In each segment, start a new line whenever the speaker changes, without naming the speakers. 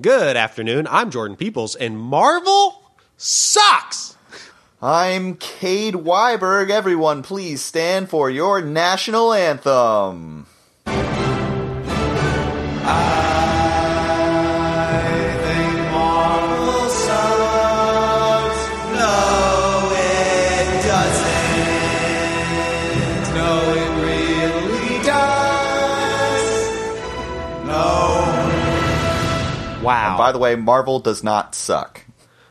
Good afternoon. I'm Jordan Peoples, and Marvel sucks.
I'm Cade Weiberg. Everyone, please stand for your national anthem.
Wow.
By the way, Marvel does not suck.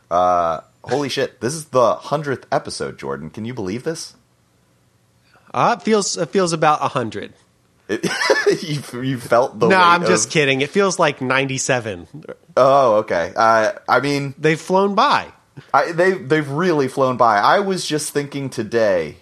Uh, holy shit, this is the 100th episode, Jordan. Can you believe this?
uh, it feels it feels about hundred.
It, you, you felt the
No,
weight
I'm
of-
just kidding. It feels like ninety-seven.
Oh, okay. Uh, I mean,
They've flown by.
I, they they've really flown by. I was just thinking today,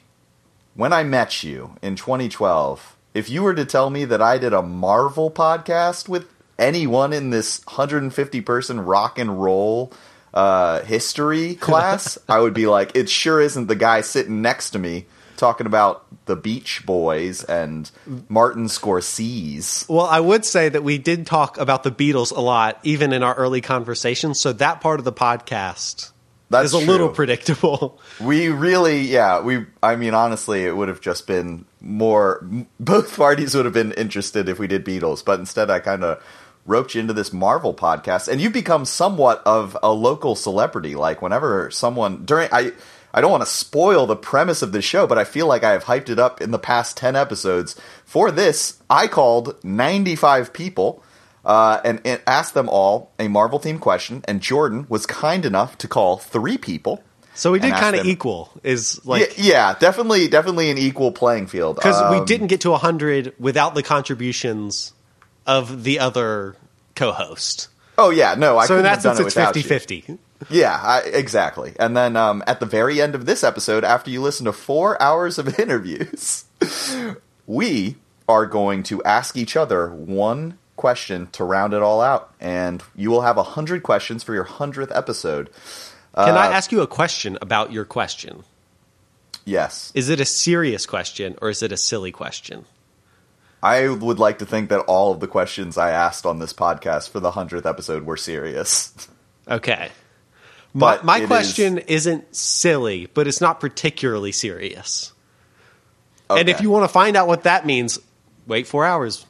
when I met you in 2012, if you were to tell me that I did a Marvel podcast with anyone in this 150 person rock and roll uh, history class, I would be like, it sure isn't the guy sitting next to me talking about the Beach Boys and Martin Scorsese.
Well, I would say that we did talk about the Beatles a lot, even in our early conversations. So that part of the podcast
That's
is a little
true.
predictable.
We really, yeah, we, I mean, honestly, it would have just been more, m- both parties would have been interested if we did Beatles, but instead I kind of roped you into this Marvel podcast, and you've become somewhat of a local celebrity. Like, whenever someone, during, I, I don't want to spoil the premise of this show, but I feel like I have hyped it up in the past 10 episodes. For this, I called 95 people uh, and, and asked them all a Marvel themed question, and Jordan was kind enough to call three people.
So we did
And ask
kind of
them-
equal. Is like
yeah, yeah, definitely, definitely an equal playing field.
because
Um,
we didn't get to 100 without the contributions of the other co-host
Oh yeah, no, I
so in
couldn't
that
have done
sense
it
it's
without
50
you.
50
Yeah, I, exactly. And then um, at the very end of this episode, after you listen to four hours of interviews, we are going to ask each other one question to round it all out, and you will have a hundred questions for your hundredth episode.
can
Uh,
i ask you a question about your question
Yes,
is it a serious question or is it a silly question
I would like to think that all of the questions I asked on this podcast for the hundredth episode were serious.
okay my,
But
my
it is-
question is... not silly but it's not particularly serious and if
Okay.
you want to find out what that means wait four hours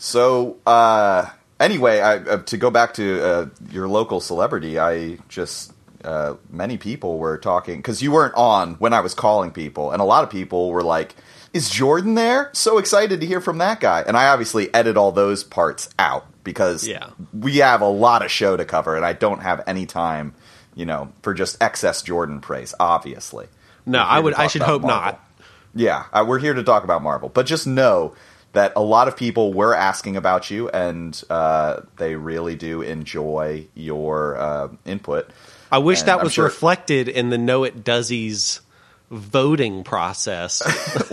So uh, anyway, I, uh, to go back to uh, your local celebrity, I just uh, many people were talking because you weren't on when I was calling people, and a lot of people were like, "Is Jordan there?" So excited to hear from that guy, and I obviously edit all those parts out because
Yeah.
we have a lot of show to cover, and I don't have any time, you know, for just excess Jordan praise. Obviously,
no
We're here
i
to
would i
talk
should
about
hope
Marvel.
not
Yeah, uh, we're here to talk about Marvel, but just know that a lot of people were asking about you, and uh, they really do enjoy your uh, input.
I wish
And
that
I'm
was
sure-
reflected in the Know It Doesies voting process.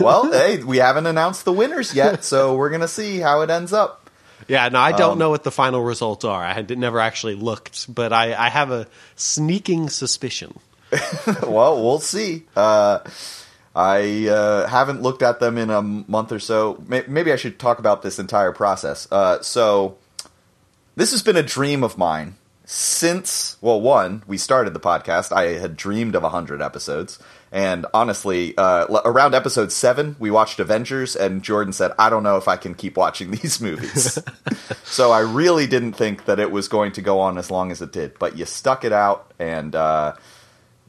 well, hey, we haven't announced the winners yet, so we're gonna see how it ends up.
yeah, no, I don't
Um,
know what the final results are. I had never actually looked, but I, I have a sneaking suspicion.
well, we'll see. Uh, I uh, haven't looked at them in a month or so. May- Maybe I should talk about this entire process. Uh, so, this has been a dream of mine since, well, one, we started the podcast. I had dreamed of 100 episodes. And honestly, uh, l- around episode seven, we watched Avengers, and Jordan said, I don't know if I can keep watching these movies. so I really didn't think that it was going to go on as long as it did. But you stuck it out, and uh,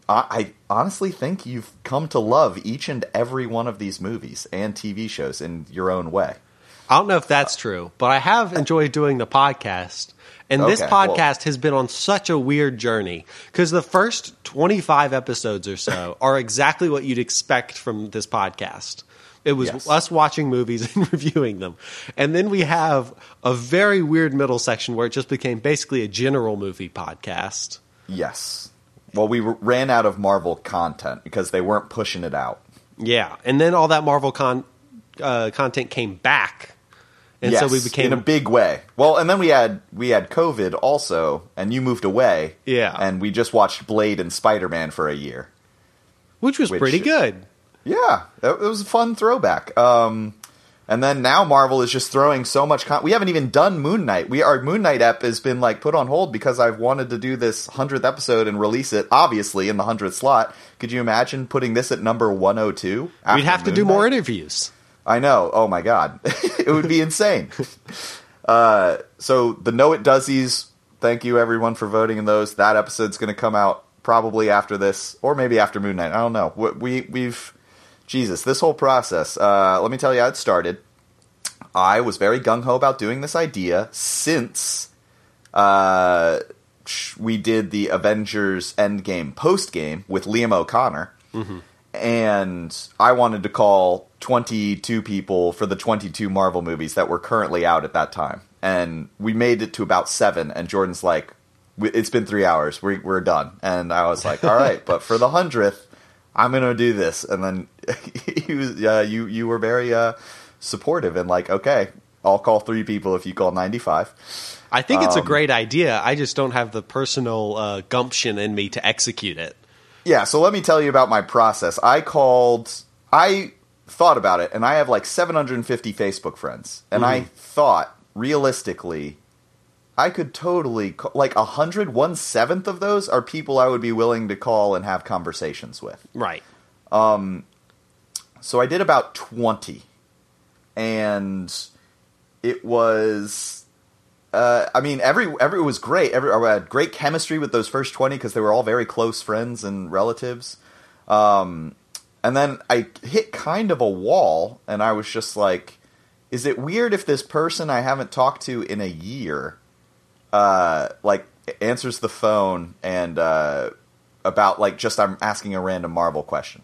I, I honestly think you've come to love each and every one of these movies and TV shows in your own way.
I don't know if that's true, but I have enjoyed doing the podcast. And this
Okay, well-
podcast has been on such a weird journey because the first 25 episodes or so are exactly what you'd expect from this podcast. It was
Yes.
us watching movies and reviewing them. And then we have a very weird middle section where it just became basically a general movie podcast.
Yes. Well, we r- ran out of Marvel content because they weren't pushing it out.
Yeah. And then all that Marvel con- uh, content came back. And so
Yes,
we became
in a big way. Well, and then we had we had COVID also, and you moved away.
Yeah.
and we just watched Blade and Spider Man for a year.
which was
which-
pretty good.
Yeah, it it was a fun throwback. Um, And then now Marvel is just throwing so much. Con- we haven't even done Moon Knight. We our Moon Knight app has been like put on hold because I've wanted to do this hundredth episode and release it obviously in the hundredth slot. Could you imagine putting this at number one hundred two?
We'd have to do more interviews.
I know. Oh my god, it would be insane. Uh, so the know it doesies. Thank you everyone for voting in those. That episode's going to come out probably after this, or maybe after Moon Knight. I don't know. We, we have Jesus, this whole process. Uh, let me tell you how it started. I was very gung ho about doing this idea since uh, we did the Avengers Endgame post game with Liam O'Connor. Mm-hmm and I wanted to call 22 people for the 22 Marvel movies that were currently out at that time. And we made it to about seven, and Jordan's like, it's been three hours. We, are done. And I was like, all right, but for the hundredth, I'm going to do this. And then he was, uh, you, you were very uh, supportive and like, okay, I'll call three people if you call 95.
I think it's um, a great idea. I just don't have the personal uh, gumption in me to execute it
yeah so let me tell you about my process i called i thought about it and i have like 750 facebook friends and mm-hmm. i thought realistically i could totally call, like 100 one seventh of those are people i would be willing to call and have conversations with
right
um so i did about 20 and it was uh, I mean, every every it was great. Every I had great chemistry with those first twenty because they were all very close friends and relatives. Um, and then I hit kind of a wall, and I was just like, "Is it weird if this person I haven't talked to in a year, uh, like answers the phone and uh, about like just I'm asking a random Marvel question?"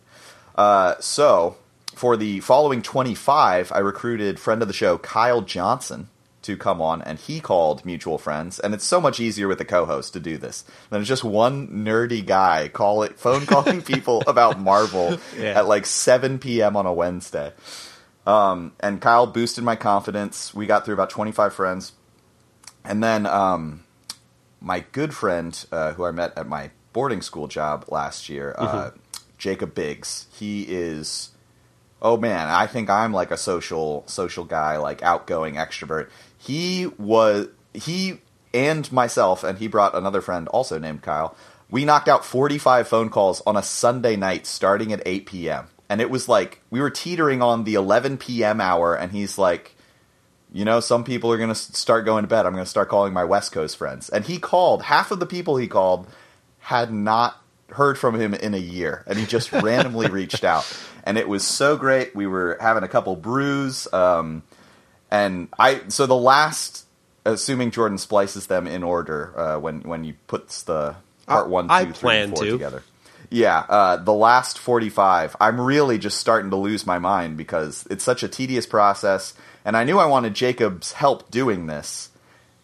Uh, so for the following twenty five, I recruited friend of the show Kyle Johnson to come on, and he called mutual friends. And it's so much easier with a co-host to do this than just one nerdy guy call it phone calling people about Marvel yeah. at like 7 p.m. on a Wednesday. Um, and Kyle boosted my confidence. We got through about 25 friends, and then um, my good friend uh, who I met at my boarding school job last year, mm-hmm. uh, Jacob Biggs. He is oh man, I think I'm like a social social guy, like outgoing extrovert. He was he and myself, and he brought another friend also named Kyle. We knocked out 45 phone calls on a Sunday night starting at 8 p.m. And it was like we were teetering on the 11 p.m. hour, and he's like, you know, some people are going to start going to bed. I'm going to start calling my West Coast friends. And he called. Half of the people he called had not heard from him in a year, and he just randomly reached out, and it was so great. We were having a couple brews, um, and I so the last, assuming Jordan splices them in order uh, when when you puts the part I, one, two, I three, plan four to. together. Yeah, uh, the last forty five, I'm really just starting to lose my mind because it's such a tedious process, and I knew I wanted Jacob's help doing this,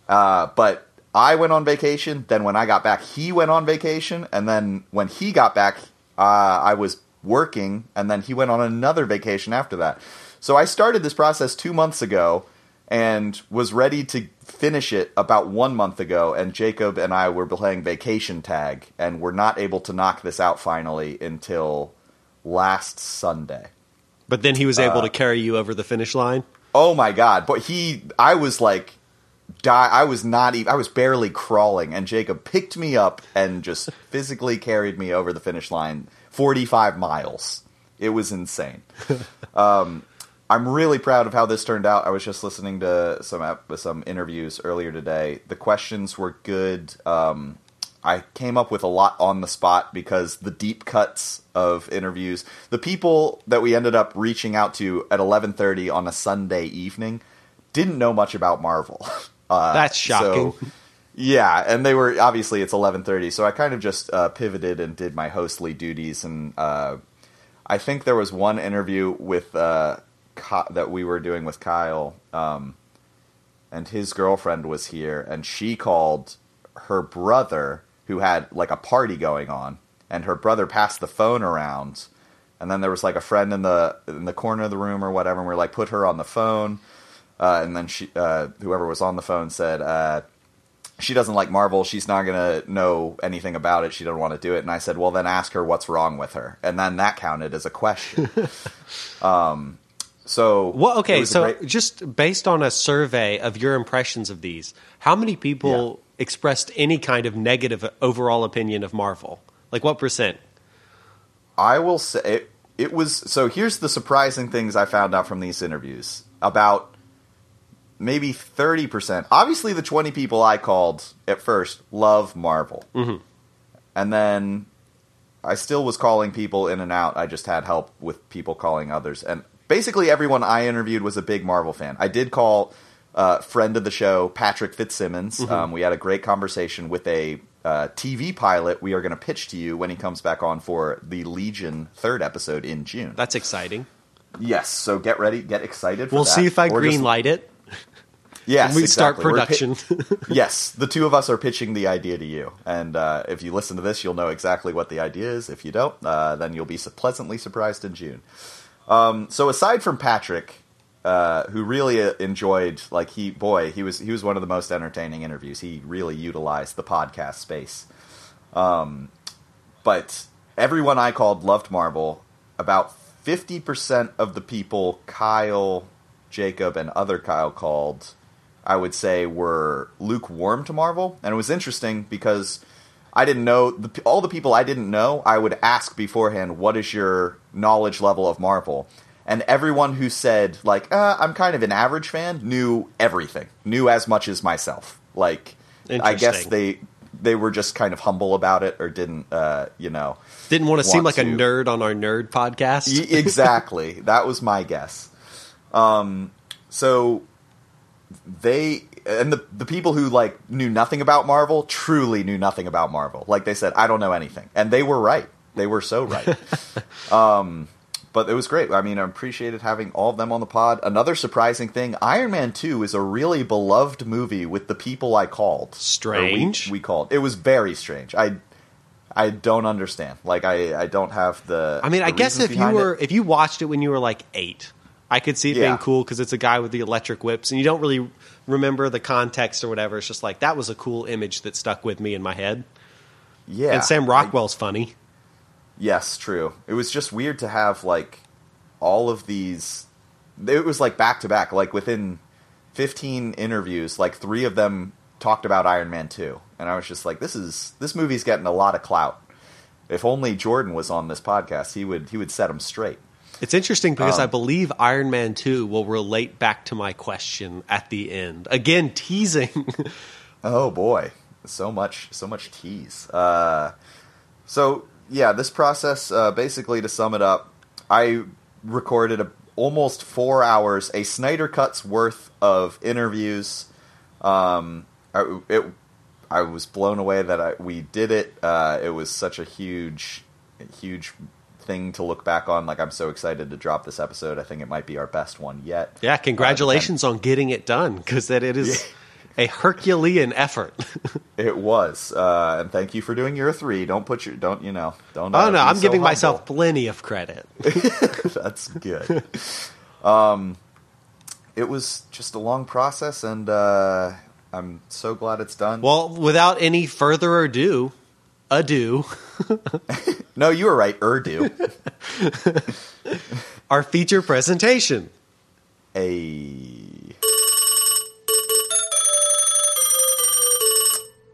uh, but I went on vacation. Then when I got back, he went on vacation. And then when he got back, uh, I was working. And then he went on another vacation after that. So I started this process two months ago and was ready to finish it about one month ago. And Jacob and I were playing vacation tag and were not able to knock this out finally until last Sunday.
But then he was able uh, to carry you over the finish line?
Oh my God. But he, I was like, die. I was not even. I was barely crawling, and Jacob picked me up and just physically carried me over the finish line, forty-five miles. It was insane. um, I'm really proud of how this turned out. I was just listening to some ap- some interviews earlier today. The questions were good. Um, I came up with a lot on the spot because the deep cuts of interviews, the people that we ended up reaching out to at 11:30 on a Sunday evening, didn't know much about Marvel.
Uh, That's shocking.
So, yeah, and they were obviously it's eleven thirty, so I kind of just uh, pivoted and did my hostly duties, and uh, I think there was one interview with Ka- that we were doing with Kyle, um, and his girlfriend was here, and she called her brother who had like a party going on, and her brother passed the phone around, and then there was like a friend in the in the corner of the room or whatever, and we are like put her on the phone. Uh, and then she, uh, whoever was on the phone said, uh, she doesn't like Marvel. She's not going to know anything about it. She doesn't want to do it. And I said, well, then ask her what's wrong with her. And then that counted as a question. um, So
Well,
it
okay,
was a
so
great-
just based on a survey of your impressions of these, how many people expressed any kind of negative overall opinion of Marvel? Like what percent?
I will say it, it was. So here's the surprising things I found out from these interviews about maybe 30%. Obviously, the 20 people I called at first love Marvel. Mm-hmm. And then I still was calling people in and out. I just had help with people calling others. And basically, everyone I interviewed was a big Marvel fan. I did call uh, friend of the show, Patrick Fitzsimmons.
Mm-hmm.
Um, we had a great conversation with a uh, TV pilot we are going to pitch to you when he comes back on for the Legion third episode in June.
That's exciting.
yes, so get ready, get excited for
We'll
that.
see if I
Or just-
green light it.
Yes,
we start
exactly. We're pi-
production.
yes, the two of us are pitching the idea to you, and uh, if you listen to this, you'll know exactly what the idea is. If you don't, uh, then you'll be su- pleasantly surprised in June. Um, so aside from Patrick, uh, who really uh, enjoyed, like he boy, he was he was one of the most entertaining interviews. He really utilized the podcast space. Um, but everyone I called loved Marvel. About fifty percent of the people Kyle, Jacob, and other Kyle called I would say were lukewarm to Marvel, and it was interesting because I didn't know the, all the people I didn't know. I would ask beforehand, "What is your knowledge level of Marvel?" And everyone who said like, uh, "I'm kind of an average fan," knew everything, knew as much as myself. Like, I guess
Interesting.
they they were just kind of humble about it, or didn't, uh, you know.
Didn't want to E, seem like
Want
a
to.
nerd on our nerd podcast.
Y- exactly. that was my guess. Um, so they and the the people who like knew nothing about Marvel truly knew nothing about Marvel. Like they said, I don't know anything, and they were right. They were so right. um, but it was great. I mean, I appreciated having all of them on the pod. Another surprising thing: Iron Man Two is a really beloved movie with the people I called. Or we-
Strange.
we called. It was very strange. I. I don't understand. Like I, I don't have the.
I mean, I
the
guess
reasons
if you
behind it.
were if you watched it when you were like eight, I could see it
Yeah.
being cool because it's a guy with the electric whips, and you don't really remember the context or whatever. It's just like that was a cool image that stuck with me in my head.
Yeah.
and Sam Rockwell's funny.
yes, true. It was just weird to have like all of these it was like back to back, like within 15 interviews, like 3 of them talked about Iron Man 2. And I was just like this is this movie's getting a lot of clout. If only Jordan was on this podcast, he would he would set him straight.
It's interesting because
Um,
I believe Iron Man 2 will relate back to my question at the end. Again, teasing.
Oh boy, so much, so much tease. Uh, so yeah, this process uh, basically to sum it up, I recorded a, almost four hours, a Snyder cut's worth of interviews. Um, I, it, I was blown away that I, we did it. Uh, it was such a huge, huge thing to look back on. Like I'm so excited to drop this episode. I think it might be our best one yet. Uh,
yeah, congratulations on getting it done because that it is a Herculean effort.
It was, uh, and thank you for doing your three. Don't put your don't you know don't. uh,
oh
be
no, I'm
so
giving
humble.
myself plenty of credit.
That's good. um, it was just a long process, and uh, I'm so glad it's done.
well, without any further ado, ado,
no, you were right. Urdu,
our feature presentation.
a.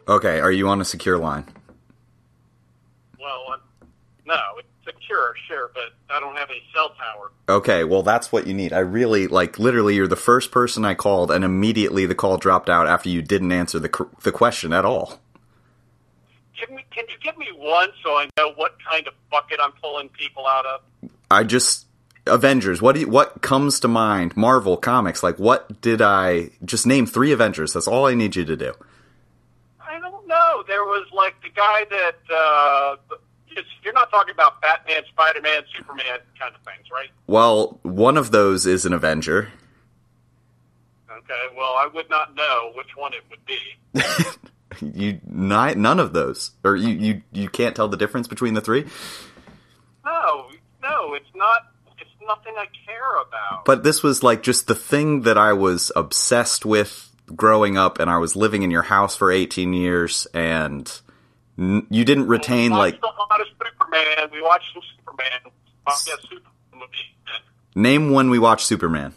Okay, are you on a secure line?
Well, I'm, no, it's secure, sure, but I don't have any cell tower.
Okay, well, that's what you need. I really like literally. You're the first person I called, and immediately the call dropped out after you didn't answer the cr- the question at all.
Can, we, can you give me one so I know what kind of bucket I'm pulling people out of?
I just Avengers. What do you, what comes to mind? Marvel comics. Like what did I just name three Avengers? That's all I need you to do.
I don't know. There was like the guy that uh, it's, you're not talking about Batman, Spider Man, Superman kind of things, right?
Well, one of those is an Avenger.
Okay. Well, I would not know which one it would be.
You ni- none of those, or you you you can't tell the difference between the three.
No, no, it's not. It's nothing I care about.
But this was like just the thing that I was obsessed with growing up, and I was living in your house for eighteen years, and n- you didn't retain
we
like
watched a lot of Superman. We watched some Superman. Oh, yeah, Superman movie.
Name when we watch Superman.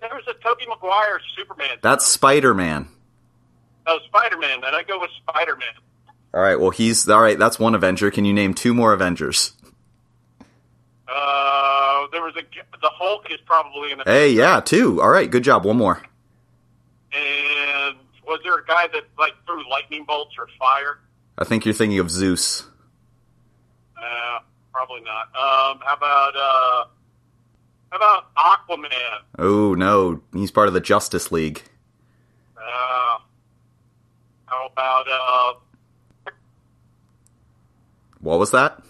There was a Tobey Maguire Superman.
That's Spider Man.
Oh, Spider Man. Then I go with Spider Man.
All right. Well, he's all right. That's one Avenger. Can you name two more Avengers?
Uh, there was a the Hulk is probably in it.
Hey, yeah, two. All right. Good job. One more.
And was there a guy that like threw lightning bolts or fire?
I think you're thinking of Zeus.
Uh, probably not. Um, how about uh, how about Aquaman?
Oh no, he's part of the Justice League.
Uh, how about uh,
What was that?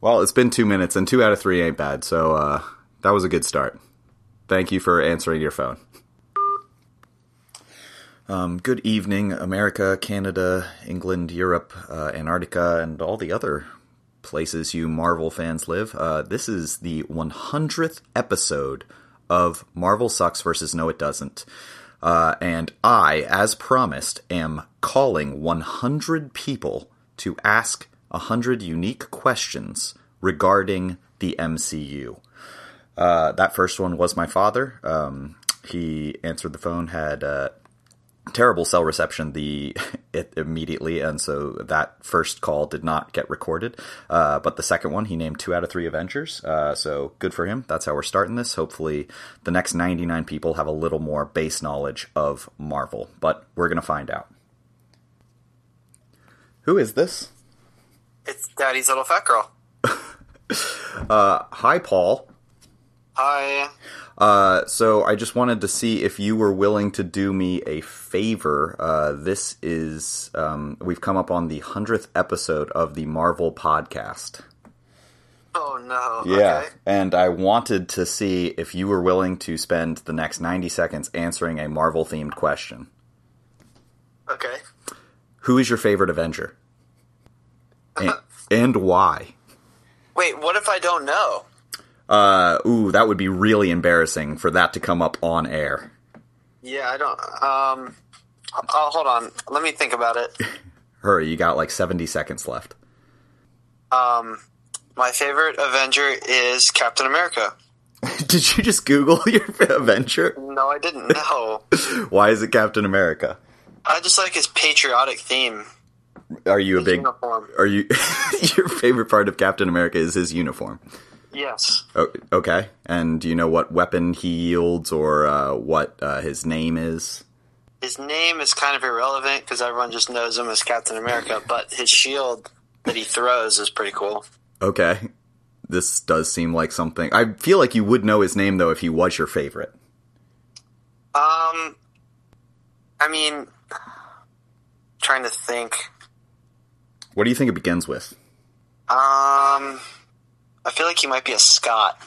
Well, it's been two minutes, and two out of three ain't bad. So uh, that was a good start. Thank you for answering your phone. Um, good evening, America, Canada, England, Europe, uh, Antarctica, and all the other places you Marvel fans live. Uh, this is the 100th episode of Marvel Sucks versus No It Doesn't. Uh, and I, as promised, am calling 100 people to ask 100 unique questions regarding the MCU. Uh, that first one was my father. Um, he answered the phone, had uh, terrible cell reception the it immediately, and so that first call did not get recorded. Uh, but the second one, he named two out of three Avengers, uh, so good for him. That's how we're starting this. Hopefully, the next 99 people have a little more base knowledge of Marvel, but we're gonna find out. Who is this?
It's Daddy's little fat girl.
Uh, hi, Paul.
Hi.
Uh, so I just wanted to see if you were willing to do me a favor. Uh, this is um, we've come up on the hundredth episode of the Marvel podcast.
Oh no. Okay.
and I wanted to see if you were willing to spend the next ninety seconds answering a Marvel themed question.
Okay.
Who is your favorite Avenger, and, and why?
Wait, what if I don't know?
Uh, ooh, that would be really embarrassing for that to come up on air.
Yeah, I don't. Um. Oh, hold on. Let me think about it.
Hurry, you got like seventy seconds left.
Um, my favorite Avenger is Captain America.
Did you just Google your Avenger?
No, I didn't know.
Why is it Captain America?
I just like his patriotic theme.
Are you a big?
uniform.
Are you your favorite part of Captain America is his uniform?
Yes.
O- Okay, and do you know what weapon he yields or uh, what uh, his name is?
His name is kind of irrelevant because everyone just knows him as Captain America, but his shield that he throws is pretty cool.
Okay, this does seem like something. I feel like you would know his name though if he was your favorite.
Um, I mean, trying to think.
What do you think it begins with?
Um, I feel like he might be a Scot.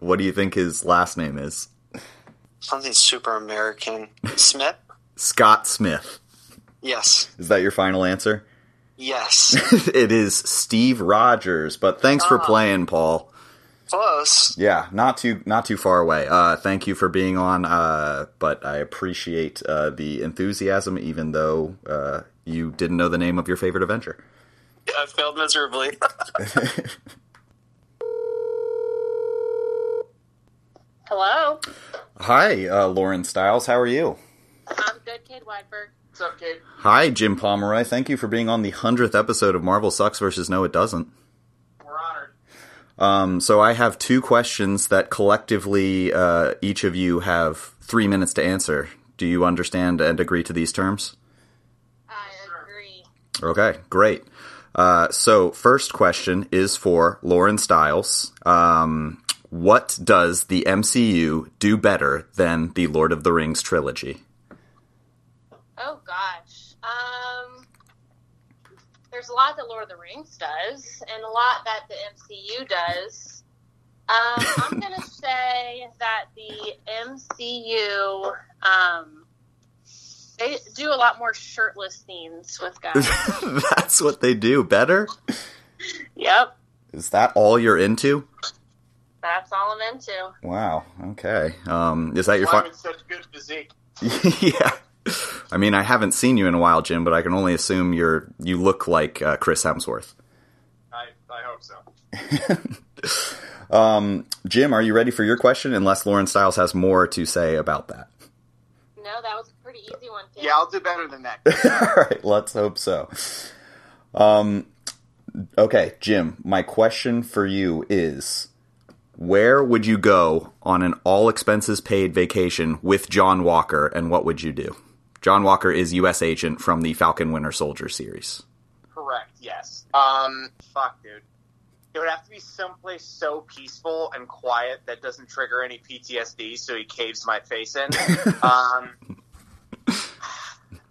what do you think his last name is?
Something super American. Smith?
Scott Smith.
Yes.
Is that your final answer?
Yes.
it is Steve Rogers. But thanks for
Ah.
playing, Paul.
Close.
Yeah, not too not too far away. Uh, thank you for being on. Uh, but I appreciate uh, the enthusiasm, even though uh, you didn't know the name of your favorite Avenger.
I failed miserably.
Hello.
Hi, uh, Lauren Stiles. How are you?
I'm good, Kid Weidberg.
what's up, kid?
Hi, Jim Pomeroy. Thank you for being on the hundredth episode of Marvel Sucks versus No, It Doesn't.
We're honored.
Um, so I have two questions that collectively uh, each of you have three minutes to answer. Do you understand and agree to these terms?
I agree.
Okay, great. Uh, so, first question is for Lauren Stiles. Um, what does the MCU do better than the Lord of the Rings trilogy?
Oh gosh. Um, there's a lot that Lord of the Rings does, and a lot that the MCU does. Um, I'm gonna say that the MCU um, they do a lot more shirtless scenes with guys.
That's what they do better?
yep,
Is that all you're into?
that's all I'm into.
Wow, okay. Um, is that your
Why
fi-
with such good physique?
yeah. I mean, I haven't seen you in a while, Jim, but I can only assume you're you look like uh, Chris Hemsworth.
I
um, Jim, are you ready for your question? Unless Lauren Stiles has more to say about that.
No, that was a pretty easy one. Too.
Yeah, I'll do better than that.
All right, let's hope so. Um, okay, Jim, my question for you is where would you go on an all expenses paid vacation with John Walker and what would you do? John Walker is US agent from the Falcon Winter Soldier series.
Correct. Yes. Um. Fuck, dude. It would have to be someplace so peaceful and quiet that doesn't trigger any PTSD, so he caves my face in. um.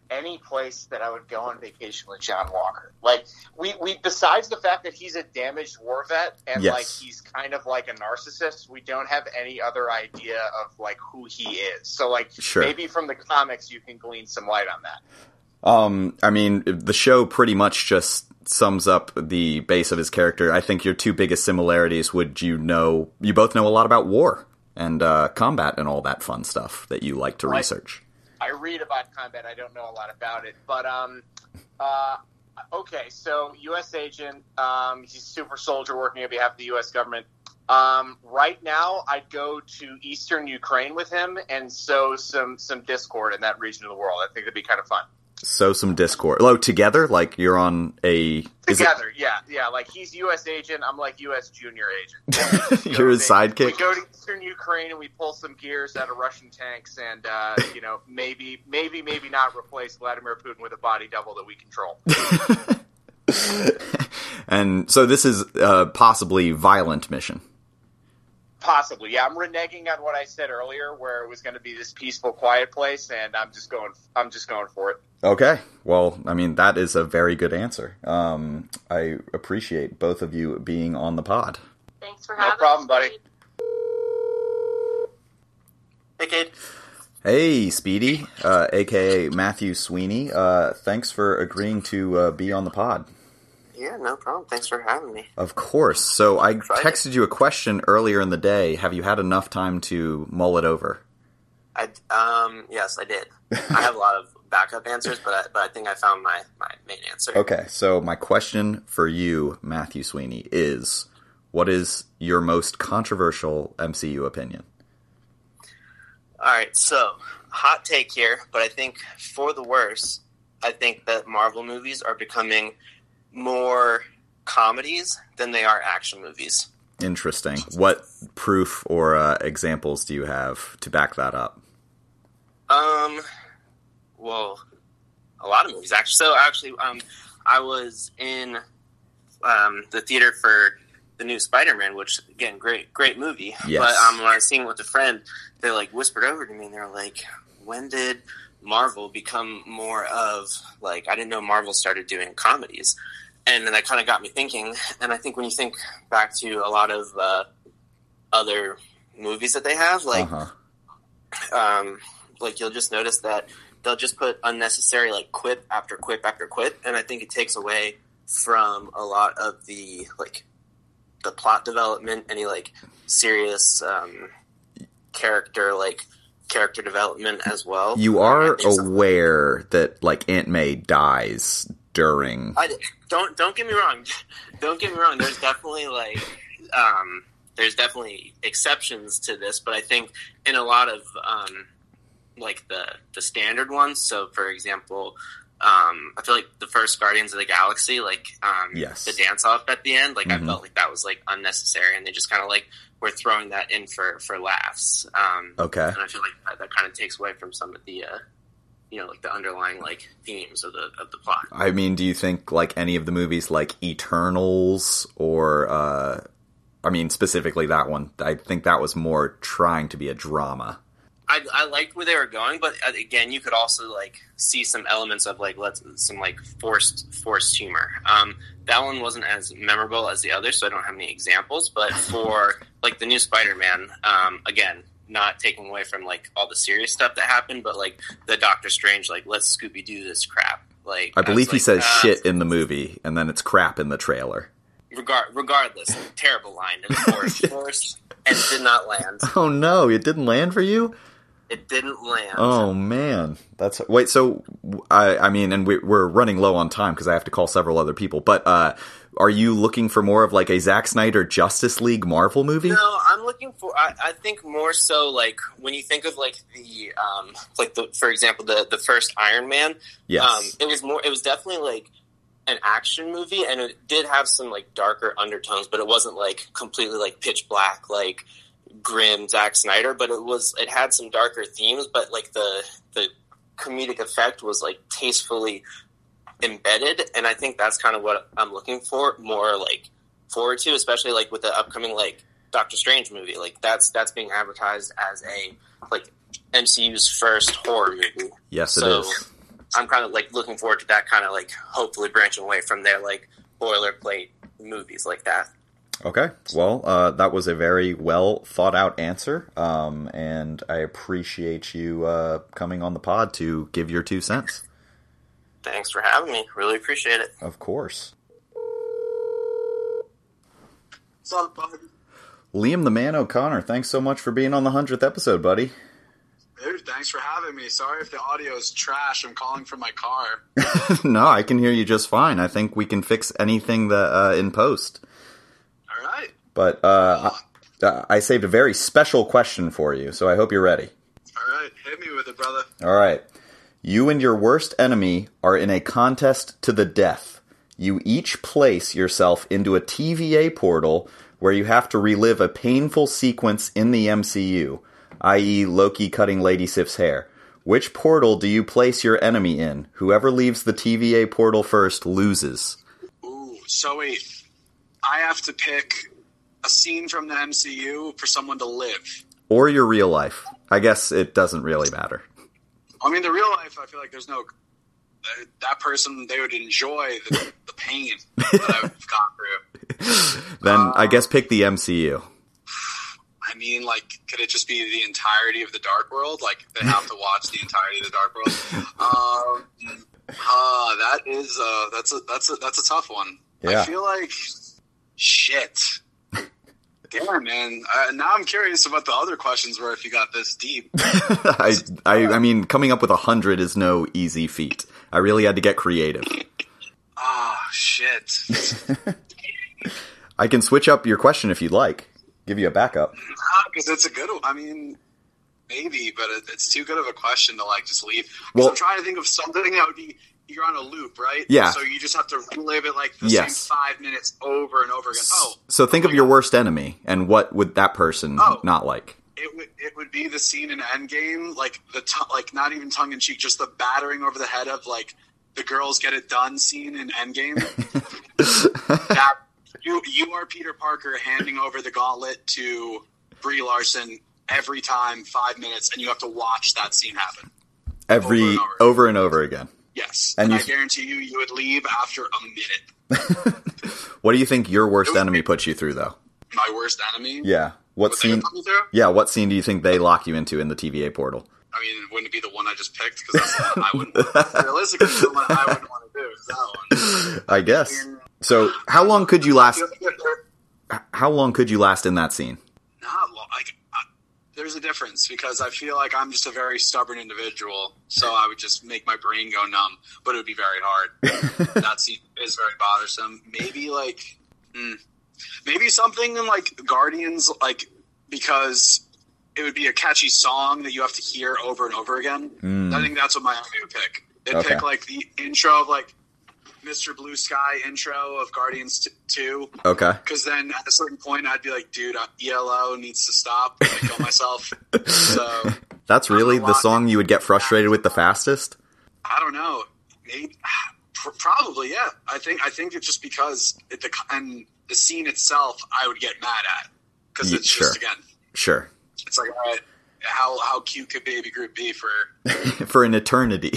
Any place that I would go on vacation with John Walker, like we, we besides the fact that he's a damaged war vet and
Yes.
like he's kind of like a narcissist, we don't have any other idea of like who he is. So like
Sure.
maybe from the comics you can glean some light on that.
Um, I mean, the show pretty much just sums up the base of his character. I think your two biggest similarities would you know, you both know a lot about war and uh, combat and all that fun stuff that you like to
Right.
research.
I read about combat. I don't know a lot about it, but um, uh, okay. So U.S. agent, um, he's a super soldier working on behalf of the U.S. government. Um, right now, I'd go to Eastern Ukraine with him and sow some some discord in that region of the world. I think that'd be kind of fun.
So some discord. Oh, together? Like you're on a. is it-
Together, yeah, yeah. Like he's U.S. agent, I'm like U.S. junior agent.
you're his
We
sidekick?
go to Eastern Ukraine and we pull some gears out of Russian tanks, and uh, you know maybe maybe maybe not replace Vladimir Putin with a body double that we control.
and so this is uh, possibly violent mission.
Possibly, yeah. I'm reneging on what I said earlier, where it was going to be this peaceful, quiet place, and I'm just going. I'm just going for it.
Okay. Well, I mean, that is a very good answer. Um, I appreciate both of you being on the pod.
Thanks for
No
having
problem,
us,
buddy.
Steve.
Hey, Kate.
Hey, Speedy, uh, aka Matthew Sweeney. Uh, thanks for agreeing to uh, be on the pod.
Yeah, no problem. Thanks for having me.
Of course. So I
Excited.
texted you a question earlier in the day. Have you had enough time to mull it over?
I um yes, I did. I have a lot of backup answers, but I, but I think I found my my main answer.
Okay. So my question for you, Matthew Sweeney, is what is your most controversial MCU opinion?
All right, so hot take here, but I think for the worse, I think that Marvel movies are becoming more comedies than they are action movies.
Interesting. What proof or uh, examples do you have to back that up?
Um, well, a lot of movies actually. So actually, um, I was in um, the theater for the new Spider-Man, which again, great, great movie.
Yes.
But um, when I was seeing it with a friend, they like whispered over to me, and they were like, "When did Marvel become more of like? I didn't know Marvel started doing comedies." And then that kind of got me thinking. And I think when you think back to a lot of uh, other movies that they have, like
uh-huh.
um, like you'll just notice that they'll just put unnecessary like quip after quip after quip, and I think it takes away from a lot of the like the plot development, any like serious um, character like character development as well.
You
And
are
Oh, I think some-
aware that like Aunt May dies during
I, don't don't get me wrong. Don't get me wrong. There's definitely like um, there's definitely exceptions to this, but I think in a lot of um, like the the standard ones. So for example, um, I feel like the first Guardians of the Galaxy, like um,
Yes.
the dance off at the end, like
Mhm.
I felt like that was like unnecessary, and they just kind of like were throwing that in for for laughs. Um,
Okay.
and I feel like that, that kind of takes away from some of the. Uh, you know, like the underlying like themes of the of the plot.
I mean, do you think like any of the movies like Eternals or uh I mean specifically that one? I think that was more trying to be a drama.
I, I liked where they were going, but uh, again, you could also like see some elements of like let's some like forced forced humor. Um, that one wasn't as memorable as the other, so I don't have any examples. But for like the new Spider-Man, um, again, not taking away from like all the serious stuff that happened, but like the Doctor Strange, like let's Scooby Doo this crap. Like
I believe he
was
says
like, uh,
shit in the movie and then it's crap in the trailer.
Regard regardless, terrible line. It was forced, forced, and did not land.
Oh no, it didn't land for you?
It didn't land.
Oh man, that's wait. So I, I mean, and we, we're running low on time because I have to call several other people. But uh, are you looking for more of like a Zack Snyder Justice League Marvel movie?
No, I'm looking for. I, I think more so like when you think of like the um like the for example the the first Iron Man.
Yes.
Um, it was more. It was definitely like an action movie, and it did have some like darker undertones, but it wasn't like completely like pitch black like grim Zack Snyder. But it was. It had some darker themes, but like the the comedic effect was like tastefully embedded and i think that's kind of what i'm looking for more like forward to especially like with the upcoming like doctor strange movie like that's that's being advertised as a like mcu's first horror movie
yes, it is.
So- i'm kind of like looking forward to that kind of like hopefully branching away from their like boilerplate movies like that
Okay. Well, uh, that was a very well thought out answer, um, and I appreciate you uh, coming on the pod to give your two cents.
thanks for having me really appreciate it
Of course,
Hey,
Liam the Man O'Connor. Thanks so much for being on the hundredth episode, buddy.
thanks for having me. Sorry if the audio is trash. I'm calling from my car.
no, I can hear you just fine. I think we can fix anything that uh, in post.
All right.
But uh, I, I saved a very special question for you, so I hope you're ready.
All right. Hit me with it, brother.
All right. You and your worst enemy are in a contest to the death. You each place yourself into a TVA portal where you have to relive a painful sequence in the MCU, i.e., E Loki cutting Lady Sif's hair. Which portal do you place your enemy in? Whoever leaves the TVA portal first loses.
Ooh. So wait, I have to pick a scene from the MCU for someone to live.
Or your real life. I guess it doesn't really matter.
I mean, the real life. I feel like there's no uh, that person. They would enjoy the, the pain that I've gone through. Um,
Then I guess pick the MCU.
I mean, like, could it just be the entirety of the Dark World? Like, they have to watch the entirety of the Dark World. Um, uh, that is uh, that's a that's a that's a tough one.
Yeah.
I feel like shit. Damn, man. Uh, now I'm curious about the other questions were if you got this deep.
I, I, I mean, coming up with a hundred is no easy feat. I really had to get creative.
Oh shit.
I can switch up your question if you'd like. Give you a backup.
because Ah, it's a good. one. I mean, maybe, but it, it's too good of a question to like just leave. 'Cause
Well-
I'm trying to think of something that would be you're on a loop, right?
Yeah.
So you just have to relive it like the
Yes.
same five minutes over and over again. Oh,
So think of your worst enemy and what would that person
Oh.
not like?
it would it would be the scene in Endgame, like the t- like not even tongue in cheek, just the battering over the head of like the girls get it done scene in Endgame. that you you are Peter Parker handing over the gauntlet to Brie Larson every time, five minutes, and you have to watch that scene happen.
Every
Over and
over
over.
and over, again.
Yes,
And
and,
you-
I guarantee you, you would leave after a minute.
What do you think your worst
It would
enemy puts you through though?
My worst enemy.
Yeah. What
Would they
scene?
put me through?
Yeah. What scene do you think they lock you into in the TVA portal?
I mean, wouldn't it be the one I just picked? Because that's the one I wouldn't. realistically, the one I wouldn't want to do is that one.
I guess. So how long could you last?
They're
How long could you last in that scene?
Not lo- like I, there's a difference because I feel like I'm just a very stubborn individual, so I would just make my brain go numb, but it would be very hard. that scene is very bothersome. Maybe like, hmm, maybe something in like Guardians, like because it would be a catchy song that you have to hear over and over again. I think that's what my enemy would pick. They'd
Hmm. Okay.
pick like the intro of like Mr. Blue Sky intro of Guardians t- Two.
Okay.
Because then at a certain point, I'd be like, dude, uh, ELO needs to stop. I kill myself. so
That's really the
lock-
song you would get frustrated with the fastest.
I don't know. Maybe, pr- probably, yeah. I think I think it's just because it, the and the scene itself, I would get mad at because
Ye-
it's
sure.
just again,
Sure.
it's like all right, how how cute could Baby Group be for?
For an eternity.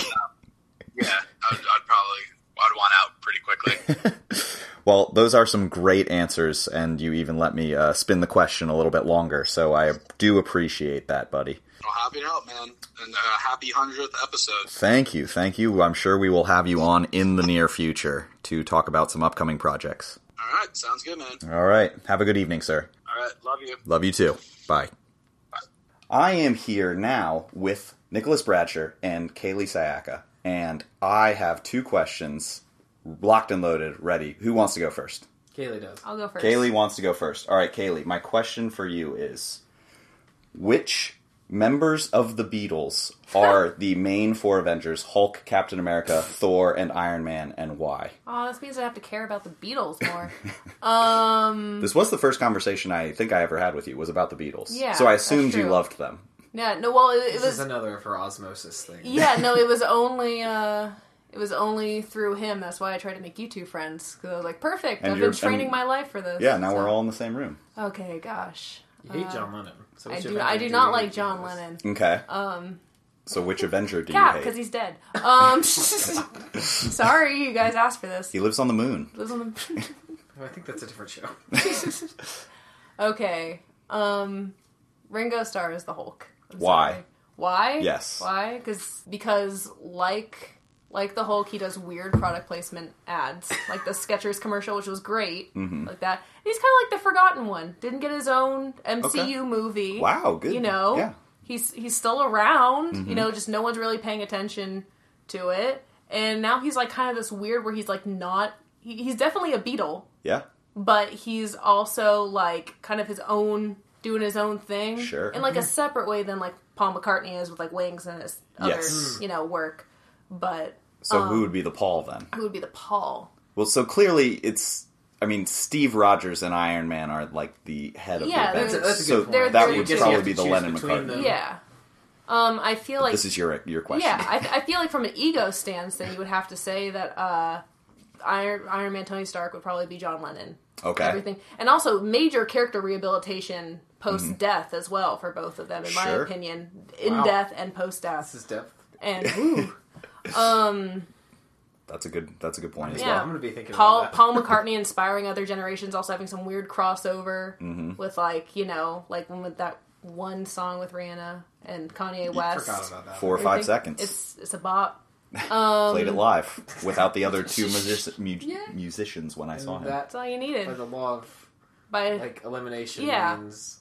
Yeah, I'd, I'd probably I'd want out pretty quickly.
Well, those are some great answers, and you even let me uh, spin the question a little bit longer, so I do appreciate that, buddy.
well, happy to help, man, and uh, happy hundredth episode.
Thank you, thank you. I'm sure we will have you on in the near future to talk about some upcoming projects.
All right, sounds good, man.
All right, have a good evening, sir.
All right, love you.
Love you too. Bye. I am here now with Nicholas Bratcher and Kaylee Sayaka, and I have two questions locked and loaded, ready. Who wants to go first?
Kaylee does.
I'll go first.
Kaylee wants to go first. All right, Kaylee, my question for you is which members of the Beatles are the main four Avengers Hulk, Captain America, Thor, and Iron Man, and why?
Oh, this means I have to care about the Beatles more. um,
This was the first conversation I think I ever had with you was about the Beatles.
Yeah,
so I assumed
that's
you
true.
loved them.
yeah, no, well, it, it
This is
was
another of her osmosis thing.
yeah, no, it was only uh, it was only through him. That's why I tried to make you two friends because I was like, perfect.
And
I've
you're-
been training
and-
my life for this.
Yeah, now
So-
we're all in the same room.
okay. Gosh,
You hate
Uh,
John Lennon. So
I
what's your
do.
favorite
I do
dude
not
you
like
hate
John
most?
Lennon.
Okay.
Um,
So which Avenger do
yeah,
you
because
hate?
he's dead. Um, sorry, you guys asked for this.
He lives on the moon.
Lives on the-
Oh, I think that's a different show.
okay. Um, Ringo Starr is the Hulk. I'm
Why?
sorry. Why?
Yes.
Why? Because because like like the Hulk, he does weird product placement ads, like the Skechers commercial, which was great,
Mm-hmm.
like that. He's kind of like the forgotten one. Didn't get his own MCU movie.
Wow, good.
You know,
Yeah. Mm-hmm.
he's he's still around. You know, just no one's really paying attention to it. And now he's like kind of this weird where he's like not. He, he's definitely a beetle,
Yeah.
but he's also like kind of his own doing his own thing
Sure.
in like a separate way than like Paul McCartney is with like Wings and his other
Yes.
you know work. But
So
Um,
who would be the Paul then?
who would be the Paul?
Well, so clearly it's. I mean, Steve Rogers and Iron Man are like the head of
Yeah,
the
there's-
Avengers.
That's a- that's a good
so
point.
They're-
that
they're
would
just-
probably
you
be the
have to
Lennon
choose between
McCartney.
them.
Yeah, um, I feel like
This is your your question.
yeah, I, I feel like from an ego stance, then you would have to say that uh, Iron Iron Man Tony Stark would probably be John Lennon.
Okay.
everything, and also major character rehabilitation post death as well for both of them, in my
Sure.
opinion, in
Wow.
death and post death.
This is depth.
and ooh, um,
That's a good. That's a good point as
Yeah.
Yeah,
well.
I'm gonna be thinking
Paul
about that.
Paul McCartney inspiring other generations, also having some weird crossover
Mm-hmm.
with like you know like one with that one song with Rihanna and Kanye
I
West.
forgot about that.
Four or
Everything.
five seconds.
It's it's a bop. Um,
Played it live without the other two music, mu-
Yeah.
musicians when I saw
and
him.
that
That's all you
by
needed.
the law of
By
like elimination
Yeah.
means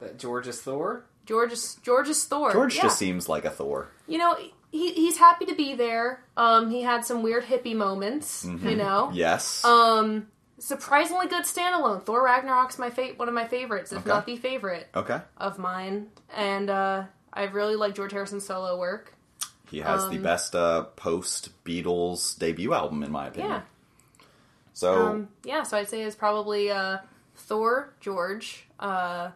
that George is Thor.
George George's Thor.
George
yeah.
just seems like a Thor.
you know he he's happy to be there. Um, he had some weird hippie moments. You know,
Mm-hmm. Yes.
um, surprisingly good standalone. Thor Ragnarok's my fa- one of my favorites, if
Okay.
not the favorite
okay.
of mine. And uh, I really like George Harrison's solo work. Um,
He has the best uh, post Beatles debut album, in my opinion.
Yeah,
So
um, yeah. So I'd say it's probably uh, Thor, George, uh,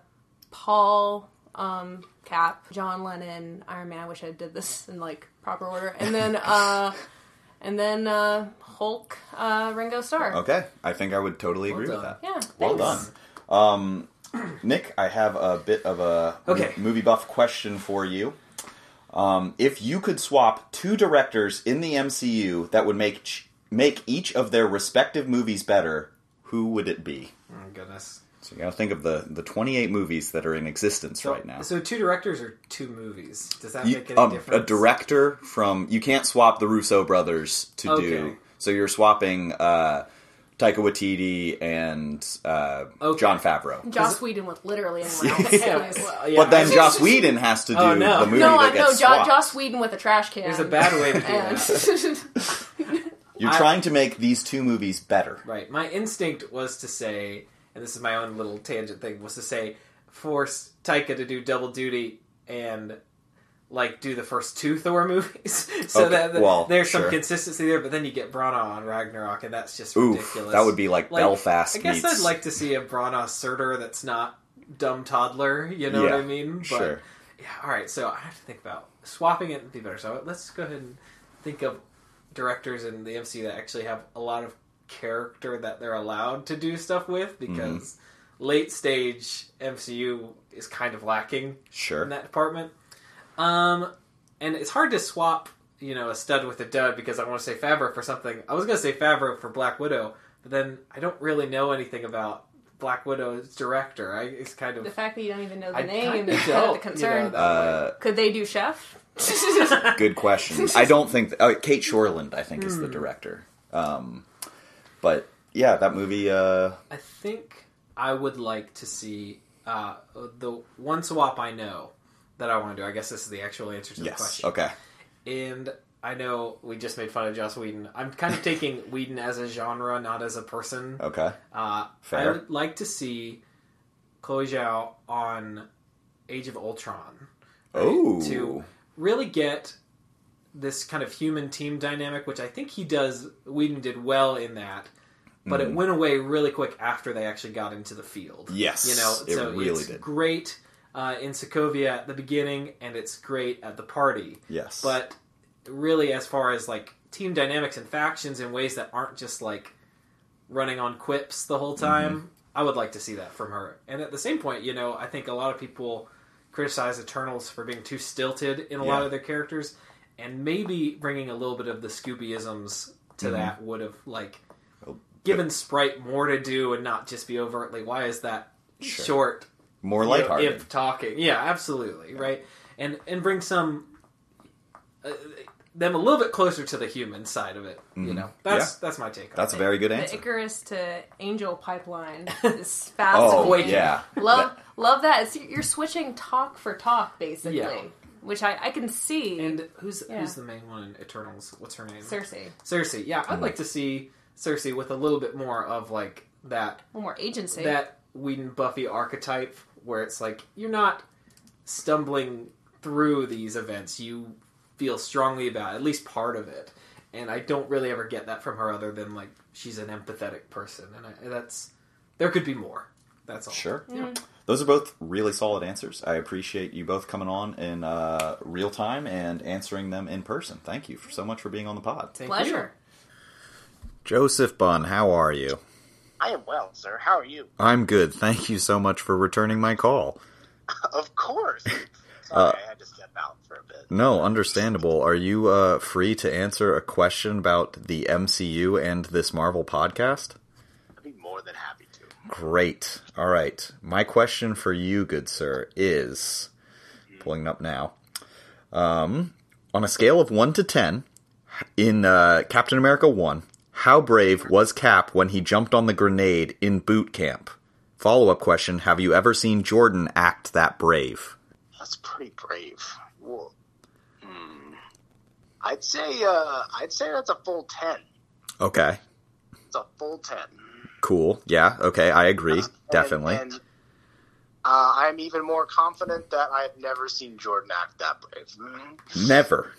Paul. Um, Cap, John Lennon, Iron Man. I wish I did this in like proper order, and then uh, and then uh, Hulk, uh, Ringo Starr.
okay, I think I would totally agree with
done.
that.
Yeah,
Well
thanks.
done. Um, Nick, I have a bit of a
Okay.
m- movie buff question for you. Um, if you could swap two directors in the MCU that would make ch- make each of their respective movies better, who would it be?
Oh goodness.
So you got to think of the the 28 movies that are in existence
So,
right now.
So two directors or two movies? Does that
You-
make any
um, a
difference?
director from you can't swap the Russo brothers to do.
Okay.
So you're swapping uh, Taika Waititi and uh,
Okay.
John Favreau.
Joss Whedon with literally anyone
Yeah,
else.
well, uh, yeah,
But then
I-
Joss Whedon has to do
Oh, no.
the movie
no, I
that
no,
gets
jo-
swapped.
Joss Whedon with a trash can.
there's a bad way to do that.
And-
You're
I-
trying to make these two movies better.
Right. My instinct was to say, and this is my own little tangent thing, was to say, force Taika to do double duty and like do the first two Thor movies, so
Okay,
that that
well,
there's some
sure.
consistency there. But then you get Brana on Ragnarok, and that's just
Oof,
ridiculous.
that would be like,
Like,
Belfast
I guess
meets.
I'd like to see a Brana Surtur that's not dumb toddler. You know
Yeah,
what I mean? But,
sure.
Yeah. All right. So I have to think about swapping it would be better. So let's go ahead and think of directors in the MCU that actually have a lot of character that they're allowed to do stuff with because late stage MCU is kind of lacking
Sure.
in that department. Um, and it's hard to swap, you know, a stud with a dud because I want to say Favreau for something. I was going to say Favreau for Black Widow, but then I don't really know anything about Black Widow's director. I it's kind of
the fact that you don't even know the
I
name
kinda
is kind
don't,
of the concern.
you know,
Uh,
Could they do Chef?
good question. I don't think uh, Kate Shoreland. I think
Hmm.
is the director. Um, but yeah, that movie. Uh,
I think I would like to see uh, the one swap I know that I want to do. I guess this is the actual answer to the
Yes.
question.
Okay.
And I know we just made fun of Joss Whedon. I'm kind of taking Whedon as a genre, not as a person.
Okay.
Uh, I
Fair.
would like to see Chloe Zhao on Age of Ultron
Oh.
to really get this kind of human team dynamic, which I think he does. Whedon did well in that, but
Mm.
it went away really quick after they actually got into the field.
Yes,
you know,
it
so
really
it's
did.
great uh, in Sokovia at the beginning, and it's great at the party.
Yes.
But really, as far as like team dynamics and factions in ways that aren't just like running on quips the whole time, I would like to see that from her. And at the same point, you know, I think a lot of people criticize Eternals for being too stilted in a lot
Yeah.
of their characters, and maybe bringing a little bit of the Scoobyisms to
Mm-hmm.
that would have like
Oh,
given Sprite more to do and not just be overtly why is that
Sure.
short
more
you know,
lighthearted.
if talking yeah absolutely right and and bring some uh, them a little bit closer to the human side of it you know that's that's my take on
Mm-hmm. That's a
it.
very good
The
answer.
Icarus to Angel pipeline is fast.
Oh
awakening.
yeah.
Love love that. It's, you're switching talk for talk basically,
Yeah.
which I, I can see.
and who's
Yeah.
who's the main one in Eternals what's her name
Cersei,
Cersei yeah I'd like to see Cersei with a little bit more of like that
one more agency.
that Whedon Buffy archetype where it's like you're not stumbling through these events. You feel strongly about at least part of it. And I don't really ever get that from her other than like she's an empathetic person. And I, that's there could be more. That's all.
Sure. Those are both really solid answers. I appreciate you both coming on in uh, real time and answering them in person. Thank you for so much for being on the pod.
Thank
Pleasure.
Joseph Bunn, how are you?
I am well, sir. How are you?
I'm good. Thank you so much for returning my call.
Of course. Sorry, I had to step out for a bit.
Uh, No, understandable. Are you uh, free to answer a question about the MCU and this Marvel podcast?
I'd be more than happy to.
Great. All right. My question for you, good sir, is
Mm-hmm.
pulling it up now. Um, on a scale of 1 to 10, in uh, Captain America 1, how brave was Cap when he jumped on the grenade in boot camp? Follow up question Have you ever seen Jordan act that brave?
That's pretty brave. Whoa. Hmm. I'd say uh, I'd say that's a full ten.
Okay.
It's a full ten.
Cool. Yeah. Okay. I agree. Definitely.
And, and, uh, I'm even more confident that I've never seen Jordan act that brave.
Mm-hmm.
Mm,
Never.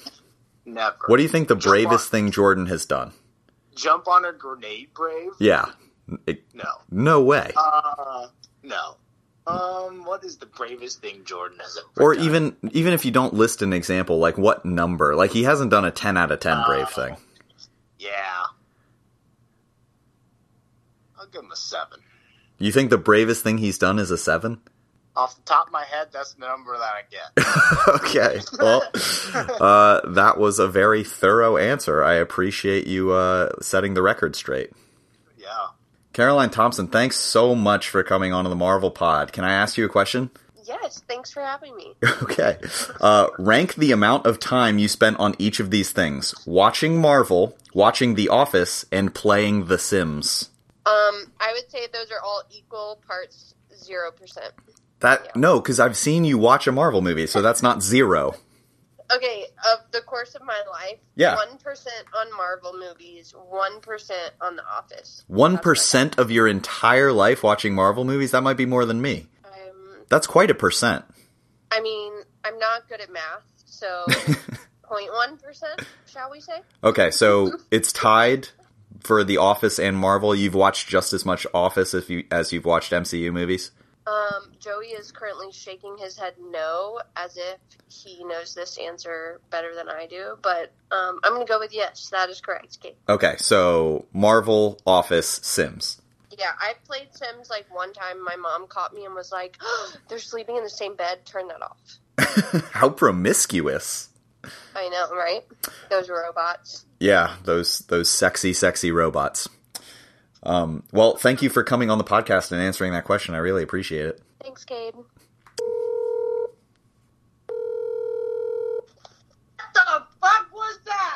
Never.
What do you think the
Jump on-
bravest thing Jordan has done?
Jump on a grenade, brave?
Yeah. It-
No.
no way.
Uh, no. Um, what is the bravest thing Jordan has ever
or
done?
even even if you don't list an example like what number like he hasn't done a 10 out of 10
Uh,
brave thing
yeah. I'll give him a seven.
you think the bravest thing he's done is a 7
Off the top of my head, that's the number that I get.
okay well uh, that was a very thorough answer i appreciate you uh, setting the record straight
yeah.
caroline thompson thanks so much for coming on to the marvel pod can i ask you a question
Yes, thanks for having me.
okay uh, rank the amount of time you spent on each of these things watching marvel watching the office and playing the sims
Um, I would say those are all equal parts, zero percent.
That no, because I've seen you watch a Marvel movie, so that's not zero.
Okay, of the course of my life,
Yeah.
one percent on Marvel movies, one percent on The Office.
One percent of your entire life watching Marvel movies. That might be more than me.
I'm,
That's quite a percent.
I mean, I'm not good at math, so 0.1 percent, shall we say?
Okay, so it's tied for The Office and Marvel. You've watched just as much Office if you as you've watched MCU movies.
Um, Joey is currently shaking his head no, as if he knows this answer better than I do. But um, I'm going to go with yes. That is correct, Kate.
Okay, so Marvel, Office, Sims.
Yeah, I played Sims like one time. My mom caught me and was like, "Oh, "They're sleeping in the same bed. Turn that off."
How promiscuous.
I know, right? Those robots.
Yeah, those those sexy, sexy robots. Um, well, thank you for coming on the podcast and answering that question. I really appreciate it.
Thanks, Gabe.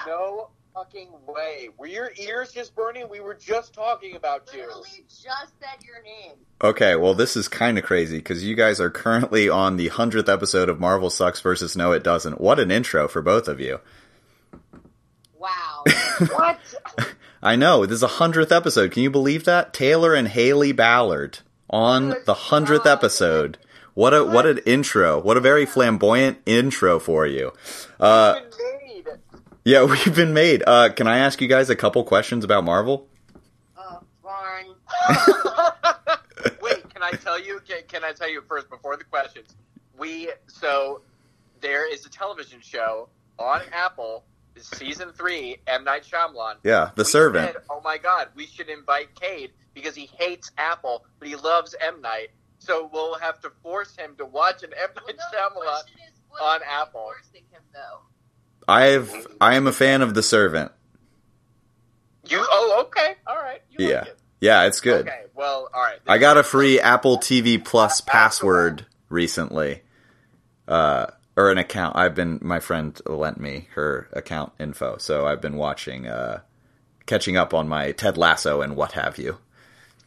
No
fucking way. Were your ears just burning? We were just talking about you.
Literally just said your name.
Okay, well, this is kind of crazy because you guys are currently on the 100th episode of Marvel Sucks versus No It Doesn't. What an intro for both of you.
Wow.
what?
I know, this is a 100th episode. Can you believe that? Taylor and Haley Ballard on
Good
the 100th
God.
episode. What a what an intro. What a very flamboyant intro for you. Uh
Even made.
yeah, we've been made. Uh can I ask you guys a couple questions about Marvel?
Oh, darn.
Wait, can I tell you? Can, can I tell you first before the questions? We so there is a television show on Apple, season three, M Night Shyamalan.
Yeah, The
We
Servant.
said, oh my God, we should invite Cade because he hates Apple, but he loves M Night. So we'll have to force him to watch an M
Well,
Night
no, the
Shyamalan.
question is, what
on
is
Apple.
Forcing him though.
I've I am a fan of The Servant.
You? Oh, okay, all right. You
Yeah.
Like it.
Yeah, it's good.
Okay. Well, all right.
I got a free Apple TV Plus password recently, uh, or an account. I've been my friend lent me her account info, so I've been watching, uh, catching up on my Ted Lasso and what have you.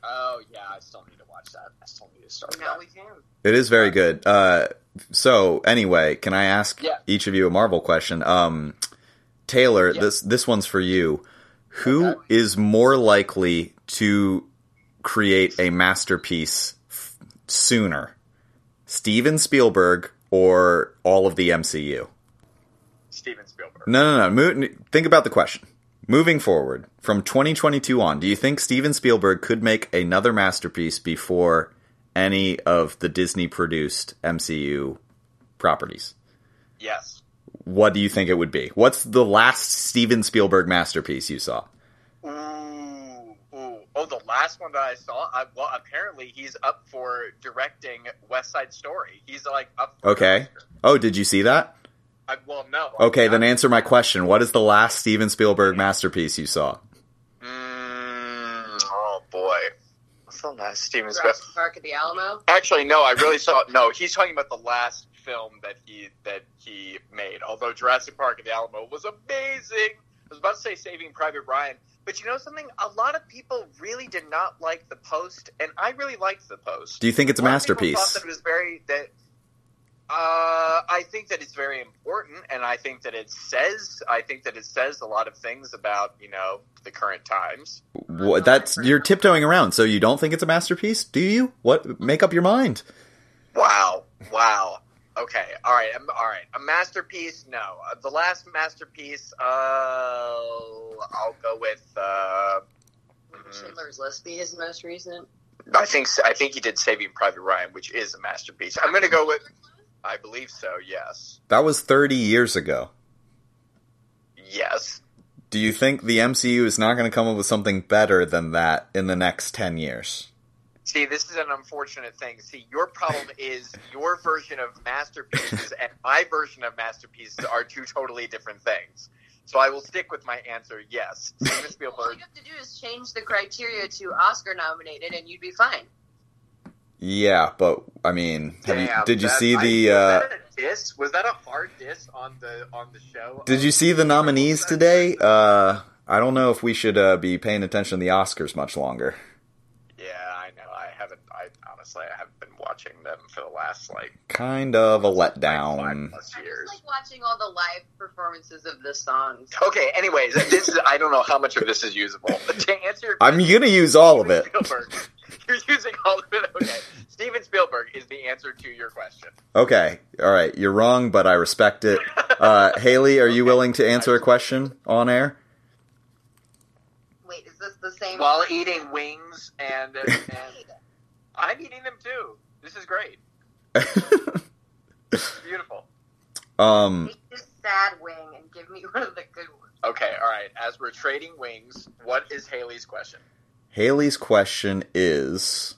Oh yeah, I still need to watch that. I still need to start.
No,
that.
we can.
It is very good. Uh, so anyway, can I ask
Yeah.
each of you a Marvel question? Um, Taylor,
Yeah.
this this one's for you. Who is
Okay.
more likely to create a masterpiece f- sooner, Steven Spielberg or all of the MCU?
Steven Spielberg.
No, no, no. Mo- think about the question. Moving forward from 2022 on, do you think Steven Spielberg could make another masterpiece before any of the Disney produced MCU properties?
Yes.
What do you think it would be? What's the last Steven Spielberg masterpiece you saw?
Ooh, ooh. Oh, the last one that I saw. I, well, apparently he's up for directing West Side Story. He's like up. For
Okay.
an Oscar.
Oh, did you see that?
I, well, no.
Okay, then
I,
answer my question. What is the last Steven Spielberg masterpiece you saw?
Mm, oh boy. What's the last Steven Spielberg?
Jurassic Park at the Alamo.
Actually, no. I really saw. No, he's talking about the last film that he that he made. Although Jurassic Park at the Alamo was amazing. I was about to say Saving Private Ryan, but you know something? A lot of people really did not like The Post, and I really liked The Post.
Do you think it's a
lot of people Thought
masterpiece?
that it was very that. Uh, I think that it's very important, and I think that it says. I think that it says a lot of things about you know the current times.
Wha- That's you're tiptoeing around, so you don't think it's a masterpiece, do you? What? Make up your mind.
Wow! Wow! Okay. All right. Um, all right. A masterpiece? No. Uh, the last masterpiece? Uh, I'll go with. Uh, mm,
Schindler's List being his most recent.
I think I think he did Saving Private Ryan, which is a masterpiece. I'm going to go with. I believe so. Yes.
That was 30 years ago.
Yes.
Do you think the MCU is not going to come up with something better than that in the next 10 years?
See, this is an unfortunate thing. See, your problem is your version of masterpieces and my version of masterpieces are two totally different things. So I will stick with my answer. Yes, Steven
All
Spielberg.
you have to do is change the criteria to Oscar nominated, and you'd be fine.
Yeah, but I mean, have you,
Damn,
did you
that-
see
I-
the
was
uh,
that a diss? Was that a hard diss on the on the show?
did you see the nominees today? Uh, I don't know if we should uh, be paying attention to the Oscars much longer.
Yeah, I know. I haven't. I honestly, I haven't been watching them for the last like
Kind of a
five
letdown.
plus
I
years.
just like watching all the live performances of the songs.
Okay. Anyways, this is. I don't know how much of this is usable. To answer your
I'm going to use all of it.
Spielberg. You're using all of it. Okay. Steven Spielberg is the answer to your question.
Okay, all right, you're wrong, but I respect it. Uh, Haley, are you willing to answer a question on air?
Wait, is this the same?
While eating wings, and, and
Wait,
I'm eating them too. This is great. Beautiful.
um,
take this sad wing and give me one of the good ones.
Okay. All right. As we're trading wings, what is Haley's question?
Haley's question is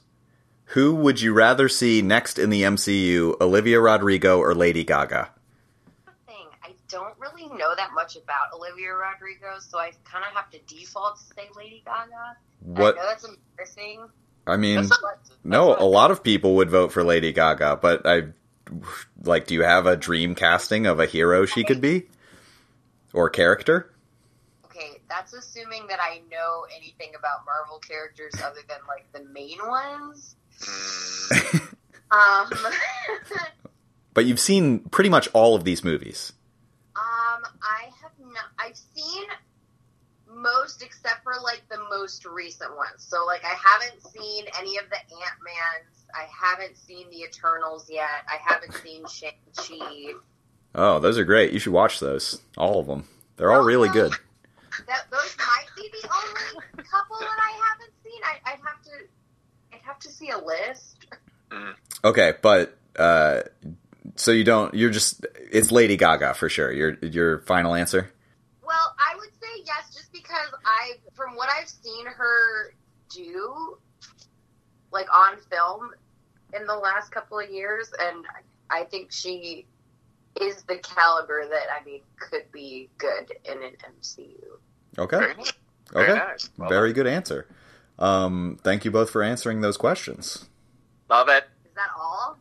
Who would you rather see next in the MCU, Olivia Rodrigo or Lady Gaga?
Thing I don't really know that much about Olivia Rodrigo, so I kind of have to default to say Lady Gaga. And
What
I know that's embarrassing.
I mean,
That's not-
no,
that's
a
not-
lot of people would vote for Lady Gaga, but I like, do you have a dream casting of a hero she could be or character?
okay, that's assuming that I know anything about Marvel characters other than like the main ones. um,
But you've seen pretty much all of these movies.
um, I have not. I've seen most except for like the most recent ones. So like I haven't seen any of the Ant Mans. I haven't seen the Eternals yet. I haven't seen Shang Chi.
Oh, those are great. You should watch those. All of them. They're
Oh,
all really good.
That those might be the only couple that I haven't seen. I, I'd have to, I'd have to see a list.
Okay, but uh so you don't you're just it's Lady Gaga for sure. Your your final answer?
Well, I would say yes, just because I, from what I've seen her do, like on film in the last couple of years, and I think she is the caliber that I mean could be good in an MCU.
Okay.
Very
Okay.
nice. Well
Very good answer. Um thank you both for answering those questions.
Love it.
Is that all?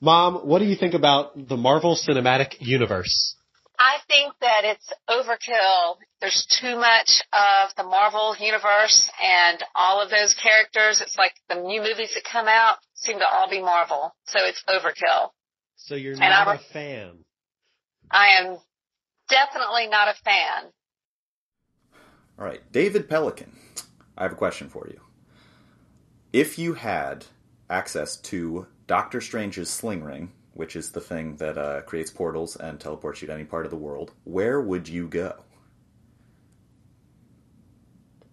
Mom, Um, what do you think about the Marvel Cinematic Universe?
I think that it's overkill. There's too much of the Marvel universe and all of those characters. It's like the new movies that come out seem to all be Marvel. So it's overkill.
So you're
And not
not
I-
a
a
fan.
I am definitely not a fan.
All right, David Pelican, I have a question for you. If you had access to Doctor Strange's sling ring, which is the thing that uh, creates portals and teleports you to any part of the world, where would you go?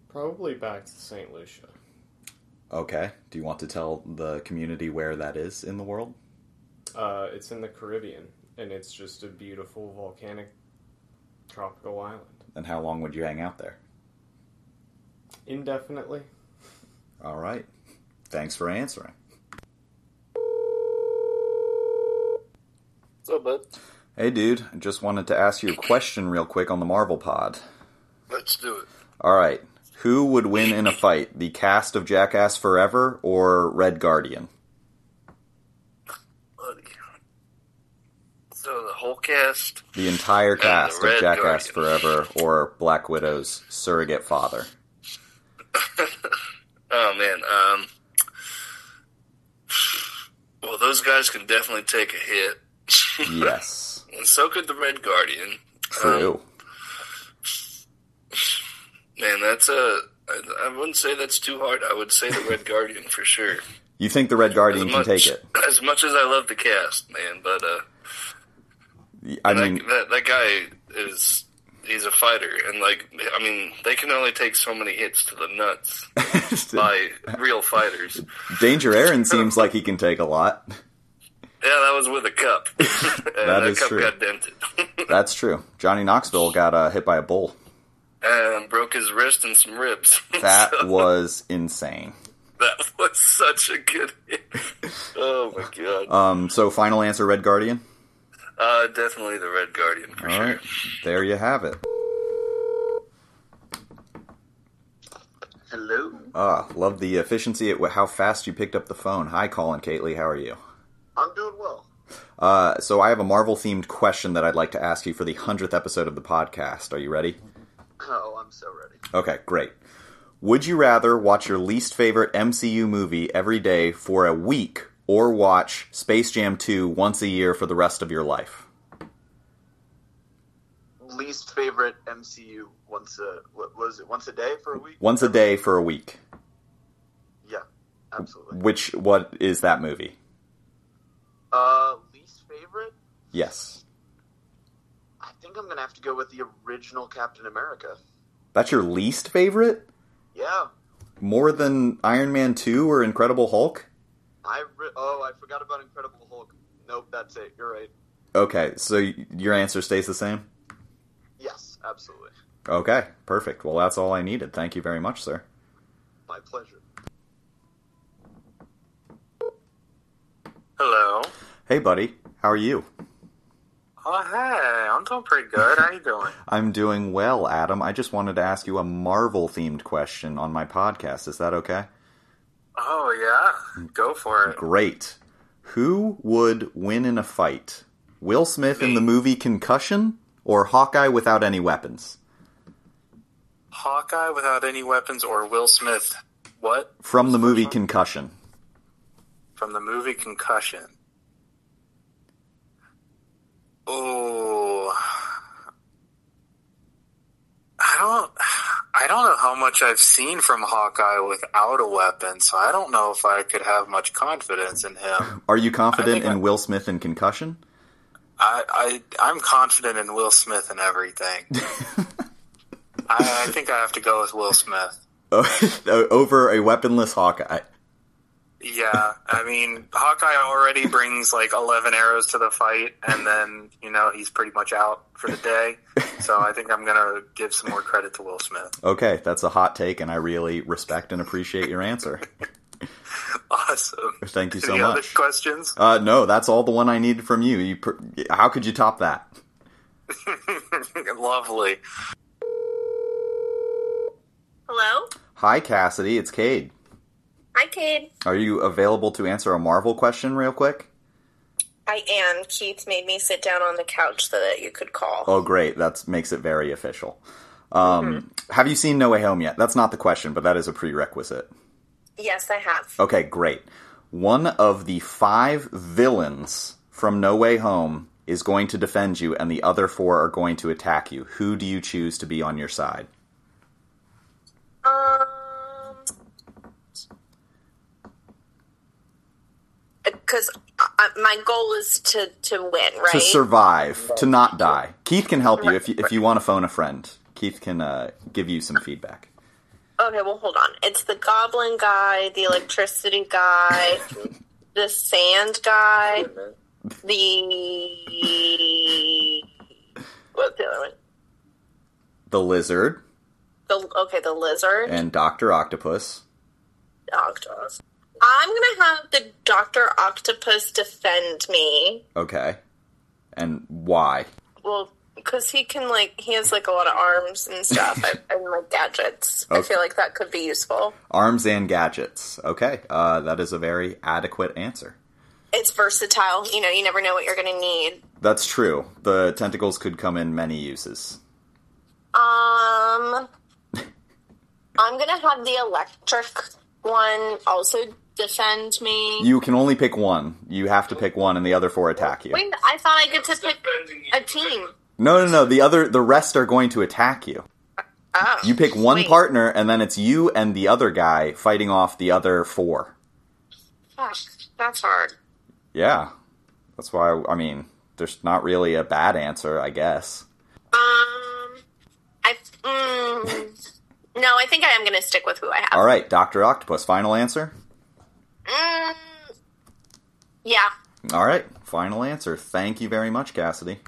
Probably back to St. Lucia.
Okay, do you want to tell the community where that is in the world?
Uh, it's in the Caribbean, and it's just a beautiful volcanic tropical island.
And how long would you hang out there?
Indefinitely.
All right, thanks for answering.
So, but
Hey, dude, I just wanted to ask you a question real quick on the Marvel Pod.
Let's do it.
All right, who would win in a fight, the cast of Jackass Forever or Red Guardian?
Look. So the whole cast.
The entire cast
Uh, Red
of Jackass
Guardian.
Forever or Black Widow's surrogate father.
Oh man. Um. Well, those guys can definitely take a hit,
Yes,
and so could the Red Guardian.
true.
Man, that's a. I, I wouldn't say that's too hard. I would say the Red Guardian for sure.
You think the Red Guardian can
much,
take it?
As much as I love the cast, man, but uh,
I
that,
mean,
that that guy is he's a fighter, and like I mean, they can only take so many hits to the nuts by real fighters.
Danger Aaron seems like he can take a lot.
Yeah, that was with a cup. and that,
is
cup
true.
got dented.
That's true. Johnny Knoxville got uh, hit by a bull.
and broke his wrist and some ribs.
That
So
was insane.
that was such a good hit. Oh my god.
Um, so final answer, Red Guardian.
Uh, definitely the Red Guardian for
All
sure.
right, there you have it.
Hello.
Ah, love the efficiency at wh- how fast you picked up the phone. Hi, Colin, Kately, how are you?
I'm doing well.
Uh, so I have a Marvel themed question that I'd like to ask you for the hundredth episode of the podcast. Are you ready?
Oh, I'm so ready.
Okay, great. Would you rather watch your least favorite MCU movie every day for a week, or watch Space Jam 2 once a year for the rest of your life?
Least favorite MCU once a what was it once a day for a week?
Once a day for a week.
Yeah, absolutely.
Which what is that movie?
Uh, least favorite?
Yes,
I think I'm gonna have to go with the original Captain America.
that's your least favorite.
Yeah,
More than Iron Man 2 or Incredible Hulk?
I re- oh I forgot about Incredible Hulk. Nope, that's it. You're right.
Okay, so y- your answer stays the same?
Yes, absolutely.
Okay, perfect. Well, that's all I needed. Thank you very much, sir.
My pleasure.
Hello.
Hey, buddy, how are you?
Oh hey, I'm doing pretty good. How you doing?
I'm doing well, Adam. I just wanted to ask you a Marvel themed question on my podcast. Is that okay?
Oh yeah, go for it.
Great. Who would win in a fight? Will Smith in the movie Concussion or Hawkeye without any weapons?
Hawkeye without any weapons or Will Smith. What?
From the movie Concussion.
From the movie Concussion. Oh. I don't I don't know how much I've seen from Hawkeye without a weapon, so I don't know if I could have much confidence in him.
Are you
I
confident
think
in
I-
Will Smith and Concussion?
I, I I'm confident in Will Smith and everything. I, I think I have to go with Will Smith.
Over a weaponless Hawkeye.
Yeah, I mean, Hawkeye already brings like 11 arrows to the fight, and then, you know, he's pretty much out for the day. So I think I'm going to give some more credit to Will Smith.
Okay, that's a hot take, and I really respect and appreciate your answer.
Awesome.
Thank you so
Any other
much.
questions?
Uh, no, that's all the one I needed from you. you per- how could you top that?
Lovely.
Hello?
Hi, Cassidy. It's Cade.
Hi, Cade.
Are you available to answer a Marvel question real quick?
I am. Keith made me sit down on the couch so that you could call.
Oh, great. That makes it very official. Um, Have you seen No Way Home yet? That's not the question, but that is a prerequisite.
Yes, I have.
Okay, great. One of the five villains from No Way Home is going to defend you, and the other four are going to attack you. Who do you choose to be on your side?
Um, because my goal is to to win, right?
To survive, to not die. Keith can help you if you, if you want to phone a friend. Keith can uh, give you some feedback.
Okay, well, hold on. It's the goblin guy, the electricity guy, the sand guy, the what's the other one?
The Lizard
The okay, the lizard.
and Doctor Octopus.
Octopus. I'm gonna have the Doctor Octopus defend me.
Okay. And why?
Well, because he can like he has like a lot of arms and stuff and, and like gadgets. I
Okay.
feel like that could be useful.
Arms and gadgets. Okay, uh, that is a very adequate answer.
It's versatile. You know, you never know what you're gonna need.
That's true. The tentacles could come in many uses.
Um, I'm gonna have the electric one also defend me.
You can only pick one. You have to pick one, and the other four attack you.
Wait, I thought I get to pick a team.
No, no, no. The other, the rest are going to attack you.
Oh,
You pick one
wait.
partner, and then it's you and the other guy fighting off the other four.
Fuck, that's hard.
Yeah, that's why. I mean, there's not really a bad answer, I guess.
Um, I mm, no, I think I am gonna stick with who I have.
All right, Doctor Octopus. Final answer.
Mm, yeah.
All right, final answer. Thank you very much, Cassidy.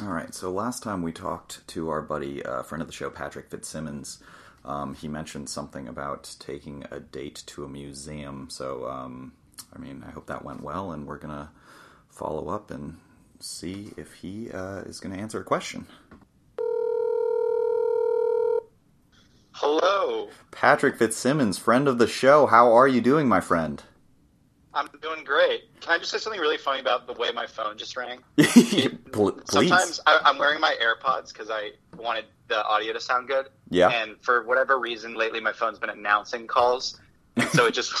All right, so last time we talked to our buddy, uh, friend of the show, Patrick Fitzsimmons. Um, he mentioned something about taking a date to a museum. So, um, I mean, I hope that went well, and we're going to follow up and see if he uh, is going to answer a question.
Hello.
Patrick Fitzsimmons, friend of the show, how are you doing, my friend?
I'm doing great. Can I just say something really funny about the way my phone just rang?
Pl-
Sometimes I, I'm wearing my AirPods because I wanted the audio to sound good.
Yeah.
And for whatever reason, lately my phone's been announcing calls, and so it just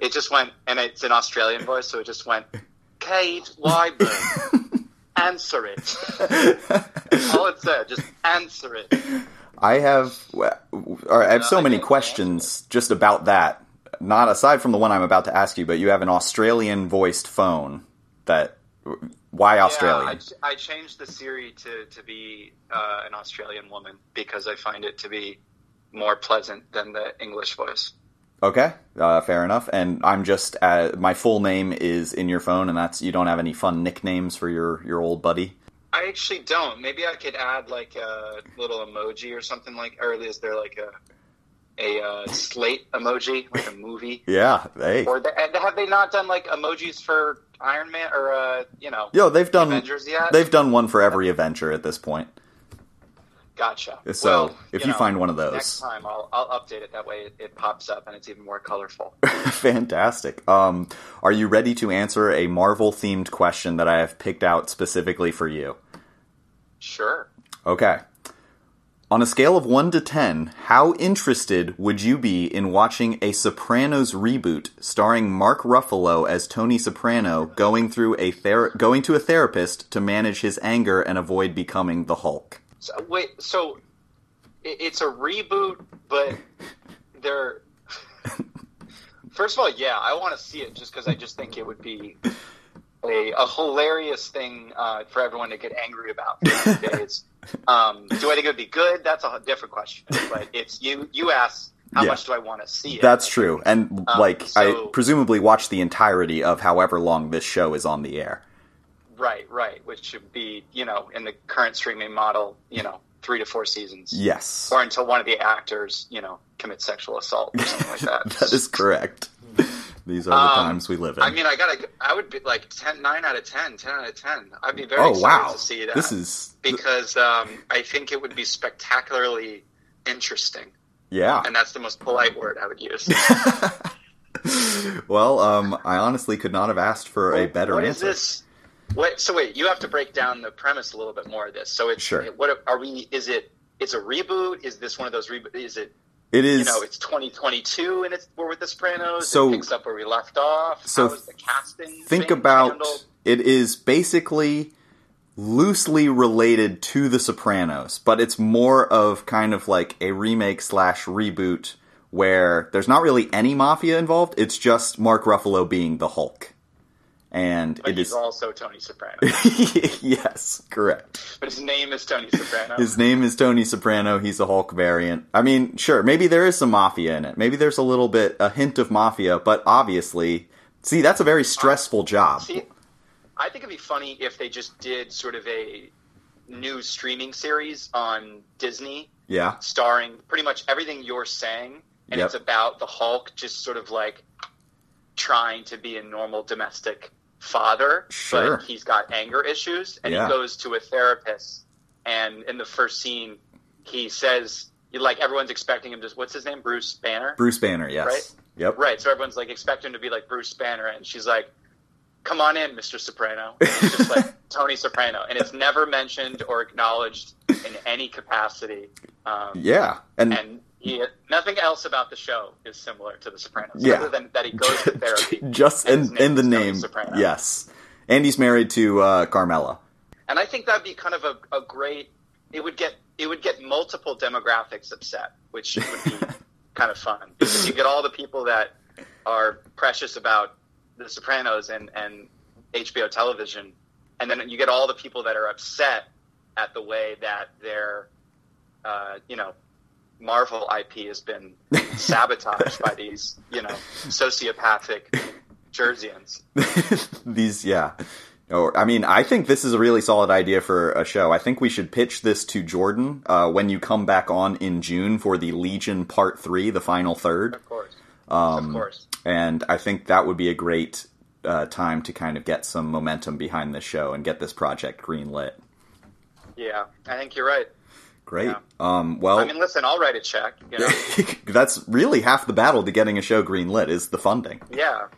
it just went, and it's an Australian voice, so it just went, Kate Wyburn, answer it. All it said, just answer it.
I have w- w- all right, I have so many questions just about that. Not aside from the one I'm about to ask you, but you have an Australian voiced phone. That why
Yeah, I
Australian?
ch- I, changed the Siri to to be uh, an Australian woman because I find it to be more pleasant than the English voice.
okay, uh, fair enough. And I'm just uh, my full name is in your phone, and that's you don't have any fun nicknames for your your old buddy.
I actually don't. Maybe I could add like a little emoji or something like, or is there like a a uh, slate emoji, like a movie?
Yeah, they.
Or the, and have they not done like emojis for Iron Man or uh, you know?
Yo, they've done
Avengers yet?
they've done one for every Avenger at this point.
Gotcha.
So if you,
know,
find one of those,
next time I'll I'll update it. That way it, it pops up and it's even more colorful.
Fantastic. Um, are you ready to answer a Marvel themed question that I have picked out specifically for you?
Sure.
Okay. On a scale of 1 to 10, how interested would you be in watching a Sopranos reboot starring Mark Ruffalo as Tony Soprano going through a ther- going to a therapist to manage his anger and avoid becoming the Hulk?
So, wait, so it, it's a reboot, but they're. First of all, yeah, I want to see it just because I just think it would be a, a hilarious thing uh, for everyone to get angry about. these days. Um, do I think it would be good? That's a different question. But it's you. You ask how
Yeah.
much do I want to see it?
That's true. And
Um,
like I
so-
presumably watch the entirety of however long this show is on the air.
Right, right. Which should be, you know, in the current streaming model, you know, three to four seasons.
Yes.
Or until one of the actors, you know, commits sexual assault or something like that. Hmm.
That is correct. These are the
Um,
times we live in.
I mean, I gotta, I would be like 10, 9 out of 10, 10 out of 10. I'd be very
oh
excited
wow.
to see that.
This is
because um, I think it would be spectacularly interesting.
yeah.
And that's the most polite word I would use.
Well, um, I honestly could not have asked for a better
What is
answer.
this? What, so wait, you have to break down the premise a little bit more of this. So it's
Sure.
what are we? Is it? It's a reboot. Is this one of those reboot? Is it?
It is-
You know, it's 2022, and it's we're with the Sopranos.
So-
it picks up where we left off.
so
How is the casting?
Think
thing
about
handled?
it is basically loosely related to The Sopranos, but it's more of kind of like a remake slash reboot where there's not really any mafia involved. It's just Mark Ruffalo being the Hulk, and
But
it
he's
is
also Tony Soprano.
yes, correct.
but his name is Tony Soprano.
His name is Tony Soprano. He's a Hulk variant. I mean, sure, maybe there is some mafia in it. Maybe there's a little bit, a hint of mafia, but obviously, see, that's a very stressful job.
See, I think it'd be funny if they just did sort of a new streaming series on Disney
Yeah.
starring pretty much everything you're saying, and
Yep.
it's about the Hulk just sort of like trying to be a normal domestic father,
Sure.
but he's got anger issues, and
Yeah.
he goes to a therapist. And in the first scene, he says, like everyone's expecting him to what's his name, Bruce Banner.
Bruce Banner, yes.
Right?
Yep.
Right. So everyone's like expecting him to be like Bruce Banner, and she's like, "Come on in, Mr. Soprano." And It's just like Tony Soprano, and it's never mentioned or acknowledged in any capacity. Um,
Yeah. And,
and he, nothing else about the show is similar to The Sopranos,
Yeah.
other than that he goes to therapy.
just
and his
in, in the name.
Soprano.
Yes. And he's married to uh, Carmela.
And I think that'd be kind of a, a great. It would get it would get multiple demographics upset, which would be kind of fun because you get all the people that are precious about The Sopranos and and HBO television, and then you get all the people that are upset at the way that their uh, you know Marvel IP has been sabotaged by these you know sociopathic Jerseyans.
These, yeah. Or, I mean, I think this is a really solid idea for a show. I think we should pitch this to Jordan uh, when you come back on in June for the Legion Part 3, the final third. Of
course.
Um,
Of course.
And I think that would be a great uh, time to kind of get some momentum behind this show and get this project greenlit.
Yeah, I think you're right.
Great. Um, well,
I mean, listen, I'll write a check. You know?
that's really half the battle to getting a show greenlit is the funding.
Yeah.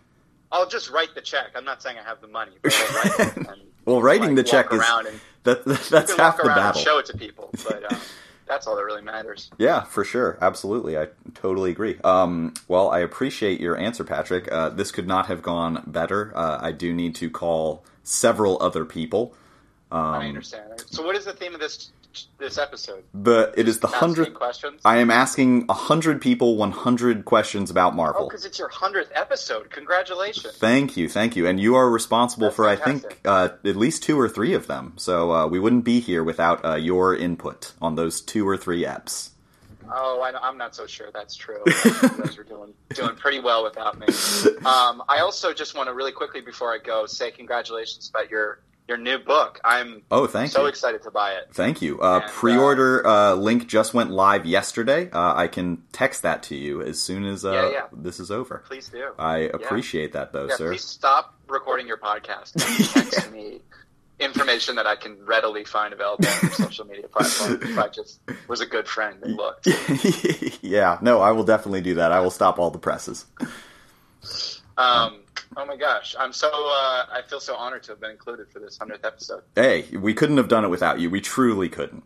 I'll just write the check. I'm not saying I have the money, but I'll write it. And
Well, writing the
walk
check is
around and-
that,
you
that's
can
half
walk
the
around
battle.
and show it to people, but um, that's all that really matters.
Yeah, for sure. Absolutely. I totally agree. Um, well, I appreciate your answer, Patrick. Uh, this could not have gone better. Uh, I do need to call several other people. Um,
I understand. So, what is the theme of this this episode?
But it is the
Asking
hundredth.
questions?
I am asking hundred people one hundred questions about
Oh,
Marvel.
because it's your hundredth episode. Congratulations!
Thank you, thank you, and you are responsible for I think uh, at least two or three of them. So uh, we wouldn't be here without uh, your input on those two or three apps.
Oh, I, am not so sure that's true. you guys are doing doing pretty well without me. Um, I also just want to really quickly before I go say congratulations about your your new book. I'm
Oh, thank
so
you.
excited to buy it.
Thank you. Uh, pre-order uh, link just went live yesterday. Uh, I can text that to you as soon as uh,
Yeah, yeah.
this is over.
Please do.
I
Yeah.
appreciate that, though,
yeah,
sir.
Please stop recording your podcast. and Text me information that I can readily find available on your social media platforms. If I just was a good friend and looked.
yeah, no, I will definitely do that. I will stop all the presses.
Um, oh my gosh, I'm so uh, I feel so honored to have been included for this hundredth episode.
Hey, we couldn't have done it without you. We truly couldn't.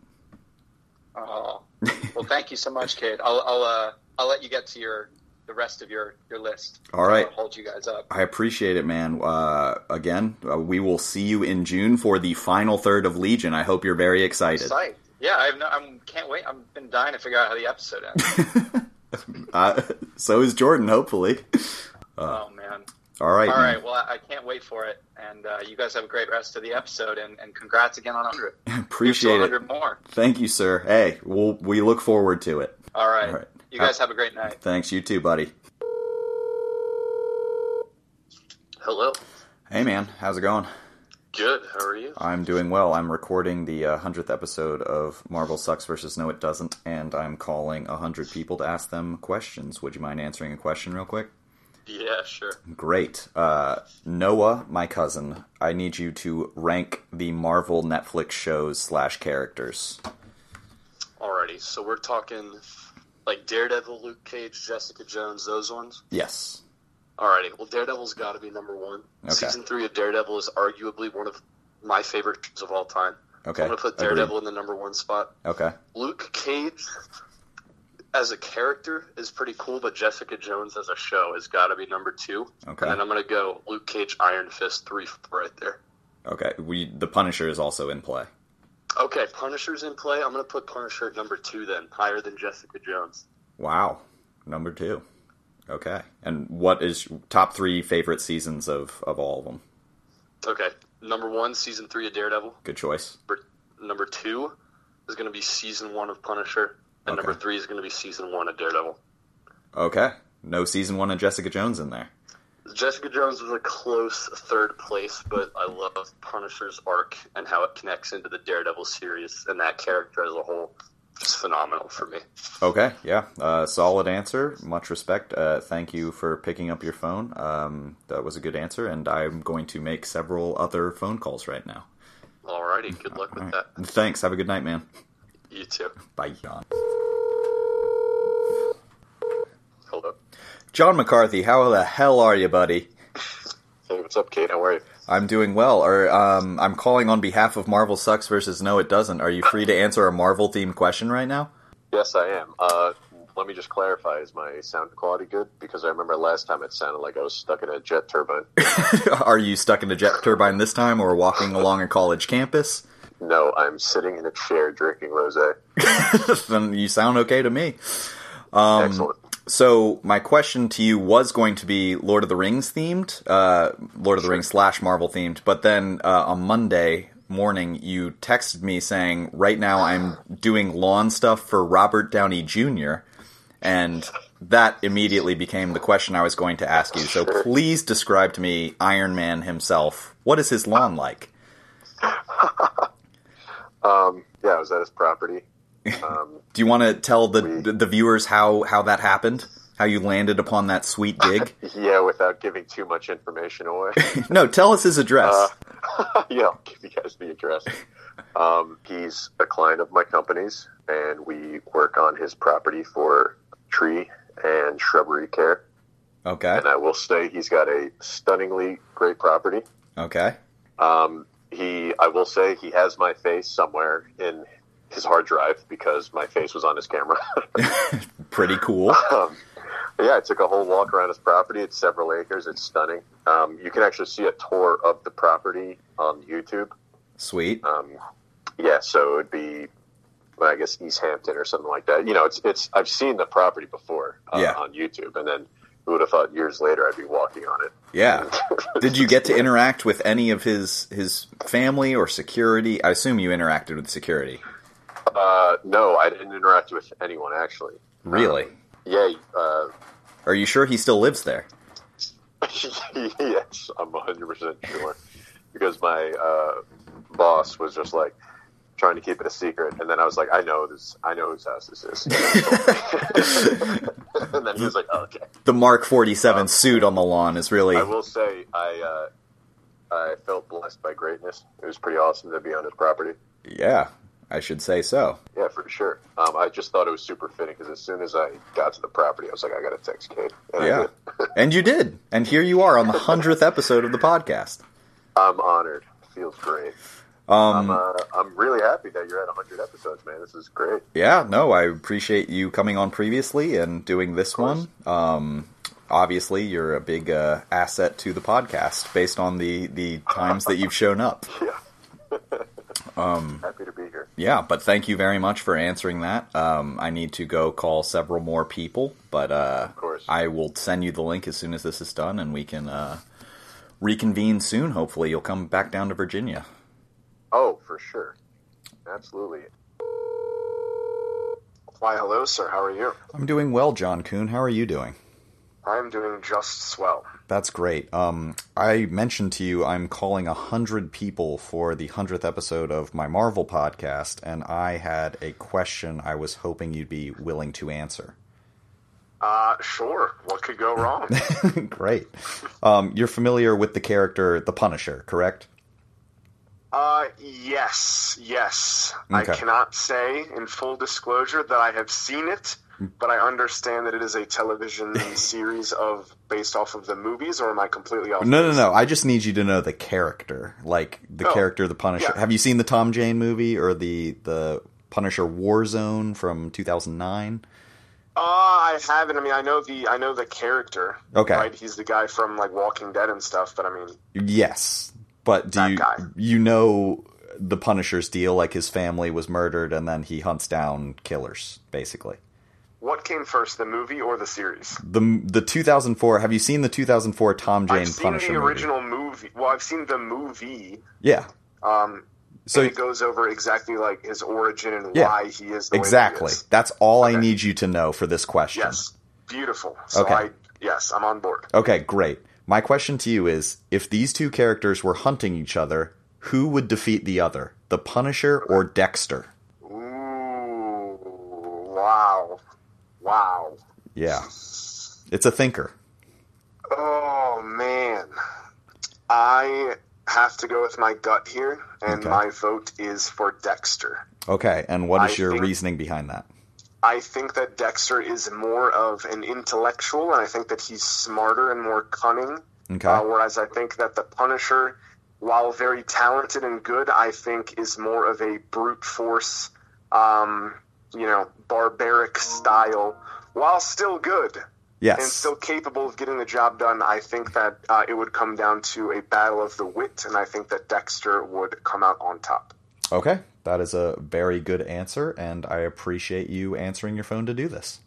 Oh, Well, thank you so much, kid. I'll I'll uh, I'll let you get to your the rest of your your list.
All right.
I'll hold you guys up.
I appreciate it, man. Uh, again, uh, we will see you in June for the final third of Legion. I hope you're very excited.
Psyched. Yeah, I've no, I'm can't wait. I've been dying to figure out how the episode ends.
Uh, so is Jordan, hopefully. Uh,
oh man.
All right.
All
man.
right. Well, I, I can't wait for it, and uh, you guys have a great rest of the episode, and, and congrats again on 100.
Appreciate it.
100 more.
Thank you, sir. Hey, we'll, we look forward to it.
All right.
All right.
You guys have a great night.
Thanks. You too, buddy.
Hello.
Hey, man. How's it going?
Good. How are you?
I'm doing well. I'm recording the uh, 100th episode of Marvel Sucks versus No It Doesn't, and I'm calling 100 people to ask them questions. Would you mind answering a question real quick?
Yeah, sure.
Great. Uh, Noah, my cousin, I need you to rank the Marvel Netflix shows slash characters.
Alrighty. So we're talking like Daredevil, Luke Cage, Jessica Jones, those ones.
Yes.
Alrighty. Well, Daredevil's got to be number one.
Okay.
Season three of Daredevil is arguably one of my favorite shows of all time.
Okay.
I'm gonna put
Agreed.
Daredevil in the number one spot.
Okay.
Luke Cage as a character is pretty cool, but Jessica Jones as a show has got to be number two.
Okay.
And then I'm gonna go Luke Cage, Iron Fist, three right there.
Okay. We the Punisher is also in play.
Okay, Punisher's in play. I'm gonna put Punisher at number two then, higher than Jessica Jones.
Wow. Number two. Okay. And what is top three favorite seasons of, of all of them?
Okay, number one, season three of Daredevil.
Good choice.
Number, number two is gonna be season one of Punisher, and number three is gonna be season one of Daredevil.
Okay. No season one of Jessica Jones in there.
Jessica Jones was a close third place, but I love Punisher's arc and how it connects into the Daredevil series and that character as a whole. Just phenomenal for me.
Okay, yeah, uh, solid answer. Much respect. Uh, thank you for picking up your phone. Um, that was a good answer, and I'm going to make several other phone calls right now.
Alrighty, good luck with that.
Thanks. Have a good night, man.
You too.
Bye, John.
Hello.
John McCarthy, how the hell are you, buddy?
Hey, what's up, Kate? How are you?
I'm doing well. Or um, I'm calling on behalf of Marvel Sucks versus No It Doesn't. Are you free to answer a Marvel themed question right now?
Yes, I am. Uh, let me just clarify: is my sound quality good? Because I remember last time it sounded like I was stuck in a jet turbine.
are you stuck in a jet turbine this time, or walking along a college campus?
no, I'm sitting in a chair drinking rosé.
then you sound okay to me. Um, Excellent. So my question to you was going to be Lord of the Rings themed, uh, Lord of the Rings slash Marvel themed, but then uh, on Monday morning you texted me saying, "Right now I'm doing lawn stuff for Robert Downey Jr." and that immediately became the question I was going to ask you. So please describe to me Iron Man himself. What is his lawn like?
Um, yeah, I was at his property. Um,
Do you want to tell the the viewers how how that happened? How you landed upon that sweet gig?
yeah, without giving too much information away.
no, tell us his address.
Uh. yeah, I'll give you guys the address. Um, he's a client of my company's, and we work on his property for tree and shrubbery care.
okay.
And I will say he's got a stunningly great property.
Okay.
Um, he, I will say, he has my face somewhere in his hard drive because my face was on his camera.
Pretty cool.
um, yeah, I took a whole walk around his property. It's several acres. It's stunning. Um, you can actually see a tour of the property on YouTube.
Sweet.
Um, yeah, so it would be, well, I guess East Hampton or something like that. You know, it's it's. I've seen the property before uh,
Yeah.
on YouTube, and then who would have thought years later I'd be walking on it?
Yeah. Did you get to interact with any of his his family or security? I assume you interacted with security.
Uh, no, I didn't interact with anyone actually.
Really?
Yeah, uh,
Are you sure he still lives there?
yes, I'm 100 percent sure because my uh, boss was just like trying to keep it a secret, and then I was like, I know this, I know whose house this is, and then he was like, oh, okay. Uh.
The Mark 47 suit on the lawn is really
I will say, I uh, I felt blessed by greatness. It was pretty awesome to be on his property.
Yeah, I should say so.
Yeah, for sure. Um, I just thought it was super fitting because as soon as I got to the property, I was like, I got to text Kate. And I
Yeah.
did.
and you did. And here you are on the 100th episode of the podcast.
I'm honored. Feels great.
Um,
I'm, uh, I'm really happy that you're at 100 episodes, man. This is great.
yeah, no, I appreciate you coming on previously and doing this one. Um, obviously, you're a big uh, asset to the podcast based on the the times that you've shown up. Um,
Happy to be here.
yeah, but thank you very much for answering that. Um, I need to go call several more people, but uh, of
course.
I will send you the link as soon as this is done, and we can uh, reconvene soon. Hopefully, you'll come back down to Virginia.
Oh, for sure. Absolutely. Why, hello, sir. How are you?
I'm doing well, John Coon. How are you doing?
I'm doing just swell.
That's great. Um, I mentioned to you I'm calling a hundred people for the hundredth episode of my Marvel podcast, and I had a question I was hoping you'd be willing to answer.
Uh, sure. What could go wrong?
great. Um, you're familiar with the character the Punisher, correct?
uh, yes, yes.
Okay.
I cannot say in full disclosure that I have seen it, but I understand that it is a television series of based off of the movies, or am I completely off?
No, no, no. I just need you to know the character, like the
Oh,
character the Punisher.
yeah.
Have you seen the Tom Jane movie or the the Punisher Warzone from 2009?
Uh, I haven't. I mean, I know the I know the character.
Okay.
Right, he's the guy from like Walking Dead and stuff. But I mean,
Yes, but do you you know the Punisher's deal? Like his family was murdered, and then he hunts down killers, basically.
what came first, the movie or the series?
The the 2004. Have you seen the 2004 Tom Jane
I've seen
Punisher
the
movie?
original movie. Well, I've seen the movie.
Yeah,
Um,
So-
so it goes over exactly like his origin and
yeah,
why he is the Way
exactly.
he is.
That's all I need you to know for this question.
Yes, beautiful. So
Okay.
I yes, I'm on board.
Okay, great. My question to you is: If these two characters were hunting each other, who would defeat the other, the Punisher or Dexter?
Wow, wow.
Yeah, it's a thinker.
Oh man, I have to go with my gut here, and
Okay.
my vote is for Dexter.
Okay, and what is
I
your
think-
reasoning behind that?
I think that Dexter is more of an intellectual, and I think that he's smarter and more cunning.
Okay.
Uh, whereas I think that the Punisher, while very talented and good, I think is more of a brute force, um, you know, barbaric style, while still good.
Yes.
And still capable of getting the job done. I think that uh, it would come down to a battle of the wit, and I think that Dexter would come out on top.
Okay, that is a very good answer, and I appreciate you answering your phone to do this.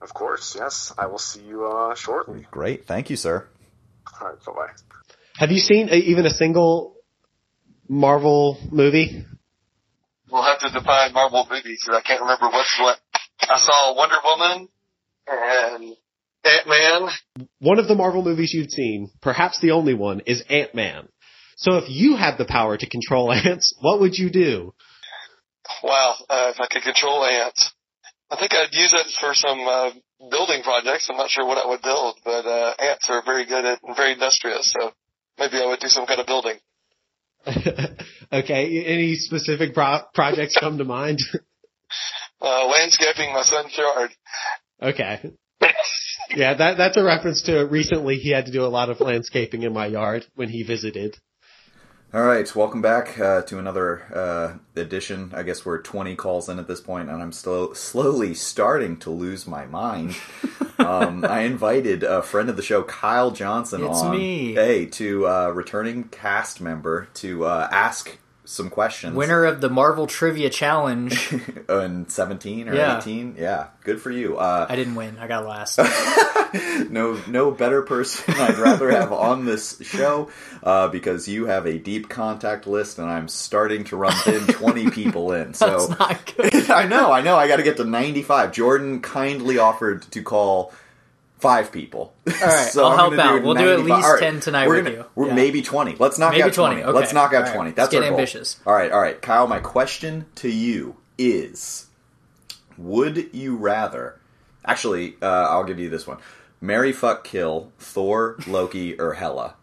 Of course, yes. I will see you uh, shortly.
Great, thank you, sir.
All right, bye bye.
Have you seen a, even a single Marvel movie?
We'll have to define Marvel movies, and I can't remember what's what. I saw Wonder Woman and Ant Man.
One of the Marvel movies you've seen, perhaps the only one, is Ant Man. So if you had the power to control ants, what would you do?
Wow, uh, if I could control ants, I think I'd use it for some uh, building projects. I'm not sure what I would build, but uh, ants are very good at and very industrious, so maybe I would do some kind of building.
Okay, any specific pro- projects come to mind?
Uh, landscaping my son's yard.
okay. Yeah, that that's a reference to recently he had to do a lot of landscaping in my yard when he visited.
All right, welcome back uh, to another uh, edition. I guess we're 20 calls in at this point, and I'm slow, slowly starting to lose my mind. um, I invited a friend of the show, Kyle Johnson,
It's
on
me.
hey to uh, returning cast member to uh, ask some questions.
Winner of the Marvel Trivia Challenge.
in 17 or
Yeah.
18, yeah, good for you. Uh,
I didn't win. I got last.
no no better person I'd rather have on this show uh, because you have a deep contact list and I'm starting to run thin 20 people in. So
That's not
good. I know, I know. I got to get to 95. Jordan kindly offered to call five people. All
right, I'll help out. We'll do at least 10 tonight
we're
with
gonna-
you.
We're
Yeah.
maybe 20. Let's knock
Maybe
out 20.
20, okay.
Let's knock
All
out
right,
20.
let's
That's
get
our goal.
ambitious.
All right, all right. Kyle, my question to you is would you rather Actually, uh, I'll give you this one. Mary fuck kill Thor, Loki, or Hela.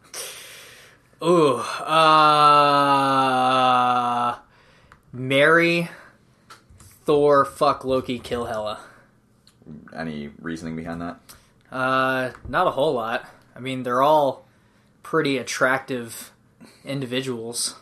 Ooh, uh, Mary, Thor, fuck Loki, kill Hela.
Any reasoning behind that?
Uh, not a whole lot. I mean, they're all pretty attractive individuals.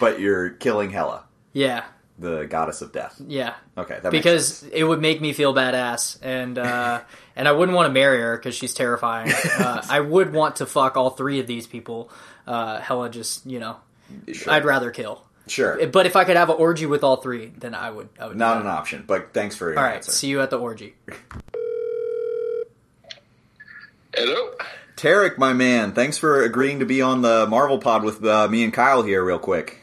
but you're killing Hela,
Yeah,
the goddess of death.
yeah.
Okay, that makes
because it would make me feel badass, and uh, and I wouldn't want to marry her because she's terrifying. Uh, I would want to fuck all three of these people. Uh, Hella, just you know,
Sure.
I'd rather kill. Eh,
Sure.
But if I could have an orgy with all three, then I would. I would. do
Not
that.
an option, but thanks for your
All right.
answer.
See you at the orgy.
Tarek, my man, thanks for agreeing to be on the Marvel pod with uh, me and Kyle here, real quick.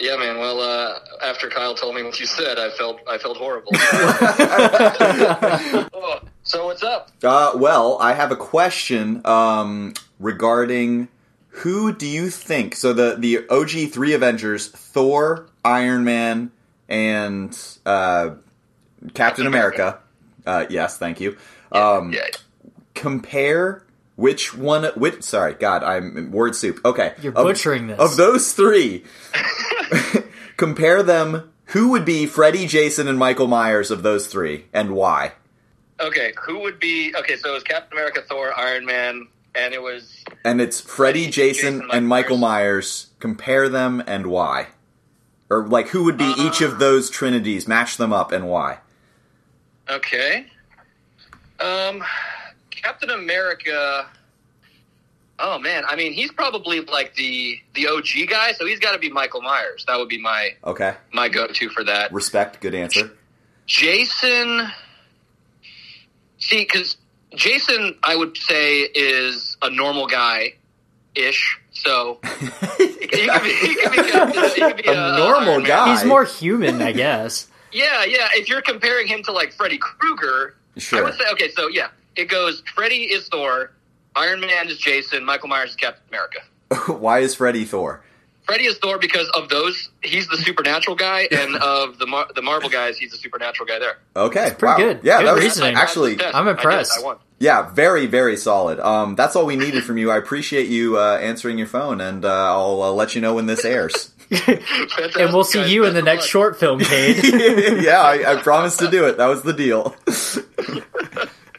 Yeah, man. Well, uh, after Kyle told me what you said, I felt I felt horrible. Oh, so what's up?
Uh, well, I have a question um, regarding who do you think? So the the OG three Avengers: Thor, Iron Man, and uh, Captain America. Uh, yes, thank you. Um, Compare which one? Which sorry, God, I'm word soup. Okay,
You're
Of-
butchering this.
Of those three, compare them. Who would be Freddy, Jason, and Michael Myers of those three, and why?
Okay, who would be? Okay, so it was Captain America, Thor, Iron Man, and it was
and it's Freddy, Jason, and Michael Myers. Compare them and why, or like who would be
Uh,
each of those trinities? Match them up and why.
okay. Um, Captain America. Oh man, I mean, he's probably like the the OG guy, so he's got to be Michael Myers. That would be my
Okay,
my go to for that.
respect. Good answer.
Jason. See, because Jason, I would say, is a normal guy ish. So
a normal guy.
He's more human, I guess.
yeah, yeah. If you're comparing him to like Freddy Krueger, I
Sure.
would say okay. So yeah, it goes Freddy is Thor, Iron Man is Jason, Michael Myers is Captain America.
why is Freddy Thor?
Freddy is Thor because of those he's the supernatural guy, and of the Mar- the Marvel guys he's the supernatural guy there.
Okay,
That's pretty
wow.
good.
Yeah,
Good
that was
reasoning.
actually.
I'm I did. impressed. I won.
yeah, very very solid. Um, that's all we needed from you. I appreciate you uh, answering your phone, and uh, I'll uh, let you know when this airs.
and we'll see you in the next short film, Cade.
yeah, I, I promised to do it. That was the deal.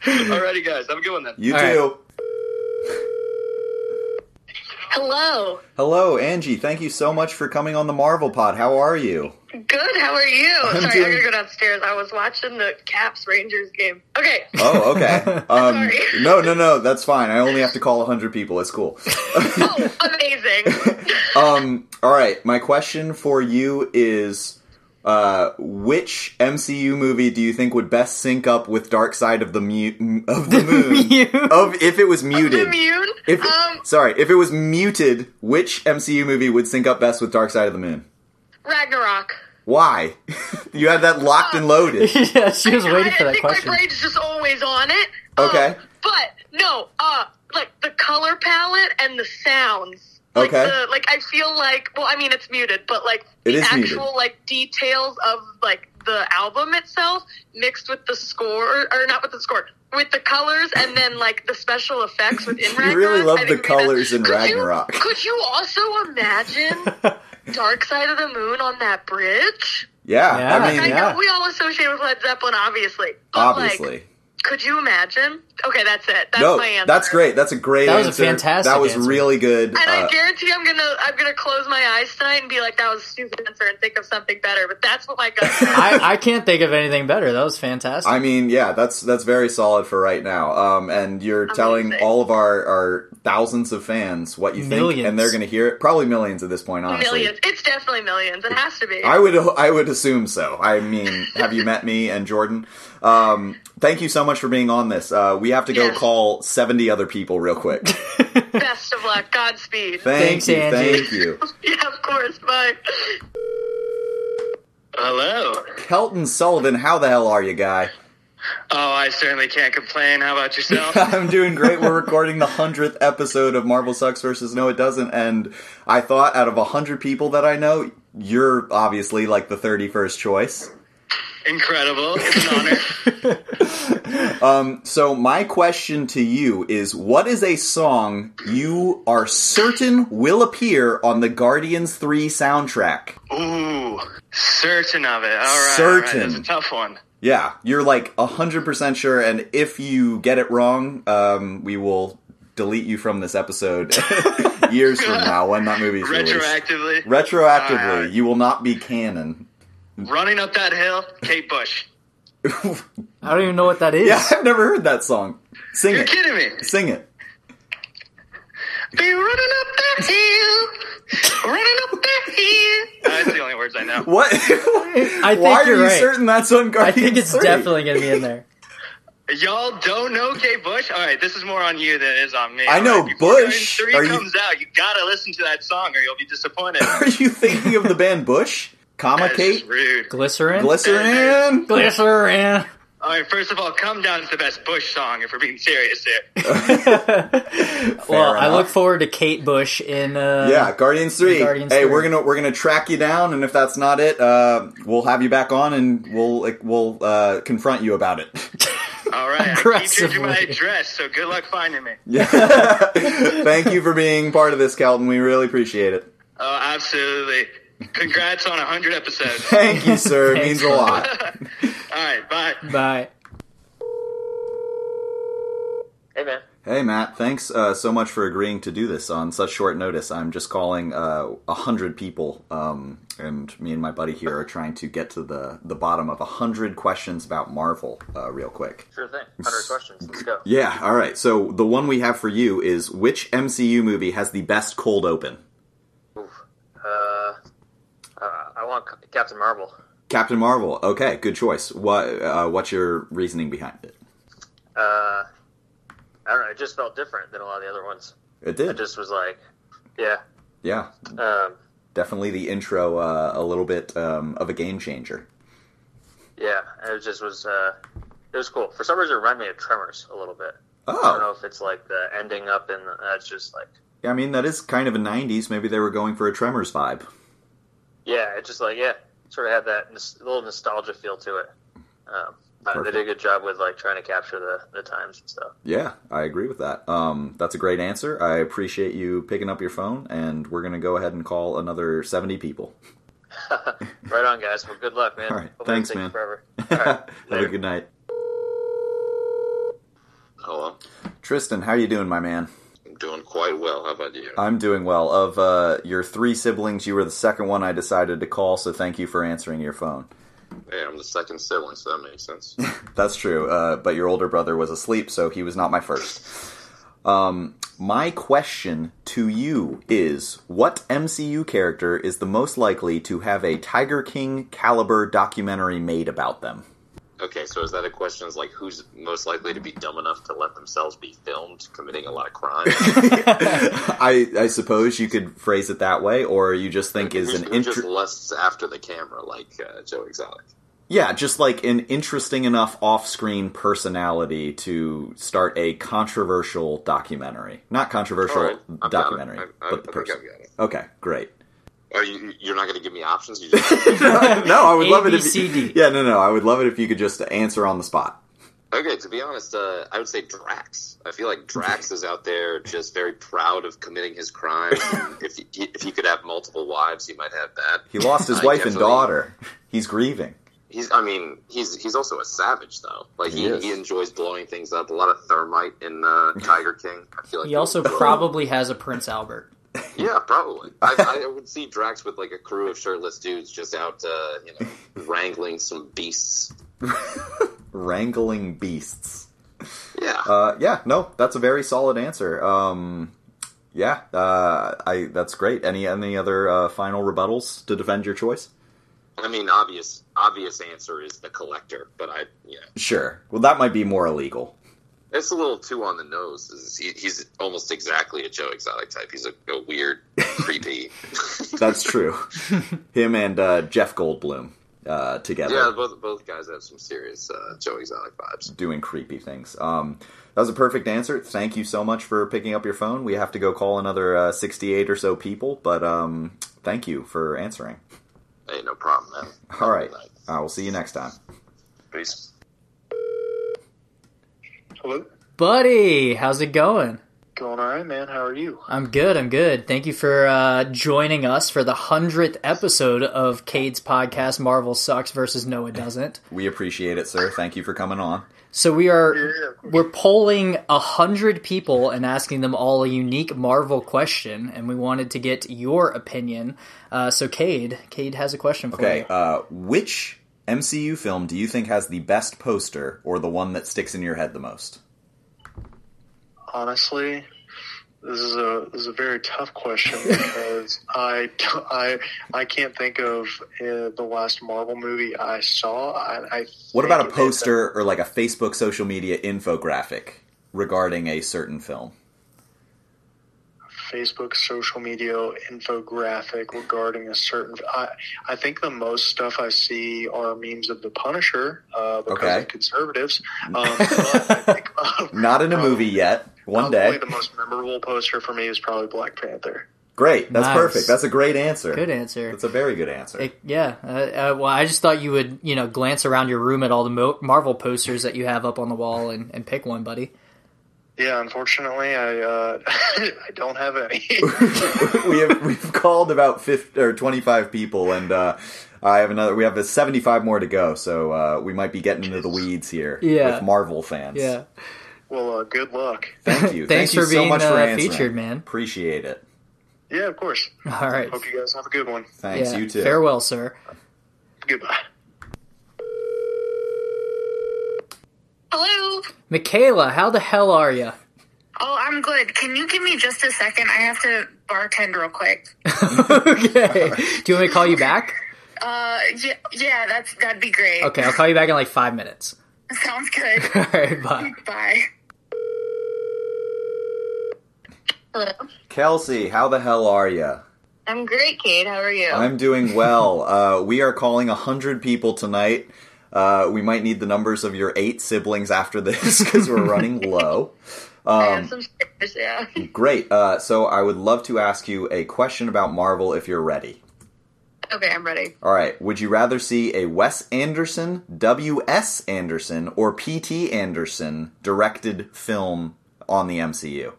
Alrighty, guys, have a good one then.
You
All right.
too.
Hello.
Hello, Angie. Thank you so much for coming on the Marvel Pod. How are you?
Good. How are you?
I'm
Sorry,
doing-
I gotta go downstairs. I was watching the Caps Rangers game. Okay.
Oh, okay. Um, no, no, no. That's fine. I only have to call hundred people. It's cool.
Oh, amazing.
Um, all right. My question for you is, uh, which MCU movie do you think would best sync up with Dark Side of the mu- of the Moon of if it was muted? If
um,
sorry, if it was muted, which MCU movie would sync up best with Dark Side of the Moon?
Ragnarok.
Why? you had that locked and loaded.
yeah, she was waiting for that
My brain's just always on it.
Okay.
But no, uh, like the color palette and the sounds. Like
Okay.
The, like I feel like, well, I mean it's muted, but like
It
the
is
actual
muted.
like details of like the album itself mixed with the score, or not with the score, with the colors, and then like the special effects within
You
Ragnarok.
really love
I
the
think
colors in
could you-
Ragnarok.
could you also imagine Dark Side of the Moon on that bridge?
Yeah, I mean,
like, I
yeah.
know we all associate with Led Zeppelin, obviously. But
obviously.
Like, could you imagine? Okay, that's it. That's
no,
my answer.
that's great. That's a great.
That was a
answer.
fantastic
That was
answer.
really good.
And
Uh,
I guarantee I'm gonna I'm gonna close my eyes tonight and be like, that was a stupid answer, and think of something better. But that's what my gut.
I, I can't think of anything better. That was fantastic.
I mean, yeah, that's that's very solid for right now. Um, and you're telling all of our, our thousands of fans what you think, and
Millions.
they're going to hear it. Probably millions at this point, honestly.
millions. It's definitely millions. It has to be.
I would I would assume so. I mean, have you met me and Jordan? Um, thank you so much for being on this. Uh, we have to go
Yes.
call seventy other people real quick.
Best of luck. Godspeed.
Thank you, thank you.
yeah, of course. Bye.
Hello.
Kelton Sullivan, how the hell are you, guy?
Oh, I certainly can't complain. How about yourself?
I'm doing great. We're recording the hundredth episode of Marvel Sucks versus No It Doesn't, and I thought out of hundred people that I know, you're obviously like the thirty-first choice.
Incredible. It's an honor.
Um, so my question to you is, what is a song you are certain will appear on the Guardians Three soundtrack?
Ooh, certain of it. All right.
Certain.
All right. That's a tough one.
Yeah, you're like hundred percent sure, and if you get it wrong, um, we will delete you from this episode years from now when that movie is
Retroactively.
released. Retroactively, you will not be canon.
Running up that hill, Kate Bush.
I don't even know what that is. Yeah, I've never heard that song. Sing
You're
it.
kidding me.
Sing it.
Be running up that hill, running up that hill. That's the only words I know.
What?
I think
Why
you're
are you
right.
certain that's on
I
Guardians
think it's
3?
definitely gonna be in there.
Y'all don't know Kate Bush? All right, this is more on you than it is on me.
I know Bush.
Three
Are you
comes out. You gotta listen to that song, or you'll be disappointed.
are you thinking of the band Bush? Comma Kate?
Glycerin?
Glycerin?
Glycerin.
All right, first of all, "Come Down" is the best Bush song. If we're being serious here,
well, I
enough.
look forward to Kate Bush in. Uh,
yeah, Guardians
in
three.
Guardians
hey,
3.
we're gonna we're gonna track you down, and if that's not it, uh, we'll have you back on, and we'll like, we'll uh, confront you about it.
all right, I keep changing my address, so good luck finding me.
Yeah. Thank you for being part of this, Calton. We really appreciate it.
Oh, absolutely. Congrats on hundred episodes.
Thank you, sir. it means a lot.
all right, bye.
Bye.
Hey man.
Hey, Matt. Thanks uh, so much for agreeing to do this on such short notice. I'm just calling uh, a hundred people, um, and me and my buddy here are trying to get to the the bottom of a hundred questions about Marvel, uh, real quick.
Sure thing. 100 questions. Let's go.
Yeah, all right. So the one we have for you is which MCU movie has the best cold open?
Uh, uh, I want Captain Marvel.
Captain Marvel. Okay, good choice. What uh, what's your reasoning behind it?
Uh, I don't know. It just felt different than a lot of the other ones.
It did.
It just was like, yeah.
Yeah,
Um,
definitely the intro uh, a little bit um, of a game changer.
Yeah, and it just was. Uh, it was cool. For some reason, it reminded me of Tremors a little bit. I
Oh.
don't know if it's like the ending up and that's just like.
Yeah, I mean that is kind of a '90s. Maybe they were going for a Tremors vibe.
Yeah, it just like yeah, sort of had that nos- little nostalgia feel to it. Um, I don't know, they did a good job with like trying to capture the, the times and stuff.
Yeah, I agree with that. Um, that's a great answer. I appreciate you picking up your phone, and we're gonna go ahead and call another 70 people.
Right on, guys. Well, good luck, man.
All right,
Hope it
thanks,
doesn't take you
man.
Forever.
Have a good night,
Hello.
Tristan. How you doing, my man?
I'm doing quite well. How about you?
I'm doing well. Of uh, your three siblings, you were the second one I decided to call, so thank you for answering your phone.
Hey, I'm the second sibling, so that makes sense.
That's true, uh, but your older brother was asleep, so he was not my first. Um, my question to you is what MCU character is the most likely to have a Tiger King caliber documentary made about them?
Okay, so is that a question? Is like who's most likely to be dumb enough to let themselves be filmed committing a lot of crime?
I, I suppose you could phrase it that way, or you just think is
who's,
an
who just
inter-
lusts after the camera, like uh, Joe Exotic?
Yeah, just like an interesting enough off screen personality to start a controversial documentary. Not controversial
All right, Oh, I've got it.
documentary,
I- I-
but the
I think
person.
I've got it.
Okay, great.
Are you? You're not going to give me options. You just
no, I would love it if you,
ABCD.
Yeah, no, no, I would love it if you could just answer on the spot.
Okay, to be honest, uh, I would say Drax. I feel like Drax is out there just very proud of committing his crimes. And if he, if he could have multiple wives, he might have that.
He lost his
I
wife and
definitely-
daughter. He's grieving.
He's, I mean, he's he's also a savage though. Like
He
he,
is.
he, enjoys blowing things up. A lot of thermite in uh, Tiger King. I feel like
He also probably has a Prince Albert.
yeah, probably. I, I would see Drax with like a crew of shirtless dudes just out, uh, you know, wrangling some beasts.
Wrangling beasts.
Yeah.
Uh, yeah, no, that's a very solid answer. Um, yeah, uh, I that's great. Any any other uh, final rebuttals to defend your choice?
I mean, obvious obvious answer is the collector, but I yeah,
Sure. Well, that might be more illegal.
It's a little too on the nose. Is- he- He's almost exactly a Joe Exotic type. He's a, a weird, creepy.
That's true. Him and uh, Jeff Goldblum uh, together.
yeah, both both guys have some serious uh, Joe Exotic vibes.
doing creepy things. Um, that was a perfect answer. Thank you so much for picking up your phone. We have to go call another uh, 68 or so people, but um, thank you for answering.
Hey, no problem, man.
All right. I will see you next time.
Peace.
Buddy, how's it going?
Doing all right, man. How are you?
I'm good. I'm good. Thank you for uh, joining us for the hundredth episode of Cade's podcast, Marvel Sucks versus No It Doesn't.
We appreciate it, sir. Thank you for coming on.
So we are we're polling a hundred people and asking them all a unique Marvel question, and we wanted to get your opinion. Uh, so Cade, Cade has a question for
Okay,
you.
uh, which MCU film do you think has the best poster or the one that sticks in your head the most?
Honestly, this is a this is a very tough question because I, I I can't think of uh, the last Marvel movie I saw. I, I
What about a poster or like a Facebook social media infographic regarding a certain film?
Facebook social media infographic regarding a certain. I, I think the most stuff I see are memes of the Punisher uh, because
Okay.
of conservatives. Um,
Not in a movie yet. One
probably
day.
the most memorable poster for me is probably Black Panther.
Great. That's
Nice.
perfect. That's a great answer.
Good answer.
That's a very good answer.
It- yeah. Uh, uh, well, I just thought you would you know glance around your room at all the Mo- Marvel posters that you have up on the wall and, and pick one, buddy.
Yeah, unfortunately, I uh, I don't have any.
we have we've called about 50 or 25 people and uh I have another we have a 75 more to go so uh we might be getting into the weeds here
Yeah.
with Marvel fans.
Yeah.
well, uh, good luck.
Thank you.
Thanks
Thank you
for
so
being,
much for
uh,
answering.
featured, man.
Appreciate it.
Yeah, of course.
All right.
Hope you guys have a good one.
Thanks,
Yeah.
you too.
Farewell, sir.
Goodbye.
Hello.
Michaela, how the hell are you?
Oh, I'm good. Can you give me just a second? I have to bartend real quick.
okay. Do you want me to call you back?
Uh, yeah, yeah, that's that'd be great.
Okay, I'll call you back in like five minutes.
Sounds good.
All right, bye.
Bye. Hello.
Kelsey, how the hell are you?
I'm great, Kate. How are you?
I'm doing well. uh we are calling 100 people tonight. Uh we might need the numbers of your eight siblings after this cuz we're running low. Um
I have some stickers, yeah.
Great. Uh, so I would love to ask you a question about Marvel if you're ready.
Mm.
Okay, I'm ready.
All right. Would you rather see a Wes Anderson, W.S. Anderson, or P.T. Anderson directed film on the MCU?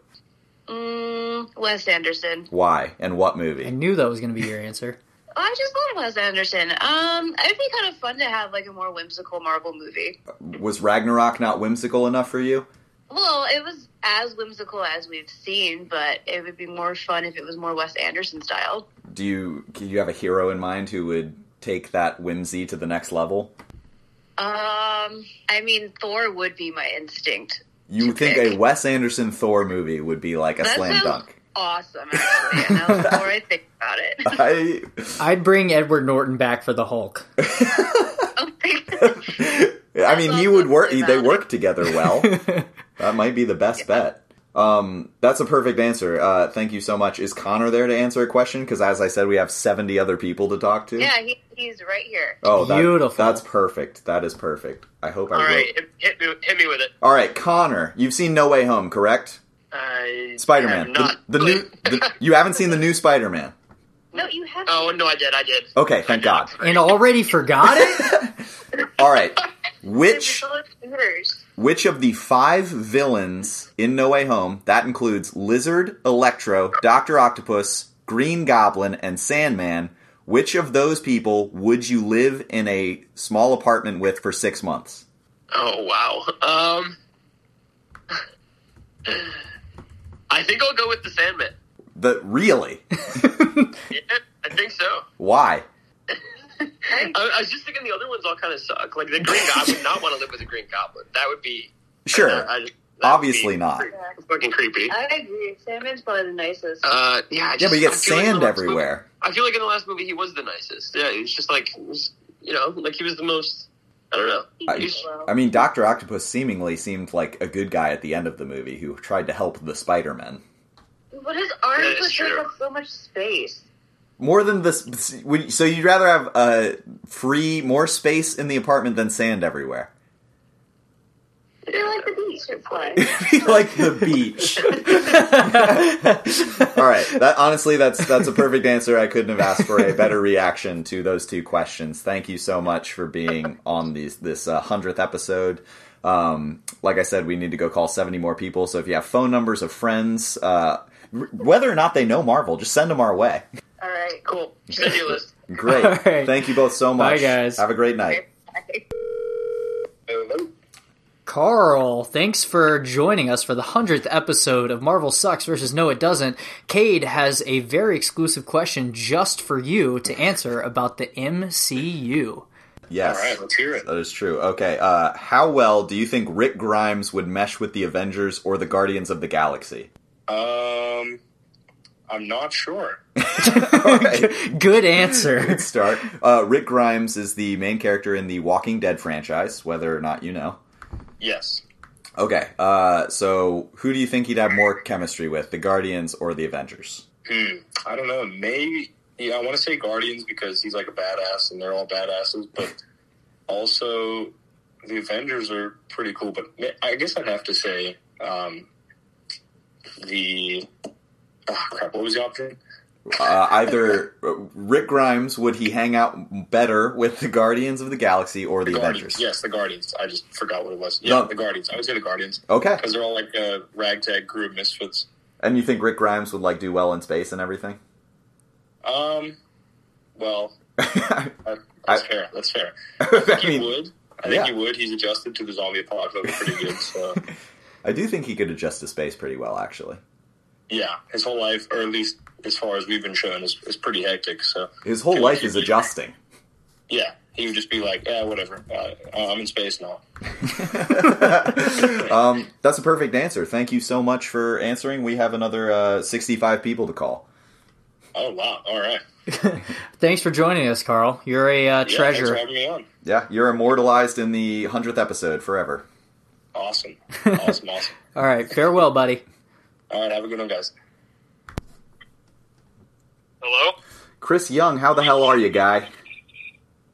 Mm, Wes Anderson.
Why and what movie? I
knew that was going to be your answer.
Oh, I just love Wes Anderson. Um, it'd be kind of fun to have like a more whimsical Marvel movie.
Was Ragnarok not whimsical enough for you?
Well, it was as whimsical as we've seen, but it would be more fun if it was more Wes Anderson style.
Do you do you have a hero in mind who would take that whimsy to the next level?
Um, I mean, Thor would be my instinct.
You think a Wes Anderson Thor movie would be like a
That
slam
sounds
dunk?
Awesome, actually. And now the more I think about it,
I
I'd bring Edward Norton back for the Hulk.
I mean, he would work. They work together well. that might be the best bet. Um, that's a perfect answer. Uh, thank you so much. Is Connor there to answer a question? Because as I said, we have seventy other people to talk to.
yeah, he, he's right here.
Oh, that,
Beautiful.
That's perfect. That is perfect. I hope I
All
wrote.
right, hit me, hit me with it.
All right, Connor, you've seen No Way Home, correct?
I
Spider Man.
have Not.
The, the new. The, you haven't seen the new Spider Man.
No, you have.
Oh no, I did. I did.
Okay, thank God.
And already forgot it?
All right. Which
Yours.
Which of the five villains in No Way Home, that includes Lizard, Electro, Dr. Octopus, Green Goblin, and Sandman, which of those people would you live in a small apartment with for six months?
Oh wow. Um, I think I'll go with the Sandman.
The really?
Yeah, I think so.
Why?
I, I was just thinking the other ones all kind of suck. Like the Green Goblin, would not want to live with the Green Goblin. That would be
Sure.
I, just-
Obviously not.
fucking creepy.
I agree. Sandman's probably the nicest.
Uh, yeah, I
Yeah,
just,
but you get
I feel like
sand
the last
everywhere.
movie- I feel like in the last movie he was the nicest. Yeah, he was just like, he was- you know, like he was the most. I don't know.
I, I mean, Dr. Octopus seemingly seemed like a good guy at the end of the movie who tried to help the Spider Man.
But his arms
That is
would take
true.
up so much space.
More than this, would- so you'd rather have uh, free, more space in the apartment than sand everywhere.
You're like the beach at play.
like the beach. All right. That honestly, that's that's a perfect answer. I couldn't have asked for a better reaction to those two questions. Thank you so much for being on these this uh, hundredth episode. Um, like I said, we need to go call seventy more people. So if you have phone numbers of friends, uh, r- whether or not they know Marvel, just send them our way.
All right.
Cool. Send you a list.
Great. Thank you both so much.
Bye, guys.
Have a great night.
Carl, thanks for joining us for the 100th episode of Marvel Sucks versus No It Doesn't. Cade has a very exclusive question just for you to answer about the MCU.
Yes.
All right,
let's hear it. That is true. Okay. Uh, how well do you think Rick Grimes would mesh with the Avengers or the Guardians of the Galaxy?
Um, I'm not sure.
Good answer.
Good start. Uh, Rick Grimes is the main character in the Walking Dead franchise, whether or not you know.
Yes.
Okay. Uh, so who do you think he'd have more chemistry with, the Guardians or the Avengers?
Hmm. I don't know. Maybe. Yeah, I want to say Guardians because he's like a badass, and they're all badasses. But also, the Avengers are pretty cool. But ma- I guess I'd have to say um, the. Oh crap! What was the option?
Uh, either Rick Grimes would he hang out better with the Guardians of the Galaxy or the, Avengers?
Guardians. Yes, the Guardians. I just forgot what it was. Yeah,
No.
the Guardians. I would say the Guardians.
Okay.
Because they're all like a ragtag crew of misfits.
And you think Rick Grimes would like do well in space and everything?
Um. Well, that- that's fair. That's fair. I
think
he would. I think
yeah.
he would. He's adjusted to the zombie apocalypse pretty good. So
I do think he could adjust to space pretty well, actually.
yeah, his whole life, or at least as far as we've been shown, is, is pretty hectic. So
His whole life is adjusting.
yeah, he would just be like, yeah, whatever. Uh, I'm in space now.
um, that's a perfect answer. Thank you so much for answering. We have another uh, 65 people to call.
Oh wow! All right.
Thanks for joining us, Carl. You're a uh,
Yeah,
treasure.
Thanks for having me on.
Yeah, you're immortalized in the 100th episode forever.
Awesome. Awesome. awesome.
All right, farewell, buddy.
All right. Have a good one, guys.
Hello? Chris Young, how the hell are you, guy?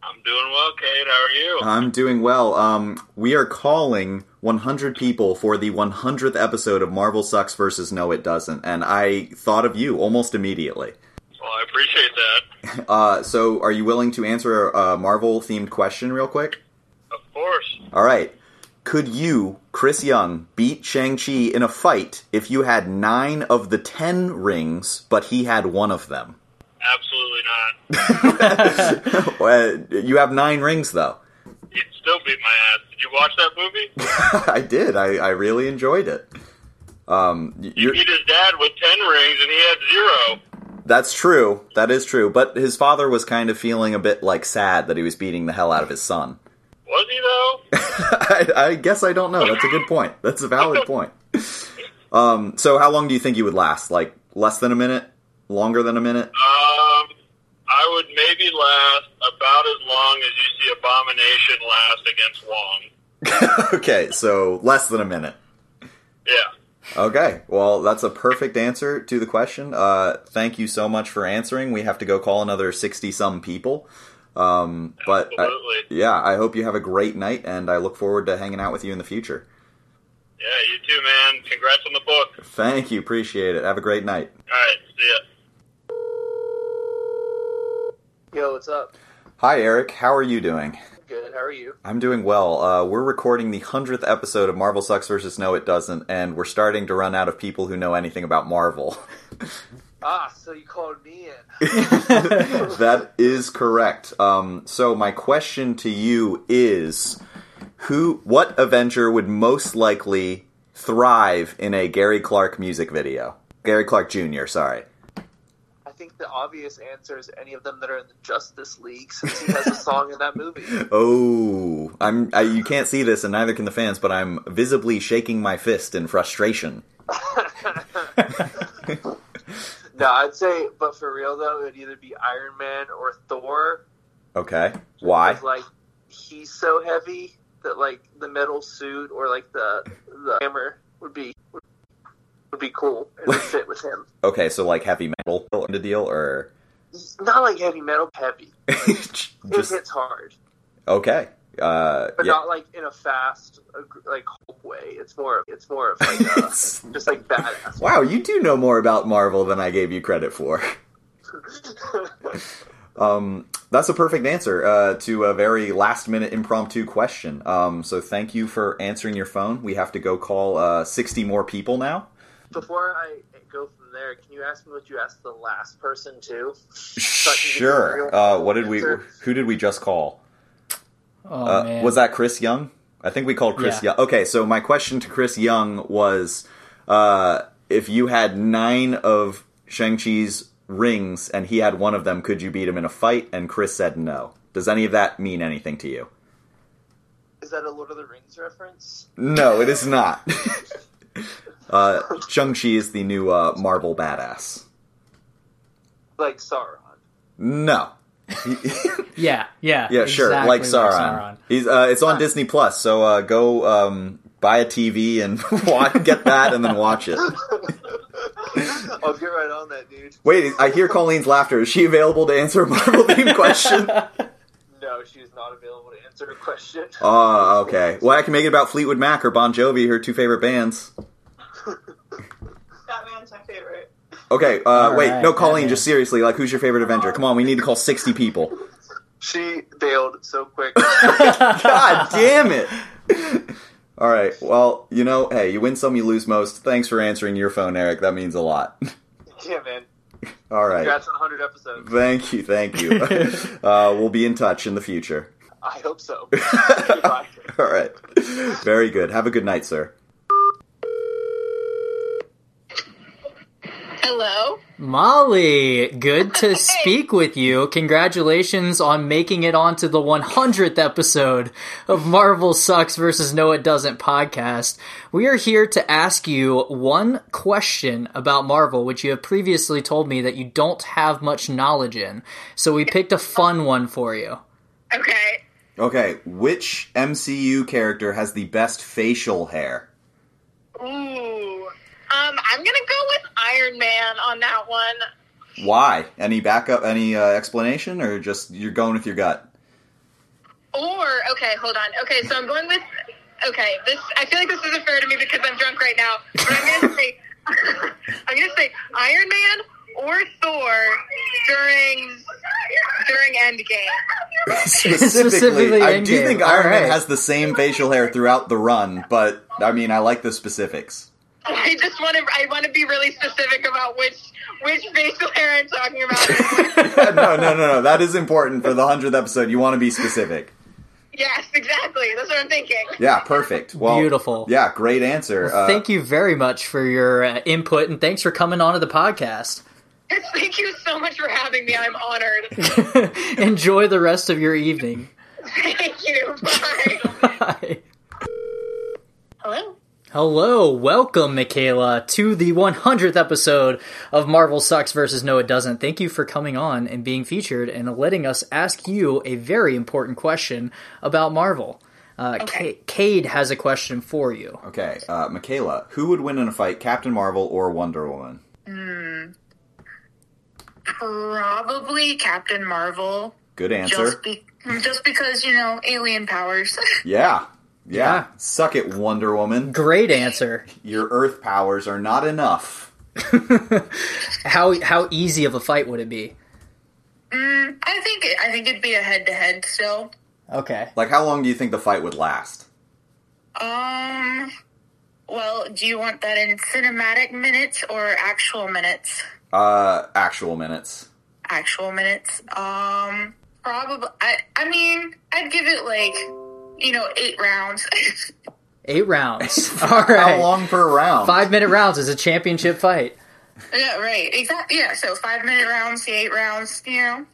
I'm doing well, Kate. How are you?
I'm doing well. Um, we are calling 100 people for the 100th episode of Marvel Sucks versus No It Doesn't, and I thought of you almost immediately.
Well, I appreciate that.
Uh, so, are you willing to answer a Marvel themed question real quick?
Of course.
All right. Could you, Chris Young, beat Shang-Chi in a fight if you had nine of the ten rings, but he had one of them?
Absolutely not.
Uh, you have nine rings, though.
You'd still beat my ass. Did you watch that movie?
I did. I, I really enjoyed it. Um, y- you're,
Beat his dad with ten rings, and he had zero.
that's true. That is true. But his father was kind of feeling a bit like sad that he was beating the hell out of his son.
Was he though?
I, I guess I don't know. That's a good point. That's a valid point. Um, so how long do you think you would last? Like less than a minute? Longer than a minute?
Um, I would maybe last about as long as you see Abomination last against Wong.
okay, so less than a minute.
Yeah.
Okay, well, that's a perfect answer to the question. Uh, thank you so much for answering. We have to go call another 60 some people. Um, but I- yeah, I hope you have a great night and I look forward to hanging out with you in the future.
Yeah, you too, man. Congrats on the book.
Thank you, appreciate it. Have a great night.
All right, see ya.
Yo, what's up?
Hi, Eric. How are you doing?
Good. How are you?
I'm doing well. Uh, we're recording the 100th episode of Marvel Sucks versus No It Doesn't, and we're starting to run out of people who know anything about Marvel.
Ah, so you called me in.
that is correct. Um, so my question to you is, who, what Avenger would most likely thrive in a Gary Clark music video? Gary Clark Jr. Sorry.
I think the obvious answer is any of them that are in the Justice League, since he has a song in that movie.
Oh, I'm. I, you can't see this, and neither can the fans, but I'm visibly shaking my fist in frustration.
No, I'd say, but for real though, it'd either be Iron Man or Thor.
Okay, why?
'cause, Like he's so heavy that like the metal suit or like the the hammer would be would be cool and would fit with him.
Okay, so like heavy metal in the deal, or
Not like heavy metal, heavy.
Just-
it hits hard,
okay, uh,
but
yeah.
not like in a fast ag- like Hulk
way. It's more. It's more of like uh, just like badass.
Wow, you do know more about Marvel than I gave you credit for. um, that's a perfect answer uh, to a very last minute impromptu question. Um, so thank you for answering your phone. We have to go call uh, 60 more people now.
Before I go from there, can you ask me what you asked the last person too?
Sure. Uh, what did we? Who did we just call?
Oh,
Uh,
man.
Was that Chris Young? I think we called Chris
Yeah.
Young. Okay, so my question to Chris Young was uh, if you had nine of Shang-Chi's rings and he had one of them, could you beat him in a fight? And Chris said no. Does any of that mean anything to you?
Is that a Lord of the Rings reference?
No, it is not. uh, Shang-Chi is the new uh, Marvel badass.
Like Sauron.
No.
Yeah, yeah,
yeah, sure.
exactly
like Sauron. He's uh, it's on Disney Plus, so uh, go um, buy a TV and watch, get that, and then watch it.
I'll get right on that, dude.
Wait, I hear Colleen's laughter. Is she available to answer a Marvel themed question?
No, she's not available to answer a question.
Oh, okay. Well, I can make it about Fleetwood Mac or Bon Jovi, her two favorite bands.
Batman's my favorite.
Okay, uh,
All
wait,
right,
no, Colleen, just seriously, like, who's your favorite Avenger? Come on, we need to call 60 people.
She bailed so quick.
God damn it! All right, well, you know, hey, you win some, you lose most. Thanks for answering your phone, Eric. That means a lot.
yeah, man.
All right.
Congrats on 100 episodes.
Thank you, thank you. uh, we'll be in touch in the future.
I hope so.
All right. Very good. Have a good night, sir.
Hello?
Molly, good to speak with you. Congratulations on making it onto the 100th episode of Marvel Sucks versus No It Doesn't podcast. We are here to ask you one question about Marvel, which you have previously told me that you don't have much knowledge in. So we picked a fun one for you.
Okay.
Okay, which MCU character has the best facial hair?
Ooh. Um, I'm gonna go with Iron Man on that one.
Why? Any backup, any uh, explanation, or just you're going with your gut?
Or okay, hold on. Okay, so I'm going with okay. This I feel like this isn't fair to me because I'm drunk right now. But I'm gonna say I'm gonna say Iron Man or Thor during during Endgame.
Specifically
I do
Endgame.
think
All
Iron Man
right.
has the same facial hair throughout the run, but I mean, I like the specifics.
I just want to I want to be really specific about which which facial hair I'm talking about.
no, no, no, no. That is important for the 100th episode. You want to be specific.
yes, exactly. That's what I'm thinking.
Yeah, perfect. Well,
Beautiful.
Yeah, great answer. Uh,
Thank you very much for your uh, input and thanks for coming onto the podcast.
Thank you so much for having me. I'm honored.
Enjoy the rest of your evening.
Thank you. Bye. Hello.
Hello, welcome, Michaela, to the 100th episode of Marvel Sucks versus No It Doesn't. Thank you for coming on and being featured and letting us ask you a very important question about Marvel. Uh, Ca- Cade has a question for you.
okay, uh, Michaela, who would win in a fight, Captain Marvel or Wonder Woman?
Hmm. Probably Captain Marvel.
Good answer.
Just, be- just because, you know, alien powers.
Yeah. Yeah. Suck it, Wonder Woman.
Great answer.
Your earth powers are not enough.
How how easy of a fight would it be?
mm, I think it, I think it'd be a head to head still.
Okay.
Like, how long do you think the fight would last?
Um well, do you want that in cinematic minutes or actual minutes?
Uh, actual minutes.
Actual minutes. Um probably I I mean, I'd give it like, you know, 8 rounds.
Eight rounds. All right.
long per round?
Five minute rounds is a championship fight.
Yeah, right. Exactly. Yeah. So five minute rounds, the eight rounds. You know.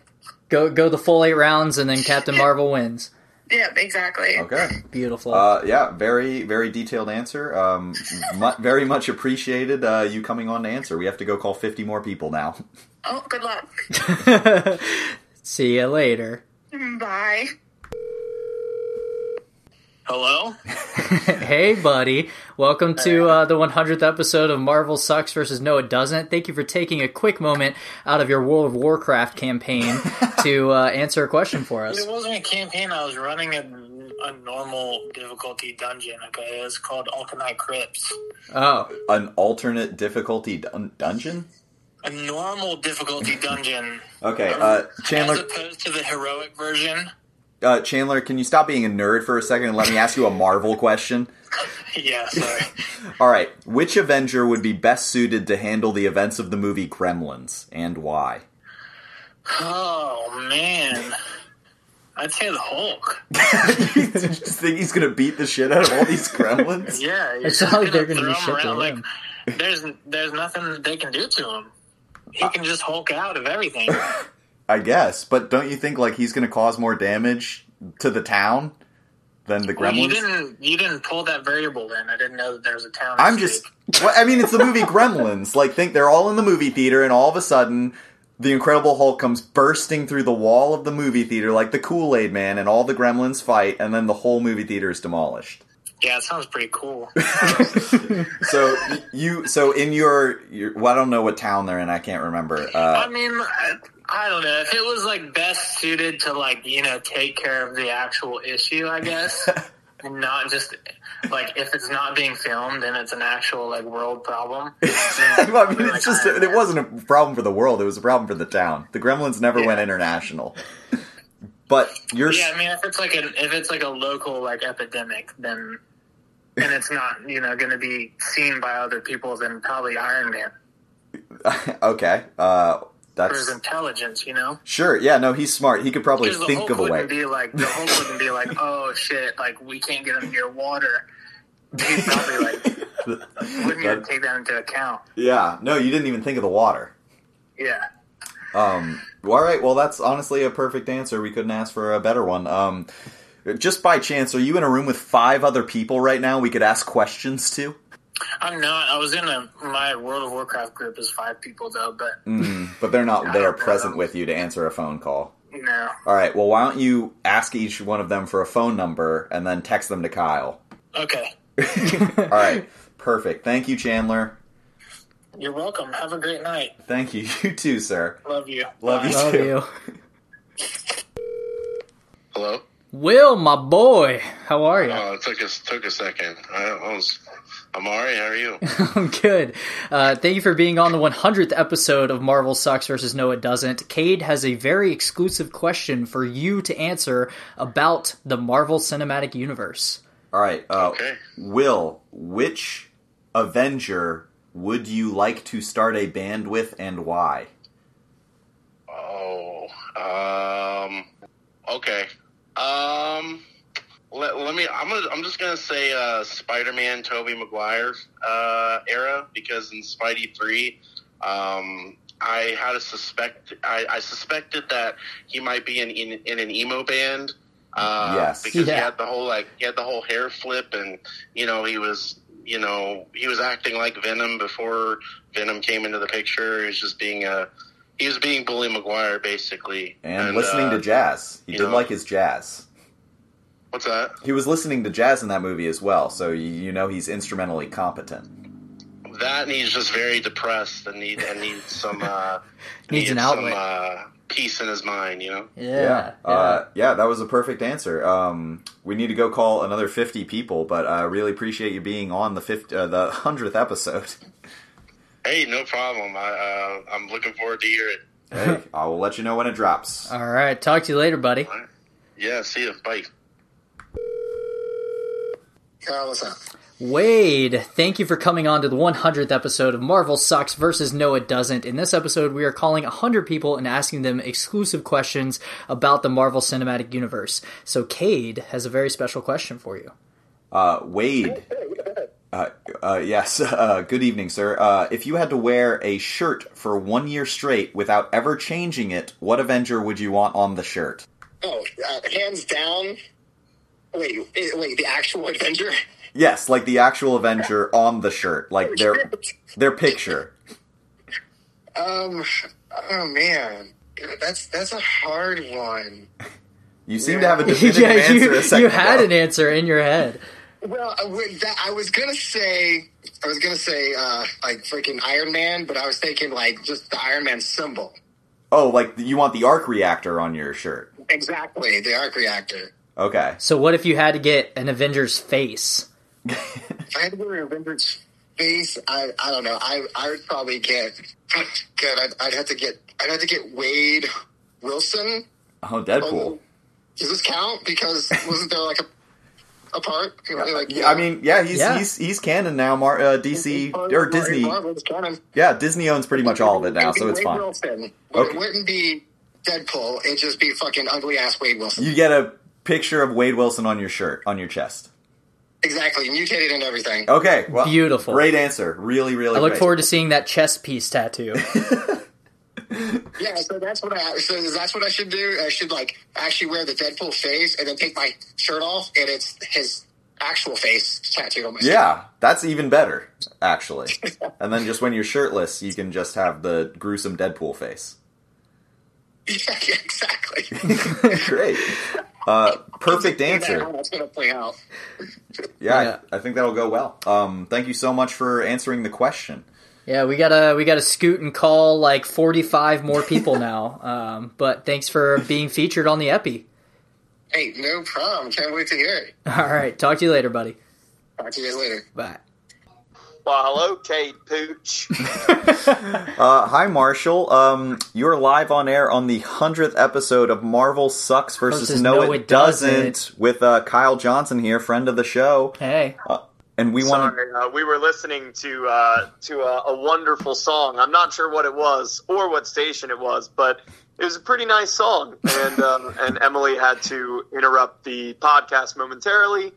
Go go the full eight rounds, and then Captain Marvel wins.
Yep. Exactly.
Okay.
Beautiful.
Uh, yeah, very, very detailed answer. Um, mu- very much appreciated uh, you coming on to answer. We have to go call 50 more people now.
Oh, good luck.
See you later.
Bye.
Hello?
hey, buddy. Welcome to uh, the 100th episode of Marvel Sucks versus No It Doesn't. Thank you for taking a quick moment out of your World of Warcraft campaign to uh, answer a question for us.
It wasn't a campaign. I was running a,
a normal difficulty dungeon. Okay, it's called Alkanite Crypts.
Oh, an alternate difficulty dun- dungeon.
A normal difficulty dungeon,
Okay, uh,
as
Chandler.
opposed to the heroic version.
Uh, Chandler, can you stop being a nerd for a second and let me ask you a Marvel question?
yeah, sorry.
All right, which Avenger would be best suited to handle the events of the movie Gremlins, and why?
oh man, I'd say the Hulk.
you just think he's gonna beat the shit out of all these Gremlins?
Yeah,
It's not like they're going to be
throw
shit
him
to
around like
him.
there's there's nothing that they can do to him. He can just Hulk out of everything.
I guess, but don't you think like he's gonna cause more damage to the town than the
Well, you
Gremlins?
didn't you didn't pull that variable in. I didn't know that there was a town.
I'm just. Well, I mean, it's the movie Gremlins. Like, think they're all in the movie theater, and all of a sudden, the Incredible Hulk comes bursting through the wall of the movie theater like the Kool Aid Man, and all the Gremlins fight, and then the whole movie theater is demolished.
Yeah, it sounds pretty cool.
So y- you, so in your, your, well, I don't know what town they're in. I can't remember.
I
Uh,
mean, I, I don't know if it was like best suited to like you know take care of the actual issue, I guess, and not just like if it's not being filmed and it's an actual like world problem.
I mean, it's just it wasn't a problem for the world. It was a problem for the town. The Gremlins never went international. But you're,
yeah, I mean, if it's like an if it's like a local like epidemic, then and it's not you know going to be seen by other people, then probably Iron Man
okay. Uh,
for his
that's
intelligence, you know.
sure. Yeah, no, he's smart. He could probably
Because the
think
Hulk
of a way.
wouldn't be like the Hulk wouldn't be like, oh shit, like we can't get him near water. He'd probably like wouldn't even
That-
take that into account.
yeah, no, you didn't even think of the water.
Yeah.
Um, all right, well, that's honestly a perfect answer. We couldn't ask for a better one. Um, just by chance, are you in a room with five other people right now? We could ask questions to.
I'm not. I was in a my World of Warcraft group is five people though, but
Mm-hmm.
Mm, but they're not there present with you to answer a phone call.
no.
All right, well, why don't you ask each one of them for a phone number and then text them to Kyle?
Okay.
All right, perfect. Thank you, Chandler.
You're welcome. Have a great night.
Thank you. You too, sir.
Love you.
Love you
Love
too.
you. Will, my boy, how are you?
Oh, it took us took a second. I, I was. I'm alright. How are you?
I'm good. Uh, thank you for being on the 100th episode of Marvel Sucks versus No It Doesn't. Cade has a very exclusive question for you to answer about the Marvel Cinematic Universe.
All right. Uh, Will, which Avenger would you like to start a band with and why?
Oh. Um. Okay. Um. Let, let me. I'm gonna. I'm just gonna say uh, Spider-Man, Tobey Maguire uh, era because in Spidey three, um, I had a suspect. I, I suspected that he might be in in, in an emo band. Uh,
Yes.
because he
Yeah.
had the whole like he had the whole hair flip and you know he was you know he was acting like Venom before Venom came into the picture. He was just being a he was being Bully McGuire basically
And, listening
uh,
to jazz. He
you
did
know.
like his jazz.
What's that?
He was listening to jazz in that movie as well, so you, you know he's instrumentally competent.
That and he's just very depressed and need and needs some uh,
Needs an
some
outlet.
uh, peace in his mind. You know.
Yeah. Yeah, uh, yeah that was a perfect answer. Um, we need to go call another 50 people, but I really appreciate you being on the 50, uh, the 100th episode.
Hey, no problem. I uh, I'm looking forward to hear it.
Hey, I will let you know when it drops.
All right. Talk to you later, buddy.
Yeah. See you. Bye.
Kyle, what's up?
Wade, thank you for coming on to the 100th episode of Marvel Sucks versus No It Doesn't. In this episode, we are calling 100 people and asking them exclusive questions about the Marvel Cinematic Universe. So, Cade has a very special question for you.
Uh, Wade. Uh, uh, yes. Uh, good evening, sir. Uh, if you had to wear a shirt for one year straight without ever changing it, what Avenger would you want on the shirt?
Oh, uh, hands down. Wait, eh, wait, the actual Avenger?
Yes, like the actual Avenger on the shirt, like their their picture.
Um, oh man, that's that's a hard one.
You seem to have a definitive answer.
you,
a second
you had
ago.
an answer in your head.
Well, I, would- that, I was gonna say, I was gonna say, uh, like freaking Iron Man, but I was thinking like just the Iron Man symbol.
Oh, like you want the arc reactor on your shirt?
Exactly, the arc reactor.
Okay.
So what if you had to get an Avengers face?
If I had to wear a Rembrandt's face, I, I don't know. I, I would probably get good. I'd, I'd have to get I'd have to get Wade Wilson.
Oh, Deadpool.
Does this count? Because wasn't there like a a part? Like,
Yeah, I mean, yeah, he's
Yeah.
he's he's canon now. Mar- uh, DC or Disney.
Marvel's canon.
Yeah, Disney owns pretty much all of it now, so it's
Wade
fine.
Wilson. But
Okay.
It wouldn't be Deadpool. It'd just be fucking ugly ass Wade Wilson.
You get a picture of Wade Wilson on your shirt, on your chest.
Exactly, mutated and everything.
Okay, well,
Beautiful.
Great answer. Really, really.
I look
great.
forward to seeing that chest piece tattoo.
Yeah, so that's what I so that's what I should do. I should like actually wear the Deadpool face and then take my shirt off and it's his actual face tattooed on my
Yeah, that's even better, actually. and then just when you're shirtless, you can just have the gruesome Deadpool face. exactly. Great. Uh, perfect
Yeah,
answer.
that's gonna play out.
Yeah, I, I think that'll go well. Um, thank you so much for answering the question.
yeah, we gotta we gotta scoot and call like forty five more people now. Um, but thanks for being featured on the Epi.
Hey, no problem. Can't wait to hear it.
All right, talk to you later, buddy.
Talk to you guys later.
Bye.
Well, hello, Cade Pooch.
Uh, hi, Marshall. Um, you're live on air on the 100th episode of Marvel Sucks versus
Versus
No,
No
It,
It
Doesn't,
Doesn't.
with uh, Kyle Johnson here, friend of the show.
Hey.
Uh, and we want to
Sorry, uh, we were listening to uh, to a, a wonderful song. I'm not sure what it was or what station it was, but it was a pretty nice song. And um, and Emily had to interrupt the podcast momentarily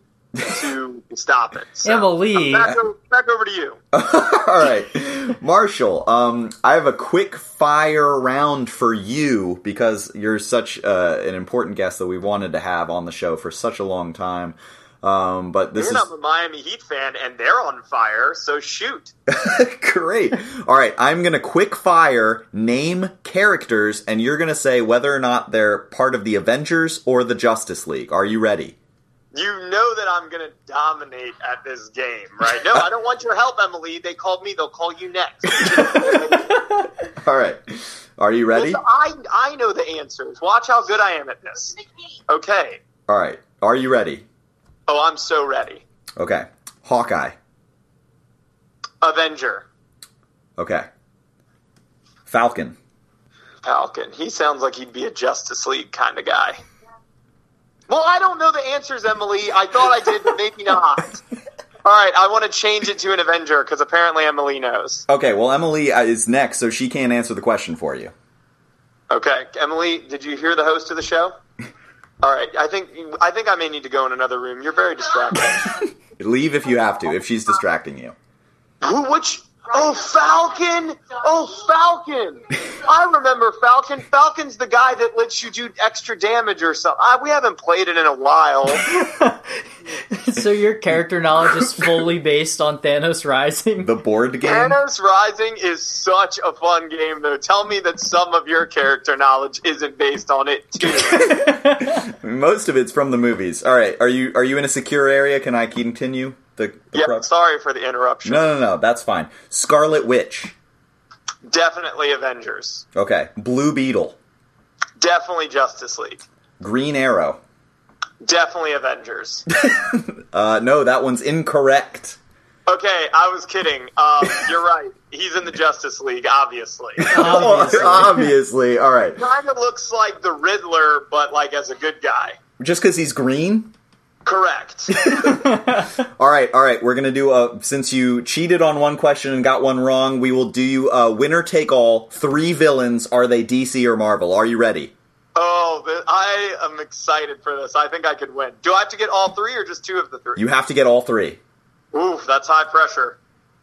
to stop it.
Emily.
Back, o- back over to you.
All right, Marshall. Um, I have a quick fire round for you because you're such uh, an important guest that we wanted to have on the show for such a long time. Um, but this
You're
is
not a Miami Heat fan, and they're on fire. So shoot.
great. All right, I'm gonna quick fire name characters, and you're gonna say whether or not they're part of the Avengers or the Justice League. Are you ready?
You know that I'm going to dominate at this game, right? No, I don't want your help, Emily. They called me. They'll call you next.
All right, are you ready?
Listen, I, I know the answers. Watch how good I am at this. Okay.
All right, are you ready?
Oh, I'm so ready.
Okay, Hawkeye.
Avenger.
Okay, Falcon.
Falcon. He sounds like he'd be a Justice League kind of guy. Well, I don't know the answers, Emily. I thought I did, but maybe not. All right, I want to change it to an Avenger because apparently Emily knows.
Okay, well, Emily uh, is next, so she can't answer the question for you.
Okay, Emily, did you hear the host of the show? All right, I think I think I may need to go in another room. You're very distracting.
Leave if you have to, if she's distracting you.
Who? Which? Oh, Falcon! Oh, Falcon! I remember Falcon. Falcon's the guy that lets you do extra damage or something. I, we haven't played it in a while.
so your character knowledge is fully based on Thanos Rising.
The board
Thanos Rising is such a fun game, though. Tell me that some of your character knowledge isn't based on it too.
Most of it's from the movies. All right, are you are you in a secure area? Can I continue? The, the
Yeah,
pro-
sorry for the interruption.
no, no, no, that's fine. Scarlet Witch.
Definitely Avengers.
Okay, Blue Beetle,
Definitely Justice League.
Green Arrow.
Definitely Avengers.
Uh, no, that one's incorrect.
Okay, I was kidding. Um, you're right. He's in the Justice League, obviously.
Obviously. All right,
Kind of looks like the Riddler, but like as a good guy.
just because he's green.
Correct.
All right, all right. We're gonna do a since you cheated on one question and got one wrong. We will do a winner take all. Three villains. Are they DC or Marvel? Are you ready?
Oh, th- I am excited for this. I think I could win. Do I have to get all three or just two of the three?
You have to get all three.
Oof, that's high pressure.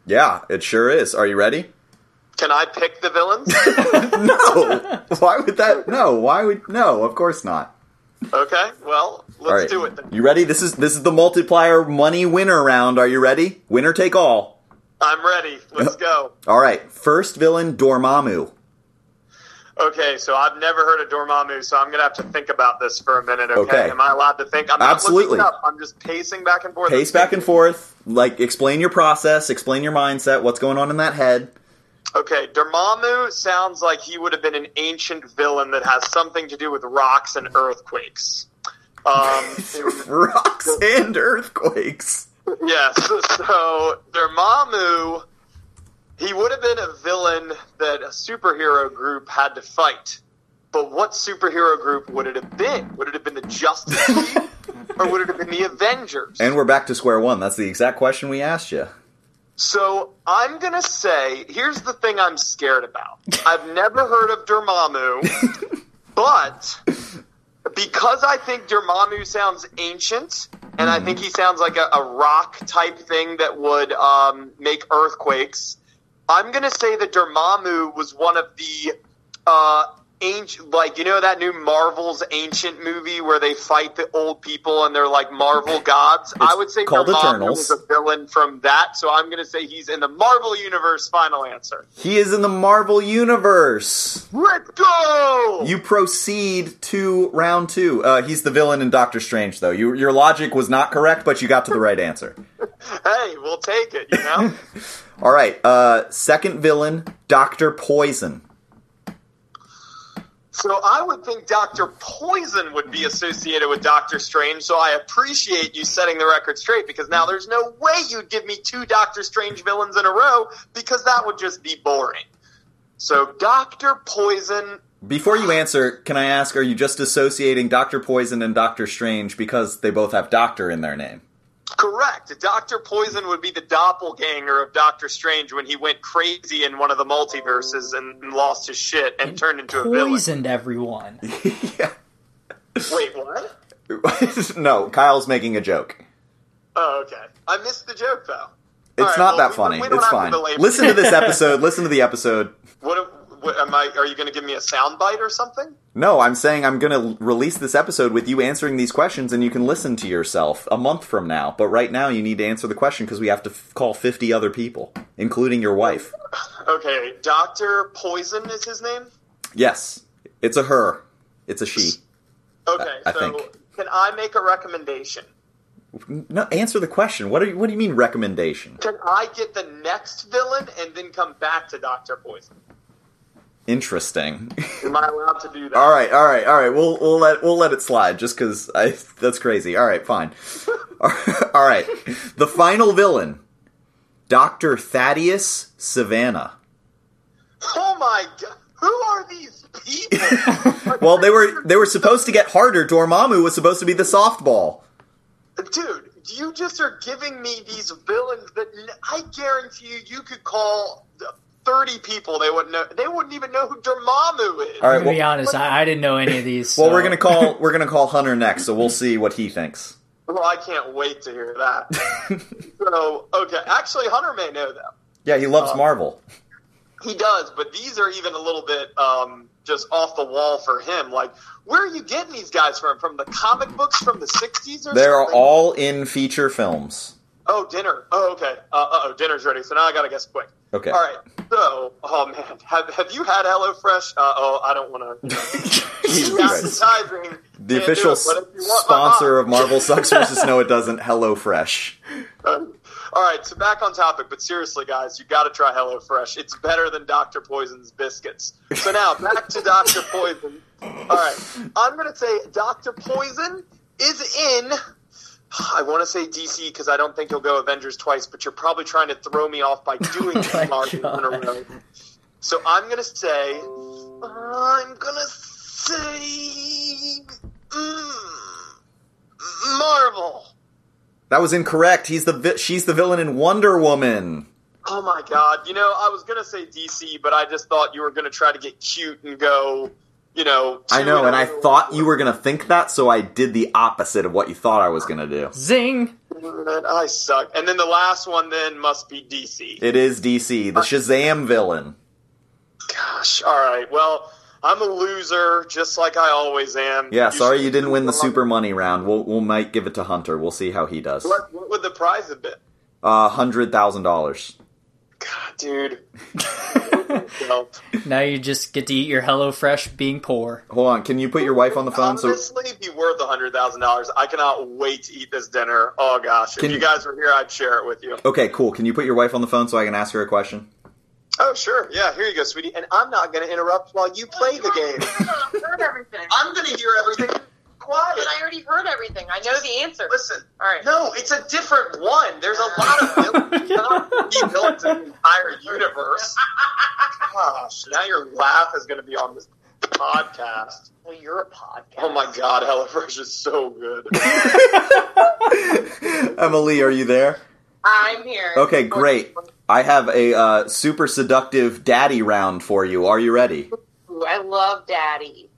Yeah, it sure is. Are you ready?
Can I pick the villains?
no. Why would that? No. Why would? No. Of course not.
okay, well, let's
All right.
do it then.
You ready? This is this is the multiplier money winner round. Are you ready? Winner take all.
I'm ready. Let's go.
All right. First villain Dormammu.
Okay, so I've never heard of Dormammu, so I'm gonna have to think about this for a minute. Okay,
Okay.
am I allowed to think? I'm
Absolutely.
Not looking it up. I'm just pacing back and forth.
Pace back and forth. Like explain your process. Explain your mindset. What's going on in that head?
Okay, Dormammu sounds like he would have been an ancient villain that has something to do with rocks and earthquakes. Um, it was-
Rocks and earthquakes.
Yes. So Dormammu, he would have been a villain that a superhero group had to fight. But what superhero group would it have been? Would it have been the Justice League, or would it have been the Avengers?
And we're back to square one. That's the exact question we asked you.
So I'm gonna say, here's the thing I'm scared about. I've never heard of Dormammu, but because I think Dormammu sounds ancient, and I
Mm-hmm.
think he sounds like a, a rock type thing that would um, make earthquakes. I'm gonna say that Dormammu was one of the uh, ancient, like you know that new Marvel's ancient movie where they fight the old people and they're like Marvel gods. I would say
called
Dormammu was
Eternals.
a villain from that, so I'm gonna say he's in the Marvel universe. Final answer.
He is in the Marvel Universe.
Let's go.
You proceed to round two. Uh, he's the villain in Doctor Strange, though. You, your logic was not correct, but you got to the right answer.
Hey, we'll take it. You know.
All right. Uh, second villain, Doctor Poison.
So I would think Doctor Poison would be associated with Doctor Strange. So I appreciate you setting the record straight because now there's no way you'd give me two Doctor Strange villains in a row because that would just be boring. So Doctor Poison,
Before you answer, can I ask, are you just associating Doctor Poison and Doctor Strange because they both have Doctor in their name?
correct. Doctor Poison would be the doppelganger of Doctor Strange when he went crazy in one of the multiverses and and lost his shit and turned into a villain.
Poisoned everyone.
Wait, what?
no, Kyle's making a joke.
Oh, okay. I missed the joke though.
It's
All right,
not
well,
that
we-
funny.
we don't
it's
have to
fine.
belabor
Listen
it.
to this episode. Listen to the episode.
What, what am I? Are you going to give me a soundbite or something?
No, I'm saying I'm going to release this episode with you answering these questions, and you can listen to yourself a month from now. But right now, you need to answer the question because we have to f- call 50 other people, including your wife.
Okay, Doctor Poison is his name.
Yes, it's a her. It's a she.
Okay,
I
so
think.
can I make a recommendation?
No, answer the question. What, are you, what do you mean recommendation?
Can I get the next villain and then come back to Doctor Poison?
Interesting.
Am I allowed to do that?
All right, all right, all right. We'll we'll let we'll let it slide just because I that's crazy. All right, fine. all right, the final villain, Doctor Thaddeus Savannah.
Oh my god, who are these people?
Well, they were they were supposed to get harder. Dormammu was supposed to be the softball.
Dude, you just are giving me these villains that n- I guarantee you, you could call thirty people. They wouldn't know. They wouldn't even know who Dormammu is.
All right,
to be honest, I, I didn't know any of these.
Well,
so-
we're gonna call we're gonna call Hunter next, so we'll see what he thinks.
Well, I can't wait to hear that. so, okay, actually, Hunter may know that.
Yeah, he
Oh.
loves
Um,
Marvel.
He does, but these are even a little bit um, just off the wall for him. Like, where are you getting these guys from? From the comic books from the '60s or
They're
something?
all in feature films.
Oh, dinner. Oh, okay. Uh oh, dinner's ready. So now I gotta guess quick.
Okay.
All right. So, oh man, have, have you had HelloFresh? Uh oh, I don't want to. Advertising.
The
Can't
official
do it, but if you want uh-huh. my
sponsor
mom-
of Marvel sucks versus no, it doesn't. HelloFresh.
all right, so back on topic, but seriously, guys, you got to try HelloFresh. It's better than Dr. Poison's biscuits. So now back to Dr. Poison. All right, I'm going to say Dr. Poison is in. I want to say DC because I don't think you'll go Avengers twice, but you're probably trying to throw me off by doing two Marvel in a row. So I'm going to say. I'm going to say. mm, Marvel.
That was incorrect. He's the vi- she's the villain in Wonder Woman.
Oh my god! You know, I was gonna say DC, but I just thought you were gonna try to get cute and go, you know. oh.
I know, and I thought you were gonna think that, so I did the opposite of what you thought I was gonna do.
Zing!
I suck. And then the last one then must be DC.
It is DC,
Uh,
the Shazam villain.
Gosh, all right. Well, I'm a loser, just like I always am.
Yeah, sorry you didn't win the super money round. We'll we might give it to Hunter. We'll see how he does.
What, what would the prize have been, Ah,
Uh, hundred thousand dollars.
dude?
Now you just get to eat your HelloFresh being poor.
Hold on, can you put your wife on the phone? So
Honestly, it'd be worth a hundred thousand dollars. I cannot wait to eat this dinner. Oh gosh, if
Can
you
you-
guys were here, I'd share it with you.
okay, cool. Can you put your wife on the phone so I can ask her a question?
Oh, sure. Yeah, here you go, sweetie. And I'm not going to interrupt while you play the game. I'm going to hear everything. quiet.
But I already heard everything. I know the answer.
Listen.
All right.
No, it's a different one. There's a lot of villains. He built an entire universe. Gosh, now your laugh is going to be on this podcast.
Well, you're a podcast.
Oh my God, HelloFresh is so good.
Emily, are you there?
I'm here.
Okay, great. I have a uh, super seductive daddy round for you. Are you ready?
Ooh, I love daddy.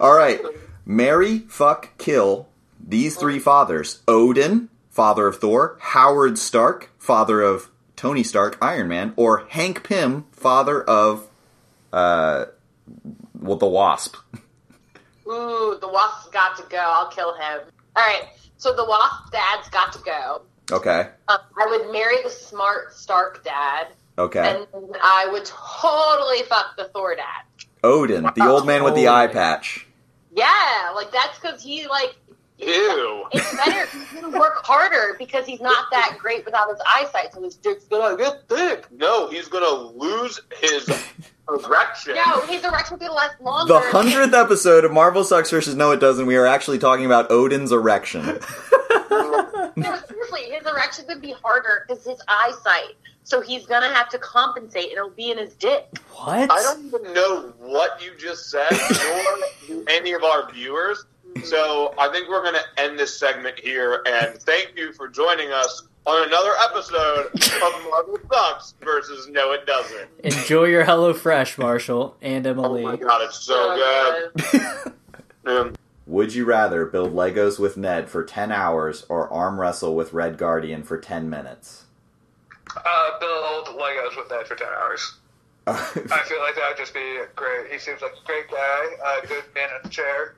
All right. Marry, fuck, kill these three fathers Odin, father of Thor, Howard Stark, father of Tony Stark, Iron Man, or Hank Pym, father of uh, well, the Wasp.
Ooh, the wasp's got to go. I'll kill him. All right. So the wasp dad's got to go.
Okay.
Um, I would marry the smart Stark dad,
Okay.
and I would totally fuck the Thor dad.
Odin, the old man with the eye patch.
Yeah, like that's because he like
Ew.
it's better. He's gonna work harder because he's not that great without his eyesight, so his dick's gonna get thick.
No, he's going to lose his erection.
No, his erection will last longer.
The hundredth episode of Marvel Sucks versus No It Doesn't. We are actually talking about Odin's erection.
No, seriously, his erection would be harder because his eyesight. So he's gonna have to compensate, and it'll be in his dick.
What?
I don't even know what you just said, nor do any of our viewers. So I think we're going to end this segment here. And thank you for joining us on another episode of Marvel Sucks versus No, It Doesn't.
Enjoy your HelloFresh, Marshall and Emily.
Oh my God, it's so good.
Would you rather build Legos with Ned for 10 hours or arm wrestle with Red Guardian for 10 minutes?
Uh, build Legos with that for 10 hours. I feel like that would just be great. He seems like a great guy, a good man in the chair.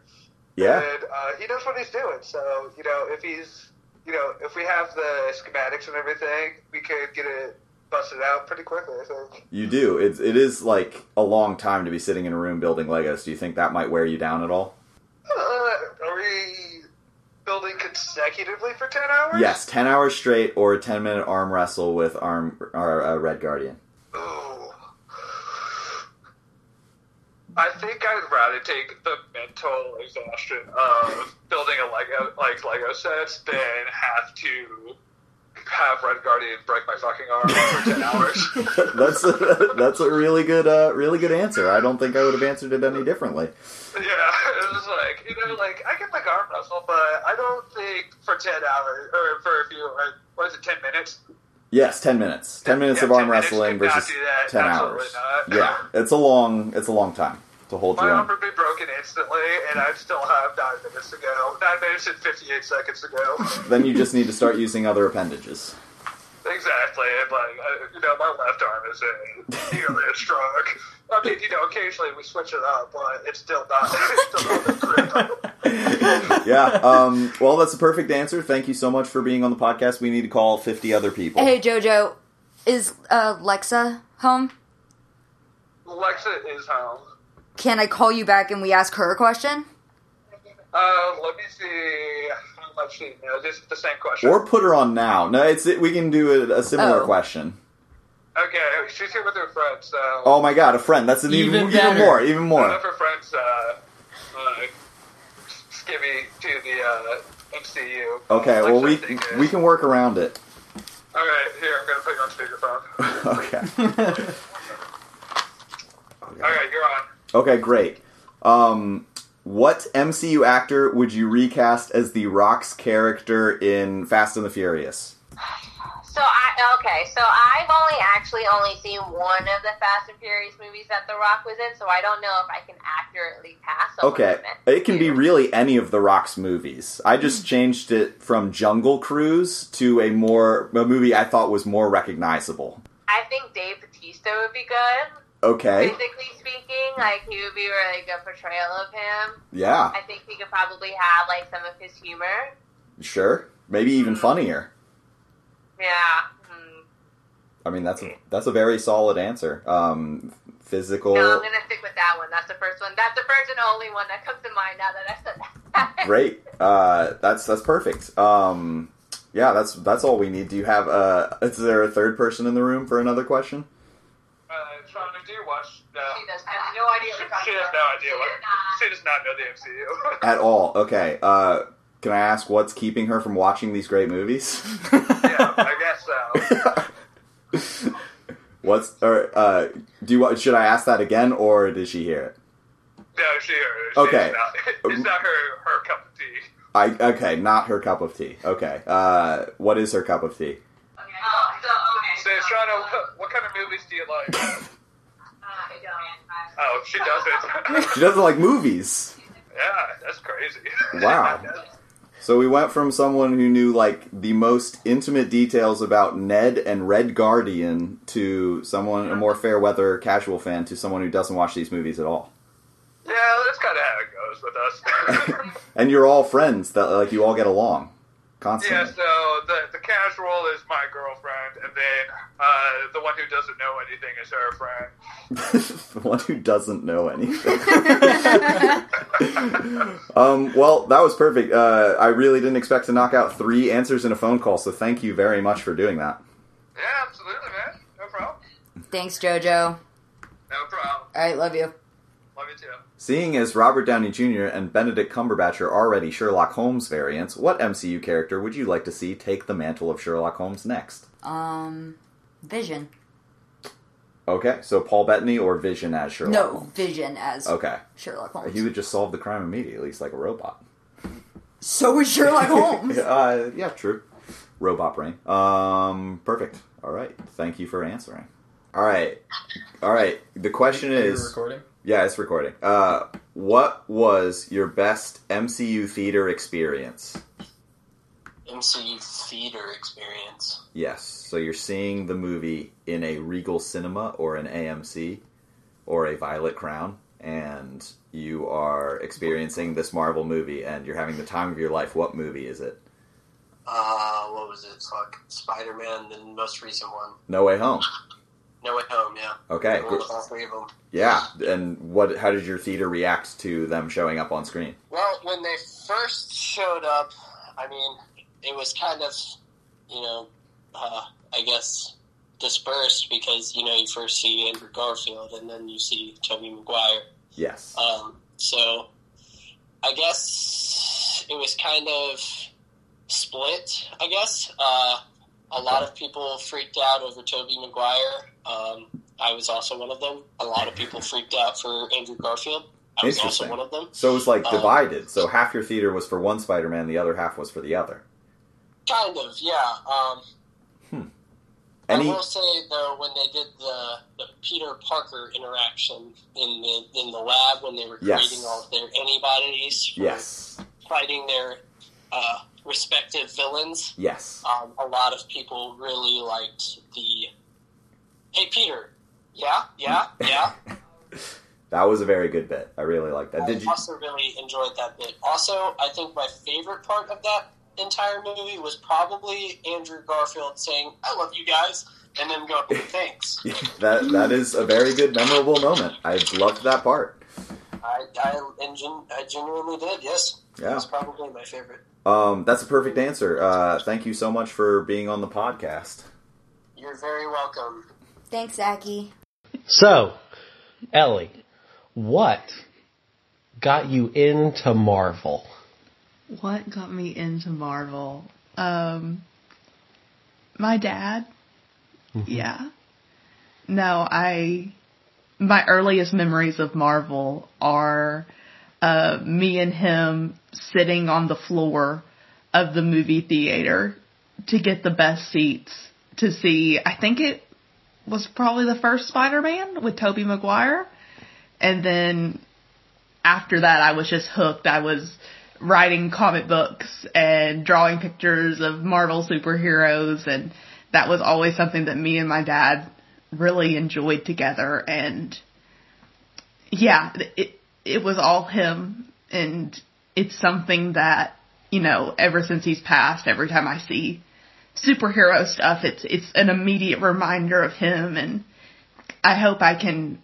Yeah.
And uh, he knows what he's doing. So, you know, if he's, you know, if we have the schematics and everything, we could get it busted out pretty quickly, I think.
You do. It's, it is like a long time to be sitting in a room building Legos. Do you think that might wear you down at all?
Uh, are we building consecutively for 10 hours?
Yes, 10 hours straight or a 10 minute arm wrestle with arm or uh, Red Guardian.
I think I'd rather take the mental exhaustion of building a Lego like Lego sets than have to have Red Guardian break my fucking arm for ten hours.
that's a, that's a really good uh, really good answer. I don't think I would have answered it any differently.
Yeah, it was like you know, like I get like arm wrestle, but I don't think for ten hours or for a few, or, what is it, ten minutes?
Yes, ten minutes. Ten minutes of arm wrestling versus ten hours. Yeah, it's a long it's a long time to hold
My
your
arm
own.
would be broken instantly, and I'd still have nine minutes to go. Nine minutes and fifty-eight seconds to go.
Then you just need to start using other appendages.
Exactly. and, Like I, uh, you know, my left arm is in nearly as strong. I mean, you know, occasionally we switch it up, but it's still not. It's still not that
yeah. Um, well, that's a perfect answer. Thank you so much for being on the podcast. We need to call fifty other people.
Hey Jojo, is uh, Lexa home?
Lexa is home.
Can I call you back and we ask her a question?
Uh, let me see how much she knows. It's the same question.
Or put her on now. No, it's we can do a, a similar
Oh.
question.
Okay, she's here with her friends. So
Oh my god, a friend. That's an even
Even
even,
better.
more, even more.
One of her friends, uh, uh, Skibby to the uh, MCU.
Okay, well we we can work around it.
All right, here I'm gonna put you on speakerphone.
okay.
All right, you're on.
Okay, great. Um, what MCU actor would you recast as the Rock's character in Fast and the Furious?
So I okay. So I've only actually only seen one of the Fast and Furious movies that The Rock was in, so I don't know if I can accurately pass. on
Okay,
him.
it can be really any of the Rock's movies. I
Mm.
just changed it from Jungle Cruise to a more a movie I thought was more recognizable.
I think Dave Batista would be good.
Okay,
Physically speaking, like he would be a really good portrayal of him.
Yeah.
I think he could probably have like some of his humor.
sure, maybe
Mm.
even funnier.
Yeah.
I mean, that's a, that's a very solid answer. Um, physical.
No, I'm gonna stick with that one. That's the first one. That's the first and only one that comes to mind now that I said that.
Great. Uh, that's that's perfect. Um, yeah, that's that's all we need. Do you have uh is there a third person in the room for another question?
Uh, Chandra, do you watch? No.
She does. I have no idea what
She has no idea what. She
honestly does not know the MCU.
At all. Okay. Uh, can I ask what's keeping her from watching these great movies?
I guess
uh,
so.
What's or uh, do you want- should I ask that again or did she hear it?
No, she or she
Okay.
It's
Um,
not, it's not her her cup of tea.
I okay, not her cup of tea. Okay. Uh, what is her cup of tea?
Oh, So it's trying to. What, what kind of movies do you like? oh, she doesn't.
She doesn't like movies.
yeah, that's crazy.
Wow. So we went from someone who knew like the most intimate details about Ned and Red Guardian to someone a more fair weather casual fan to someone who doesn't watch these movies at all.
yeah, that's kind of how it goes with us.
And you're all friends that like you all get along constantly.
yeah, so the the casual is my girlfriend, and then uh, the one who doesn't know anything is her friend.
the one who doesn't know anything. um, well, that was perfect. Uh, I really didn't expect to knock out three answers in a phone call, so thank you very much for doing that.
Thanks, JoJo.
No problem.
All right, love you.
Love you too.
Seeing as Robert Downey Jr. and Benedict Cumberbatch are already Sherlock Holmes variants, what MCU character would you like to see take the mantle of Sherlock Holmes next?
Um, Vision.
Okay, so Paul Bettany or Vision as Sherlock
no,
Holmes?
Vision as
Okay.
Sherlock Holmes.
He would just solve the crime immediately. He's like a robot.
So is Sherlock Holmes.
uh, yeah, true. Robot brain. Um, perfect. All right. Thank you for answering. All right. All right. The question
Are you
is.
recording?
Yeah, it's recording. Uh, what was your best MCU theater experience?
MCU theater experience.
Yes. So you're seeing the movie in a Regal Cinema or an AMC or a Violet Crown, and you are experiencing this Marvel movie, and you're having the time of your life. What movie is it?
Uh, what was it? Fuck, Spider Man, the most recent one.
No Way Home.
No Way Home. Yeah.
Okay,
All,
good.
all three of them.
Yeah, and what? How did your theater react to them showing up on screen?
Well, when they first showed up, I mean, it was kind of, you know, uh, I guess dispersed because you know you first see Andrew Garfield and then you see Tobey Maguire.
Yes.
Um, so I guess it was kind of split. I guess uh, a lot of people freaked out over Tobey Maguire. Um, I was also one of them. A lot of people freaked out for Andrew Garfield. I was also
Interesting.
one of them.
So it was like
Um,
divided. so half your theater was for one Spider-Man, the other half was for the other.
Kind of, yeah. Um,
Hmm. Any?
I will say though, when they did the, the Peter Parker interaction in the in the lab when they were
Yes.
creating all of their antibodies for
Yes.
fighting their uh, respective villains,
Yes.
um, a lot of people really liked the "Hey Peter, yeah, yeah, yeah."
That was a very good bit. I really liked that. Did
I
you?
also really enjoyed that bit. Also, I think my favorite part of that entire movie was probably Andrew Garfield saying "I love you guys" and then going "Thanks."
that that is a very good memorable moment. I loved that part.
I, I, and gen- I genuinely did, yes.
Yeah.
It's probably my favorite.
Um, that's a perfect answer. Uh, thank you so much for being on the podcast.
You're very welcome.
Thanks, Aki.
So, Ellie, what got you into Marvel?
What got me into Marvel? Um, my dad. Yeah. No, I. My earliest memories of Marvel are uh, me and him sitting on the floor of the movie theater to get the best seats to see. I think it was probably the first Spider-Man with Tobey Maguire, and then after that, I was just hooked. I was writing comic books and drawing pictures of Marvel superheroes, and that was always something that me and my dad really enjoyed together. And yeah, it it was all him, and it's something that you know ever since he's passed, every time I see superhero stuff, it's it's an immediate reminder of him, and I hope I can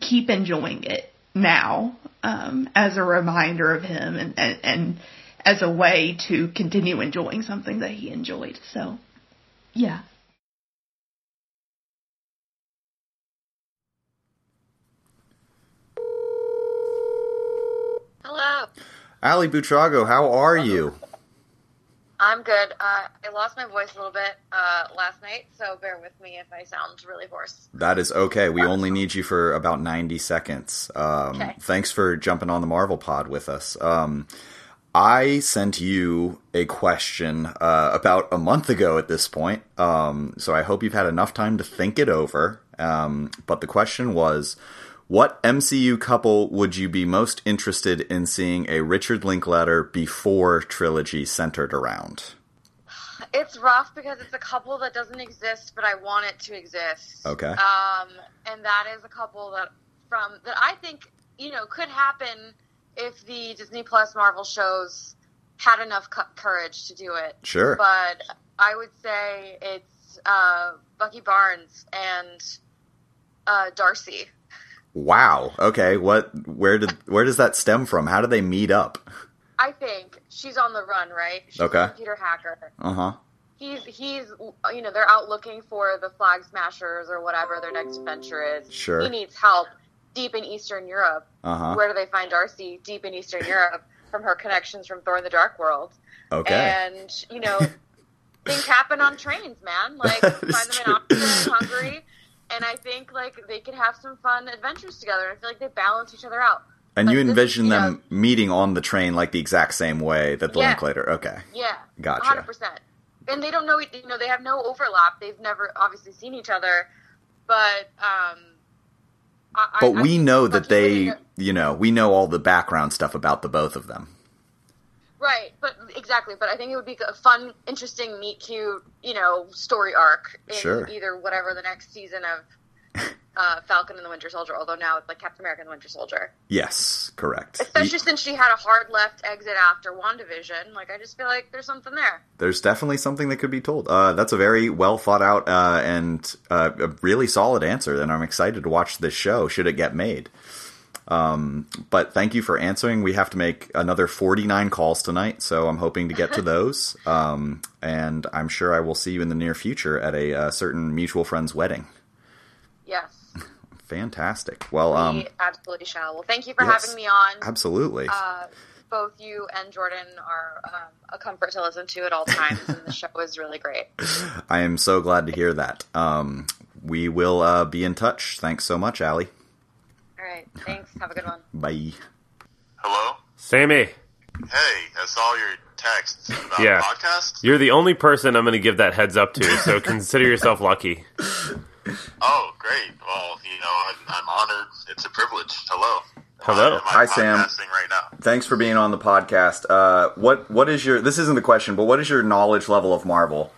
keep enjoying it now um, as a reminder of him and, and, and as a way to continue enjoying something that he enjoyed. So, yeah.
up?
Ali Butrago, how are you?
I'm good. Uh, I lost my voice a little bit uh, last night, so bear with me if I sound really hoarse.
That is okay. We only need you for about 90 seconds. Um,
Okay.
Thanks for jumping on the Marvel pod with us. Um, I sent you a question uh, about a month ago at this point, um, so I hope you've had enough time to think it over. Um, but the question was What MCU couple would you be most interested in seeing a Richard Linkletter before trilogy centered around?
It's rough because it's a couple that doesn't exist, but I want it to exist.
Okay.
Um, and that is a couple that from that I think you know could happen if the Disney Plus Marvel shows had enough cu- courage to do it.
Sure.
But I would say it's uh, Bucky Barnes and uh, Darcy.
Wow. Okay. What? Where did? Where does that stem from? How do they meet up?
I think she's on the run, right? She's
Okay.
a Peter Hacker.
Uh huh.
He's he's you know they're out looking for the flag smashers or whatever their next adventure is.
Sure.
He needs help deep in Eastern Europe.
Uh-huh.
Where do they find Darcy? Deep in Eastern Europe from her connections from Thor in the Dark World.
Okay.
And you know things happen on trains, man. Like find them in Austria and Hungary. And I think like they could have some fun adventures together. I feel like they balance each other out.
And you
Like, this-
envision
you know,
them meeting on the train like the exact same way that the
Yeah.
Linklater. Okay.
Yeah.
Gotcha.
Hundred percent. And they don't know. e, You know, they have no overlap. They've never obviously seen each other, but um. I,
But
I,
we
I,
know that they,
Linklater-
you know, we know all the background stuff about the both of them.
Right, but exactly. But I think it would be a fun, interesting, meet cute, you know, story arc in
Sure.
either whatever the next season of uh, Falcon and the Winter Soldier. Although now it's like Captain America and the Winter Soldier.
Yes, correct.
Especially since she had a hard left exit after WandaVision. Like I just feel like there's something there.
There's definitely something that could be told. Uh, that's a very well thought out uh, and uh, a really solid answer, and I'm excited to watch this show should it get made. Um, but thank you for answering. We have to make another 49 calls tonight, so I'm hoping to get to those. Um, and I'm sure I will see you in the near future at a uh, certain mutual friend's wedding.
Yes,
Fantastic. Well, um,
we absolutely shall. Well, thank you for
yes.
having me on.
absolutely.
Uh, both you and Jordan are um, a comfort to listen to at all times, and the show is really great.
I am so glad to hear that. Um, we will uh, be in touch. Thanks so much, Allie.
All right, thanks. Have a good one.
Bye.
Hello?
Sammy.
Hey, I saw your text about
yeah.
the podcast.
You're the only person I'm going to give that heads up to, so consider yourself lucky.
Oh, great. Well, you know, I'm, I'm honored. It's a privilege. Hello.
Hello. Hi, Sam.
Right now.
Thanks for being on the podcast. Uh, what what is your this isn't the question, but what is your knowledge level of Marvel?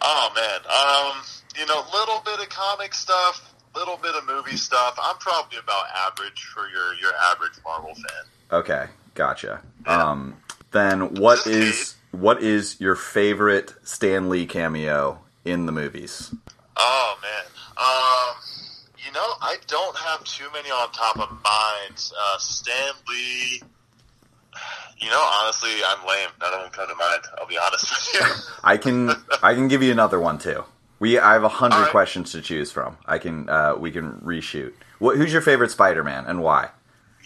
Oh man, um, you know, little bit of comic stuff, little bit of movie stuff. I'm probably about average for your your average Marvel fan.
Okay, gotcha. Um, then what is what is your favorite Stan Lee cameo in the movies?
Oh man, um, you know, I don't have too many on top of mind. Uh, Stan Lee. You know, honestly, I'm lame. None of them come to mind. I'll be honest with you.
I can I can give you another one too. We I have a hundred questions to choose from. I can uh, we can reshoot. What, who's your favorite Spider Man and why?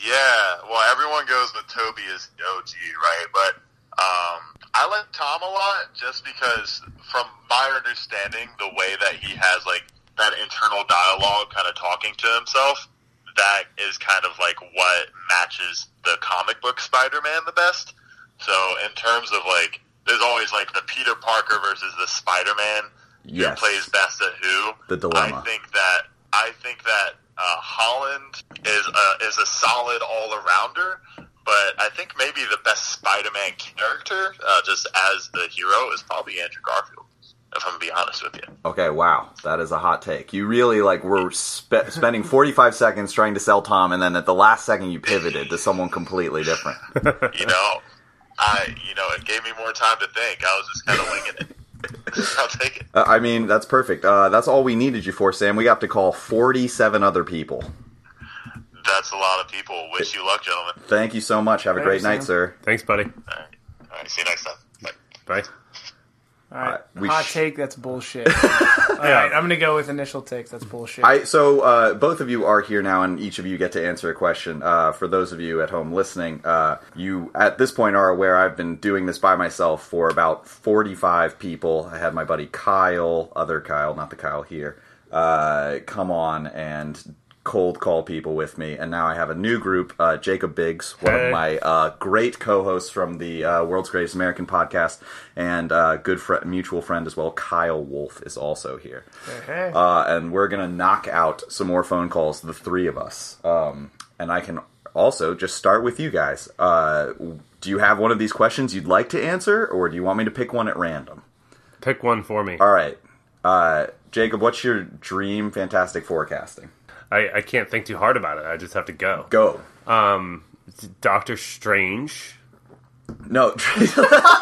Yeah, well, everyone goes with Toby as the OG, right? But um, I like Tom a lot just because, from my understanding, the way that he has like that internal dialogue, kind of talking to himself, that is kind of like what matches the comic book Spider-Man the best. So, in terms of like, there's always like the Peter Parker versus the Spider-Man
Yes,
who plays best at who.
the dilemma.
I think that I think that uh, Holland is a, is a solid all arounder, but I think maybe the best Spider Man character, uh, just as the hero, is probably Andrew Garfield. If I'm gonna be honest with you.
Okay, wow, that is a hot take. You really like were spe- spending 45 seconds trying to sell Tom, and then at the last second you pivoted to someone completely different.
You know, I you know it gave me more time to think. I was just kind of winging it. I'll take it.
Uh, I mean, that's perfect. Uh, that's all we needed you for, Sam. We got to call 47 other people.
That's a lot of people. Wish you luck, gentlemen.
Thank you so much. Have a
Thanks,
great night,
Sam.
sir.
Thanks, buddy.
All right, see you next time. Bye.
Bye.
All right.
we
Hot
sh-
take, that's bullshit. All right, I'm going to go with initial takes, that's bullshit.
I so uh, both of you are here now, and each of you get to answer a question. Uh, for those of you at home listening, uh, you at this point are aware I've been doing this by myself for about forty-five people. I had my buddy Kyle, other Kyle, not the Kyle here, uh, come on and cold call people with me, and now I have a new group. Uh, Jacob Biggs, one
Hey.
of my uh, great co-hosts from the uh, World's Greatest American podcast, and uh, good fri mutual friend as well, Kyle Wolf, is also here.
Hey.
Uh, and we're going to knock out some more phone calls, the three of us. Um, and I can also just start with you guys. Uh, do you have one of these questions you'd like to answer, or do you want me to pick one at random?
Pick one for me.
All right. Uh, Jacob, what's your dream fantastic forecasting?
I, I can't think too hard about it. I just have to go.
Go.
Um, Doctor Strange.
No.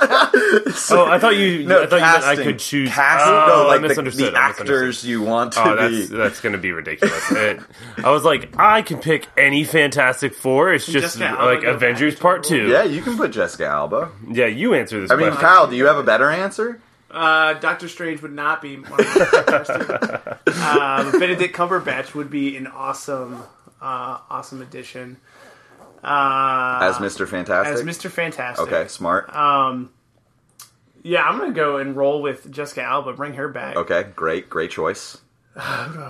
oh, I thought you.
No,
I thought you meant I
casting.
could choose.
Casting?
Oh,
No, like
I
the-
misunderstood.
the
I misunderstood.
actors you want to
oh, that's,
be.
That's going to be ridiculous. It- I was like, I can pick any Fantastic Four. It's just
Jessica Alba
like
goes
Avengers Part Two.
Yeah, you can put Jessica Alba.
Yeah, you answer this.
I mean,
question.
Kyle, do you have a better answer?
Uh, Doctor Strange would not be one of my fantastic. uh, but Benedict Cumberbatch would be an awesome, uh, awesome addition. Uh,
As Mr. Fantastic?
As Mr. Fantastic.
Okay, smart.
Um, yeah, I'm gonna go and roll with Jessica Alba. Bring her back.
Okay, great, great choice.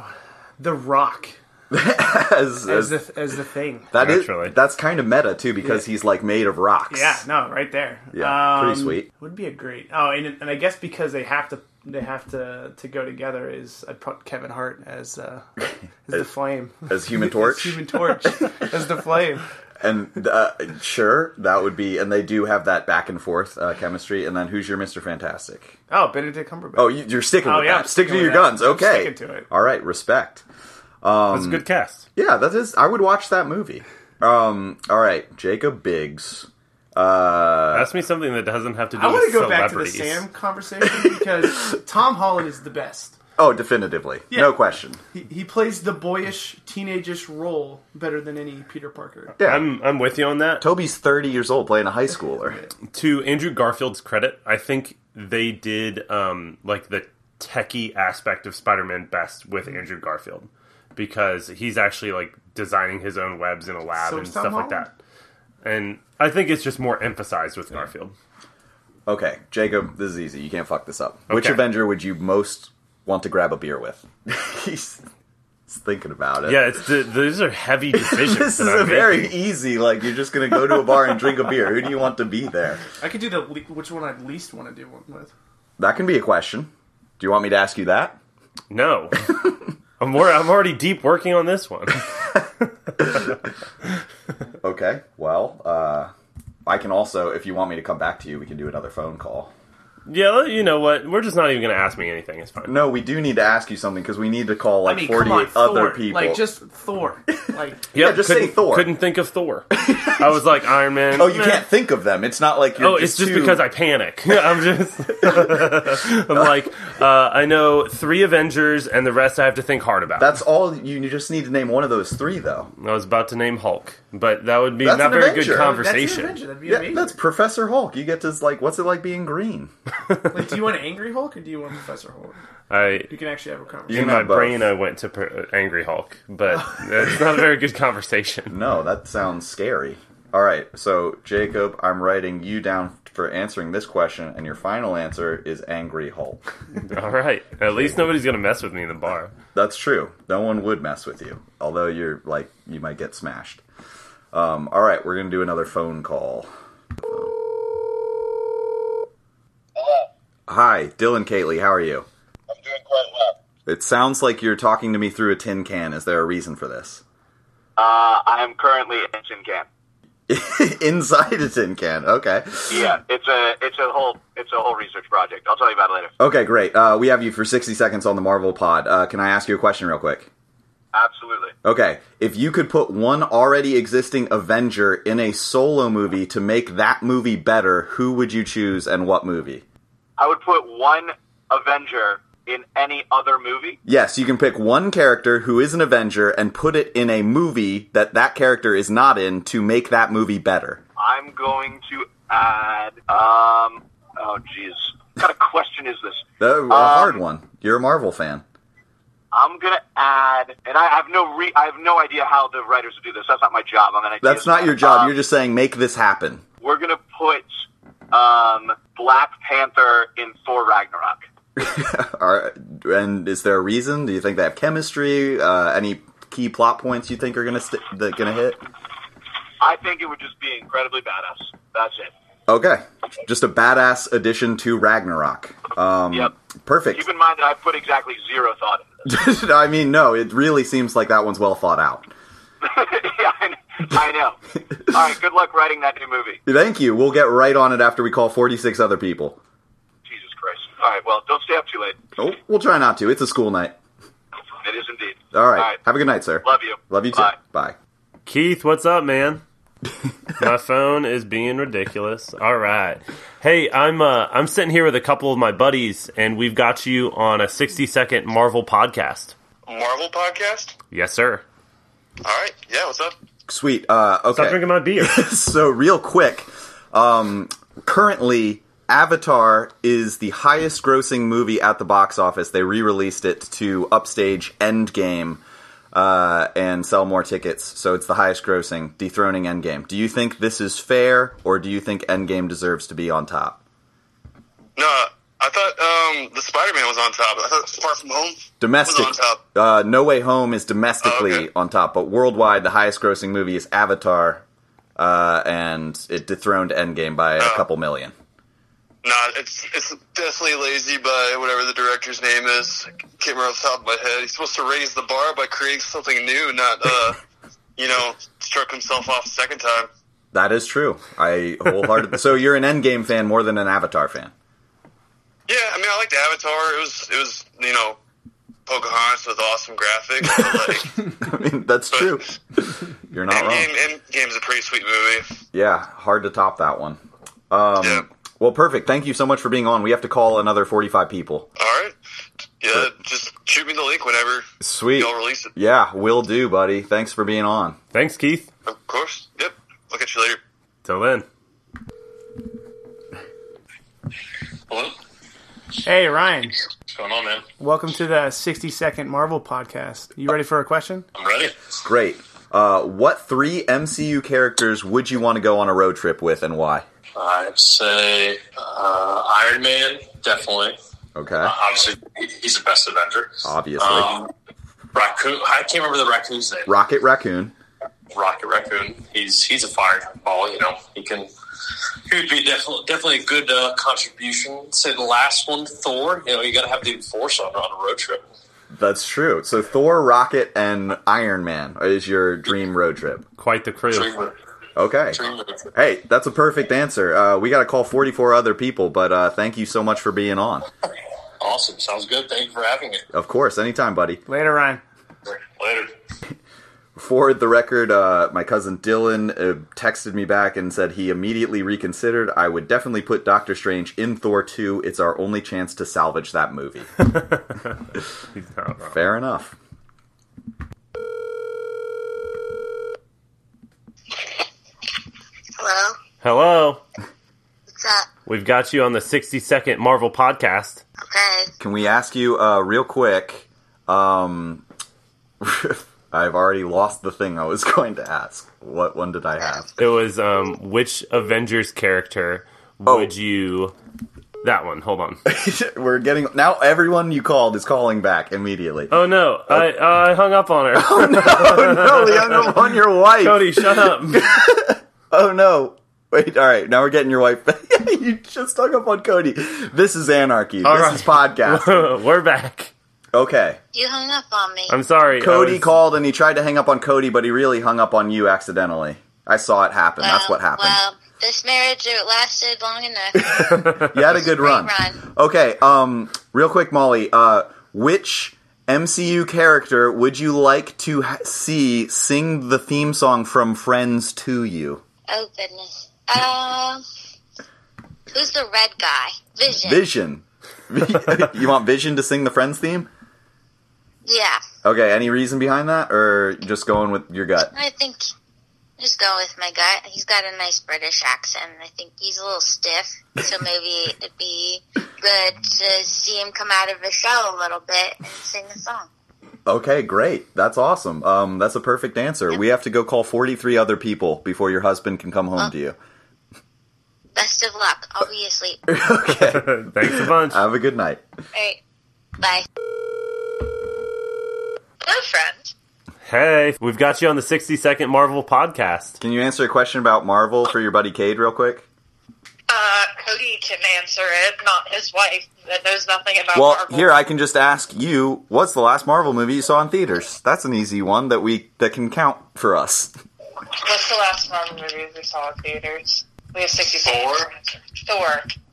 the Rock
as,
as the as the thing.
That is- that's kind of meta too because he's like made of rocks.
Yeah, no, right there. Um,
Yeah, pretty sweet.
Would be a great. Oh, and and I guess because they have to they have to to go together is I'd put Kevin Hart as uh, as the Flame
as Human Torch?
as Human Torch as the Flame.
And uh, sure, that would be, and they do have that back and forth uh, chemistry. And then who's your Mister Fantastic?
Oh, Benedict Cumberbatch.
Oh, you, you're sticking
Oh,
with
yeah, I'm
that. Stick to
sticking
your
with that.
guns.
I'm
Okay,
sticking to it.
All right, respect. Um,
That's a good cast.
Yeah, that is. I would watch that movie. Um, all right, Jacob Biggs. Uh,
Ask me something that doesn't have to do
I want
with
to go back to the
celebrities.
Sam conversation because Tom Holland is the best.
Oh, definitively,
Yeah.
no question.
He, he plays the boyish, teenageish role better than any Peter Parker.
Yeah,
I'm I'm with you on that.
Toby's 30 years old playing a high schooler.
to Andrew Garfield's credit, I think they did um, like the techie aspect of Spider-Man best with
Mm-hmm.
Andrew Garfield because he's actually like designing his own webs in a lab
So
and
is
stuff
Tom
like
Holland.
that. And I think it's just more emphasized with Garfield.
Okay, Jacob, this is easy. You can't fuck this up. Which
Okay.
Avenger would you most want to grab a beer with? he's, he's thinking about it.
Yeah, it's the, these are heavy decisions.
this is
that I'm
a very
making.
easy. Like you're just gonna go to a bar and drink a beer. Who do you want to be there?
I could do the le- which one I'd least want to do one with.
That can be a question. Do you want me to ask you that?
No. I'm more, I'm already deep working on this one.
Okay. Well, uh, I can also, if you want me to come back to you, we can do another phone call. e-
yeah, you know what? We're just not even going to ask me anything. It's fine.
No, we do need to ask you something because we need to call like
I mean,
48
come on,
other
Thor.
people.
Like just Thor. Like
Yeah, just say
couldn't-
Thor.
Couldn't think of Thor. I was like Iron Man.
oh, you
meh.
can't think of them. It's not like you're
oh, it's just
too-
because I panic. I'm just, I'm like, uh, I know three Avengers, and the rest I have to think hard about.
That's all. You you just need to name one of those three, though.
I was about to name Hulk, but that would be
That's
not
an
very
Avenger.
good conversation.
yeah, that's Professor Hulk. You get to like, what's it like being green?
Like, do you want Angry Hulk or do you want Professor Hulk?
I
You can actually have a conversation.
in my brain I went to per- Angry Hulk, but it's not a very good conversation.
No, that sounds scary. All right, so Jacob, I'm writing you down for answering this question, and your final answer is Angry Hulk.
All right, at least nobody's gonna mess with me in the bar.
That's true. No one would mess with you, although you're like you might get smashed. Um, all right, we're gonna do another phone call. Hi, Dylan Kately. How are you?
I'm doing quite well.
It sounds like you're talking to me through a tin can. Is there a reason for this?
Uh, I am currently in Shin Camp.
Inside a tin can. Okay.
Yeah, it's a it's a whole it's a whole research project. I'll tell you about it later.
Okay, great. Uh, we have you for 60 seconds on the Marvel pod. Uh, can I ask you a question real quick?
Absolutely.
Okay, if you could put one already existing Avenger in a solo movie to make that movie better, who would you choose and what movie?
I would put one Avenger in any other movie.
Yes, you can pick one character who is an Avenger and put it in a movie that that character is not in to make that movie better.
I'm going to add um oh jeez.
kind of question is this?
The, a hard one. You're a Marvel fan.
I'm gonna add, and I have no re- I have no idea how the writers would do this. That's not my job. I'm an idea.
That's not your
Uh,
job. You're just saying make this happen.
We're gonna put um, Black Panther in Thor Ragnarok.
Are, and is there a reason? Do you think they have chemistry? Uh, any key plot points you think are gonna st- that gonna hit?
I think it would just be incredibly badass. That's it.
Okay, just a badass addition to Ragnarok. Um, yep. Perfect.
Keep in mind that I put exactly zero thought. in
I mean, no, it really seems like that one's well thought out.
yeah, I know. I know. All right, good luck writing that new movie.
Thank you. We'll get right on it after we call 46 other people.
Jesus Christ. All right, well, don't stay up too late.
Oh, we'll try not to. It's a school night.
It is indeed.
All right. Have a good night, sir.
Love you.
Love you too.
Bye.
Bye.
Keith, what's up, man? my phone is being ridiculous. All right. Hey, I'm uh, I'm sitting here with a couple of my buddies, and we've got you on a 60 second Marvel podcast.
Marvel podcast?
Yes, sir.
All right. Yeah, what's up?
Sweet. Uh, okay.
Stop drinking my beer.
so real quick, um, currently Avatar is the highest grossing movie at the box office. They re released it to upstage Endgame uh, and sell more tickets, so it's the highest grossing, dethroning Endgame. Do you think this is fair, or do you think Endgame deserves to be on top?
No, I thought um, the Spider Man was on top. I thought Far From Home
Domestic.
was on top. Oh,
Uh, no Way Home is domestically on top, but worldwide, the highest grossing movie is Avatar, uh, and it dethroned Endgame by
Oh.
a couple million.
No, it's it's definitely lazy by whatever the director's name is. I can't remember off the top of my head. He's supposed to raise the bar by creating something new, not uh, you know, stroke himself off a second time.
That is true. I wholeheartedly. so you're an Endgame fan more than an Avatar fan.
Yeah, I mean, I liked Avatar. It was it was you know, Pocahontas with awesome graphics. but, like,
I mean, that's true. You're not wrong.
Endgame, Endgame's a pretty sweet movie.
Yeah, hard to top that one. Um, Well, perfect. Thank you so much for being on. We have to call another 45 people.
All right, yeah, just shoot me the link whenever.
Sweet.
Y'all release it,
Yeah, will do, buddy. Thanks for being on.
Thanks, Keith.
of course. Yep, I'll catch you later.
Till then.
Hey, Ryan.
What's going on, man?
Welcome to the 60 second Marvel podcast. You ready for a question?
I'm ready.
Great. Uh, what three MCU characters would you want to go on a road trip with and why?
I'd say uh, Iron Man, definitely.
Okay.
Uh, obviously, he- he's the best Avenger.
Obviously.
Um, raccoon. I can't remember the raccoon's name.
Rocket Raccoon.
Rocket Raccoon. He's he's a fireball. You know, he can. He would be definitely definitely a good uh, contribution. Say the last one, Thor. You know, you got to have the Force on on a road trip.
That's true. So Thor, Rocket, and Iron Man is your dream road trip.
Quite the crew.
Okay.
Dream road trip.
Hey, that's a perfect answer. Uh, we got to call 44 other people, but uh, thank you so much for being on.
Awesome. Sounds good. Thank you for having me.
Of course, anytime, buddy.
Later, Ryan.
Later.
For the record, uh, my cousin Dylan uh, texted me back and said he immediately reconsidered. I would definitely put Doctor Strange in Thor 2. It's our only chance to salvage that movie.
He's not wrong.
Fair enough.
Hello,
Hello.
what's up?
We've got you on the 60 second Marvel podcast.
Okay.
Can we ask you uh, real quick? Um, I've already lost the thing I was going to ask. What one did I have?
It was um, which Avengers character
Oh.
would you. That one. Hold on.
We're getting now. Everyone you called is calling back immediately.
Oh no! I I hung up on her. Oh
no! no, we hung up on your wife.
Cody, shut up.
oh no! Wait. All right. Now we're getting your wife. back. you just hung up on Cody. This is anarchy.
All
this
right.
is podcast.
We're back.
Okay.
You hung up on me.
I'm sorry. I
Cody
was-
called and he tried to hang up on Cody, but he really hung up on you accidentally. I saw it happen. That's what happened.
Well, this marriage it lasted long enough.
you had a good run. Okay, um, real quick, Molly. Uh, which MCU character would you like to ha- see sing the theme song from Friends to you?
oh goodness. Um, who's the red guy? Vision.
Vision. you want Vision to sing the Friends theme?
Yeah,
Okay. Any reason behind that, or just going with your gut?
I think just go with my gut. He's got a nice British accent. I think he's a little stiff, so maybe it'd be good
good to see him come out of his shell a little bit and sing a song.
Okay, great. That's awesome. Um, that's a perfect answer. We have to go call 43 other people before your husband can come home to you.
Best of luck. I'll be asleep.
okay. Thanks
a bunch.
Have a good night.
All right. Bye. Hello, friend.
Hey, we've got you on the 60 second Marvel podcast.
Can you answer a question about Marvel for your buddy Cade real quick?
Uh, Cody can answer it, not his wife that knows nothing about
well,
Marvel.
here I can just ask you, what's the last Marvel movie you saw in theaters? That's an easy one that we that can count for us.
What's the last Marvel movie we saw in theaters? We have 60 seconds. Thor. Thor.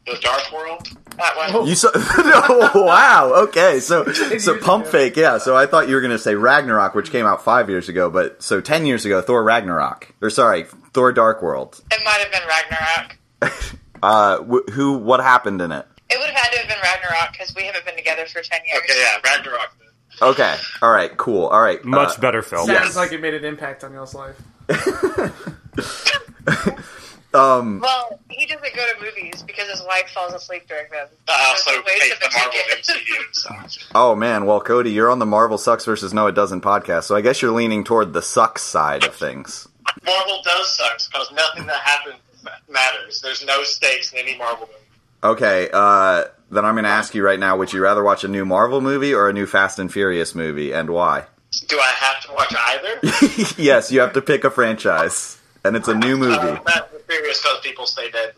The Dark World.
That one.
You saw no, wow. Okay, so so pump fake, yeah. So I thought you were going to say Ragnarok, which came out five years ago, but so ten years ago, Thor Ragnarok, or sorry, Thor Dark World.
It might have been Ragnarok.
Uh, wh- who? What happened in it?
It would have had to have been Ragnarok because we haven't been together for 10 years.
Okay, yeah, Ragnarok.
Okay, all right, cool, all right. uh,
Much
Uh,
better film.
Sounds
Yes.
like it made an impact on y'all's life.
Um,
Well, he doesn't go to movies because his wife falls asleep during them.
Uh,
It's
so
a waste
hate
of
the
a
Marvel
ticket.
MCU. So.
oh man, well, Cody, you're on the Marvel sucks versus no, it doesn't podcast, so I guess you're leaning toward the sucks side of things.
Marvel does sucks because nothing that happens matters. There's no stakes in any Marvel movie.
Okay, uh, then I'm going to ask you right now: Would you rather watch a new Marvel movie or a new Fast and Furious movie, and why?
Do I have to watch either?
yes, you have to pick a franchise, and it's a new movie.
Uh, Fast and Furious because people stay dead in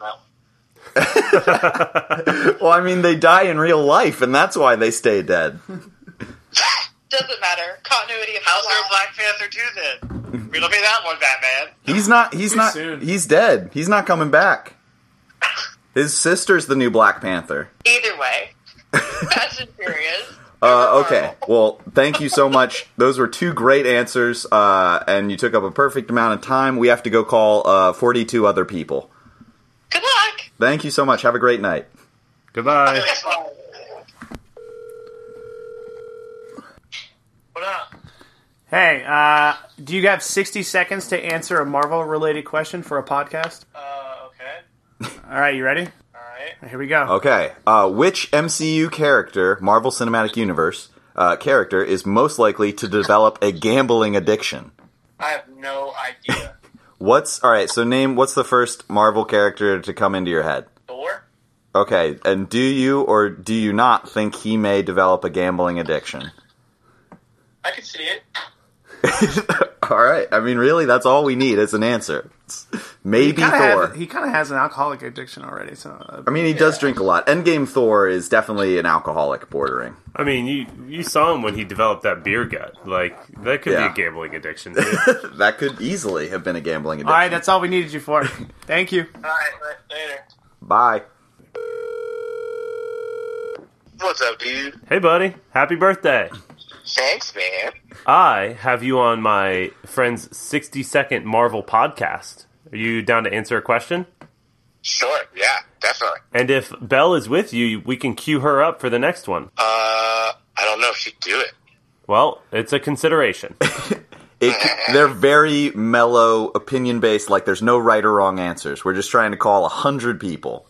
that one.
well, I mean, they die in real life, and that's why they stay dead.
Doesn't matter. Continuity of
How's there a Black Panther 2 then? We don't be that one, Batman.
He's not. He's
Too
not.
soon.
He's dead. He's not coming back. His sister's the new Black Panther.
Either way. Fast and Furious.
Uh, okay. Well, thank you so much. Those were two great answers, uh, and you took up a perfect amount of time. We have to go call uh, 42 other people.
Good luck.
Thank you so much. Have a great night.
Goodbye.
Hey, uh, do you have 60 seconds to answer a Marvel related question for a podcast? Uh, okay. All right, you ready? All right. Here we go.
Okay. Uh, which MCU character, Marvel Cinematic Universe uh, character, is most likely to develop a gambling addiction?
I have no idea.
What's all right? So name what's the first Marvel character to come into your head?
Thor?
Okay, and do you or do you not think he may develop a gambling addiction?
I can see it.
all right. I mean, really, that's all we need is an answer. It's
He
maybe
kinda
Thor.
have- he kind of has an alcoholic addiction already, so. uh,
I mean, he does drink a lot. Endgame Thor is definitely an alcoholic bordering.
I mean, you you saw him when he developed that beer gut. Like that could
Yeah.
be a gambling addiction.
that could easily have been a gambling
all right, that's all we needed you for. Thank you.
All right, later.
Bye.
What's up, dude?
Hey, buddy. Happy birthday.
Thanks, man.
I have you on my friend's 60 second Marvel podcast. Are you down to answer a question?
Sure, yeah, definitely.
And if Belle is with you, we can cue her up for the next one.
Uh, I don't know if she'd do it.
Well, it's a consideration.
It, they're very mellow, opinion based. Like there's no right or wrong answers. We're just trying to call a hundred people.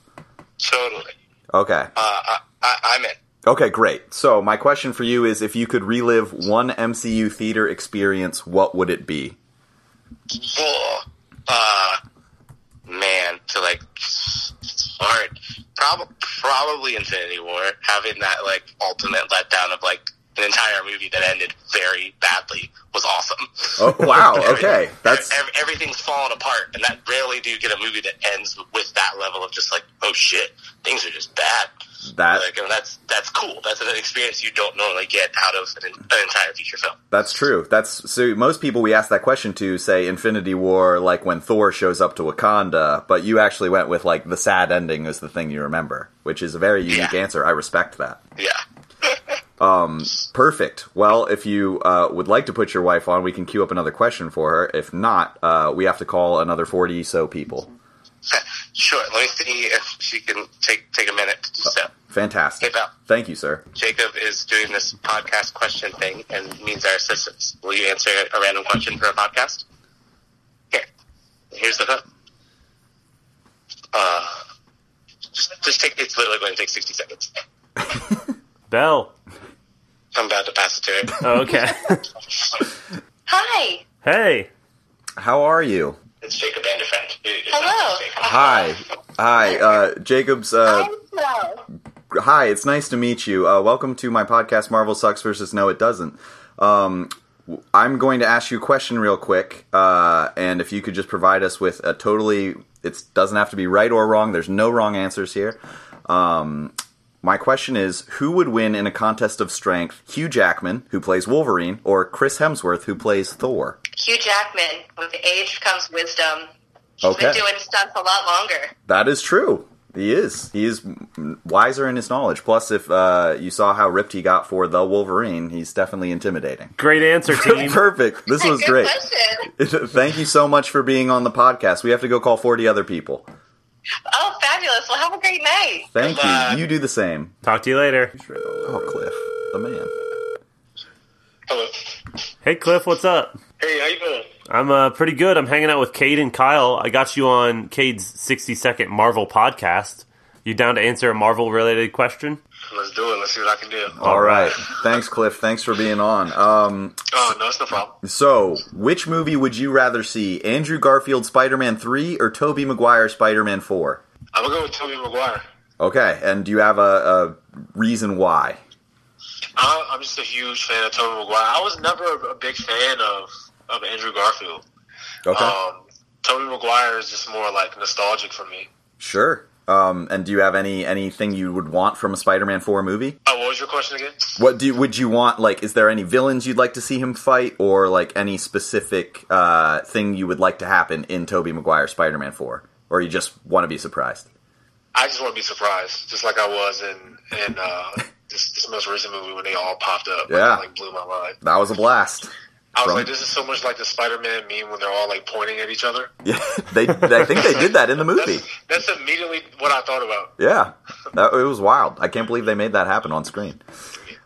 Totally.
Okay.
Uh, I, I'm in.
Okay, great. So my question for you is: If you could relive one MCU theater experience, what would it be?
Ugh. Uh, man, to like, it's hard. Prob- probably Infinity War, having that like ultimate letdown of like an entire movie that ended very badly was awesome.
Oh wow. Okay, that's
Ev- everything's falling apart, and that rarely do you get a movie that ends with that level of just like, oh shit, things are just bad.
that.
Like, and that's that's cool. That's an experience you don't normally get out of an, an entire feature film.
That's true. That's so. Most people we ask that question to say Infinity War, like when Thor shows up to Wakanda, but you actually went with like the sad ending is the thing you remember, which is a very unique answer. I respect that.
Yeah.
um, perfect. Well, if you uh, would like to put your wife on, we can queue up another question for her. If not, uh, we have to call another forty so people.
Sure. Let me see if she can take take a minute to do so.
Fantastic.
Hey, Val.
Thank you, sir.
Jacob is doing this podcast question thing and needs our assistance. Will you answer a random question for a podcast? Here. Here's the hook. Uh, just, just take, it's literally going to take 60 seconds.
Bell.
I'm about to pass it to it.
Okay.
Hi.
hey.
How are you?
It's Jacob Vanderfent.
Hello.
Hi. Hi. Uh, Jacob's. Uh,
Hello.
hi, it's nice to meet you. Uh, welcome to my podcast, Marvel Sucks versus No, It Doesn't. Um, w- I'm going to ask you a question real quick, uh, and if you could just provide us with a totally, it doesn't have to be right or wrong. There's no wrong answers here. Um, my question is: Who would win in a contest of strength? Hugh Jackman, who plays Wolverine, or Chris Hemsworth, who plays Thor?
Hugh Jackman. With age comes wisdom. He's
Okay,
been doing stunts a lot longer.
That is true. He is. He is wiser in his knowledge. Plus, if uh, you saw how ripped he got for the Wolverine, he's definitely intimidating.
Great answer, team.
Perfect. This was great. Thank you so much for being on the podcast. We have to go call 40 other people.
Oh, fabulous. Well, have a great night.
Thank you. You do the same.
Talk to you later.
Oh, Cliff, the man.
Hey, Cliff, what's up?
Hey, how you doing?
I'm uh, pretty good. I'm hanging out with Cade and Kyle. I got you on Cade's 60 second Marvel podcast. You down to answer a Marvel related question?
Let's do it. Let's see what I can do.
All right. Thanks, Cliff. Thanks for being on. Um,
Oh no, it's no problem.
so, which movie would you rather see? Andrew Garfield Spider Man 3 or Tobey Maguire Spider Man 4?
I'm gonna go with Tobey Maguire.
Okay. And do you have a, a reason why?
I- I'm just a huge fan of Tobey Maguire. I was never a- a big fan of of Andrew Garfield.
Okay.
Um, Tobey Maguire is just more like nostalgic for me.
Sure. Um, and do you have any anything you would want from a Spider-Man Four movie?
Oh, what was your question again?
What do would you want? Like, is there any villains you'd like to see him fight, or like any specific uh, thing you would like to happen in Tobey Maguire Spider-Man Four, or you just want to be surprised?
I just want to be surprised, just like I was in in uh, this, this most recent movie when they all popped up.
Yeah.
It, Uh, like blew my mind.
That was a blast.
I was
From-
like, this is so much like the Spider-Man meme when they're all like pointing at each other.
yeah, they I think they did that in the movie.
That's immediately what I thought about.
Yeah, that, it was wild. I can't believe they made that happen on screen.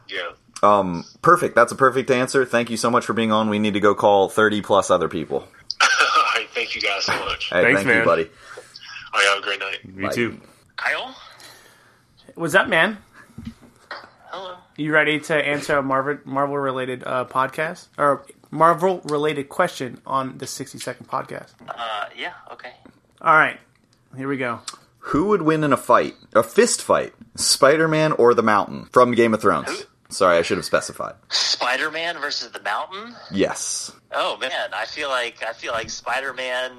Yeah.
Um, perfect. That's a perfect answer. Thank you so much for being on. We need to go call thirty plus other people.
all right, thank you guys so much.
Hey, thank you, buddy.
All right, have a great night.
You too.
Kyle?
What's up, man? Hello. You ready to answer a Marvel Marvel related uh, podcast or Marvel related question on the sixty second podcast?
Uh, yeah, okay.
All right, here we go.
Who would win in a fight? A fist fight? Spider Man or the Mountain from Game of Thrones? Sorry, I should have specified.
Spider Man versus the Mountain.
Yes.
Oh man, I feel like I feel like Spider Man.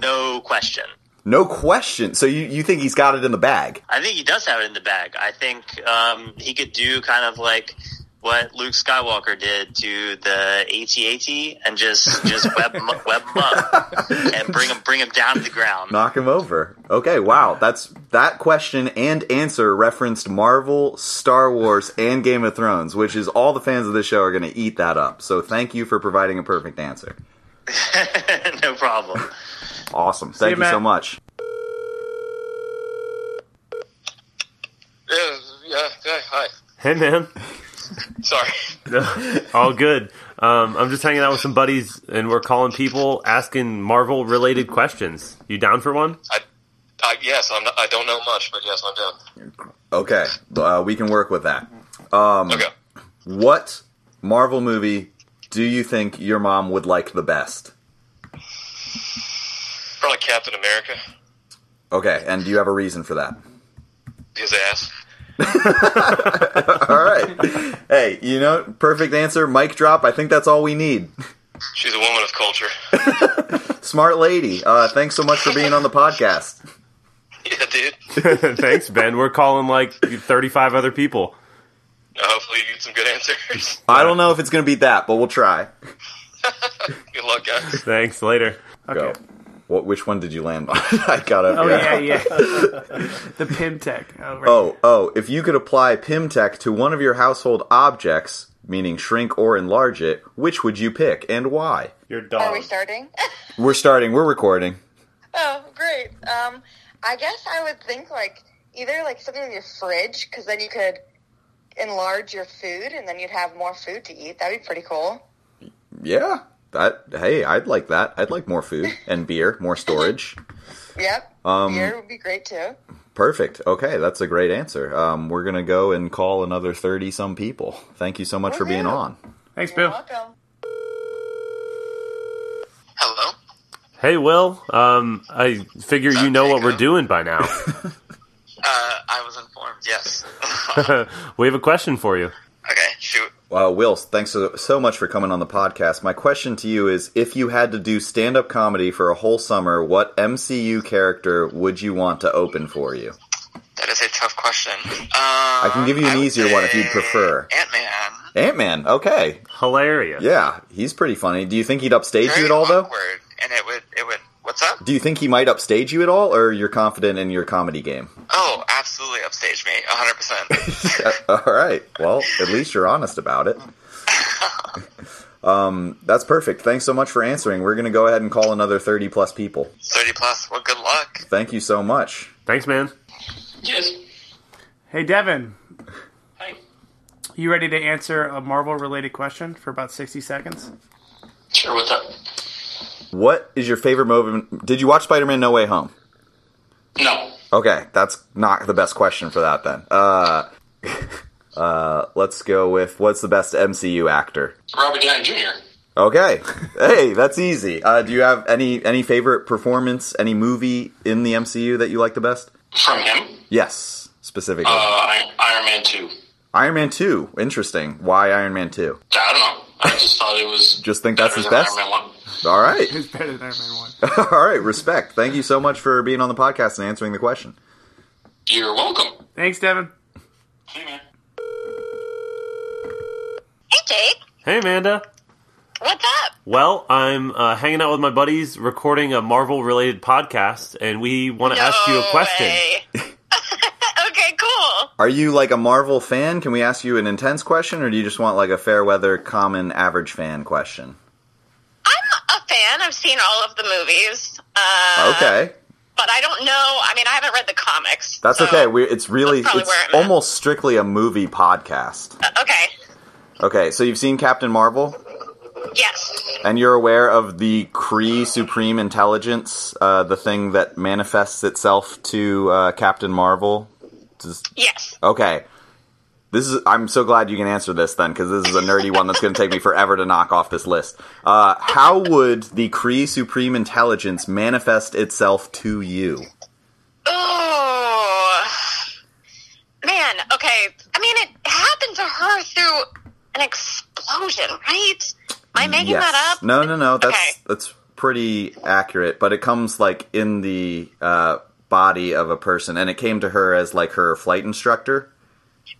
No question.
No question. So you, you think he's got it in the bag?
I think he does have it in the bag. I think um, he could do kind of like what Luke Skywalker did to the AT-AT and just just web him, up- web him up and bring him bring him down to the ground.
Knock him over. Okay, wow. That's that question and answer referenced Marvel, Star Wars, and Game of Thrones, which is all the fans of this show are going to eat that up. So thank you for providing a perfect answer.
no problem.
Awesome.
See you,
Thank you, so
Matt.
much.
Yeah, yeah, yeah, hi.
Hey, man.
Sorry.
All good. Um, I'm just hanging out with some buddies, and we're calling people asking Marvel related questions. You down for one?
I, yes, I'm not, I don't know much, but yes, I'm done.
Okay, uh, we can work with that. Um, What Marvel movie do you think your mom would like the best?
Probably Captain America.
Okay, and do you have a reason for that?
His ass.
all right. Hey, you know, perfect answer. Mic drop. I think that's all we need.
She's a woman of culture.
Smart lady. Uh, thanks so much for being on the podcast.
Thanks, Ben. We're calling like 35 other people.
Uh, Hopefully, you get some good answers.
I don't know if it's going to beat that, but we'll try.
good luck, guys.
Thanks. Later.
Go. What? Which one did you land on? I got up.
Oh yeah,
yeah.
yeah. the Pimtech. Oh, right.
Oh, oh, if you could apply PimTech to one of your household objects, meaning shrink or enlarge it, which would you pick and why?
Your
Are we starting?
We're starting, we're recording.
Oh, great. Um, I guess I would think like either like something in your fridge because then you could enlarge your food and then you'd have more food to eat. That'd be pretty cool.
Yeah. That hey, I'd like that. I'd like more food and beer, more storage.
Yep.
Um
Beer would be great too.
Perfect. Okay, that's a great answer. Um, we're gonna go and call another thirty some people. Thank you so
Oh,
much for being on.
Thanks, Bill.
Hey, Will. Um, I figure
Uh,
you know what we're doing by now.
Uh, I was informed. Yes.
we have a question for you.
Okay, shoot.
Uh, Will, thanks so, so much for coming on the podcast. My question to you is: If you had to do stand up comedy for a whole summer, what MCU character would you want to open for you?
That is a tough question. Um,
I can give you an easier one if you'd prefer.
Ant Man.
Ant Man. Okay.
Hilarious.
Yeah, he's pretty funny. Do you think he'd upstage you at all, though?
Awkward, and it would. It would. What's up?
Do you think he might upstage you at all, or you're confident in your comedy game?
Oh, absolutely upstage me, 100%.
all right. Well, at least you're honest about it. Um, that's perfect. Thanks so much for answering. We're going to go ahead and call another 30 plus people.
30 plus. Well, good luck.
Thank you so much.
Thanks, man.
Yes.
Hey, Devin. Hey. You ready to answer a Marvel related question for about 60 seconds?
Sure, what's up?
What is your favorite moment? Did you watch Spider Man No Way Home?
No.
Okay, that's not the best question for that then. Uh, uh, let's go with what's the best MCU actor?
Robert Downey Jr.
Okay, hey, that's easy. Uh, do you have any any favorite performance, any movie in the MCU that you like the best?
From him? Uh,
Yes, specifically.
I- Iron Man 2.
Iron Man Two. Interesting. Why Iron Man Two?
I don't know. I just thought it was.
Just think that's
better
his
than
best?
Iron Man 1.
All right,
It's better than Iron Man 1.
all right. Respect. Thank you so much for being on the podcast and answering the question.
You're welcome.
Thanks, Devin.
Hey, Jake.
Hey, Amanda.
What's up?
Well, I'm uh, hanging out with my buddies, recording a Marvel-related podcast, and we want to ask you a question.
okay, cool.
Are you like a Marvel fan? Can we ask you an intense question, or do you just want like a fair weather, common, average fan question?
I'm a fan. I've seen all of the movies, uh,
okay,
but I don't know. I mean, I haven't read the comics.
that's
so-
okay. We it's really
Oh, that's probably
it's
where I'm at.
almost strictly a movie podcast.
Uh, okay.
Okay, so you've seen Captain Marvel,
Yes.
and you're aware of the Kree Supreme Intelligence, uh, the thing that manifests itself to uh, Captain Marvel. Just-
Yes.
Okay. This is. I'm so glad you can answer this then, because this is a nerdy one that's going to take me forever to knock off this list. Uh, how would the Kree Supreme Intelligence manifest itself to you?
Oh man. Okay. I mean, it happened to her through an explosion, right? Am I making
Yes.
that up?
No, no, no. That's
Okay.
that's pretty accurate, but it comes like in the uh, body of a person, and it came to her as like her flight instructor.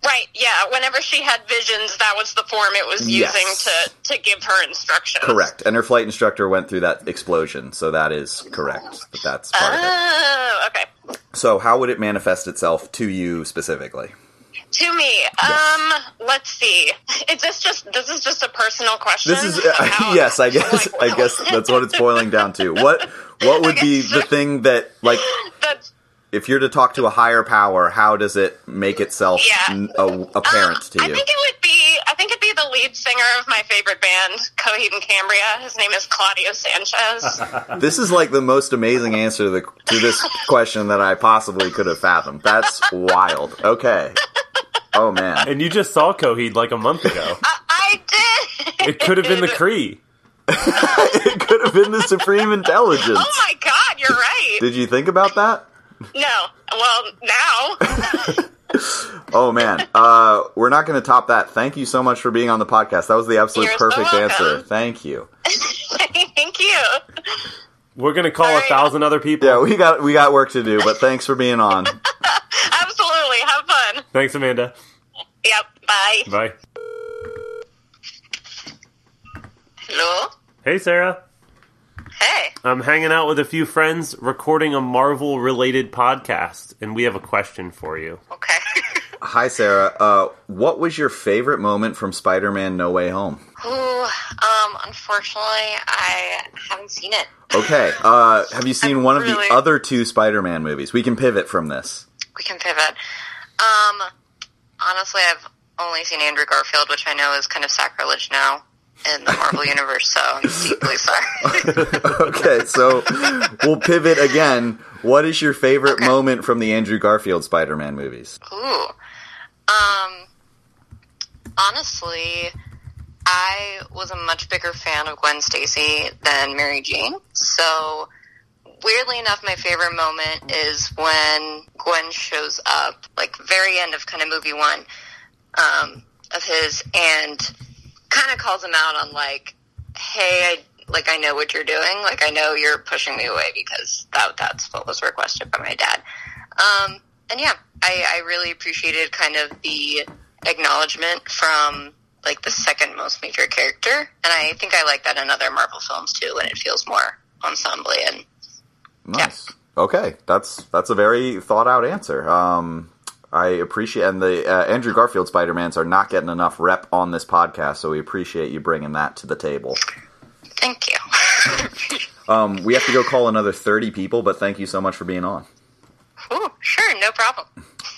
Right. Yeah. Whenever she had visions, that was the form it was
Yes.
using to to give her instructions.
Correct. And her flight instructor went through that explosion, so that is correct. But that's part of it.
Oh, okay.
So, how would it manifest itself to you specifically?
To me, um, let's see. Is this just this is just a personal question?
This is yes, I guess. I guess that's what it's boiling down to. What what would be the thing that like if you're to talk to a higher power, how does it make itself
Yeah. Um,
n- a- apparent to
I
you?
think it would be I think it'd be the lead singer of my favorite band, Coheed and Cambria. His name is Claudio Sanchez.
This is like the most amazing answer to, the, to this question that I possibly could have fathomed. That's wild. Okay. Oh man.
And you just saw Coheed like a month ago.
I did.
It could have been the Cree.
it could have been the supreme intelligence.
Oh my god, you're right.
Did you think about that?
no. Well, now
Oh man, uh, we're not going to top that. Thank you so much for being on the podcast. That was the absolute
You're so
perfect
welcome.
answer. Thank you.
thank you.
We're gonna call a thousand other people.
Yeah, we got we got work to do, but thanks for being on.
Absolutely. Have fun.
Thanks, Amanda.
Yep. Bye.
Bye.
Hello.
Hey, Sarah.
Hey.
I'm hanging out with a few friends, recording a Marvel-related podcast, and we have a question for you.
Hi, Sarah. Uh, what was your favorite moment from Spider-Man: No Way Home?
Ooh, um, unfortunately, I haven't seen it.
Okay, uh, have you seen one of
really-
the other two Spider-Man movies? We can pivot from this.
We can pivot. Um, honestly, I've only seen Andrew Garfield, which I know is kind of sacrilege now in the Marvel universe. So I'm deeply sorry.
okay, so we'll pivot again. What is your favorite moment from the Andrew Garfield Spider-Man movies?
Ooh. Um, honestly, I was a much bigger fan of Gwen Stacy than Mary Jane. So, weirdly enough, my favorite moment is when Gwen shows up, like very end of kind of movie one um, of his, and kind of calls him out on like, "Hey, I like I know what you're doing. Like I know you're pushing me away because that that's what was requested by my dad." Um, and yeah, I, I really appreciated kind of the acknowledgement from like the second most major character, and I think I like that in other Marvel films too, when it feels more ensemble and
Nice. Okay, that's that's a very thought out answer. Um, I appreciate, and the uh, Andrew Garfield Spider Mans are not getting enough rep on this podcast, so we appreciate you bringing that to the table.
Thank you.
Um, we have to go call another thirty people, but thank you so much for being on.
Ooh, sure, no problem.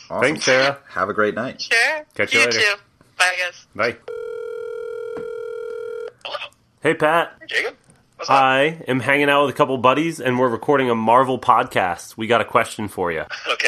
Awesome.
Thanks, Sarah.
Have a great night.
Sure.
Catch you later.
too. Bye, guys.
Bye. Hey, Pat.
Jacob?
I am hanging out with a couple buddies, and we're recording a Marvel podcast. We got a question for you.
Okay.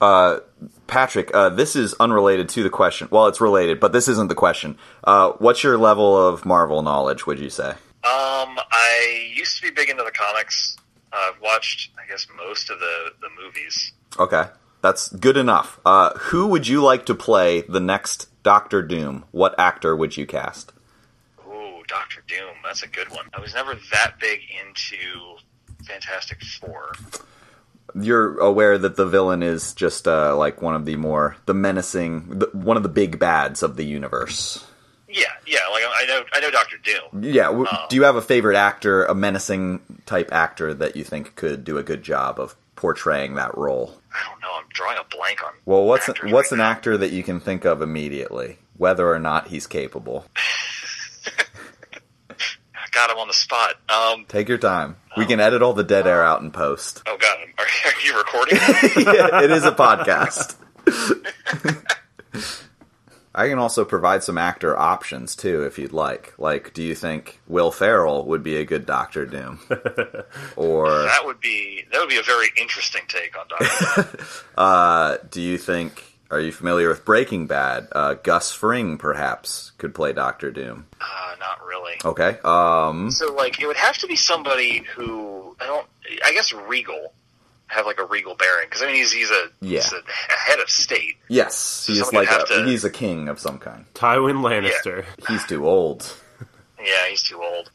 Uh, Patrick, uh, this is unrelated to the question. Well, it's related, but this isn't the question. Uh, what's your level of Marvel knowledge? Would you say?
Um, I used to be big into the comics. Uh, I've watched, I guess, most of the, the movies.
Okay, that's good enough. Uh, who would you like to play the next Doctor Doom? What actor would you cast?
Ooh, Doctor Doom. That's a good one. I was never that big into Fantastic Four.
You're aware that the villain is just uh, like one of the more the menacing, the, one of the big bads of the universe.
Yeah, yeah. Like I know, I know Doctor Doom.
Yeah. W-
Um,
do you have a favorite actor, a menacing type actor that you think could do a good job of portraying that role?
I don't know. I'm drawing a blank on.
Well, what's what's an actor that you can think of immediately, whether or not he's capable?
God, I'm on the spot. Um,
Take your time. We can edit all the dead air out in post.
oh God, are, are you recording?
Yeah, it is a podcast. I can also provide some actor options too, if you'd like. Like, do you think Will Ferrell would be a good Doctor Doom, or
That would be that would be a very interesting take on Doctor.
uh, do you think? Are you familiar with Breaking Bad? Uh, Gus Fring perhaps could play Doctor Doom.
uh, not really.
Okay. Um,
So like it would have to be somebody who I don't. I guess Regal have like a Regal bearing because I mean he's he's a
Yeah.
he's a, a head of state.
yes, he's
somebody
like
would
a,
have to-
he's a king of some kind.
Tywin Lannister.
He's too old.
Yeah, he's too old.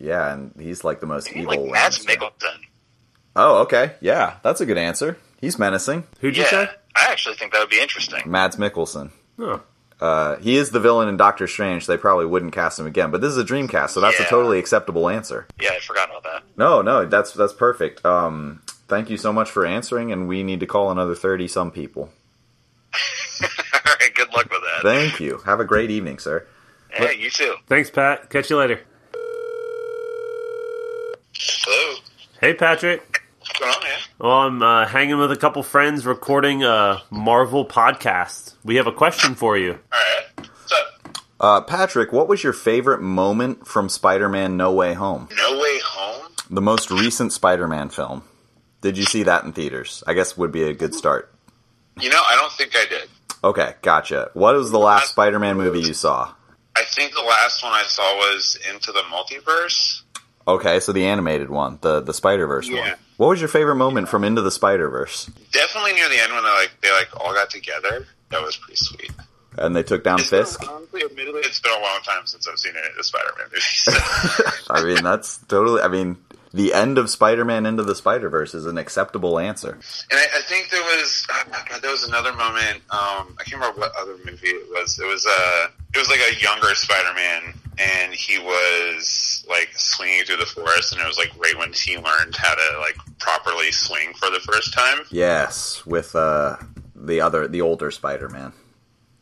Yeah, and he's like the most evil.
Like
one.
Mads Mikkelsen.
Oh, okay. Yeah, that's a good answer. He's menacing.
Who'd
yeah, I actually think that would be interesting.
Mads Mikkelsen.
Oh.
Uh, he is the villain in Doctor Strange. They probably wouldn't cast him again, but this is a dream cast, so that's a
Yeah.
totally acceptable answer.
Yeah, I forgot about that.
No, no, that's that's perfect. Um, thank you so much for answering, and we need to call another thirty some people.
All right, good luck with that.
Thank you. Have a great evening, sir.
Hey, you too.
Thanks, Pat. Catch you later.
Hello.
Hey, Patrick.
What's going on, man?
Well, I'm uh, hanging with a couple friends recording a Marvel podcast. We have a question for you.
Uh, Patrick, what was your favorite moment from Spider-Man: No Way Home?
No Way Home.
The most recent Spider-Man film. Did you see that in theaters? I guess would be a good start.
You know, I don't think I did.
Okay, gotcha. What was the last Spider-Man movie you saw?
I think the last one I saw was Into the Multiverse.
Okay, so the animated one, the the Spider Verse
Yeah.
one. What was your favorite moment from Into the Spider Verse?
Definitely near the end when they like they like all got together. That was pretty sweet.
And they took down Fisk.
Honestly, admittedly, it's been a long time since I've seen any of the Spider-Man movies.
I mean, that's totally. I mean, the end of Spider Man Into the Spider Verse is an acceptable answer.
And I, I think there was oh my God, there was another moment. Um, I can't remember what other movie it was. It was uh, it was like a younger Spider-Man, and he was like swinging through the forest, and it was like right when he learned how to like properly swing for the first time.
Yes, with uh, the other, the older Spider Man.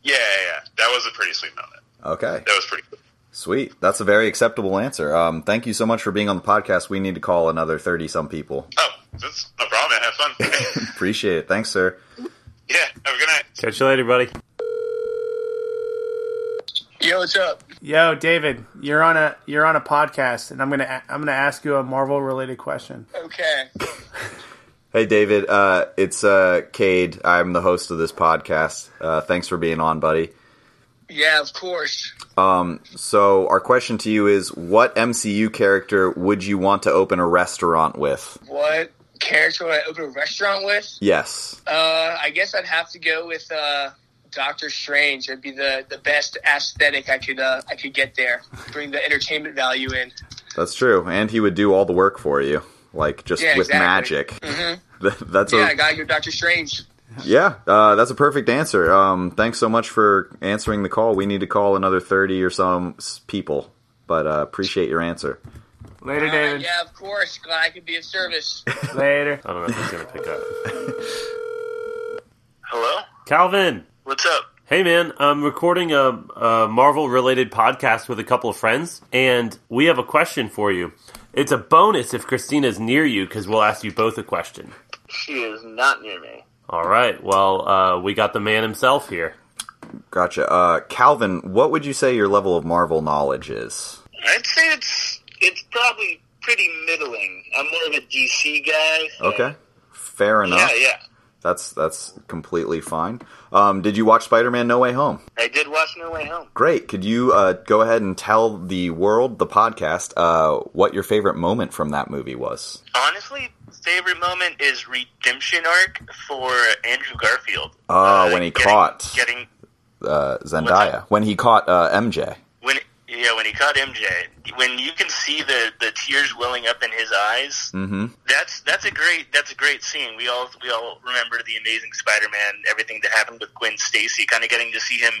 Yeah, yeah, yeah. that was a pretty sweet moment.
Okay,
That was pretty. cool.
sweet. That's a very acceptable answer. Um, thank you so much for being on the podcast. We need to call another thirty some people.
Oh, That's no problem. Man. Have fun.
Appreciate it. Thanks, sir.
yeah, have a good night.
Catch you later, buddy.
Yo, what's up?
Yo, David, you're on a you're on a podcast, and I'm gonna a- I'm gonna ask you a Marvel related question.
Okay.
Hey, David. Uh, it's uh, Cade. I'm the host of this podcast. Uh, thanks for being on, buddy.
Yeah, of course.
Um, so, our question to you is what MCU character would you want to open a restaurant with?
What character would I open a restaurant with?
Yes.
Uh, I guess I'd have to go with uh, Doctor Strange. That'd be the, the best aesthetic I could uh, I could get there. Bring the entertainment value in.
That's true. And he would do all the work for you, like just
Yeah,
with
exactly.
magic.
Mhm.
That- That's
yeah,
a
I gotta go Doctor Strange.
Yeah, uh, that's a perfect answer. Um, thanks so much for answering the call. We need to call another 30 or some s- people, but uh, appreciate your answer.
Uh,
Later, David.
Yeah, of course. Glad I could be of service.
Later.
I don't know if he's gonna pick up.
Hello,
Calvin.
what's up?
Hey man, I'm recording a, a Marvel related podcast with a couple of friends, and we have a question for you. It's a bonus if Christina's near you because we'll ask you both a question.
She is not near me.
All right, well, uh, we got the man himself here.
Gotcha. Uh, Calvin, what would you say your level of Marvel knowledge is?
I'd say it's it's probably pretty middling. I'm more of a DC guy.
Okay, fair enough.
Yeah, yeah.
That's that's completely fine. Um, did you watch Spider-Man: No Way Home?
I did watch No Way Home.
Great. Could you uh, go ahead and tell the world, the podcast, uh, what your favorite moment from that movie was?
Honestly, favorite moment is redemption arc for Andrew Garfield
Oh, when he caught
Uh, getting
uh, Zendaya, when he caught uh, MJ.
when yeah when he caught MJ when you can see the the tears welling up in his eyes.
Mm-hmm.
That's that's a great that's a great scene. We all we all remember the Amazing Spider-Man, everything that happened with Gwen Stacy, kind of getting to see him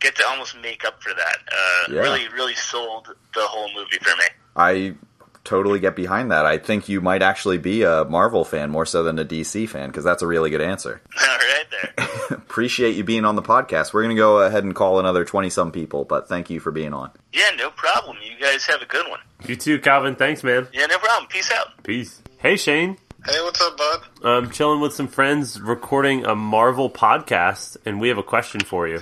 get to almost make up for that. Uh,
Yeah.
Really, really sold the whole movie for me.
I totally get behind that. I think you might actually be a Marvel fan more so than a DC fan because that's a really good answer.
All right there.
Appreciate you being on the podcast. We're going to go ahead and call another 20 some people, but thank you for being on.
Yeah, no problem. You guys have a good one.
You too, Calvin. Thanks, man.
Yeah, no problem. Peace out.
Peace. Hey, Shane.
Hey, what's up, bud?
I'm chilling with some friends recording a Marvel podcast, and we have a question for you.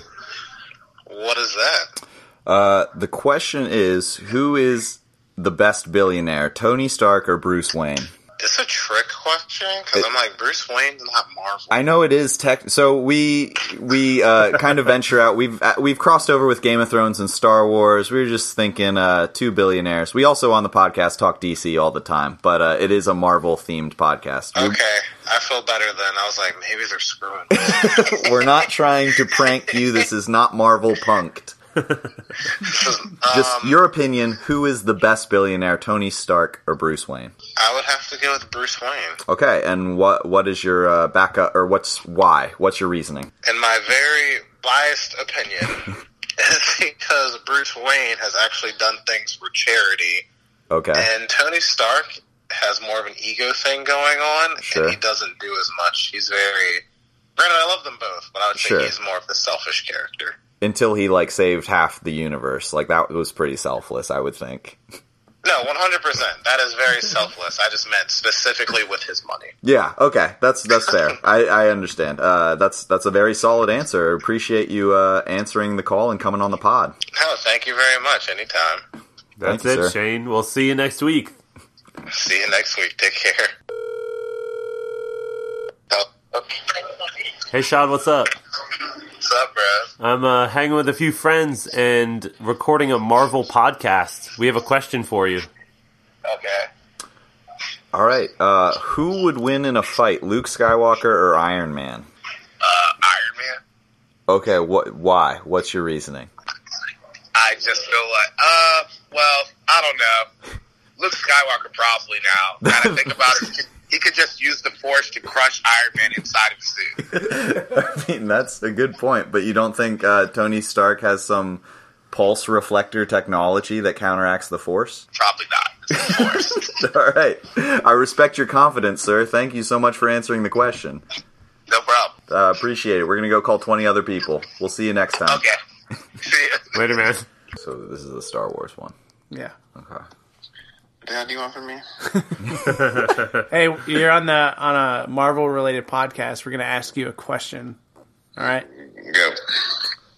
What is that?
Uh, the question is who is the best billionaire, Tony Stark or Bruce Wayne?
It's a trick question because I'm like Bruce Wayne's not Marvel.
I know it is tech. So we we uh, kind of venture out. We've uh, we've crossed over with Game of Thrones and Star Wars. We were just thinking uh, two billionaires. We also on the podcast talk DC all the time, but uh, it is a Marvel themed podcast. We-
Okay, I feel better then. I was like, maybe they're screwing.
We're not trying to prank you. This is not Marvel punked. Just your opinion. Who is the best billionaire, Tony Stark or Bruce Wayne?
I would have to go with Bruce Wayne.
Okay, and what what is your uh, backup or what's why? What's your reasoning?
In my very biased opinion, is because Bruce Wayne has actually done things for charity,
Okay,
and Tony Stark has more of an ego thing going on,
Sure.
and he doesn't do as much. He's very. Granted, I love them both, but I would say
Sure.
he's more of the selfish character.
until he like saved half the universe. Like that was pretty selfless, I would think.
No, one hundred percent. That is very selfless. I just meant specifically with his money.
Yeah, okay, that's that's fair. I, I understand. Uh, that's that's a very solid answer. Appreciate you uh, answering the call and coming on the pod.
No, thank you very much. Anytime.
That's
Thank you,
it,
sir.
Shane. We'll see you next week.
See you next week. Take care.
Hey, Shad, what's up?
What's up, bro?
I'm uh, hanging with a few friends and recording a Marvel podcast. We have a question for you.
Okay.
All right, uh, who would win in a fight, Luke Skywalker or Iron Man?
Uh, Iron Man.
Okay, what? Why? What's your reasoning?
I just feel like, uh, well, I don't know. Luke Skywalker probably now. Now that I think about it, he could just use the Force to crush Iron Man inside of his suit.
I mean, that's a good point, but you don't think uh, Tony Stark has some pulse reflector technology that counteracts the Force?
Probably
not. All right, I respect your confidence, sir. Thank you so much for answering the question.
No problem.
Uh, appreciate it. We're gonna go call twenty other people. We'll see you next time. Okay.
Later, man.
So this is the Star Wars one.
Yeah.
Okay.
Dad, do you want from me?
hey, you're on the on a Marvel related podcast. We're gonna ask you a question. All right.
Go.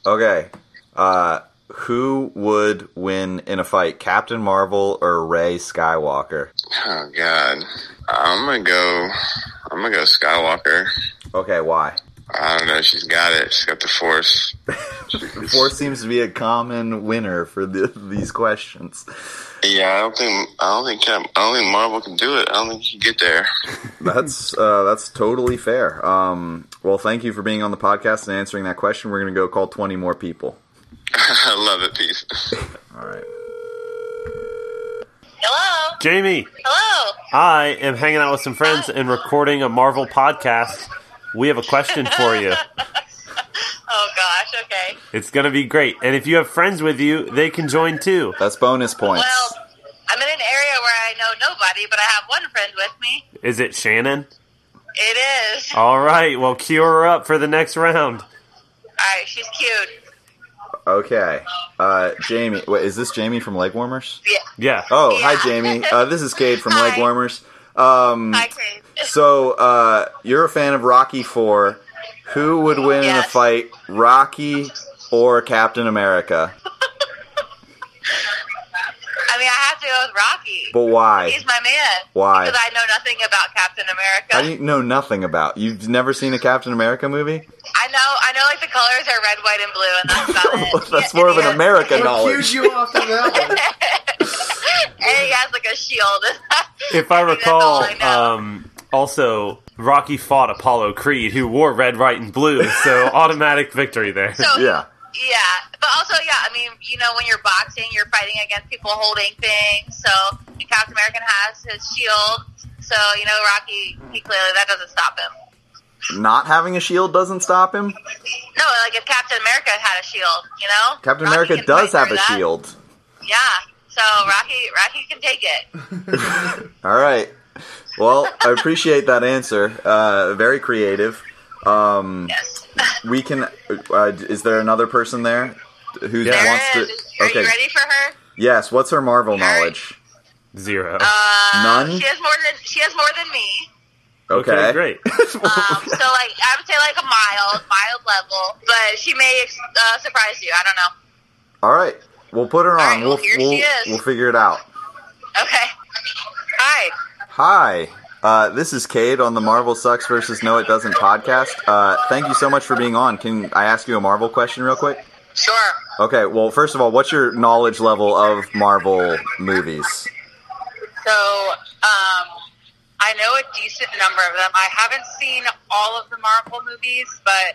Okay. Uh, Who would win in a fight, Captain Marvel or Ray Skywalker?
Oh God, I'm gonna go. I'm gonna go Skywalker.
Okay, why?
I don't know. She's got it. She's got the Force.
The Force seems to be a common winner for the, these questions.
Yeah, I don't think. I don't think. Cap, I don't think Marvel can do it. I don't think she can get there.
That's uh, that's totally fair. Um, well, thank you for being on the podcast and answering that question. We're going to go call twenty more people.
I love it. Peace.
All right.
Hello.
Jamie,
Hello.
I am hanging out with some friends and recording a Marvel podcast. We have a question for you.
Oh gosh. Okay.
It's going to be great. And if you have friends with you, they can join too.
That's bonus points.
Well, I'm in an area where I know nobody, but I have one friend with me.
Is it Shannon?
It is.
All right. Well, cue her up for the next round.
All right. She's cute.
Okay. Uh, Jamie, wait, is this Jamie from Leg Warmers?
Yeah.
Yeah.
Oh, hi, Jamie. Uh, this is Cade from Leg Warmers. Um, hi, Cade. So, uh, you're a fan of Rocky Four. Who would win in a fight, Rocky or Captain America?
I mean, I have to go with Rocky.
But why?
He's my man.
Why?
Because I know nothing about Captain America.
How do you know nothing about? You've never seen a Captain America movie?
I know, I know, like the colors are red, white, and blue, and that's about Uh, it.
That's more of an America knowledge.
you off to that one. and he has like a shield.
If I recall, um, also Rocky fought Apollo Creed, who wore red, white, and blue, so automatic victory there.
So- Yeah. yeah, but also, yeah, I mean, you know, when you're boxing, you're fighting against people holding things. So and Captain America has his shield. So you know, Rocky, he clearly that doesn't stop him.
Not having a shield doesn't stop him.
No, like if Captain America had a shield, you know,
Captain
Rocky
America
can
does
fight
have a
through that.
shield.
Yeah. So Rocky, Rocky can take it.
All right. Well, I appreciate that answer. Uh, very creative. Um,
yes.
We can. Uh, is there another person there who
There
wants to?
is. Are you ready for her?
Yes. What's her Marvel knowledge?
Zero.
None.
Uh, She has more than she has more than me.
Okay.
Okay, great.
Um, so like I would say like a mild, mild level, but she may ex- uh, surprise you. I don't know.
All right. We'll put her on.
right, well,
we'll,
here she
we'll,
is.
we'll figure it out.
Okay. Hi.
Hi. Uh, this is Cade on the Marvel Sucks versus No It Doesn't podcast. Uh, thank you so much for being on. Can I ask you a Marvel question real quick?
Sure.
Okay, well, first of all, what's your knowledge level of Marvel movies?
So um, I know a decent number of them. I haven't seen all of the Marvel movies, but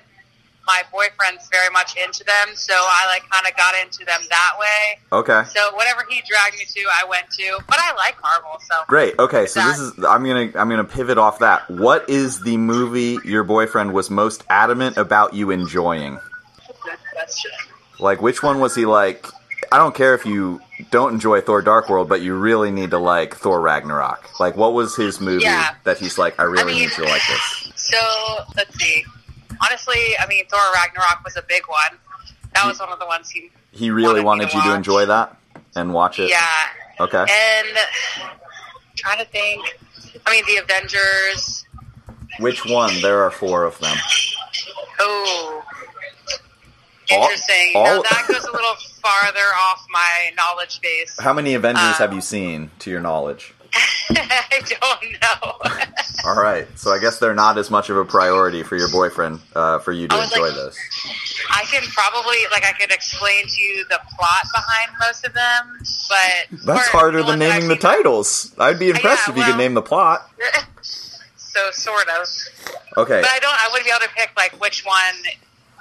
my boyfriend's very much into them, so I like kind of got into them that way.
Okay.
So whatever he dragged me to, I went to. But I like Marvel, so
Great. Okay, so this is I'm going to I'm going to pivot off that. What is the movie your boyfriend was most adamant about you enjoying? Like which one was he like I don't care if you don't enjoy Thor Dark World, but you really need to like Thor Ragnarok. Like what was his movie
Yeah.
that he's like I really
mean-
need to like this?
So let's see. Honestly, I mean, Thor Ragnarok was a big one. That was one of the ones he.
He really wanted you to enjoy that and watch it.
Yeah.
Okay.
And trying to think. I mean, the Avengers.
Which one? There are four of them.
Oh,
All-
interesting.
all-
now that goes a little farther off my knowledge base.
How many Avengers
Um,
have you seen, to your knowledge?
I don't know.
All right, so I guess they're not as much of a priority for your boyfriend uh, for you to
I was
enjoy
like-
those.
I can probably like I could explain to you the plot behind most of them, but
That's
or
harder
the ones
than
that I've
naming the titles. I'd
Uh,
be impressed if you could name the plot.
So sort of.
Okay.
But I don't. I wouldn't be able to pick like which one,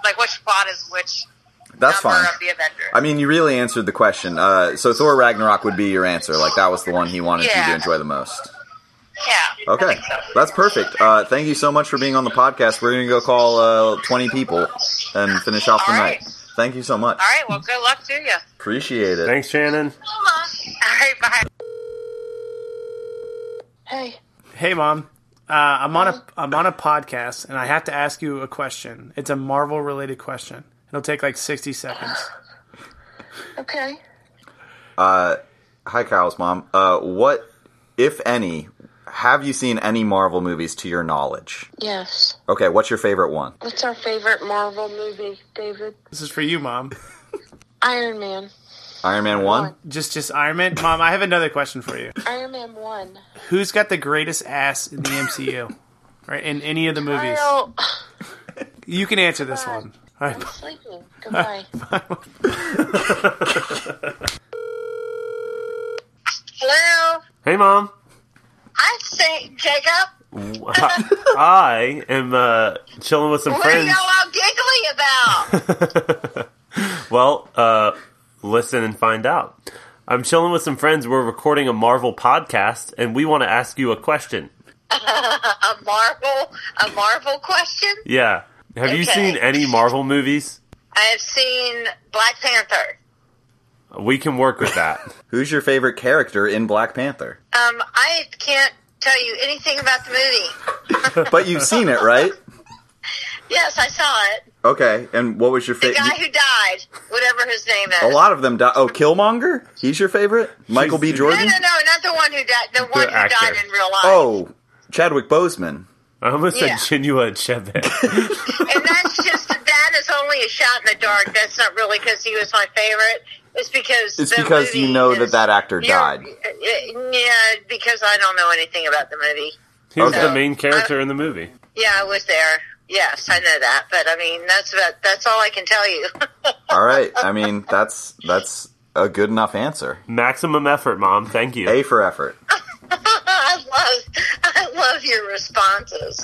like which plot is which.
That's
number
fine.
Of the Avengers.
I mean, you really answered the question. Uh, so Thor Ragnarok would be your answer. Like that was the one he wanted you
Yeah.
to enjoy the most.
Yeah.
Okay, that's perfect. Uh, thank you so much for being on the podcast. We're gonna go call uh, twenty people and finish off the
All
night.
right.
Thank you so
All
much.
right. Well, good luck to you.
Appreciate it.
Thanks, Shannon.
All right. Bye.
Hey.
Hey, mom. Uh, I'm on a I'm on a podcast, and I have to ask you a question. It's a Marvel related question. It'll take like 60 seconds.
Okay.
Uh, hi, Kyle's mom. Uh, what, if any, have you seen any Marvel movies to your knowledge?
Yes.
Okay, what's your favorite one?
What's our favorite Marvel movie, David?
This is for you, mom.
Iron Man.
Iron Man one.
Just just Iron Man. Mom, I have another question for you.
Iron Man one.
Who's got the greatest ass in the MCU? right in any of the movies?
Kyle,
You can answer this one. All right.
I'm sleeping. Goodbye.
Hello.
Hey, mom.
I say, Jacob,
I am uh, chilling with some
what are
friends.
y'all all giggly about?
Well, uh, listen and find out. I'm chilling with some friends. We're recording a Marvel podcast, and we want to ask you a question.
a Marvel, a Marvel question.
Yeah. Have you
Okay.
seen any Marvel movies?
I have seen Black Panther.
We can work with that.
Who's your favorite character in Black Panther?
Um, I can't tell you anything about the movie.
but you've seen it, right?
Yes, I saw it.
Okay, and what was your
The
favorite?
guy who died, whatever his name is.
A lot of them die. Oh, Killmonger? He's your favorite? Michael B.
No, no,
Jordan?
no, not the one who died. The one who died in real life.
Oh, Chadwick Boseman.
I almost
said Yeah.
said Chinua Achebe.
and that's just that is only a shot in the dark. That's not really because he was my favorite. It's because
It's
the
because
movie
you know that that actor
Yeah.
died.
Uh, Yeah, because I don't know anything about the movie.
He was
Okay.
the main character in the movie.
Yeah, I was there. Yes, I know that, but I mean that's about that's all I can tell you.
All right. I mean, that's that's a good enough answer.
Maximum effort, mom. Thank you.
A for effort.
I love I love your responses.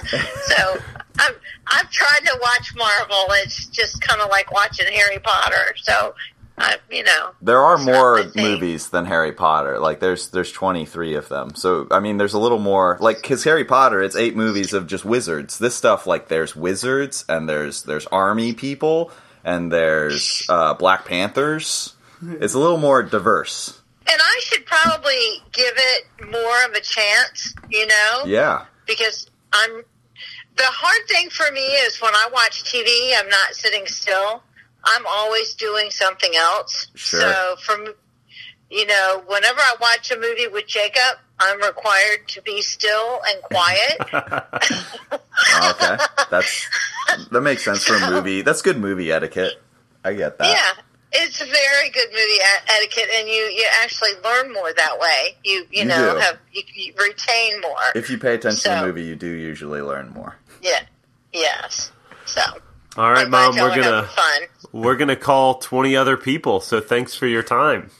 So I'm I've tried to watch Marvel. It's just kind of like watching Harry Potter. So I, you know,
There are more movies than Harry Potter. Like there's there's 23 of them. So I mean, there's a little more like cuz Harry Potter it's 8 movies of just wizards. This stuff like there's wizards and there's there's army people and there's uh, Black Panthers. It's a little more diverse.
and I should probably give it more of a chance. You know,
Yeah.
because I'm the hard thing for me is when I watch TV, I'm not sitting still. I'm always doing something else.
Sure.
So from you know, whenever I watch a movie with Jacob, I'm required to be still and quiet.
Ah, okay. That's that makes sense for a movie. That's good movie etiquette. I get that.
yeah, it's a very good movie e- etiquette, and you you actually learn more that way. You you,
You
know
do.
have you, you retain more.
If you pay attention to
So-
the movie, you do usually learn more.
yeah, yes. So
All right, mom.
y'all
We're gonna
having fun.
we're gonna call 20 other people. So thanks for your time.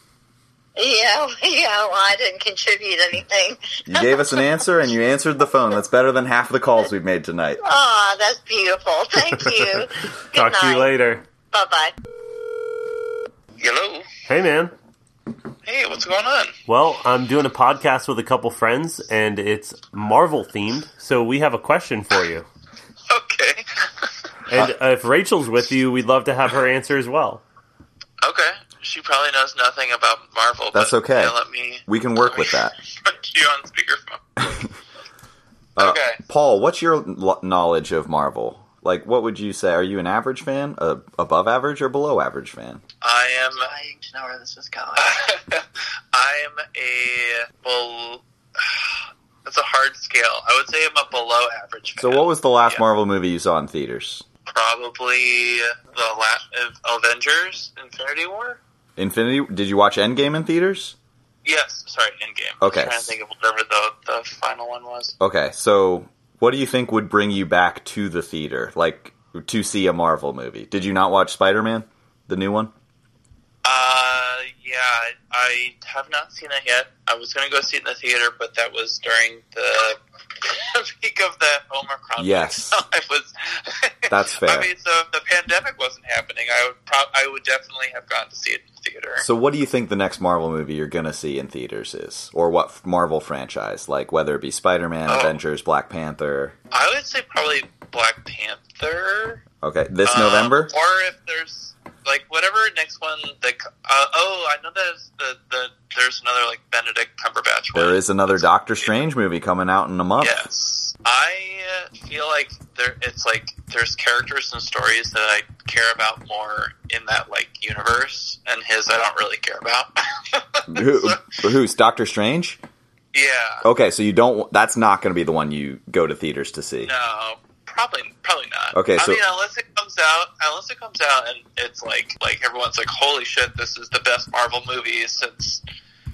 Yeah, yeah. Well, I didn't contribute anything.
You gave us an answer and you answered the phone. That's better than half the calls we've made tonight.
Oh, that's beautiful. Thank you.
Talk to you later.
bye bye.
Hello. Hey, man.
Hey, what's going on?
Well, I'm doing a podcast with a couple friends, and it's Marvel themed. So we have a question for you. okay. and uh, if Rachel's with you, we'd love to have her answer as well.
Okay. She probably knows nothing about Marvel.
That's
but
okay.
yeah, Let me
We can work with that.
put you on speakerphone.
Uh,
Okay.
Paul, what's your lo- knowledge of Marvel? Like, what would you say? Are you an average fan, a above average, or below average fan?
I am trying to know where this is going. I am a well. That's a hard scale. I would say I'm a below average.
So, what was the last Marvel movie you saw in theaters?
Probably the last Avengers Infinity War.
Infinity? Did you watch Endgame in theaters?
Yes, sorry, Endgame.
Okay.
I'm trying to think of whatever the, the final one was.
Okay, so what do you think would bring you back to the theater, like to see a Marvel movie? Did you not watch Spider Man, the new one?
Uh, yeah, I, I have not seen it yet. I was going to go see it in the theater, but that was during the peak of the Omicron.
Yes.
So I was.
That's fair.
I mean, so if the pandemic wasn't happening, I would prob- I would definitely have gone to see it in the theater.
So, what do you think the next Marvel movie you're going to see in theaters is? Or what f- Marvel franchise? Like, whether it be Spider Man, Avengers, Black Panther.
Oh. I would say probably Black Panther.
Okay, this
Um,
November?
or if there's like whatever next one that c- uh, oh I know there's the, the there's another like Benedict Cumberbatch one.
There is another Doctor Strange movie coming out in a month.
Yes. I uh, feel like there it's like there's characters and stories that I care about more in that like universe, and his I don't really care about.
Who, who's Doctor Strange?
yeah,
Okay, so you don't. That's not going to be the one you go to theaters to see.
no, probably probably not.
Okay,
I
so-
mean unless it comes comes out, unless it comes out and it's like like everyone's like, holy shit, this is the best Marvel movie since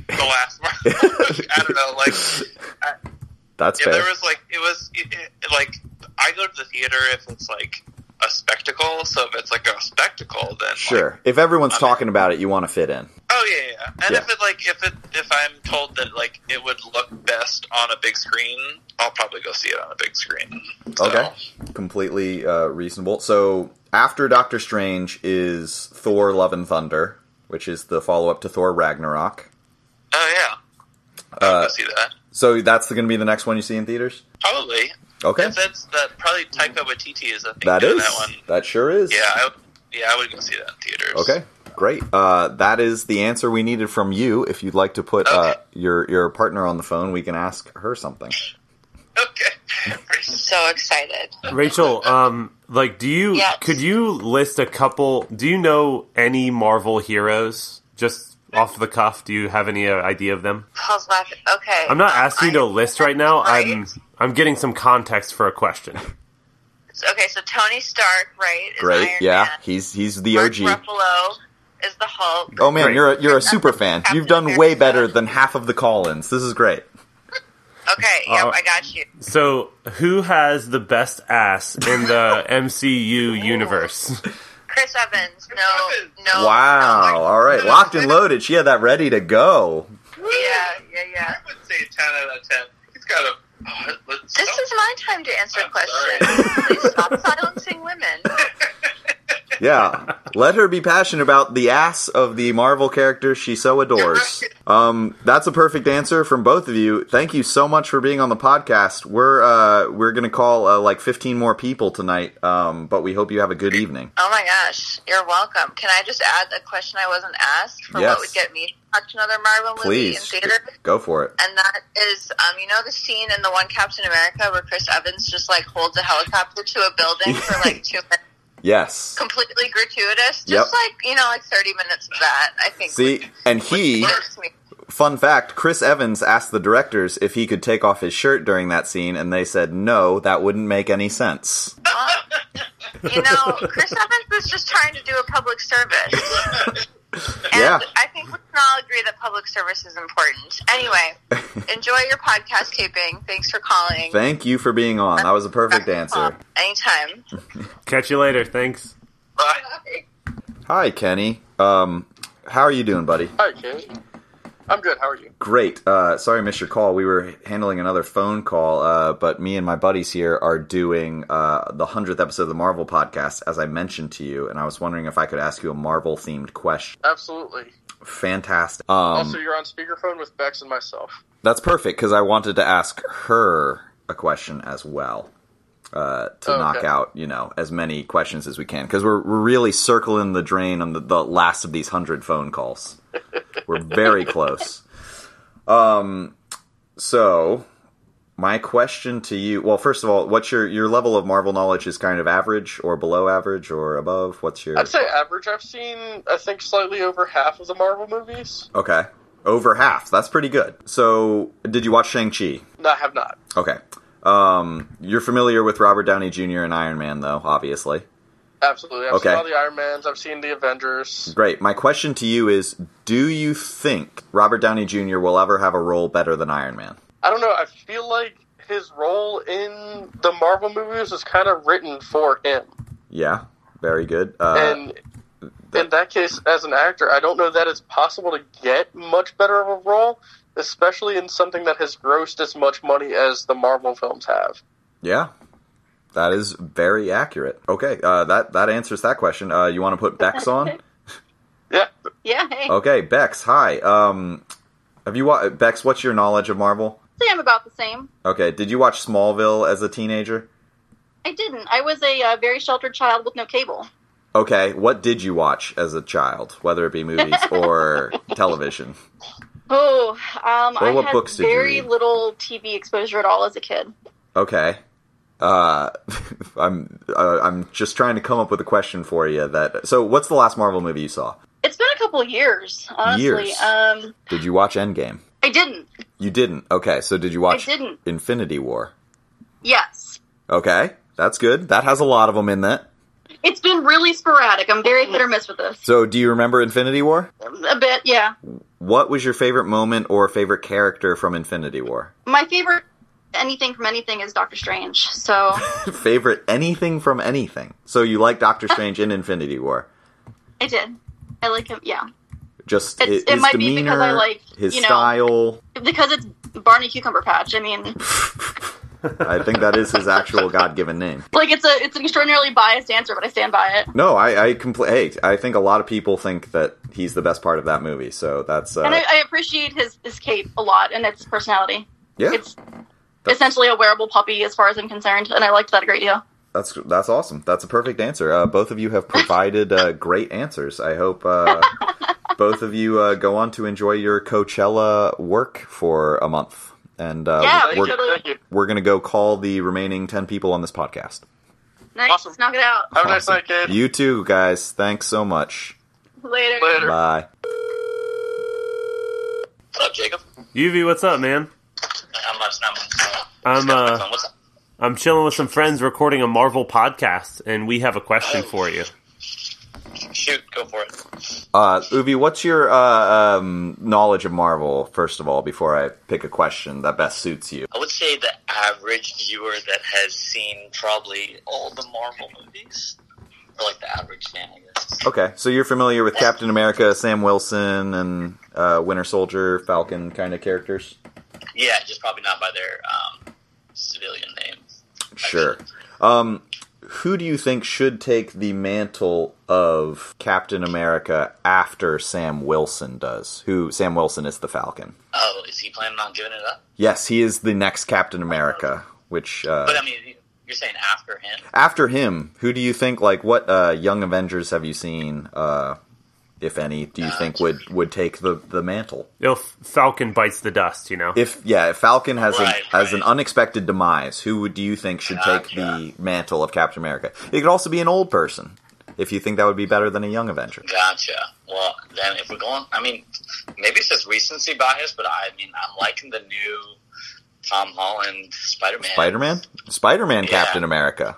the last Marvel. movie. I don't know, like
That's
if
fair.
there was like it was it, it, like I go to the theater if it's like a spectacle. So if it's like a spectacle, then
sure. If everyone's talking about it, you want to fit in.
oh yeah, yeah. And
Yeah.
if it like if it if I'm told that like it would look best on a big screen, I'll probably go see it on a big screen.
Okay. Completely uh, reasonable. So after Doctor Strange is Thor: Love and Thunder, which is the follow-up to Thor: Ragnarok.
Oh
yeah. Uh,
see that.
So that's going to be the next one you see in theaters.
Probably.
Okay.
If that's that probably Taika Waititi is I think
That
doing
is
that one.
that sure is.
Yeah, I, would- yeah, I would go see that in theaters.
Okay, great. Uh, that is the answer we needed from you. If you'd like to put uh, your your partner on the phone, we can ask her something.
I'm so excited.
Rachel, um, like, do you could you list a couple? Do you know any Marvel heroes just off the cuff? Do you have any uh, idea of them?
Paul's laughing. Okay.
I'm not asking you to list right now. I'm I'm getting some context for a question.
Okay, so Tony Stark, right? Is
Great.
Iron
yeah, he's he's the
Mark
OG.
Ruffalo is the Hulk.
Oh man, you're a, you're a super fan. You've done way better than half of the call-ins. This is great.
Okay, yep,
Uh,
I got you.
So, who has the best ass in the MCU universe?
Chris Evans. No, no.
wow. All right, locked and loaded. She had that ready to go.
Yeah, yeah, yeah.
I would say ten out of ten. He's got a. Oh, let's-
This is my time to answer questions. Please stop silencing women.
Yeah, let her be passionate about the ass of the Marvel character she so adores. Um, that's a perfect answer from both of you. Thank you so much for being on the podcast. We're uh, we're gonna call uh, like 15 more people tonight. Um, but we hope you have a good evening.
Oh my gosh, you're welcome. Can I just add a question I wasn't asked for
Yes.
what would get me to watch another Marvel movie
Please
in theater?
go for it.
And that is, um, you know, the scene in the one Captain America where Chris Evans just like holds a helicopter to a building for like two minutes,
Yes.
completely gratuitous. Just
Yep.
like you know, like thirty minutes of that. I think.
See, and he.
works me.
Fun fact: Chris Evans asked the directors if he could take off his shirt during that scene, and they said no, that wouldn't make any sense.
Well, you know, Chris Evans was just trying to do a public service.
yeah.
I think we can all agree that public service is important. Anyway, enjoy your podcast taping. Thanks for calling.
Thank you for being on. That was a perfect answer.
Anytime.
Catch you later. Thanks.
Hi, Kenny. Um, how are you doing, buddy?
Hi, Kate. I'm good. How are you?
Great. Uh, sorry I missed your call. We were handling another phone call, uh, but me and my buddies here are doing uh, the 100th episode of the Marvel podcast, as I mentioned to you, and I was wondering if I could ask you a Marvel themed question.
Absolutely.
Fantastic. Um,
also, you're on speakerphone with Bex and myself.
That's perfect because I wanted to ask her a question as well uh, to
Oh, okay.
knock out, you know, as many questions as we can because we're, we're really circling the drain on the, the last of these hundred phone calls. we're very close. Um, so my question to you, well, first of all, what's your your level of Marvel knowledge is kind of average or below average or above? What's your
I'd say average. I've seen, I think, slightly over half of the Marvel movies.
okay? Over half. That's pretty good. So, did you watch Shang Chi?
No, I have not.
Okay. Um, you're familiar with Robert Downey Jr. and Iron Man, though, obviously.
Absolutely. I've
Okay.
seen all the Iron Mans. I've seen the Avengers.
Great. My question to you is Do you think Robert Downey Jr. will ever have a role better than Iron Man?
I don't know. I feel like his role in the Marvel movies is kind of written for him.
Yeah, very good. Uh,
and in that case, as an actor, I don't know that it's possible to get much better of a role, especially in something that has grossed as much money as the Marvel films have.
yeah, that is very accurate. Okay, uh, that, that answers that question. Uh, you want to put Bex on?
Yeah.
Okay, Bex, hi. Um, have you wa- Bex, what's your knowledge of Marvel?
Say I'm about the same.
Okay, did you watch Smallville as a teenager?
I didn't. I was a uh, very sheltered child with no cable.
Okay, what did you watch as a child, whether it be movies or television?
Oh, um,
Well,
I
what
had
books did you
very
read?
little TV exposure at all as a kid.
Okay. Uh, I'm uh, I'm just trying to come up with a question for you. That so, what's the last Marvel movie you saw?
It's been a couple years, honestly.
Years.
Um,
Did you watch Endgame?
I didn't.
You didn't. Okay, so did you watch
I didn't.
Infinity War?
Yes.
Okay, that's good. That has a lot of them in that.
It's been really sporadic. I'm very hit or miss with this.
So, do you remember Infinity War?
A bit, yeah.
What was your favorite moment or favorite character from Infinity War?
My favorite anything from anything is Doctor Strange. So
favorite anything from anything. So you like Doctor Strange in Infinity War?
I did. I like him. Yeah.
Just
It's-
his
it might be
demeanor,
because I like,
his
you know-
style.
Because it's Barney Cucumber Patch. I mean,
I think that is his actual god-given name.
like it's a it's an extraordinarily biased answer, but I stand by it.
No, I I compl- hey, I think a lot of people think that he's the best part of that movie. So that's uh,
and I, I appreciate his his cape a lot and its personality.
yeah,
It's essentially a wearable puppy as far as I'm concerned, and I liked that a great deal.
that's that's awesome. That's a perfect answer. Uh, both of you have provided uh, great answers. I hope uh, both of you uh, go on to enjoy your Coachella work for a month, and uh,
Yeah,
we're
totally. Thank you.
we're gonna go call the remaining ten people on this podcast.
Nice, knock it out.
Have a nice night, kid. You too, guys. Thanks so much.
Later.
Bye.
What's up, Jacob?
UV, what's up, man?
Not much, not much.
I'm uh,
What's up?
I'm chilling with some friends recording a Marvel podcast, and we have a
Oh,
question for you.
Shoot, go for it.
Uh, Ubi, what's your uh, um, knowledge of Marvel, first of all, before I pick a question that best suits you?
I would say the average viewer that has seen probably all the Marvel movies, or like the average fan, I guess.
Okay, so you're familiar with Captain America, Sam Wilson, and uh, Winter Soldier, Falcon kind of characters?
Yeah, just probably not by their um, civilian name.
Sure. Um, who do you think should take the mantle of Captain America after Sam Wilson does? Who Sam Wilson is the Falcon?
Oh, is he planning on giving it up?
Yes, he is the next Captain America. Which, uh,
but I mean, you're saying after him?
after him, who do you think? Like, what uh, young Avengers have you seen, uh, if any? Do you think would would take the the mantle?
If Falcon bites the dust, you know.
If yeah, if Falcon has an,
Right,
has an unexpected demise, who would do you think should take the mantle of Captain America? It could also be an old person, if you think that would be better than a young Avenger.
Gotcha. Well, then if we're going, I mean, maybe it's just recency bias, but I mean, I'm liking the new Tom Holland Spider-Man.
Spider Man, Spider Man, Captain America.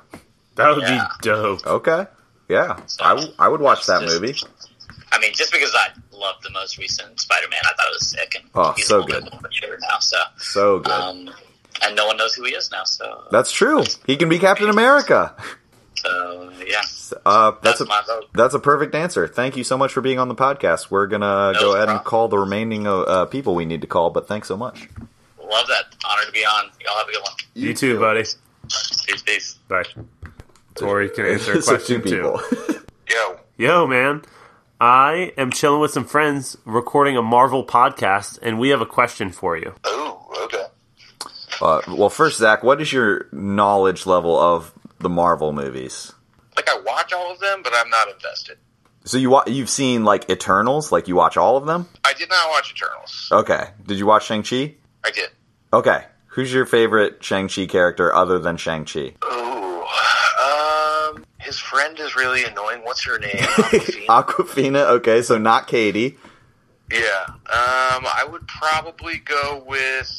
That would
Yeah.
be dope.
Okay, yeah, I, w- I would watch that movie.
I mean, just because I love the most recent Spider-Man, I thought it was sick and
Oh, so good,
favorite now. So,
so good.
um, and no one knows who he is now. So,
That's true. He can be Captain America.
so yeah.
Uh, that's,
That's
a
my vote.
that's a perfect answer. Thank you so much for being on the podcast. We're gonna go ahead and call the remaining uh, uh, people we need to call. But thanks so much.
Love that. Honor to be on. Y'all have a good one.
You, too, buddy.
Peace, peace.
Bye. Tori can answer a
So two
question too.
Yo.
Yo, man. I am chilling with some friends recording a Marvel podcast, and we have a question for you.
Uh, well, first, Zach, what is your knowledge level of the Marvel movies?
Like I watch all of them, but I'm not invested.
So you wa- you've seen like Eternals, like you watch all of them.
I did not watch Eternals.
Okay, did you watch Shang Chi?
I did.
Okay, who's your favorite Shang Chi character other than Shang Chi?
Oh, um, his friend is really annoying. What's her name?
Aquafina. Okay, so not Katie.
yeah. Um, I would probably go with.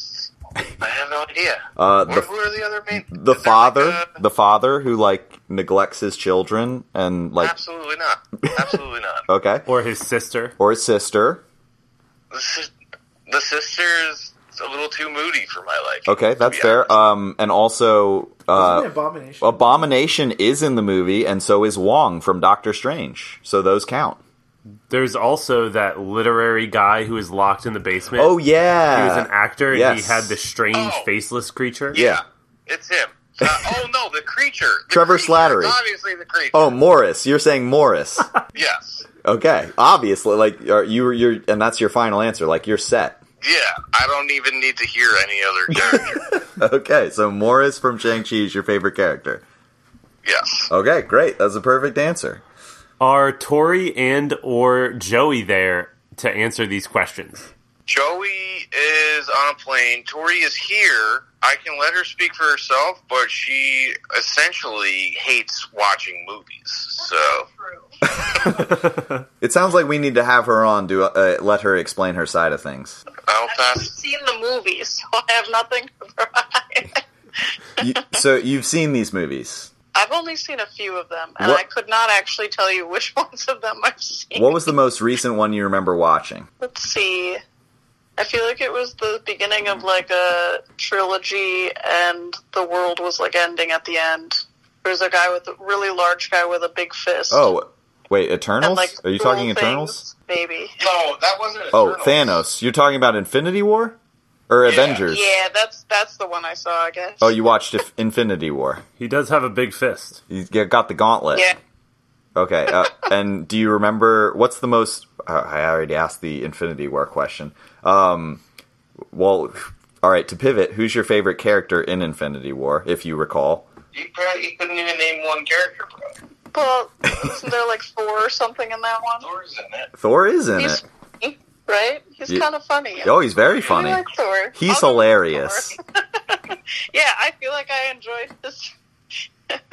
I have no idea.
Uh,
Who-
the-
who are the other main?
The father, the father who like neglects his children and like
Absolutely not. Absolutely not.
okay,
or his sister,
or his sister.
The, sis- the sister's a little too moody for my liking.
Okay, that's fair. Um, and also, uh,
Isn't it Abomination?
Abomination is in the movie, and so is Wong from Doctor Strange. So those count.
There's also that literary guy who is locked in the basement.
Oh, yeah.
he was an actor. and
Yes.
he had the strange
Oh.
faceless creature.
Yeah.
It's him. Uh, oh no, the creature.
Trevor Slattery.
Obviously, the creature.
Oh, Morris. You're saying Morris.
Yes.
okay, obviously, like are you, you're, and that's your final answer. Like you're set.
Yeah, I don't even need to hear any other character.
okay, so Morris from Shang Chi is your favorite character.
Yes.
Okay, great. That's a perfect answer.
Are Tori and or Joey there to answer these questions?
Joey is on a plane. Tori is here. I can let her speak for herself, but she essentially hates watching movies. So
It sounds like we need to have her on to uh, let her explain her side of things.
I'll
I've seen the movies, so I have nothing.
You, so you've seen these movies.
I've only seen a few of them, and
What-
I could not actually tell you which ones of them I've seen.
What was the most recent one you remember watching?
Let's see. I feel like it was the beginning of like a trilogy, and the world was like ending at the end. There was a guy with a really large guy with a big fist.
Oh, wait, Eternals?
And, like,
Are you
cool
talking Eternals?
things, Maybe. No, that wasn't.
Oh, Thanos. You're talking about Infinity War or Avengers?
Yeah, that's that's the one I saw. I guess.
Oh, you watched If- Infinity War.
He does have a big fist.
You g- got the gauntlet.
Yeah.
Okay. Uh, and do you remember what's the most? Uh, I already asked the Infinity War question. Um, well, all right. To pivot, who's your favorite character in Infinity War, if you recall?
You probably you couldn't even name one character. Well, isn't there like four or something in that one? Thor's in it,
Thor is in
He's-
it.
right? He's
Yeah.
kind of funny.
Oh, he's very
I
funny.
like Thor.
He's
I'll-
hilarious.
yeah, I feel like I enjoyed this.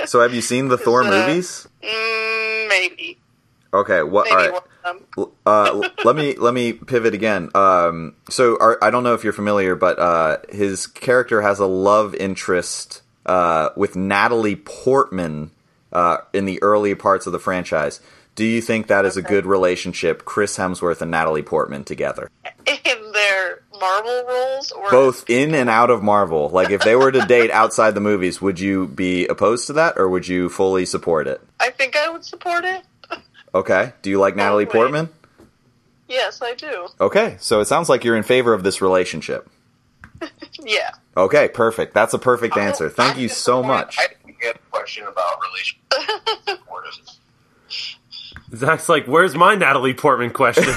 so, have you seen the Thor
uh,
movies?
Mm, maybe.
Okay. What?
Maybe
all right.
one of them.
L- uh, l- let me let me pivot again. Um, so our, I don't know if you're familiar, but uh, his character has a love interest uh, with Natalie Portman uh, in the early parts of the franchise. Do you think that is a good relationship, Chris Hemsworth and Natalie Portman together,
In their Marvel roles, or
both in and out of Marvel? Like, if they were to date outside the movies, would you be opposed to that, or would you fully support it?
I think I would support it.
Okay, do you like Natalie
wait.
Portman?
Yes, I do.
Okay, so it sounds like you're in favor of this relationship.
Yeah.
Okay, perfect. That's a perfect answer. Thank you so much.
get a question about relationships.
Zach's like, "Where's my Natalie Portman question?"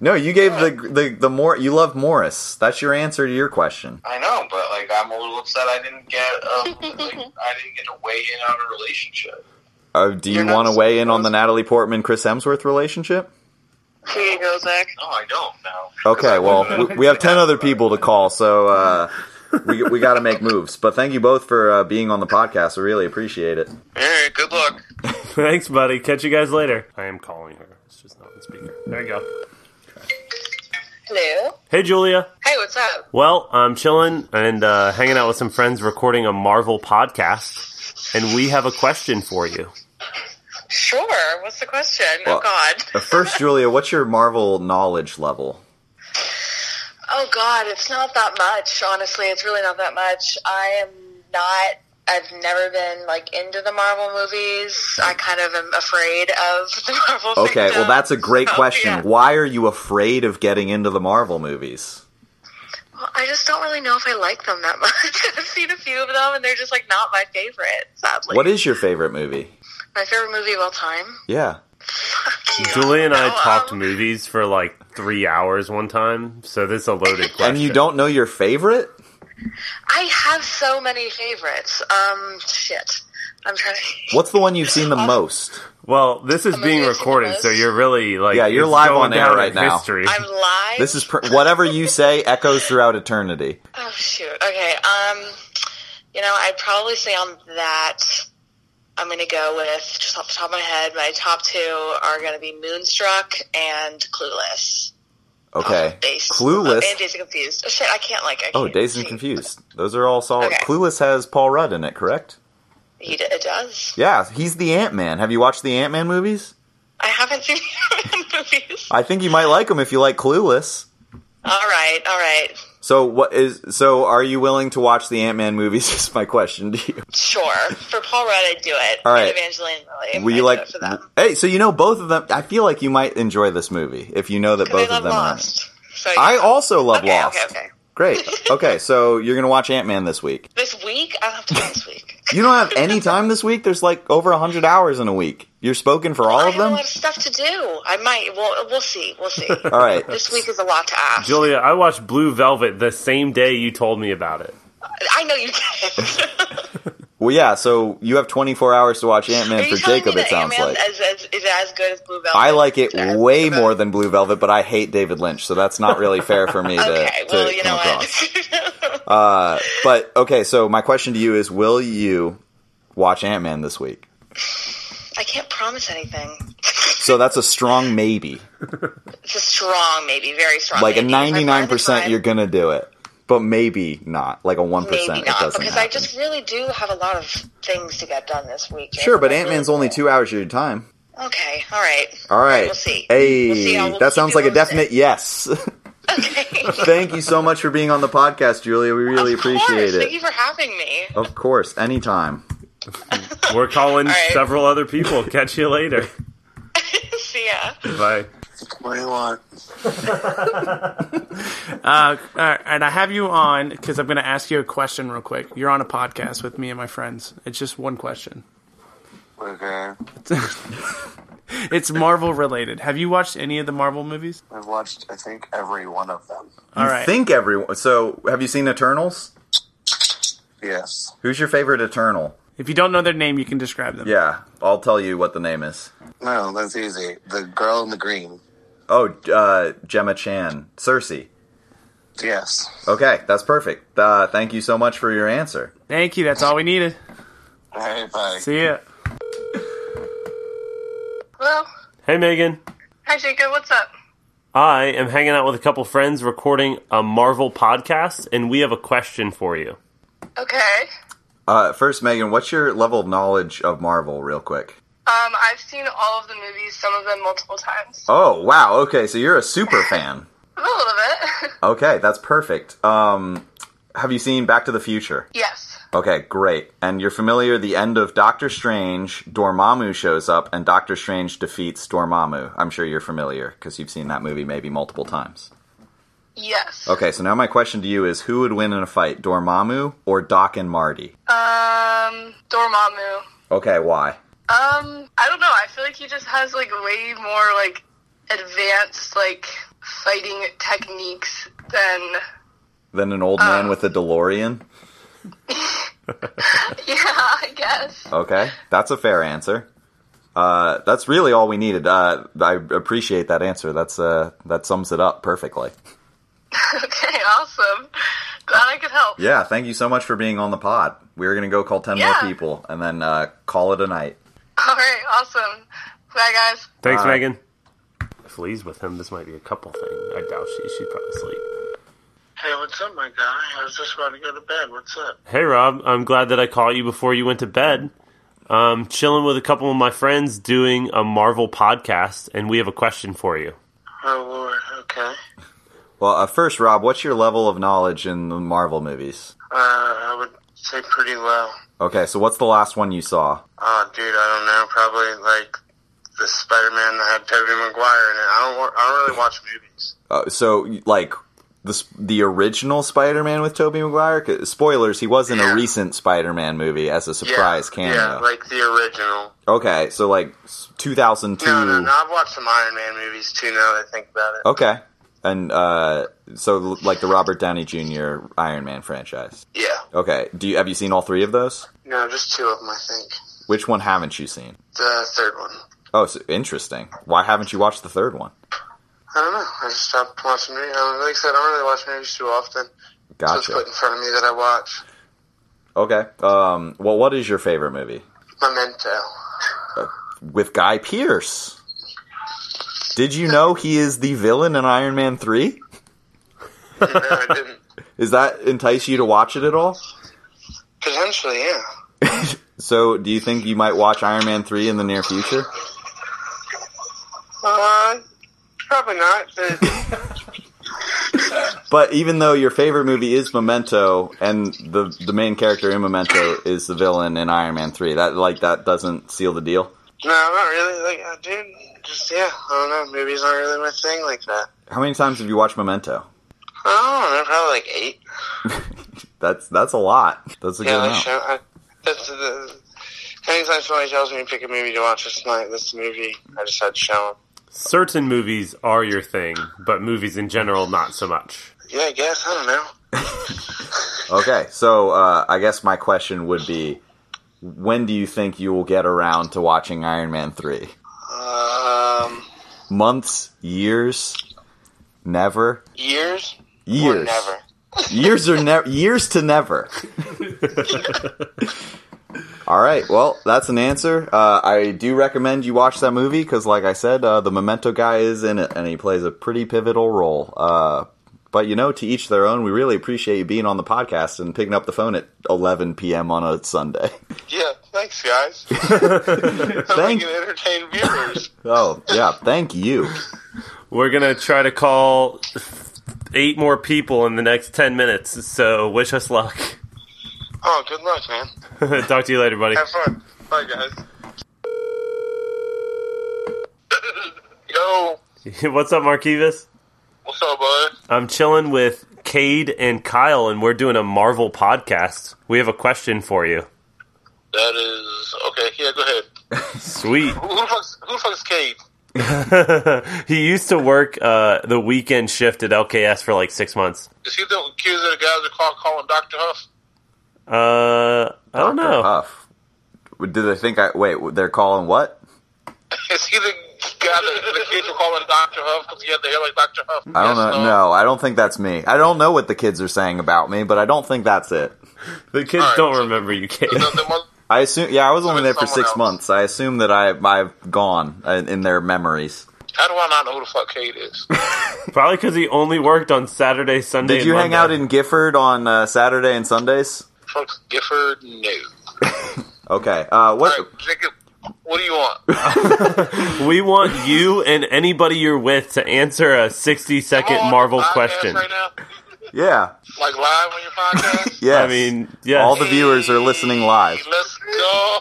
No, you gave the the the more you love Morris. That's your answer to your question.
I know, but like I'm a little upset I didn't get a, like, I didn't get to weigh in on a relationship.
Uh, do you
You're not
want to weigh in on the Natalie Portman Chris Hemsworth relationship?
Here you go, Zach.
No, I don't now.
Okay, well we, we have ten other people to call, so uh, we we got to make moves. But thank you both for uh, being on the podcast. We really appreciate it.
right, good luck. Thanks, buddy. Catch you guys later. I am calling her. It's just not on speaker. There you go.
Hello.
Hey, Julia.
Hey, what's up?
Well, I'm chilling and uh, hanging out with some friends, recording a Marvel podcast, and we have a question for you.
Sure. What's the question? oh
Well,
God.
uh, First, Julia, what's your Marvel knowledge level?
Oh God, it's not that much. Honestly, it's really not that much. I am not. I've never been like into the Marvel movies. I kind of am afraid of the Marvel.
Okay, well
fandom.
that's a great
So,
question.
yeah.
Why are you afraid of getting into the Marvel movies?
Well, I just don't really know if I like them that much. I've seen a few of them, and they're just like not my favorite. Sadly,
What is your favorite movie?
my favorite movie of all time?
Yeah.
Julia and I talked movies for like three hours one time, so this is a loaded question.
And you don't know your favorite?
I have so many favorites. Um, shit. I'm trying. To...
What's the one you've seen the most?
Well, this is being recorded, so you're really like
yeah, you're
it's
live
going
on air
down in
right now.
history.
live.
This is pr- whatever you say echoes throughout eternity.
Oh shoot. Okay. Um, you know, I'd probably say on that, I'm gonna go with just off the top of my head. My top two are gonna be Moonstruck and Clueless.
Okay,
Based
Clueless.
and Days and Confused. Oh, shit, I can't like. I can't.
Oh, Dazed and Confused. Those are all solid.
Okay.
Clueless has Paul Rudd in it, correct?
He d- it does.
Yeah, he's the Ant Man. Have you watched the Ant Man movies?
I haven't seen the movies.
I think you might like them if you like Clueless.
All right. All right.
So what is? So are you willing to watch the Ant Man movies? Is my question to you.
Sure. For Paul Rudd, I'd do it.
All
And
right.
Evangeline Lilly.
Will
I'd
you
do
like?
it for them.
Hey, so you know both of them. I feel like you might enjoy this movie if you know that both of them are. in it.
So,
I also love
okay,
Lost.
Okay. Okay.
Great. Okay, so you're gonna watch Ant Man this week.
This week, I don't have time this week.
You don't have any time this week. There's like over hundred hours in a week. You're spoken for all
I have
of
a
them.
lot of stuff to do. I might. We'll, we'll see. We'll see.
All right.
This week is a lot to ask.
Julia, I watched Blue Velvet the same day you told me about it.
I know you did.
Well, yeah. So you have 24 hours to watch Ant Man
Are you
for
telling
Jacob.
me
It
that
sounds
Ant-Man
like.
is, is, is as good as Blue Velvet?
I like it way more than Blue Velvet, but I hate David Lynch, so that's not really fair for me to,
Okay,
to
well, you
come
know
across. uh, but okay, so my question to you is: Will you watch Ant Man this week?
I can't promise anything.
So that's a strong maybe,
It's a strong, maybe very strong.
like a
maybe. If I find the
99. percent
time-
You're gonna do it. but maybe not. Like a one percent,
Maybe
it
not,
doesn't.
because I
happen.
just really do have a lot of things to get done this week.
Sure, but Ant Man's only two hours of your time.
Okay, all right.
All right.
We'll see.
Hey,
We'll see. I will
that sounds like a
keep you
definite yes. Thank you so much for being on the podcast, Julia. We really appreciate
Thank you
it.
for having me.
Of course, anytime.
We're calling several other people. Catch you later.
See ya.
Bye.
What do you want?
Uh, all right, and I have you on because I'm going to ask you a question real quick. You're on a podcast with me and my friends. It's just one question.
Okay.
It's Marvel related. Have you watched any of the Marvel movies?
I've watched, I think, every one of them.
All
You
right.
Think everyone. So, have you seen Eternals?
Yes.
Who's your favorite Eternal?
If you don't know their name, you can describe them.
Yeah, I'll tell you what the name is.
No, that's easy. The girl in the green.
Oh, uh, Gemma Chan, Cersei.
Yes.
Okay, that's perfect. Uh, thank you so much for your answer.
Thank you. That's all we needed.
Hey, bye.
See ya.
Hello.
Hey, Megan.
Hi, Jacob. What's up?
I am hanging out with a couple friends recording a Marvel podcast, and we have a question for you.
Okay.
Uh, first, Megan, what's your level of knowledge of Marvel, real quick?
Um, I've seen all of the movies, some of them multiple times.
Oh, wow. Okay, so you're a super fan.
A little bit.
Okay, that's perfect. Um, have you seen Back to the Future?
yes.
Okay, great. And you're familiar the end of Doctor Strange, Dormammu shows up and Doctor Strange defeats Dormammu. I'm sure you're familiar because you've seen that movie maybe multiple times.
Yes.
Okay, so now my question to you is who would win in a fight, Dormammu or Doc and Marty?
Um, Dormammu.
Okay, why?
Um, I don't know. I feel like he just has like way more like advanced like fighting techniques than
Then an old man with a DeLorean?
yeah, I guess.
Okay, that's a fair answer. Uh, that's really all we needed. Uh, I appreciate that answer. That's uh, that sums it up perfectly.
okay, awesome. Glad I could help.
Yeah, thank you so much for being on the pod. We're gonna go call ten
Yeah.
more people and then uh, call it a night.
All right, awesome. Bye, guys.
Thanks,
Bye.
Megan. If Lee's with him, this might be a couple thing. I doubt she. She'd probably sleep.
Hey, what's up, my guy? I was just about to go to bed. What's up?
Hey, Rob. I'm glad that I caught you before you went to bed. Um, chilling with a couple of my friends doing a Marvel podcast, and we have a question for you.
Oh, Lord. Okay.
Well, uh, first, Rob, what's your level of knowledge in the Marvel movies?
Uh, I would say pretty low.
Okay, so what's the last one you saw?
Oh, dude, I don't know. Probably like the Spider-Man that had Tobey Maguire in it. I don't. wa- I don't really watch movies.
Uh, so, like the s- the original Spider-Man with Tobey Maguire. 'Cause- Spoilers: He was in a recent Spider-Man movie as a surprise cameo.
Yeah, like the original.
Okay, so like s- 2002.
No, no, no. I've watched some Iron Man movies too. Now that I think about it.
Okay, and uh, so l- like the Robert Downey Jr. Iron Man franchise.
Yeah.
Okay, do you have you seen all three of those?
No, just two of them. I think
Which one haven't you seen?
the third one.
Oh, so interesting. Why haven't you watched the third one?
I don't know. I just stopped watching movies. Um, Like I said, I don't really watch movies too often. So it's
Gotcha.
put in front of me that I watch
Okay. Um. Well, what is your favorite movie?
Memento.
With Guy Pearce. Did you know he is the villain in Iron Man Three?
no, I didn't.
Does that entice you to watch it at all?
Potentially, yeah.
So, do you think you might watch Iron Man Three in the near future?
Uh, probably not. But
But even though your favorite movie is Memento, and the the main character in Memento is the villain in Iron Man Three, that like that doesn't seal the deal.
no, not really. Like, uh, dude, just yeah. I don't know. Movies aren't really my thing like that.
How many times have you watched Memento?
I don't know. Probably like eight.
That's that's a lot. That's a
yeah,
good
like,
amount.
show, I, that's the. Anytime somebody tells me to pick a movie to watch this night, this movie, I just had to show 'em.
Certain movies are your thing, but movies in general, not so much.
Yeah, I guess. I don't know.
Okay, so uh, I guess my question would be, when do you think you will get around to watching Iron Man three?
Um,
Months, years, never,
years?
years,
Or never.
years or never, years to never. All right, well, that's an answer. Uh, I do recommend you watch that movie because, like I said, uh, the Memento guy is in it and he plays a pretty pivotal role. Uh, But you know, to each their own. We really appreciate you being on the podcast and picking up the phone at 11 p.m. on a Sunday.
Yeah, thanks, guys. Thank you, entertain viewers.
Oh, yeah. Thank you.
We're gonna try to call eight more people in the next ten minutes. So wish us luck.
Oh, good luck, man.
Talk to you later, buddy.
Have fun. Bye, guys. Yo,
What's up, Marquivas?
what's up, bud?
I'm chilling with Cade and Kyle, and we're doing a Marvel podcast. We have a question for you.
That is okay. Yeah, go ahead.
Sweet.
Who, who the fuck's who the fuck's Cade?
he used to work uh, the weekend shift at LKS for like six months.
Is he the accused of the guys that call calling Doctor Huff?
Uh, I don't know.
Huff. Do they think I wait? They're calling what?
Is he the guy that the kids were calling Doctor Huff because he had the hair like Doctor Huff?
I don't know. No, I don't think that's me. I don't know what the kids are saying about me, but I don't think that's it.
The kids don't remember you, Cade.
I assume. Yeah, I was only there for six months. I assume that I I've gone uh, in their memories.
How do I not know who the fuck Cade is?
Probably because he only worked on Saturday, Sunday.
Did you hang out in Gifford on uh, Saturday and Sundays?
Fuck Gifford, no.
Okay. Uh, what?
Jacob, what do you want?
we want you and anybody you're with to answer a 60 second Marvel question.
Yeah.
Like live on your podcast?
Yes. I
mean, yes.
All the viewers are listening live.
Let's go.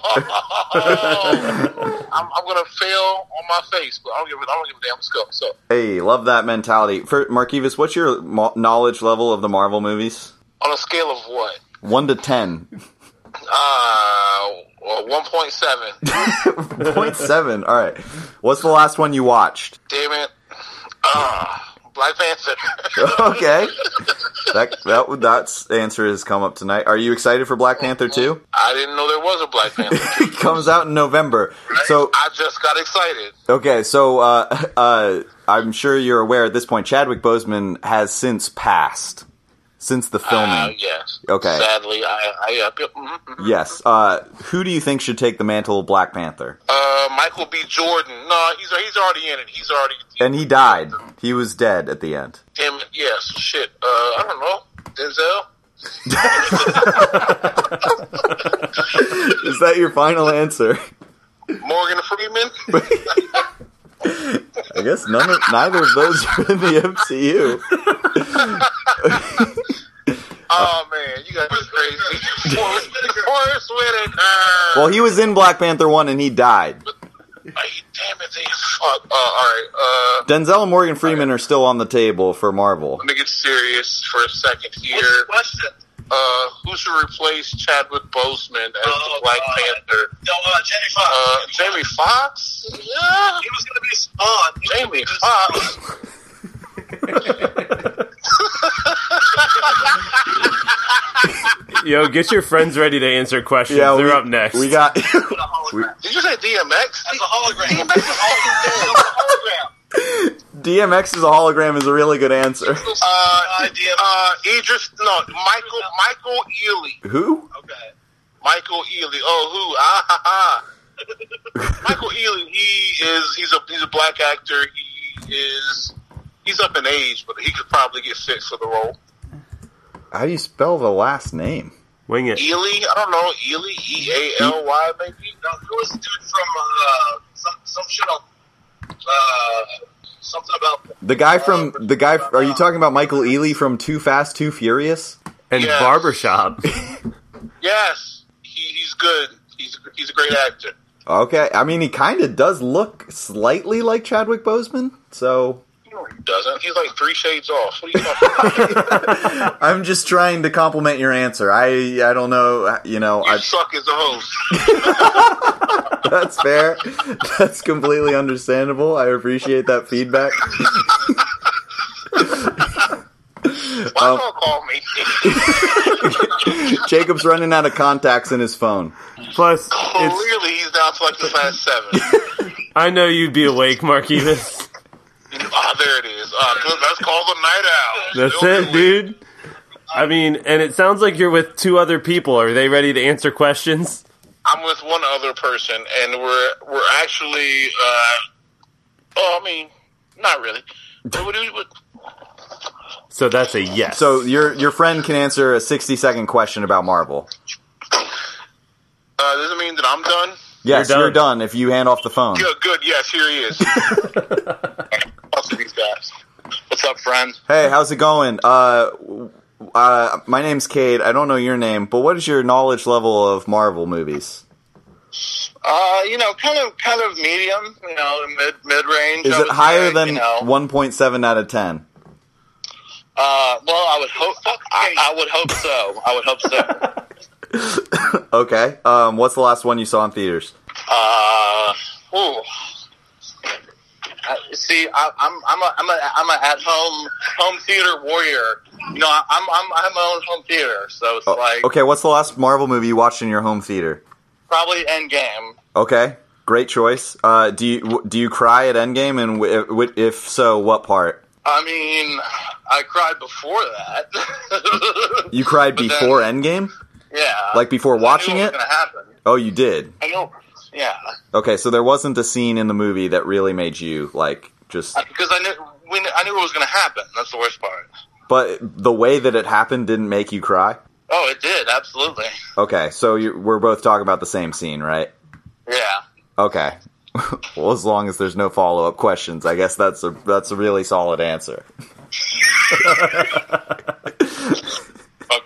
I'm, I'm gonna fail on my face, but I don't give a, I don't give a damn. Let's go. So
Hey, love that mentality. For Marquivas, what's your mo- knowledge level of the Marvel movies?
on a scale of what?
One to ten.
Uh, one point seven.
Point seven. All right. What's the last one you watched?
Damn it. Uh, Black Panther.
okay. That that would- that answer has come up tonight. Are you excited for Black Panther too?
I didn't know there was a Black Panther.
It comes out in November. So
I just got excited.
Okay, so uh, uh, I'm sure you're aware at this point, Chadwick Boseman has since passed since the filming.
Uh, yes.
Okay.
Sadly, I, I uh, mhm.
Yes. Uh, who do you think should take the mantle of Black Panther?
uh, Michael B. Jordan. No, he's he's already in it. He's already.
And he died. He was dead at the end.
Damn it. Yes. Shit. Uh, I don't know. Denzel.
Is that your final answer?
Morgan Freeman.
I guess none of, neither of those are in the MCU.
Oh man, you guys are crazy. Forrest Forrest Whitaker.
Well, he was in Black Panther 1 and he died.
Damn it, they fuck. Uh, all right. Uh,
Denzel and Morgan Freeman are still on the table for Marvel.
let me get serious for a second here. question? Uh, who should replace Chadwick Boseman as the Black Panther? Oh, No, uh, Jamie Foxx. Uh, Jamie Foxx? Yeah. He was going to be Spawn. Jamie Foxx.
Yo, get your friends ready to answer questions.
Yeah,
They're
we-
up next.
we got- We-
Did you say DMX? That's a hologram. DMX is hologram.
DMX is a hologram is a really good answer.
Uh, uh, Idris, no, Michael, Michael Ealy.
Who?
Michael Ealy. Oh, who? Ah, ha, ha. Michael Ealy. He is. He's a. He's a black actor. He is. He's up in age, but he could probably get fit for the role.
How do you spell the last name?
Wing it.
Ealy. I don't know. Ealy. E A L Y. Maybe. No, who was the dude from uh, some some shit on uh, something about
The guy from the guy. Are you talking about Michael Ealy from Too Fast, Too Furious?
And
Yes.
Barbershop.
Yes, he, he's good. He's he's a great actor.
Okay, I mean he kind of does look slightly like Chadwick Boseman, so
No, he doesn't. He's like three shades off. What are you talking about?
I'm just trying to compliment your answer. I I don't know, you know,
You
I,
suck as a host.
that's fair. That's completely understandable. I appreciate that feedback.
Why
Um,
don't call me?
Jacob's running out of contacts in his phone.
Plus,
Clearly, he's down to like the last seven.
I know you'd be awake, Marquivas.
Ah, there it is. Ah, good. Let's call the night out.
That's it, dude. I mean, and it sounds like you're with two other people. Are they ready to answer questions?
I'm with one other person, and we're we're actually. Uh, oh, I mean, not really. What, what, what,
So that's a yes.
So your your friend can answer a sixty second question about Marvel.
Uh, does it mean that I'm done?
Yes, you're done. if you hand off the phone.
Good, good. Yes, here he is. Talk to these guys. What's up, friend?
Hey, how's it going? Uh, w- uh, my name's Cade. I don't know your name, but what is your knowledge level of Marvel movies?
Uh, you know, kind of, kind of medium. You know, mid mid range.
Is it higher than one point seven out of ten?
Uh, well, I would hope. I, I would hope so. I would hope so.
Okay. Um, what's the last one you saw in theaters?
Uh, ooh. I, see, I, I'm I'm a I'm a I'm a at home home theater warrior. You know, I, I'm I'm I have my own home theater, so it's like
Oh, Uh, Okay, what's the last Marvel movie you watched in your home theater?
probably Endgame.
Okay, great choice. Uh, do you w- do you cry at Endgame, and w- w- if so, what part?
I mean, I cried before that.
You cried
But then-
before Endgame,
yeah,
like before watching
I knew
it.
was gonna happen.
Oh, you did.
I know. Yeah,
Okay, so there wasn't a scene in the movie that really made you like just.
because I knew we, kn- I knew it was going to happen. That's the worst part.
But the way that it happened didn't make you cry.
Oh, it did absolutely.
Okay, so you we're both talking about the same scene, right?
Yeah.
Okay. well, as long as there's no follow up questions, I guess that's a that's a really solid answer.
Fuck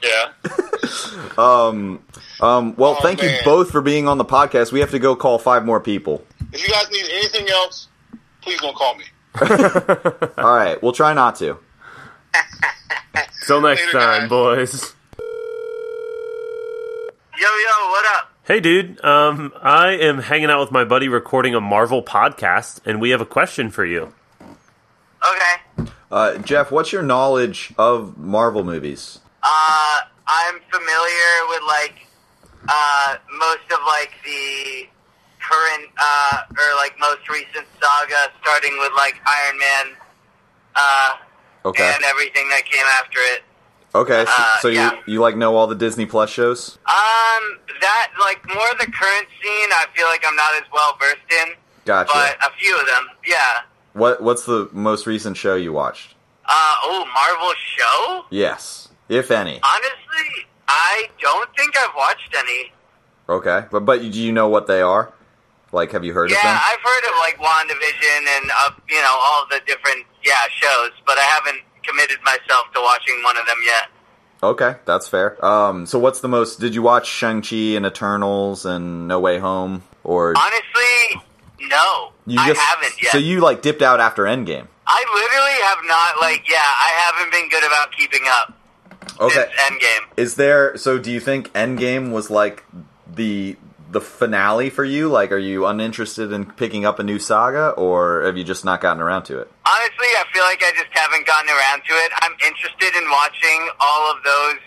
yeah. Oh,
Um, um, well, thank you
man.
both for being on the podcast. We have to go call five more people.
If you guys need anything else, please don't call me.
All right, we'll try not to.
Till next time, boys.
Yo, yo, what up?
Hey, dude. Um, I am hanging out with my buddy recording a Marvel podcast, and we have a question for you.
Uh, Jeff, what's your knowledge of Marvel movies?
Uh, I'm familiar with like uh, most of like the current uh, or like most recent saga, starting with like Iron Man uh,
Okay,
and everything that came after it.
okay. So,
Uh,
so you
yeah.
you like know all the Disney Plus shows?
Um, that like more of the current scene, I feel like I'm not as well versed in,
Gotcha.
but a few of them, yeah.
What what's the most recent show you watched?
Uh, oh, Marvel show.
Yes, if any.
Honestly, I don't think I've watched any.
Okay, but but do you know what they are? Like, have you heard of
Yeah,
them?
I've heard of like WandaVision and uh, you know all the different yeah shows, but I haven't committed myself to watching one of them yet.
Okay, that's fair. Um, so what's the most? Did you watch Shang Chi and Eternals and No Way Home, or
Honestly, no,
you
I
just
haven't yet.
so you like dipped out after Endgame?
I literally have not like yeah, I haven't been good about keeping up.
Okay,
Endgame.
is there? So do you think Endgame was like the the finale for you? Like, are you uninterested in picking up a new saga, or have you just not gotten around to it?
Honestly, I feel like I just haven't gotten around to it. I'm interested in watching all of those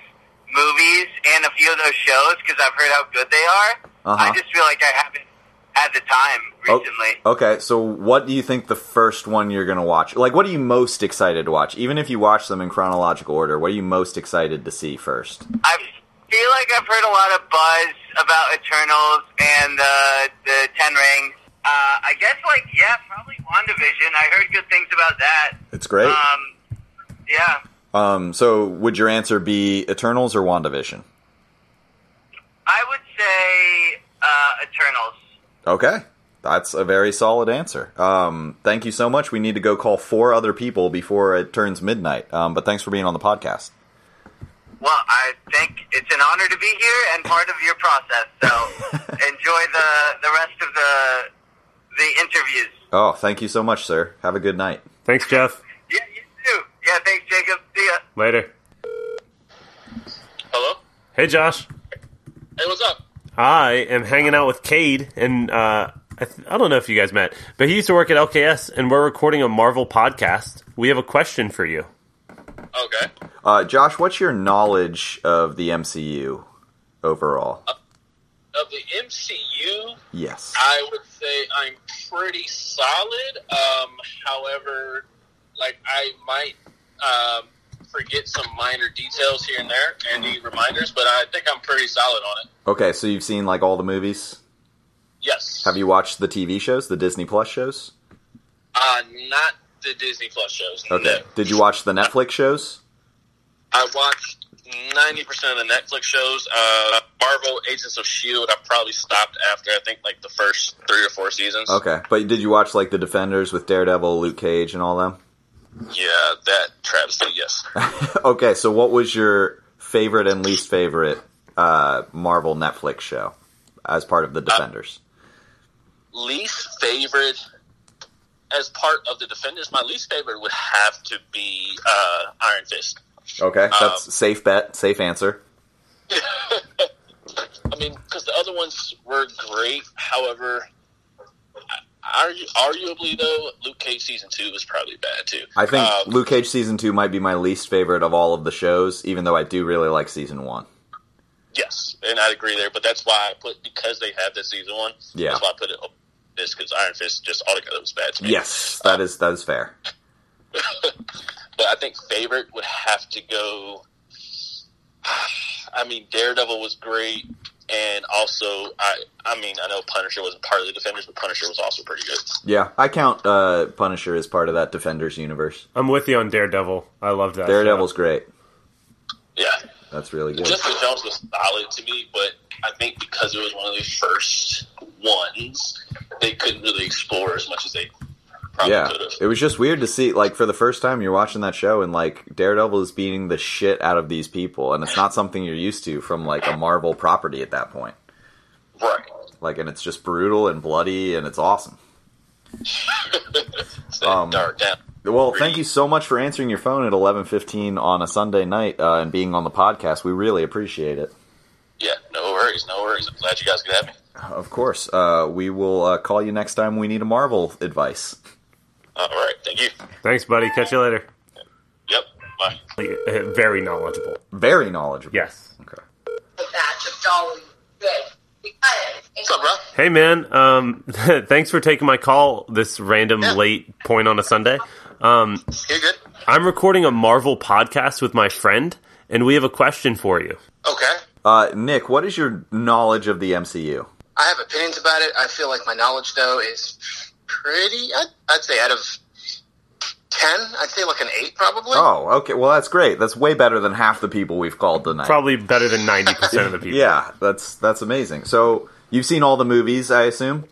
movies and a few of those shows because I've heard how good they are.
Uh-huh.
I just feel like I haven't had the time
Oh,
recently.
okay, so what do you think the first one you're gonna watch? Like, what are you most excited to watch? Even if you watch them in chronological order, what are you most excited to see first?
I feel like I've heard a lot of buzz about Eternals and uh, the Ten Rings. Uh, I guess, like, yeah, probably WandaVision. I heard good things about that.
It's great.
Um, yeah.
Um, so would your answer be Eternals or WandaVision?
I would say uh, Eternals.
Okay. That's a very solid answer. Um, thank you so much. We need to go call four other people before it turns midnight. Um, but thanks for being on the podcast.
Well, I think it's an honor to be here and part of your process. So enjoy the, the rest of the, the interviews.
Oh, thank you so much, sir. Have a good night.
Thanks, Jeff.
Yeah, thanks, Jacob. See ya.
Later.
Hello?
Hey, Josh.
Hey, what's up?
I am hanging out with Cade, and uh, I, th- I don't know if you guys met, but he used to work at LKS, and we're recording a Marvel podcast. We have a question for you.
Okay.
Uh, Josh, what's your knowledge of the MCU overall?
Of the MCU,
Yes.
I would say I'm pretty solid. Um, however, like I might um, forget some minor details here and there, and need reminders, but I think I'm pretty solid on it.
Okay, so you've seen like all the movies?
Yes.
Have you watched the TV shows, the Disney Plus shows?
Uh, not the Disney Plus shows.
Okay. Did you watch the Netflix shows?
I watch ninety percent of the Netflix shows. Uh, Marvel Agents of Shield. I probably stopped after I think like the first three or four seasons.
Okay, but did you watch like the Defenders with Daredevil, Luke Cage, and all them?
Yeah, that travesty. Yes.
okay, so what was your favorite and least favorite uh, Marvel Netflix show as part
Uh,
of the Defenders?
least favorite as part of the defenders my least favorite would have to be uh, iron fist
okay, that's
um,
safe bet, safe answer.
i mean because the other ones were great however I, argu- arguably though luke cage season two was probably bad too
I think
Um,
Luke Cage season two might be my least favorite of all of the shows, even though I do really like season one.
yes and i agree there but that's why i put because they have that season one
Yeah.
that's why i put it up this because iron fist just altogether was bad to me
Yes, that is that is fair.
but I think favorite would have to go. I mean, Daredevil was great, and also I. I mean, I know Punisher wasn't part of the Defenders, but Punisher was also pretty good.
Yeah, I count uh, Punisher as part of that Defenders universe.
I'm with you on Daredevil. I love that.
Daredevil's great.
Yeah,
That's really good.
Jessica Jones was solid to me, but I think because it was one of the first ones, they couldn't really explore as much as they.
yeah, it was just weird to see. Like for the first time, you're watching that show, and like Daredevil is beating the shit out of these people, and it's not something you're used to from like a Marvel property at that point.
Right.
Like, and it's just brutal and bloody, and it's awesome. um, Well, thank you so much for answering your phone at 11:15 on a Sunday night uh, and being on the podcast. We really appreciate it.
Yeah, no worries, no worries. I'm glad you guys could have me.
Of course, uh, we will uh, call you next time we need a Marvel advice.
All right, thank you.
Thanks, buddy. Catch you later.
Yep. Bye.
Very knowledgeable.
Very knowledgeable.
Yes.
What's up, bro?
Hey, man. Um, thanks for taking my call this random late point on a Sunday. Um,
You're good.
I'm recording a Marvel podcast with my friend, and we have a question for you.
Okay. Uh, Nick, what is your knowledge of the MCU?
I have opinions about it. I feel like my knowledge, though, is pretty. I'd, I'd say out of ten, I'd say like an eight, probably.
Oh, okay. Well, that's great. That's way better than half the people we've called tonight.
Probably better than 90% of the people.
Yeah, that's that's amazing. So you've seen all the movies, I assume.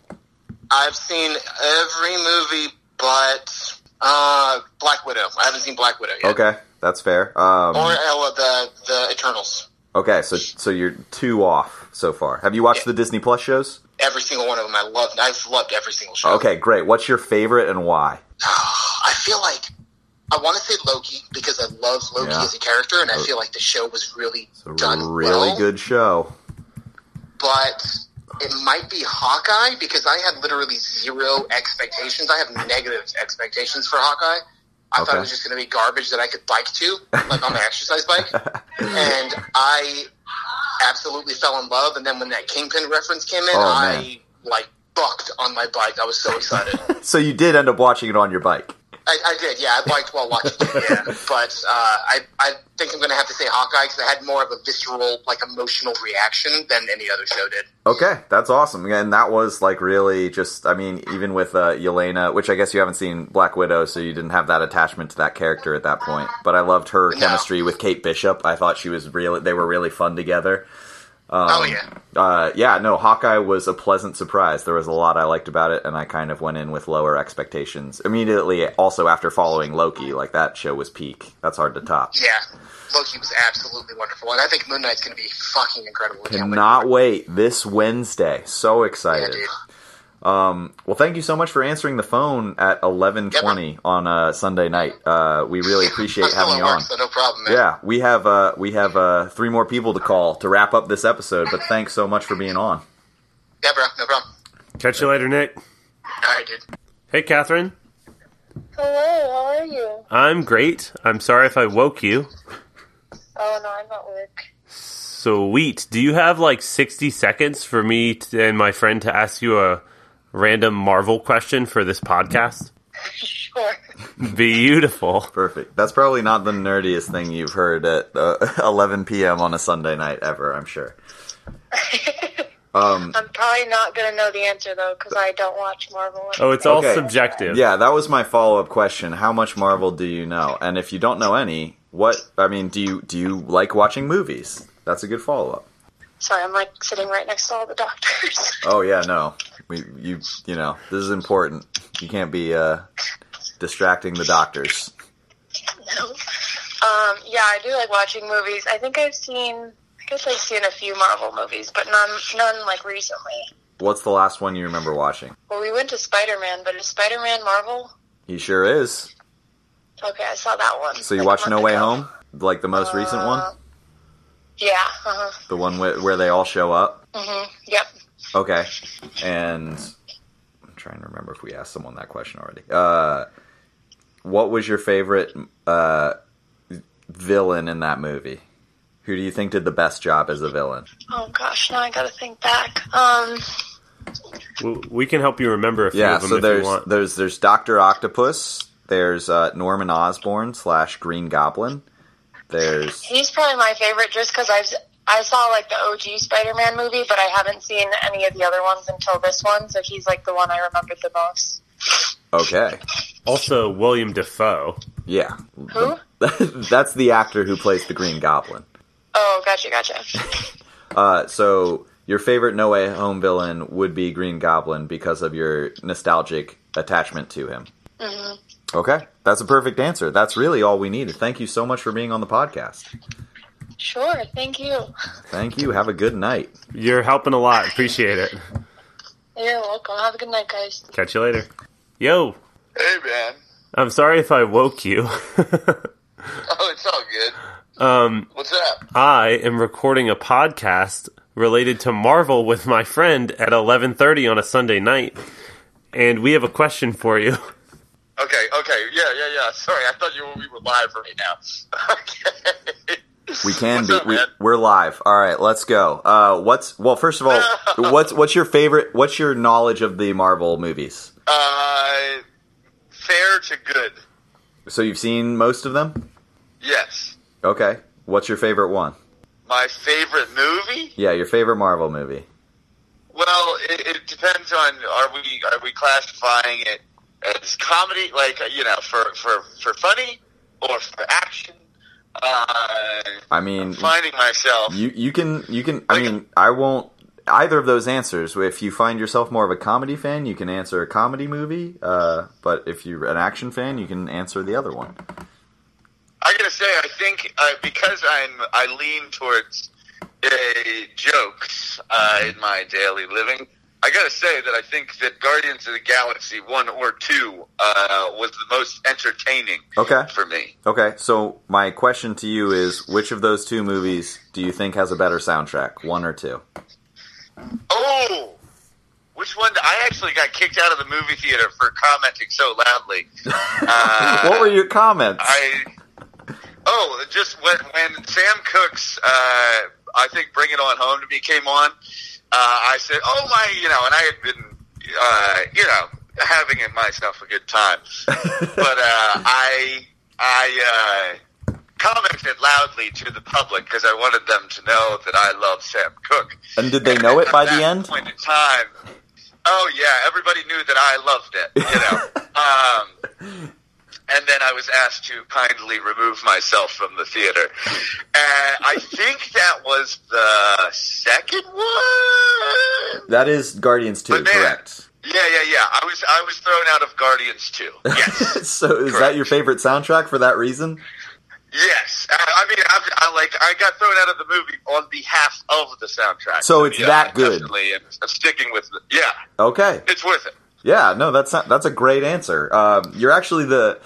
I've seen every movie but uh, Black Widow. I haven't seen Black Widow yet,
Okay, that's fair. Um,
or Ella the the Eternals.
okay, so so you're two off so far. Have you watched the Disney Plus shows?
Every single one of them, I loved. I've loved every single show.
Okay, great. What's your favorite and why?
I feel like I want to say Loki because I love Loki
Yeah. Uh,
as a character, and I feel like the show was really done
Really
well.
good show.
but it might be Hawkeye because I had literally zero expectations. I have negative expectations for Hawkeye. I thought
Okay.
it was just going to be garbage that I could bike to, like on my exercise bike. And I absolutely fell in love. And then when that Kingpin reference came in,
Oh,
I like bucked on my bike. I was so excited.
So you did end up watching it on your bike.
I, I did, yeah. I biked while watching it, yeah. But uh, I, I think I'm going to have to say Hawkeye because I had more of a visceral, like emotional reaction than any other show did.
Okay, that's awesome. And that was like really just, I mean, even with uh, Yelena, which I guess you haven't seen Black Widow, so you didn't have that attachment to that character at that point. But I loved her chemistry with Kate Bishop. I thought she was really, they were really fun together. Um,
oh, yeah.
Uh, yeah, no, Hawkeye was a pleasant surprise. There was a lot I liked about it, and I kind of went in with lower expectations. Immediately, also after following Loki, like that show was peak. That's hard to top.
Yeah, Loki was absolutely wonderful, and I think Moon Knight's going to be fucking incredible. I can't wait.
Cannot wait this Wednesday. So excited. um, well, thank you so much for answering the phone at eleven twenty on a Sunday night. Uh, we really
I'm
appreciate
still
having
at
you
work,
on.
so no problem, man.
Yeah, we have uh, we have uh, three more people to call to wrap up this episode. But thanks so much for being on.
Yeah, bro, no problem.
Catch you later, Nick.
All right, dude.
Hey, Catherine.
Hello, how are you?
I'm great. I'm sorry if I woke you.
Oh no, I'm at work.
Sweet. Do you have like 60 seconds for me to, and my friend to ask you a random Marvel question for this podcast?
Sure.
Beautiful.
Perfect. That's probably not the nerdiest thing you've heard at uh, 11 p.m. on a Sunday night ever. I'm sure. Um,
I'm probably not gonna know the answer though, because I don't watch Marvel.
Oh,
Okay. Yeah, that was my follow up question. How much Marvel do you know? And if you don't know any, What I mean, do you do you like watching movies? That's a good follow up.
Sorry, I'm like sitting right next to all the doctors.
Oh yeah, no, we you you know this is important. You can't be uh, distracting the doctors.
Um, yeah, I do like watching movies. I think I've seen, I guess I've seen a few Marvel movies, but none, none like recently.
What's the last one you remember watching?
Well, we went to Spider Man, but is Spider Man Marvel?
He sure is.
Okay, I saw that one.
So you
Like,
watched
a
No
month
Way
ago.
Home, like the most recent one,
Yeah. Uh-huh.
the one wh- where they all show up.
hmm Yep.
Okay. And I'm trying to remember if we asked someone that question already. Uh, what was your favorite uh, villain in that movie? Who do you think did the best job as a villain?
Oh gosh, now I gotta think back. Um,
We- We can help you remember a few
Yeah,
of them
so
if you
there's
want.
there's there's Doctor Octopus. There's uh, Norman Osborn slash Green Goblin. There's
he's probably my favorite just because I've I saw like the OG Spider Man movie, but I haven't seen any of the other ones until this one. So he's like the one I remembered the most.
okay.
Also, William Defoe.
Yeah,
Who?
that's the actor who plays the Green Goblin.
Oh, gotcha, gotcha.
Uh, so your favorite No Way Home villain would be Green Goblin because of your nostalgic attachment to him.
hmm
Okay, that's a perfect answer. That's really all we needed. Thank you so much for being on the podcast.
Sure. Thank you.
Thank you. Have a good night.
You're helping a lot. Appreciate it.
You're welcome. Have a good night, guys.
Catch you later. Yo,
Hey man.
I'm sorry if I woke you.
Oh, it's all good.
Um,
What's up?
I am recording a podcast related to Marvel with my friend at 11:30 on a Sunday night, and we have a question for you.
Okay, okay, yeah, yeah, yeah. Sorry, I thought you were, we were live right now.
We can be. we, we're live. All right, let's go. Uh, what's well? First of all, what's what's your favorite? What's your knowledge of the Marvel movies?
Uh, fair to good.
So you've seen most of them.
Yes,
Okay. What's your favorite one?
my favorite movie.
Yeah, your favorite Marvel movie.
Well, it, it depends on are we are we classifying it as comedy, like you know, for for for funny or for action. Uh,
I mean,
finding myself.
You you can you can. I mean, I won't either of those answers. If you find yourself more of a comedy fan, you can answer a comedy movie. Uh, but if you're an action fan, you can answer the other one.
I gotta say, I think uh, because I'm I lean towards uh, jokes uh, in my daily living. I gotta say that I think that Guardians of the Galaxy one or two uh, was the most entertaining
Okay.
for me.
Okay. So my question to you is, which of those two movies do you think has a better soundtrack, one or two?
Oh, which one? I actually got kicked out of the movie theater for commenting so loudly. Uh,
what were your comments?
I oh, just when when Sam Cooke's uh, I think "Bring It On Home" to me came on, uh, I said, "Oh my," you know, and I had been, uh, you know, having it myself a good time, but uh, I I uh, commented loudly to the public because I wanted them to know that I love Sam Cooke.
and did they know it by the end?
Point in time. Oh yeah, everybody knew that I loved it. You know. um, and then I was asked to kindly remove myself from the theater. And I think that was the second one.
That is Guardians Two, correct?
Yeah, yeah, yeah. I was I was thrown out of Guardians too.
so is that your favorite soundtrack for that reason?
Yes, I, I mean, I, I like I got thrown out of the movie on behalf of the soundtrack.
So it's
Yeah,
that good.
Definitely, and I'm sticking with it. Yeah,
Okay.
it's worth it.
Yeah, no, that's not, that's a great answer. Um, you're actually the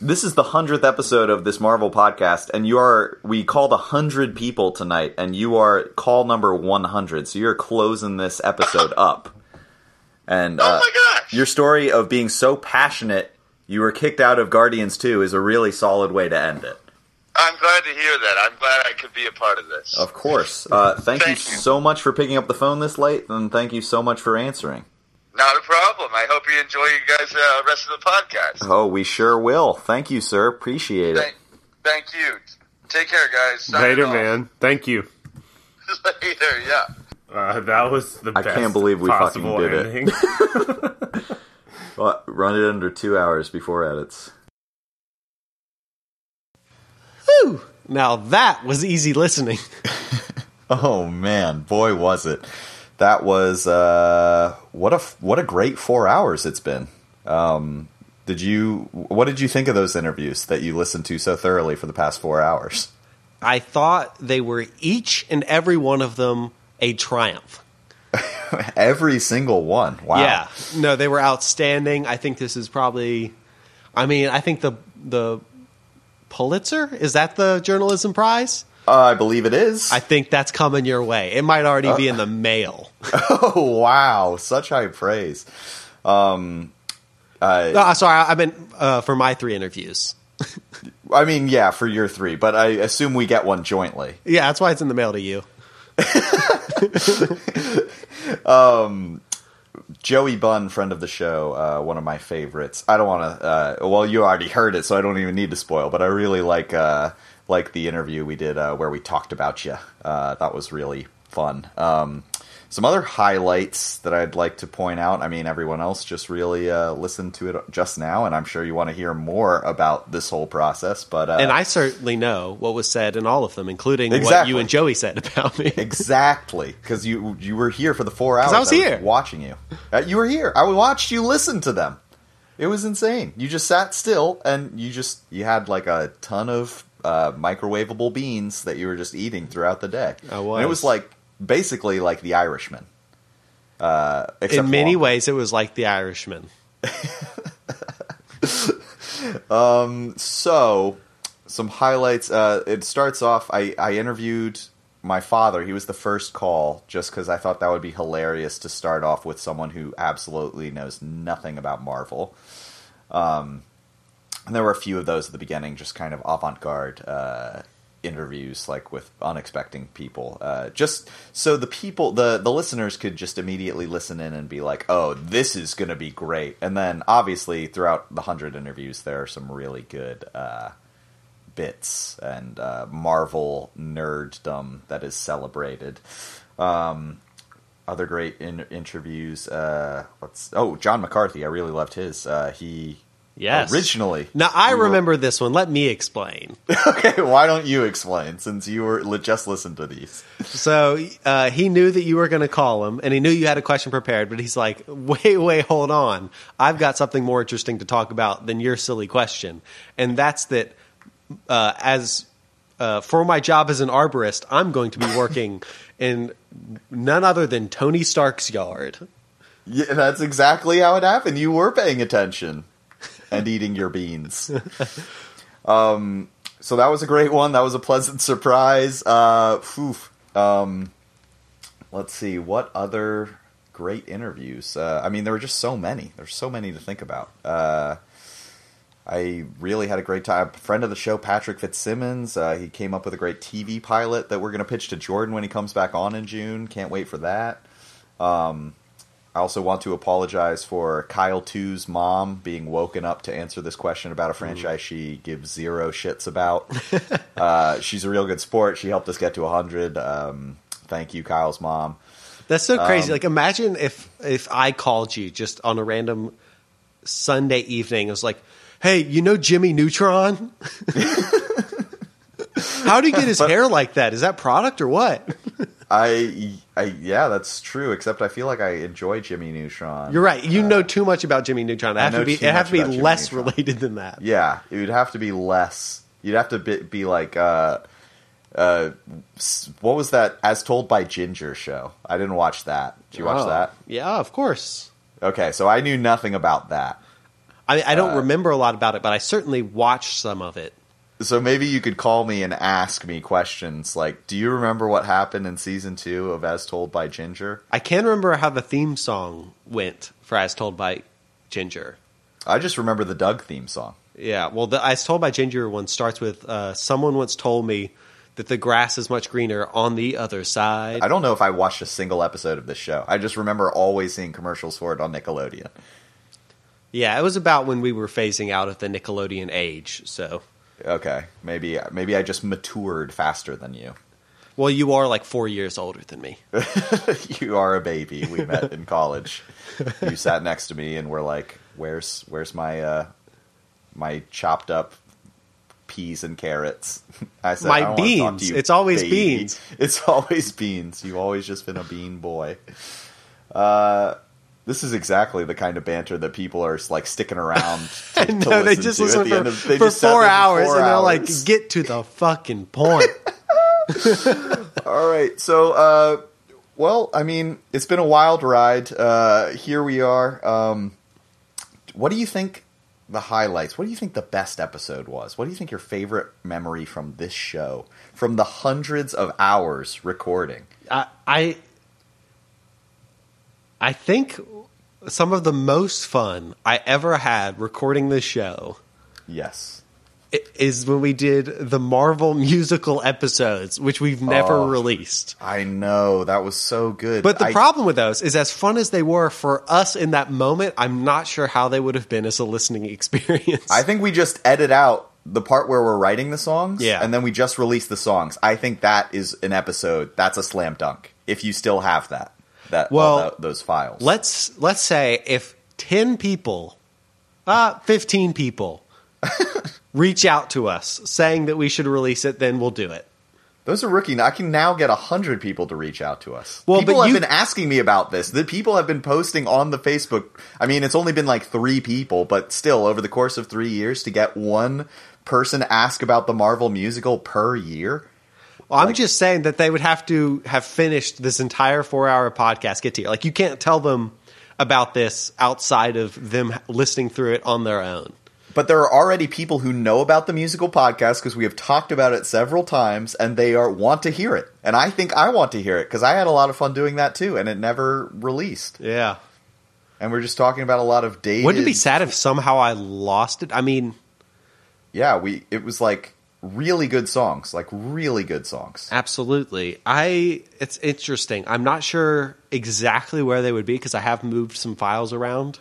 this is the hundredth episode of this Marvel podcast, and you are we called a hundred people tonight, and you are call number one hundred. So you're closing this episode up. And
Oh
uh, your story of being so passionate, you were kicked out of Guardians Two, is a really solid way to end it.
I'm glad to hear that. I'm glad I could be a part of this.
Of course. Uh, thank you so much for picking up the phone this late, and thank you so much for answering.
Not a problem. I hope you enjoy you guys' uh, rest of the podcast.
Oh, we sure will. Thank you, sir. Appreciate it.
Thank you. Take care, guys. Signing
Later,
off.
man. Thank you.
Later. Yeah.
Uh, that was the
I
best
can't believe we fucking
possible
did it.
ending.
Well, run it under two hours before edits.
Woo! Now that was easy listening.
Oh man, boy was it! That was uh, what a what a great four hours it's been. Um, did you what did you think of those interviews that you listened to so thoroughly for the past four hours?
I thought they were each and every one of them a triumph.
Every single one. Wow.
Yeah. No, they were outstanding. I think this is probably I mean, I think the the Pulitzer is that the journalism prize?
Uh, I believe it is. Uh,
I think that's coming your way. It might already be in the mail.
Oh wow, such high praise. Um, I,
No, sorry, I meant uh, for my three interviews.
I mean, yeah, for your three, but I assume we get one jointly.
Yeah, that's why it's in the mail to you.
um, Joey Bunn, friend of the show, uh, one of my favorites. I don't want to. Uh, well, you already heard it, so I don't even need to spoil. But I really like uh, like the interview we did uh, where we talked about you. Uh, that was really fun. Um, some other highlights that I'd like to point out. I mean, everyone else just really uh, listened to it just now, and I'm sure you want to hear more about this whole process. But uh,
and I certainly know what was said in all of them, including what
Exactly.
you and Joey said about me.
exactly because you you were here for the four hours.
I was here.
watching you. Uh, you were here. I watched you listen to them. It was insane. You just sat still and you just you had like a ton of uh, microwavable beans that you were just eating throughout the day.
I
And it
was.
was like basically like The Irishman. Uh, except
in many
longer.
ways, it was like The Irishman.
um, so some highlights. Uh, it starts off. I, I interviewed my father. He was the first call, just because I thought that would be hilarious to start off with someone who absolutely knows nothing about Marvel. Um, and there were a few of those at the beginning, just kind of avant-garde uh, interviews, like with unexpected people, uh, just so the people, the the listeners, could just immediately listen in and be like, "Oh, this is going to be great." And then, obviously, throughout the hundred interviews, there are some really good uh, bits and uh, Marvel nerddom that is celebrated. Um, other great in- interviews. Uh, let's. Oh, John McCarthy. I really loved his. Uh, he
Yes.
originally.
Now I remember this one. Let me explain.
Okay, why don't you explain since you were li- just listened to these?
So uh, he knew that you were going to call him, and he knew you had a question prepared. But he's like, "Wait, wait, hold on! I've got something more interesting to talk about than your silly question." And that's that. Uh, as uh, for my job as an arborist, I'm going to be working in none other than Tony Stark's yard.
Yeah, that's exactly how it happened. You were paying attention and eating your beans. um, so that was a great one. That was a pleasant surprise. Uh, phew. Um, let's see what other great interviews. Uh, I mean, there were just so many. There's so many to think about. Uh, I really had a great time. Friend of the show, Patrick Fitzsimmons. Uh, he came up with a great TV pilot that we're going to pitch to Jordan when he comes back on in June. Can't wait for that. Um, I also want to apologize for Kyle 2's mom being woken up to answer this question about
Hmm.
a franchise she gives zero shits about. uh, she's a real good sport. She helped us get to 100. Um, thank you, Kyle's mom.
That's so crazy.
Um,
like, imagine if if I called you just on a random Sunday evening. I was like, "Hey, you know Jimmy Neutron? How did he get his hair like that? Is that product or what?"
I, I, yeah, that's true. Except I feel like I enjoy Jimmy Neutron.
You're right. You know too much about Jimmy Neutron. It
I
have
know
to be
too
it have
much
to be
about Jimmy
less related than that.
Yeah, it would have to be less. You'd have to be, be like, uh, uh, s- what was that? As told by Ginger show. I didn't watch that. Did you watch
Oh,
that?
Yeah, of course.
Okay, so I knew nothing about that.
I, I don't
Uh,
remember a lot about it, but I certainly watched some of it.
So maybe you could call me and ask me questions like, "Do you remember what happened in season two of As Told by Ginger?"
I can remember how the theme song went for As Told by Ginger.
I just remember the Doug theme song.
Yeah, well, the As Told by Ginger one starts with uh, someone once told me that the grass is much greener on the other side.
I don't know if I watched a single episode of this show. I just remember always seeing commercials for it on Nickelodeon.
Yeah, it was about when we were phasing out of the Nickelodeon age. So,
Okay, maybe uh, maybe I just matured faster than you.
well, you are like four years older than me.
you are a baby. We met in college. You sat next to me, and we're like, "Where's where's my uh, my chopped up peas and carrots. I said,
My
I don't wanna talk
beans.
to you,
It's always
baby.
beans.
It's always beans. You've always just been a bean boy. Uh, this is exactly the kind of banter that people are like sticking around. To, to
no, they
listen
just
to at
listen
the
for,
end of- they
for
just sat
four
there for
hours
four
and they're
hours.
like, get to the fucking point.
All right. So, uh, well, I mean, it's been a wild ride. Uh, here we are. Um, what do you think the highlights? What do you think the best episode was? What do you think your favorite memory from this show, from the hundreds of hours recording?
I, I I think some of the most fun I ever had recording this show.
Yes.
i- Is when we did the Marvel musical episodes, which we've never
Oh,
released.
I know that was so good.
But the
I-
problem with those is, as fun as they were for us in that moment, I'm not sure how they would have been as a listening experience.
I think we just edit out the part where we're writing the songs, yeah, and then we just release the songs. I think that is an episode. That's a slam dunk. If you still have that, that well,
Well-
those files.
Let's let's say if ten people, uh, fifteen people, reach out to us saying that we should release it, then we'll do it.
Those are rookie. I can now get hundred people to reach out to us.
Well,
people
but
have
you-
been asking me about this. The people have been posting on the Facebook. I mean, it's only been like three people, but still, over the course of three years, to get one person ask about the Marvel musical per year.
Well, I'm just saying that they would have to have finished this entire four hour podcast. Get to you. Like you can't tell them about this outside of them listening through it on their own.
But there are already people who know about the musical podcast because we have talked about it several times, and they are want to hear it. And I think I want to hear it because I had a lot of fun doing that too, and it never released.
Yeah.
And we're just talking about a lot of dated.
Wouldn't it be sad if somehow I lost it? I mean,
yeah, we it was like really good songs, like really good songs.
Absolutely. I it's interesting. I'm not sure exactly where they would be because I have moved some files around.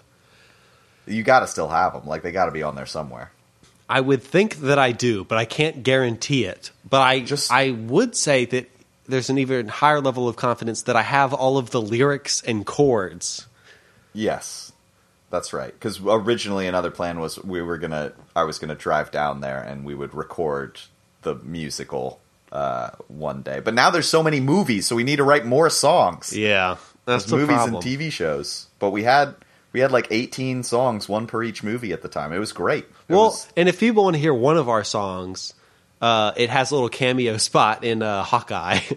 You got to still have them. Like they got to be on there somewhere.
I would think that I do, but I can't guarantee it. But I just I would say that there's an even higher level of confidence that I have all of the lyrics and chords.
Yes, that's right. Because originally another plan was we were gonna, I was gonna drive down there and we would record the musical uh, one day. But now there's so many movies, so we need to write more songs.
Yeah, that's
There's
the
movies
problem.
and TV shows. But we had we had like 18 songs, one per each movie at the time. It was great.
well, and if people want to hear one of our songs, uh, it has a little cameo spot in uh, Hawkeye.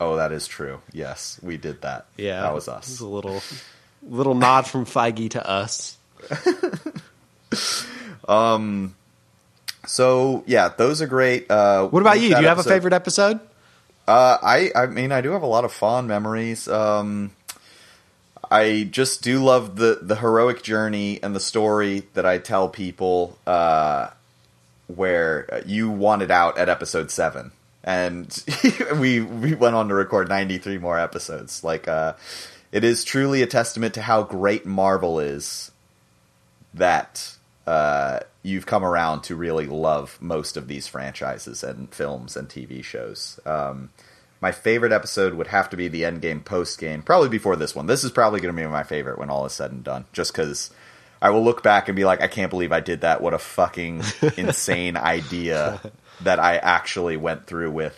Oh, that is true. Yes, we did that.
Yeah,
that was
It
us.
was a little little nod from Feige to us.
Um, so yeah, those are great. Uh,
What about you? Do you have a favorite episode?
Uh, I I mean, I do have a lot of fond memories. Um, I just do love the the heroic journey and the story that I tell people. Uh, where uh, you wanted out at episode seven, and we we went on to record ninety three more episodes. Like, uh, it is truly a testament to how great Marvel is that uh, you've come around to really love most of these franchises and films and TV shows. Um, my favorite episode would have to be the Endgame post game, probably before this one. This is probably going to be my favorite when all is said and done, just because I will look back and be like, I can't believe I did that. What a fucking insane idea that I actually went through with.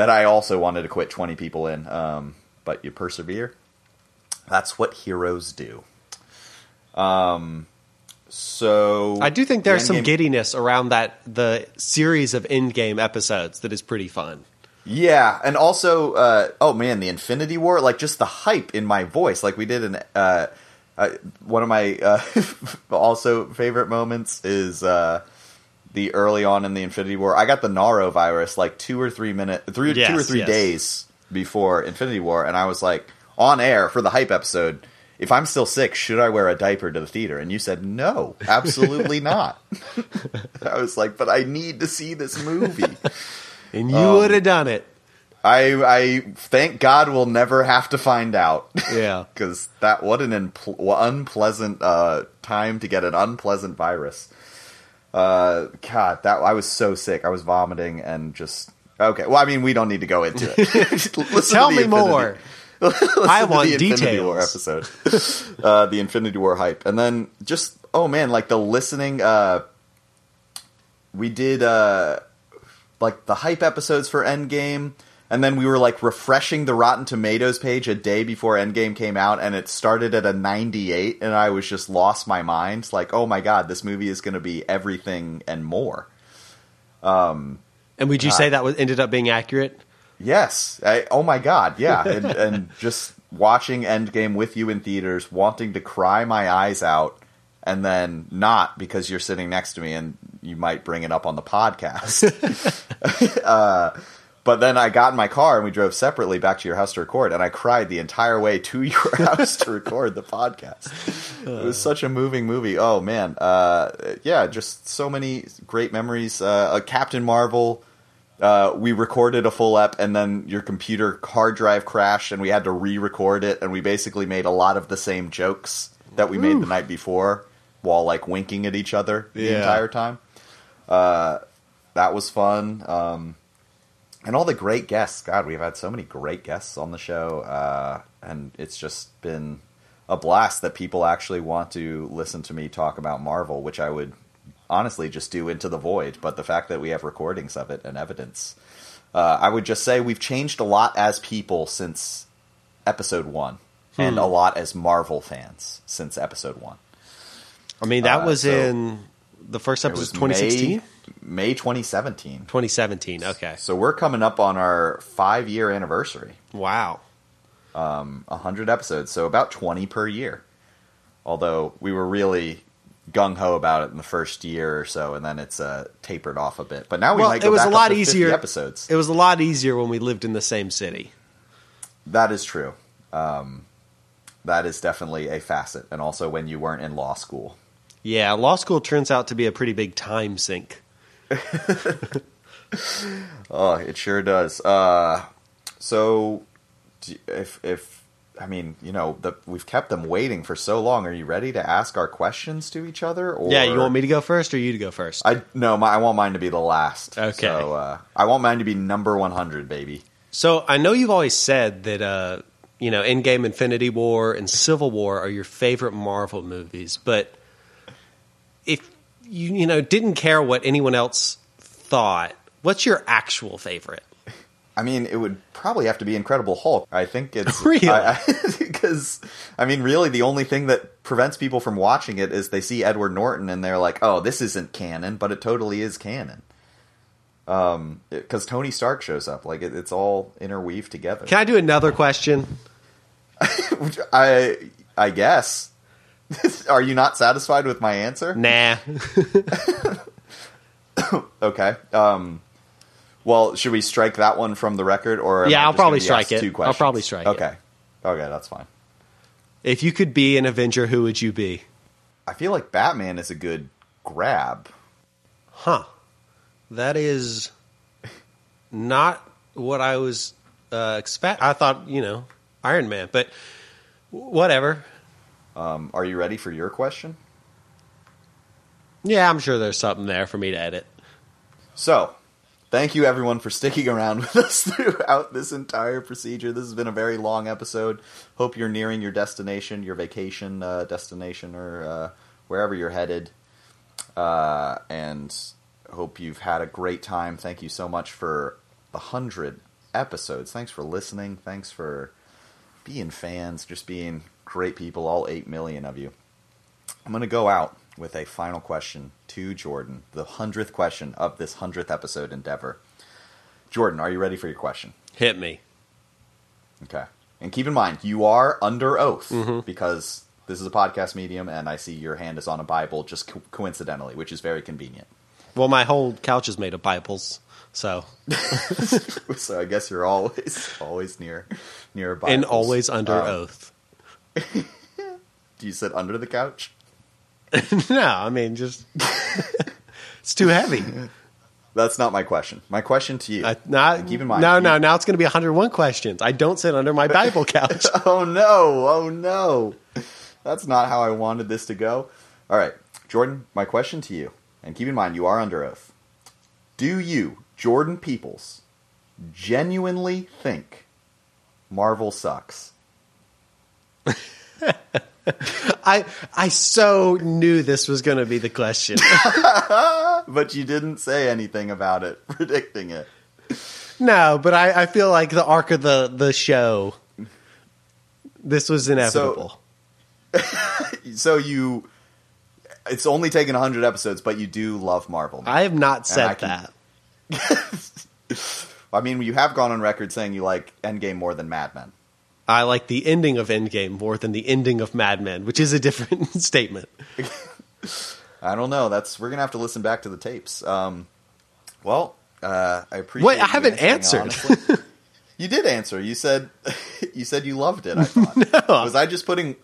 That I also wanted to quit 20 people in, um, but you persevere. That's what heroes do. Um, so
I do think there's
the
some
Endgame-
giddiness around that the series of endgame episodes that is pretty fun.
Yeah, and also, uh, oh man, the Infinity War, like just the hype in my voice. Like we did an uh, uh, one of my uh, also favorite moments is uh, the early on in the Infinity War. I got the Naro virus like two or three minutes, three two or
Yes,
three
yes.
days before Infinity War, and I was like on air for the hype episode. If I'm still sick, should I wear a diaper to the theater? And you said no, absolutely not. I was like, but I need to see this movie.
And you would have done it.
Um, I I thank God we'll never have to find out.
Yeah,
because that what an unple- what unpleasant uh, time to get an unpleasant virus. Uh, God, that I was so sick. I was vomiting and just okay. Well, I mean, we don't need to go into it. Listen
Tell
to
me
the Infinity-
more.
Listen
I
to
want
the Infinity
details.
War episode. uh, the Infinity War hype, and then just oh man, like the listening. Uh, we did uh, like the hype episodes for Endgame, and then we were like refreshing the Rotten Tomatoes page a day before Endgame came out, and it started at a 98, and I was just lost my mind. Like, oh my god, this movie is going to be everything and more. Um,
and would you
God.
say that was ended up being accurate?
Yes. I, oh my god, yeah, and, and just watching Endgame with you in theaters, wanting to cry my eyes out, and then not because you're sitting next to me and you might bring it up on the podcast. uh, but then I got in my car and we drove separately back to your house to record, and I cried the entire way to your house to record the podcast. It was such a moving movie. Oh man, uh, yeah, just so many great memories. Uh, uh, Captain Marvel. Uh, we recorded a full ep, and then your computer hard drive crashed, and we had to re-record it. And we basically made a lot of the same jokes that we made the
Oof.
night before, while like winking at each other the
Yeah.
entire time. Uh, that was fun. Um, and all the great guests. God, we've had so many great guests on the show, uh, and it's just been a blast that people actually want to listen to me talk about Marvel, which I would honestly just do into the void. But the fact that we have recordings of it and evidence, uh, I would just say we've changed a lot as people since episode one, and
Hmm.
a lot as Marvel fans since episode one.
I mean, that
Uh,
was
so-
in the first
It
episode,
was
2016.
May, May 2017.
2017. Okay.
So we're coming up on our five year anniversary.
Wow.
Um, 100 episodes. So about 20 per year. Although we were really gung ho about it in the first year or so, and then it's uh, tapered off a bit. But now we
well,
might go
it was
back
a
up
lot
to 50
easier.
episodes.
It was a lot easier when we lived in the same city.
That is true. Um, that is definitely a facet. And also when you weren't in law school.
Yeah, law school turns out to be a pretty big time sink.
Oh, it sure does. Uh, so, do- if if I mean, you know, the, we've kept them waiting for so long. Are you ready to ask our questions to each other? Or
yeah, you want me to go first or you to go first?
I no, my, I want mine to be the last.
Okay.
So uh, I want mine to be number one hundred, baby.
So I know you've always said that uh, you know Endgame, Infinity War, and Civil War are your favorite Marvel movies, but if you you know didn't care what anyone else thought, what's your actual favorite?
I mean, it would probably have to be Incredible Hulk. I think it's
Really?
because I, mean, really, the only thing that prevents people from watching it is they see Edward Norton and they're like, "Oh, this isn't canon," but it totally is canon. Um, because Tony Stark shows up, like it, it's all interweaved together.
Can I do another question?
I I guess. Are you not satisfied with my answer?
Nah.
okay. Um. Well, should we strike that one from the record, or am
Yeah,
I
I'll
just
probably
gonna be asked
strike it.
Two
I'll
questions?
probably strike it.
Okay. Okay, that's fine.
If you could be an Avenger, who would you be?
I feel like Batman is a good grab.
Huh. That is not what I was uh, expect. I thought you know Iron Man, but whatever.
Um, are you ready for your question?
Yeah, I'm sure there's something there for me to edit.
So, thank you everyone for sticking around with us throughout this entire procedure. This has been a very long episode. Hope you're nearing your destination, your vacation uh, destination, or uh, wherever you're headed. Uh, and hope you've had a great time. Thank you so much for the 100 episodes. Thanks for listening. Thanks for being fans, just being great people, all 8 million of you. I'm going to go out with a final question to Jordan, the 100th question of this 100th episode endeavor. Jordan, are you ready for your question?
Hit me.
Okay. And keep in mind, you are under oath
Mm-hmm.
because this is a podcast medium and I see your hand is on a Bible just co- coincidentally, which is very convenient.
Well, my whole couch is made of Bibles, so
so I guess you're always always near near Bibles.
and always under
Um,
oath.
Do you sit under the couch?
no, I mean just it's too heavy. Uh,
That's not my question. My question to you.
Not,
keep in mind,
no,
you-
no. Now it's going to be 101 questions. I don't sit under my Bible couch.
oh no, oh no. That's not how I wanted this to go. All right, Jordan, my question to you, and keep in mind you are under oath. Do you, Jordan Peoples, genuinely think Marvel sucks?
I I so knew this was going to be the question.
but you didn't say anything about it, predicting it.
no, but I, I feel like the arc of the the show. This was inevitable.
So you, it's only taken 100 episodes, but you do love Marvel.
I have not said
I can-
that.
I mean, you have gone on record saying you like Endgame more than Mad Men.
I like the ending of Endgame more than the ending of Mad Men, which is a different statement.
I don't know. Oh, That's we're gonna have to listen back to the tapes. Um, well, uh, I appreciate.
Wait, I
you
haven't
answering,
answered.
honestly. you did answer. You said you said you loved it. I thought was I just putting.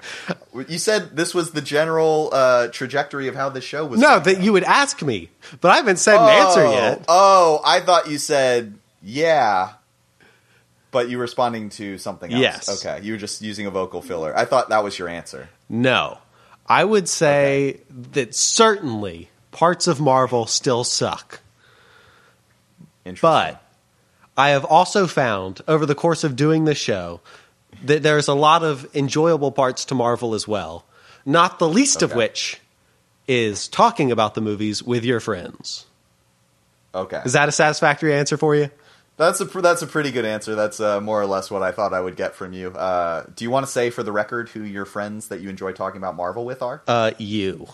You said this was the general uh, trajectory of how the show was.
No, that you would ask me, but I haven't said an answer
Oh,
yet.
Oh, I thought you said yeah, but you were responding to something else.
Yes.
Okay, you were just using a vocal filler. I thought that was your answer.
No, I would say that certainly parts of Marvel still suck. But I have also found over the course of doing this show that there's a lot of enjoyable parts to Marvel as well, not the least of
Okay.
which is talking about the movies with your friends.
Okay.
Is that a satisfactory answer for you?
That's a pr- that's a pretty good answer. That's uh, more or less what I thought I would get from you. Uh, do you want to say for the record who your friends that you enjoy talking about Marvel with are?
Uh, you.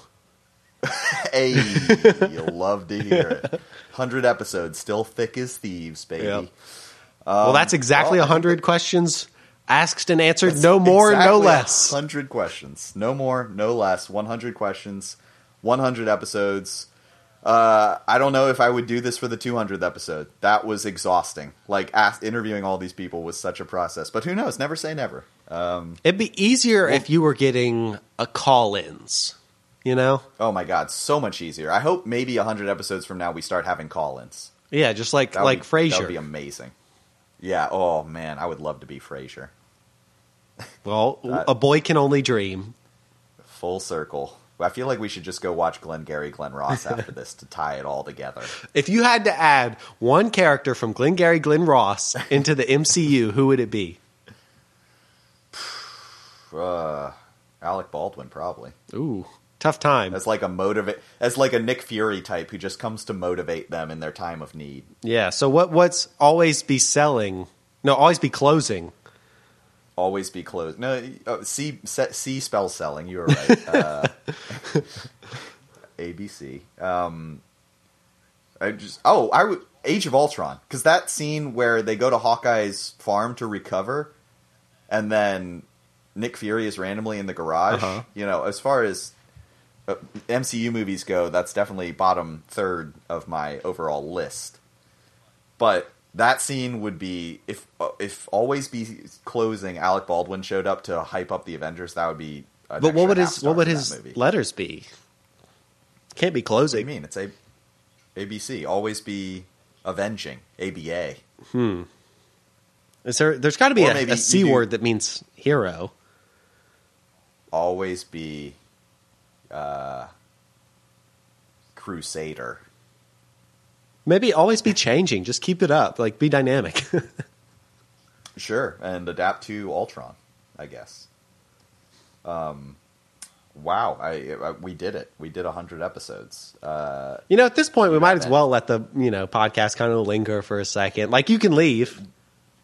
Hey, you love to hear it. Hundred episodes, still thick as thieves, baby.
Yep.
Um,
well, that's exactly a
well,
100 questions asked and answered, no more, no
exactly
less.
100 questions. No more, no less. 100 questions, 100 episodes. Uh, I don't know if I would do this for the 200th episode. That was exhausting. Like, ask, interviewing all these people was such a process. But who knows? Never say never. Um,
It'd be easier if you were getting a call-ins, you know?
Oh my god, so much easier. I hope maybe 100 episodes from now we start having call ins.
Yeah, just like like
That
Frasier.
would be amazing. Yeah, oh man, I would love to be Frasier.
well,
That-
a boy can only dream.
Full circle. I feel like we should just go watch Glengarry Glen Ross after this to tie it all together.
If you had to add one character from Glengarry Glen Ross into the MCU, who would it be?
Uh, Alec Baldwin, probably.
Ooh, tough time.
As like a motivate, as like a Nick Fury type who just comes to motivate them in their time of need.
Yeah, so what what's always be selling? No, always be closing.
Always be closed. No, uh, C se- C spell selling. You were right. Uh, ABC. Um, I just oh I would Age of Ultron because that scene where they go to Hawkeye's farm to recover, and then Nick Fury is randomly in the garage.
Uh-huh.
You know, as far as uh, MCU movies go, that's definitely bottom third of my overall list. But that scene would be if uh, if always be closing. Alec Baldwin showed up to hype up the Avengers. That would be. an
But
extra
what would
half
his
star
what would
for that
his
movie.
letters be? Can't be closing.
What do you mean? It's a ABC. Always be avenging. ABA.
Hmm. Is there? There's got to be
Or
a,
maybe
a
you
c
do-
word that means hero.
Always be uh, crusader.
Maybe always be changing. Just keep it up. Like be dynamic.
Sure, and adapt to Ultron, I guess. Um, wow, I, I we did it. We did hundred episodes. Uh,
you know, at this point, we might as well let the you know podcast kind of linger for a second. Like you can leave.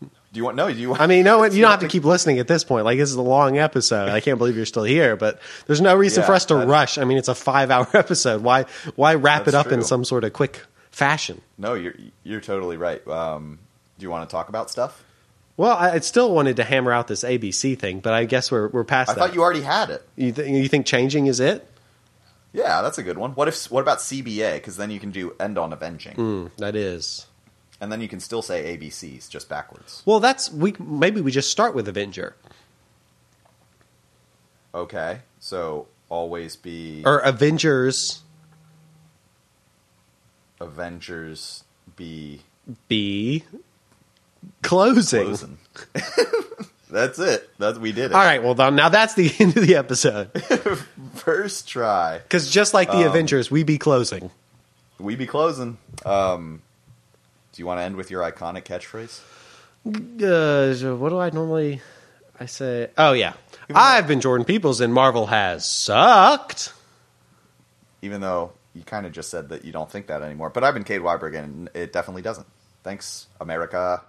do you want? No, do you want?
I mean, no, you don't have to keep listening at this point. Like this is a long episode. I can't believe you're still here. But there's no reason
Yeah,
for us to
I-
rush. I mean, it's a five hour episode. Why? Why wrap it
That's
up in
true.
some sort of quick fashion?
No, you're you're totally right. Um, do you want to talk about stuff?
Well, I, I still wanted to hammer out this ABC thing, but I guess we're we're past
I
that.
thought you already had it.
you, th- you think changing is it?
Yeah, that's a good one. What if? What about CBA? Because then you can do end on avenging,
Mm, that is.
and then you can still say ABCs just backwards.
Well, that's we maybe we just start with Avenger
Okay, so always be
or Avengers
Avengers be
B closing.
closing. that's it. That's we did it.
All right, well th- now that's the end of the episode
First try.
because just like the
Um,
Avengers, we be closing.
We be closing. Um, do you want to end with your iconic catchphrase?
Uh, what do I normally? I say, oh yeah, I've been Jordan Peoples, and Marvel has sucked.
Even though you kind of just said that you don't think that anymore, but I've been Cade Weiberg, and it definitely doesn't. Thanks, America.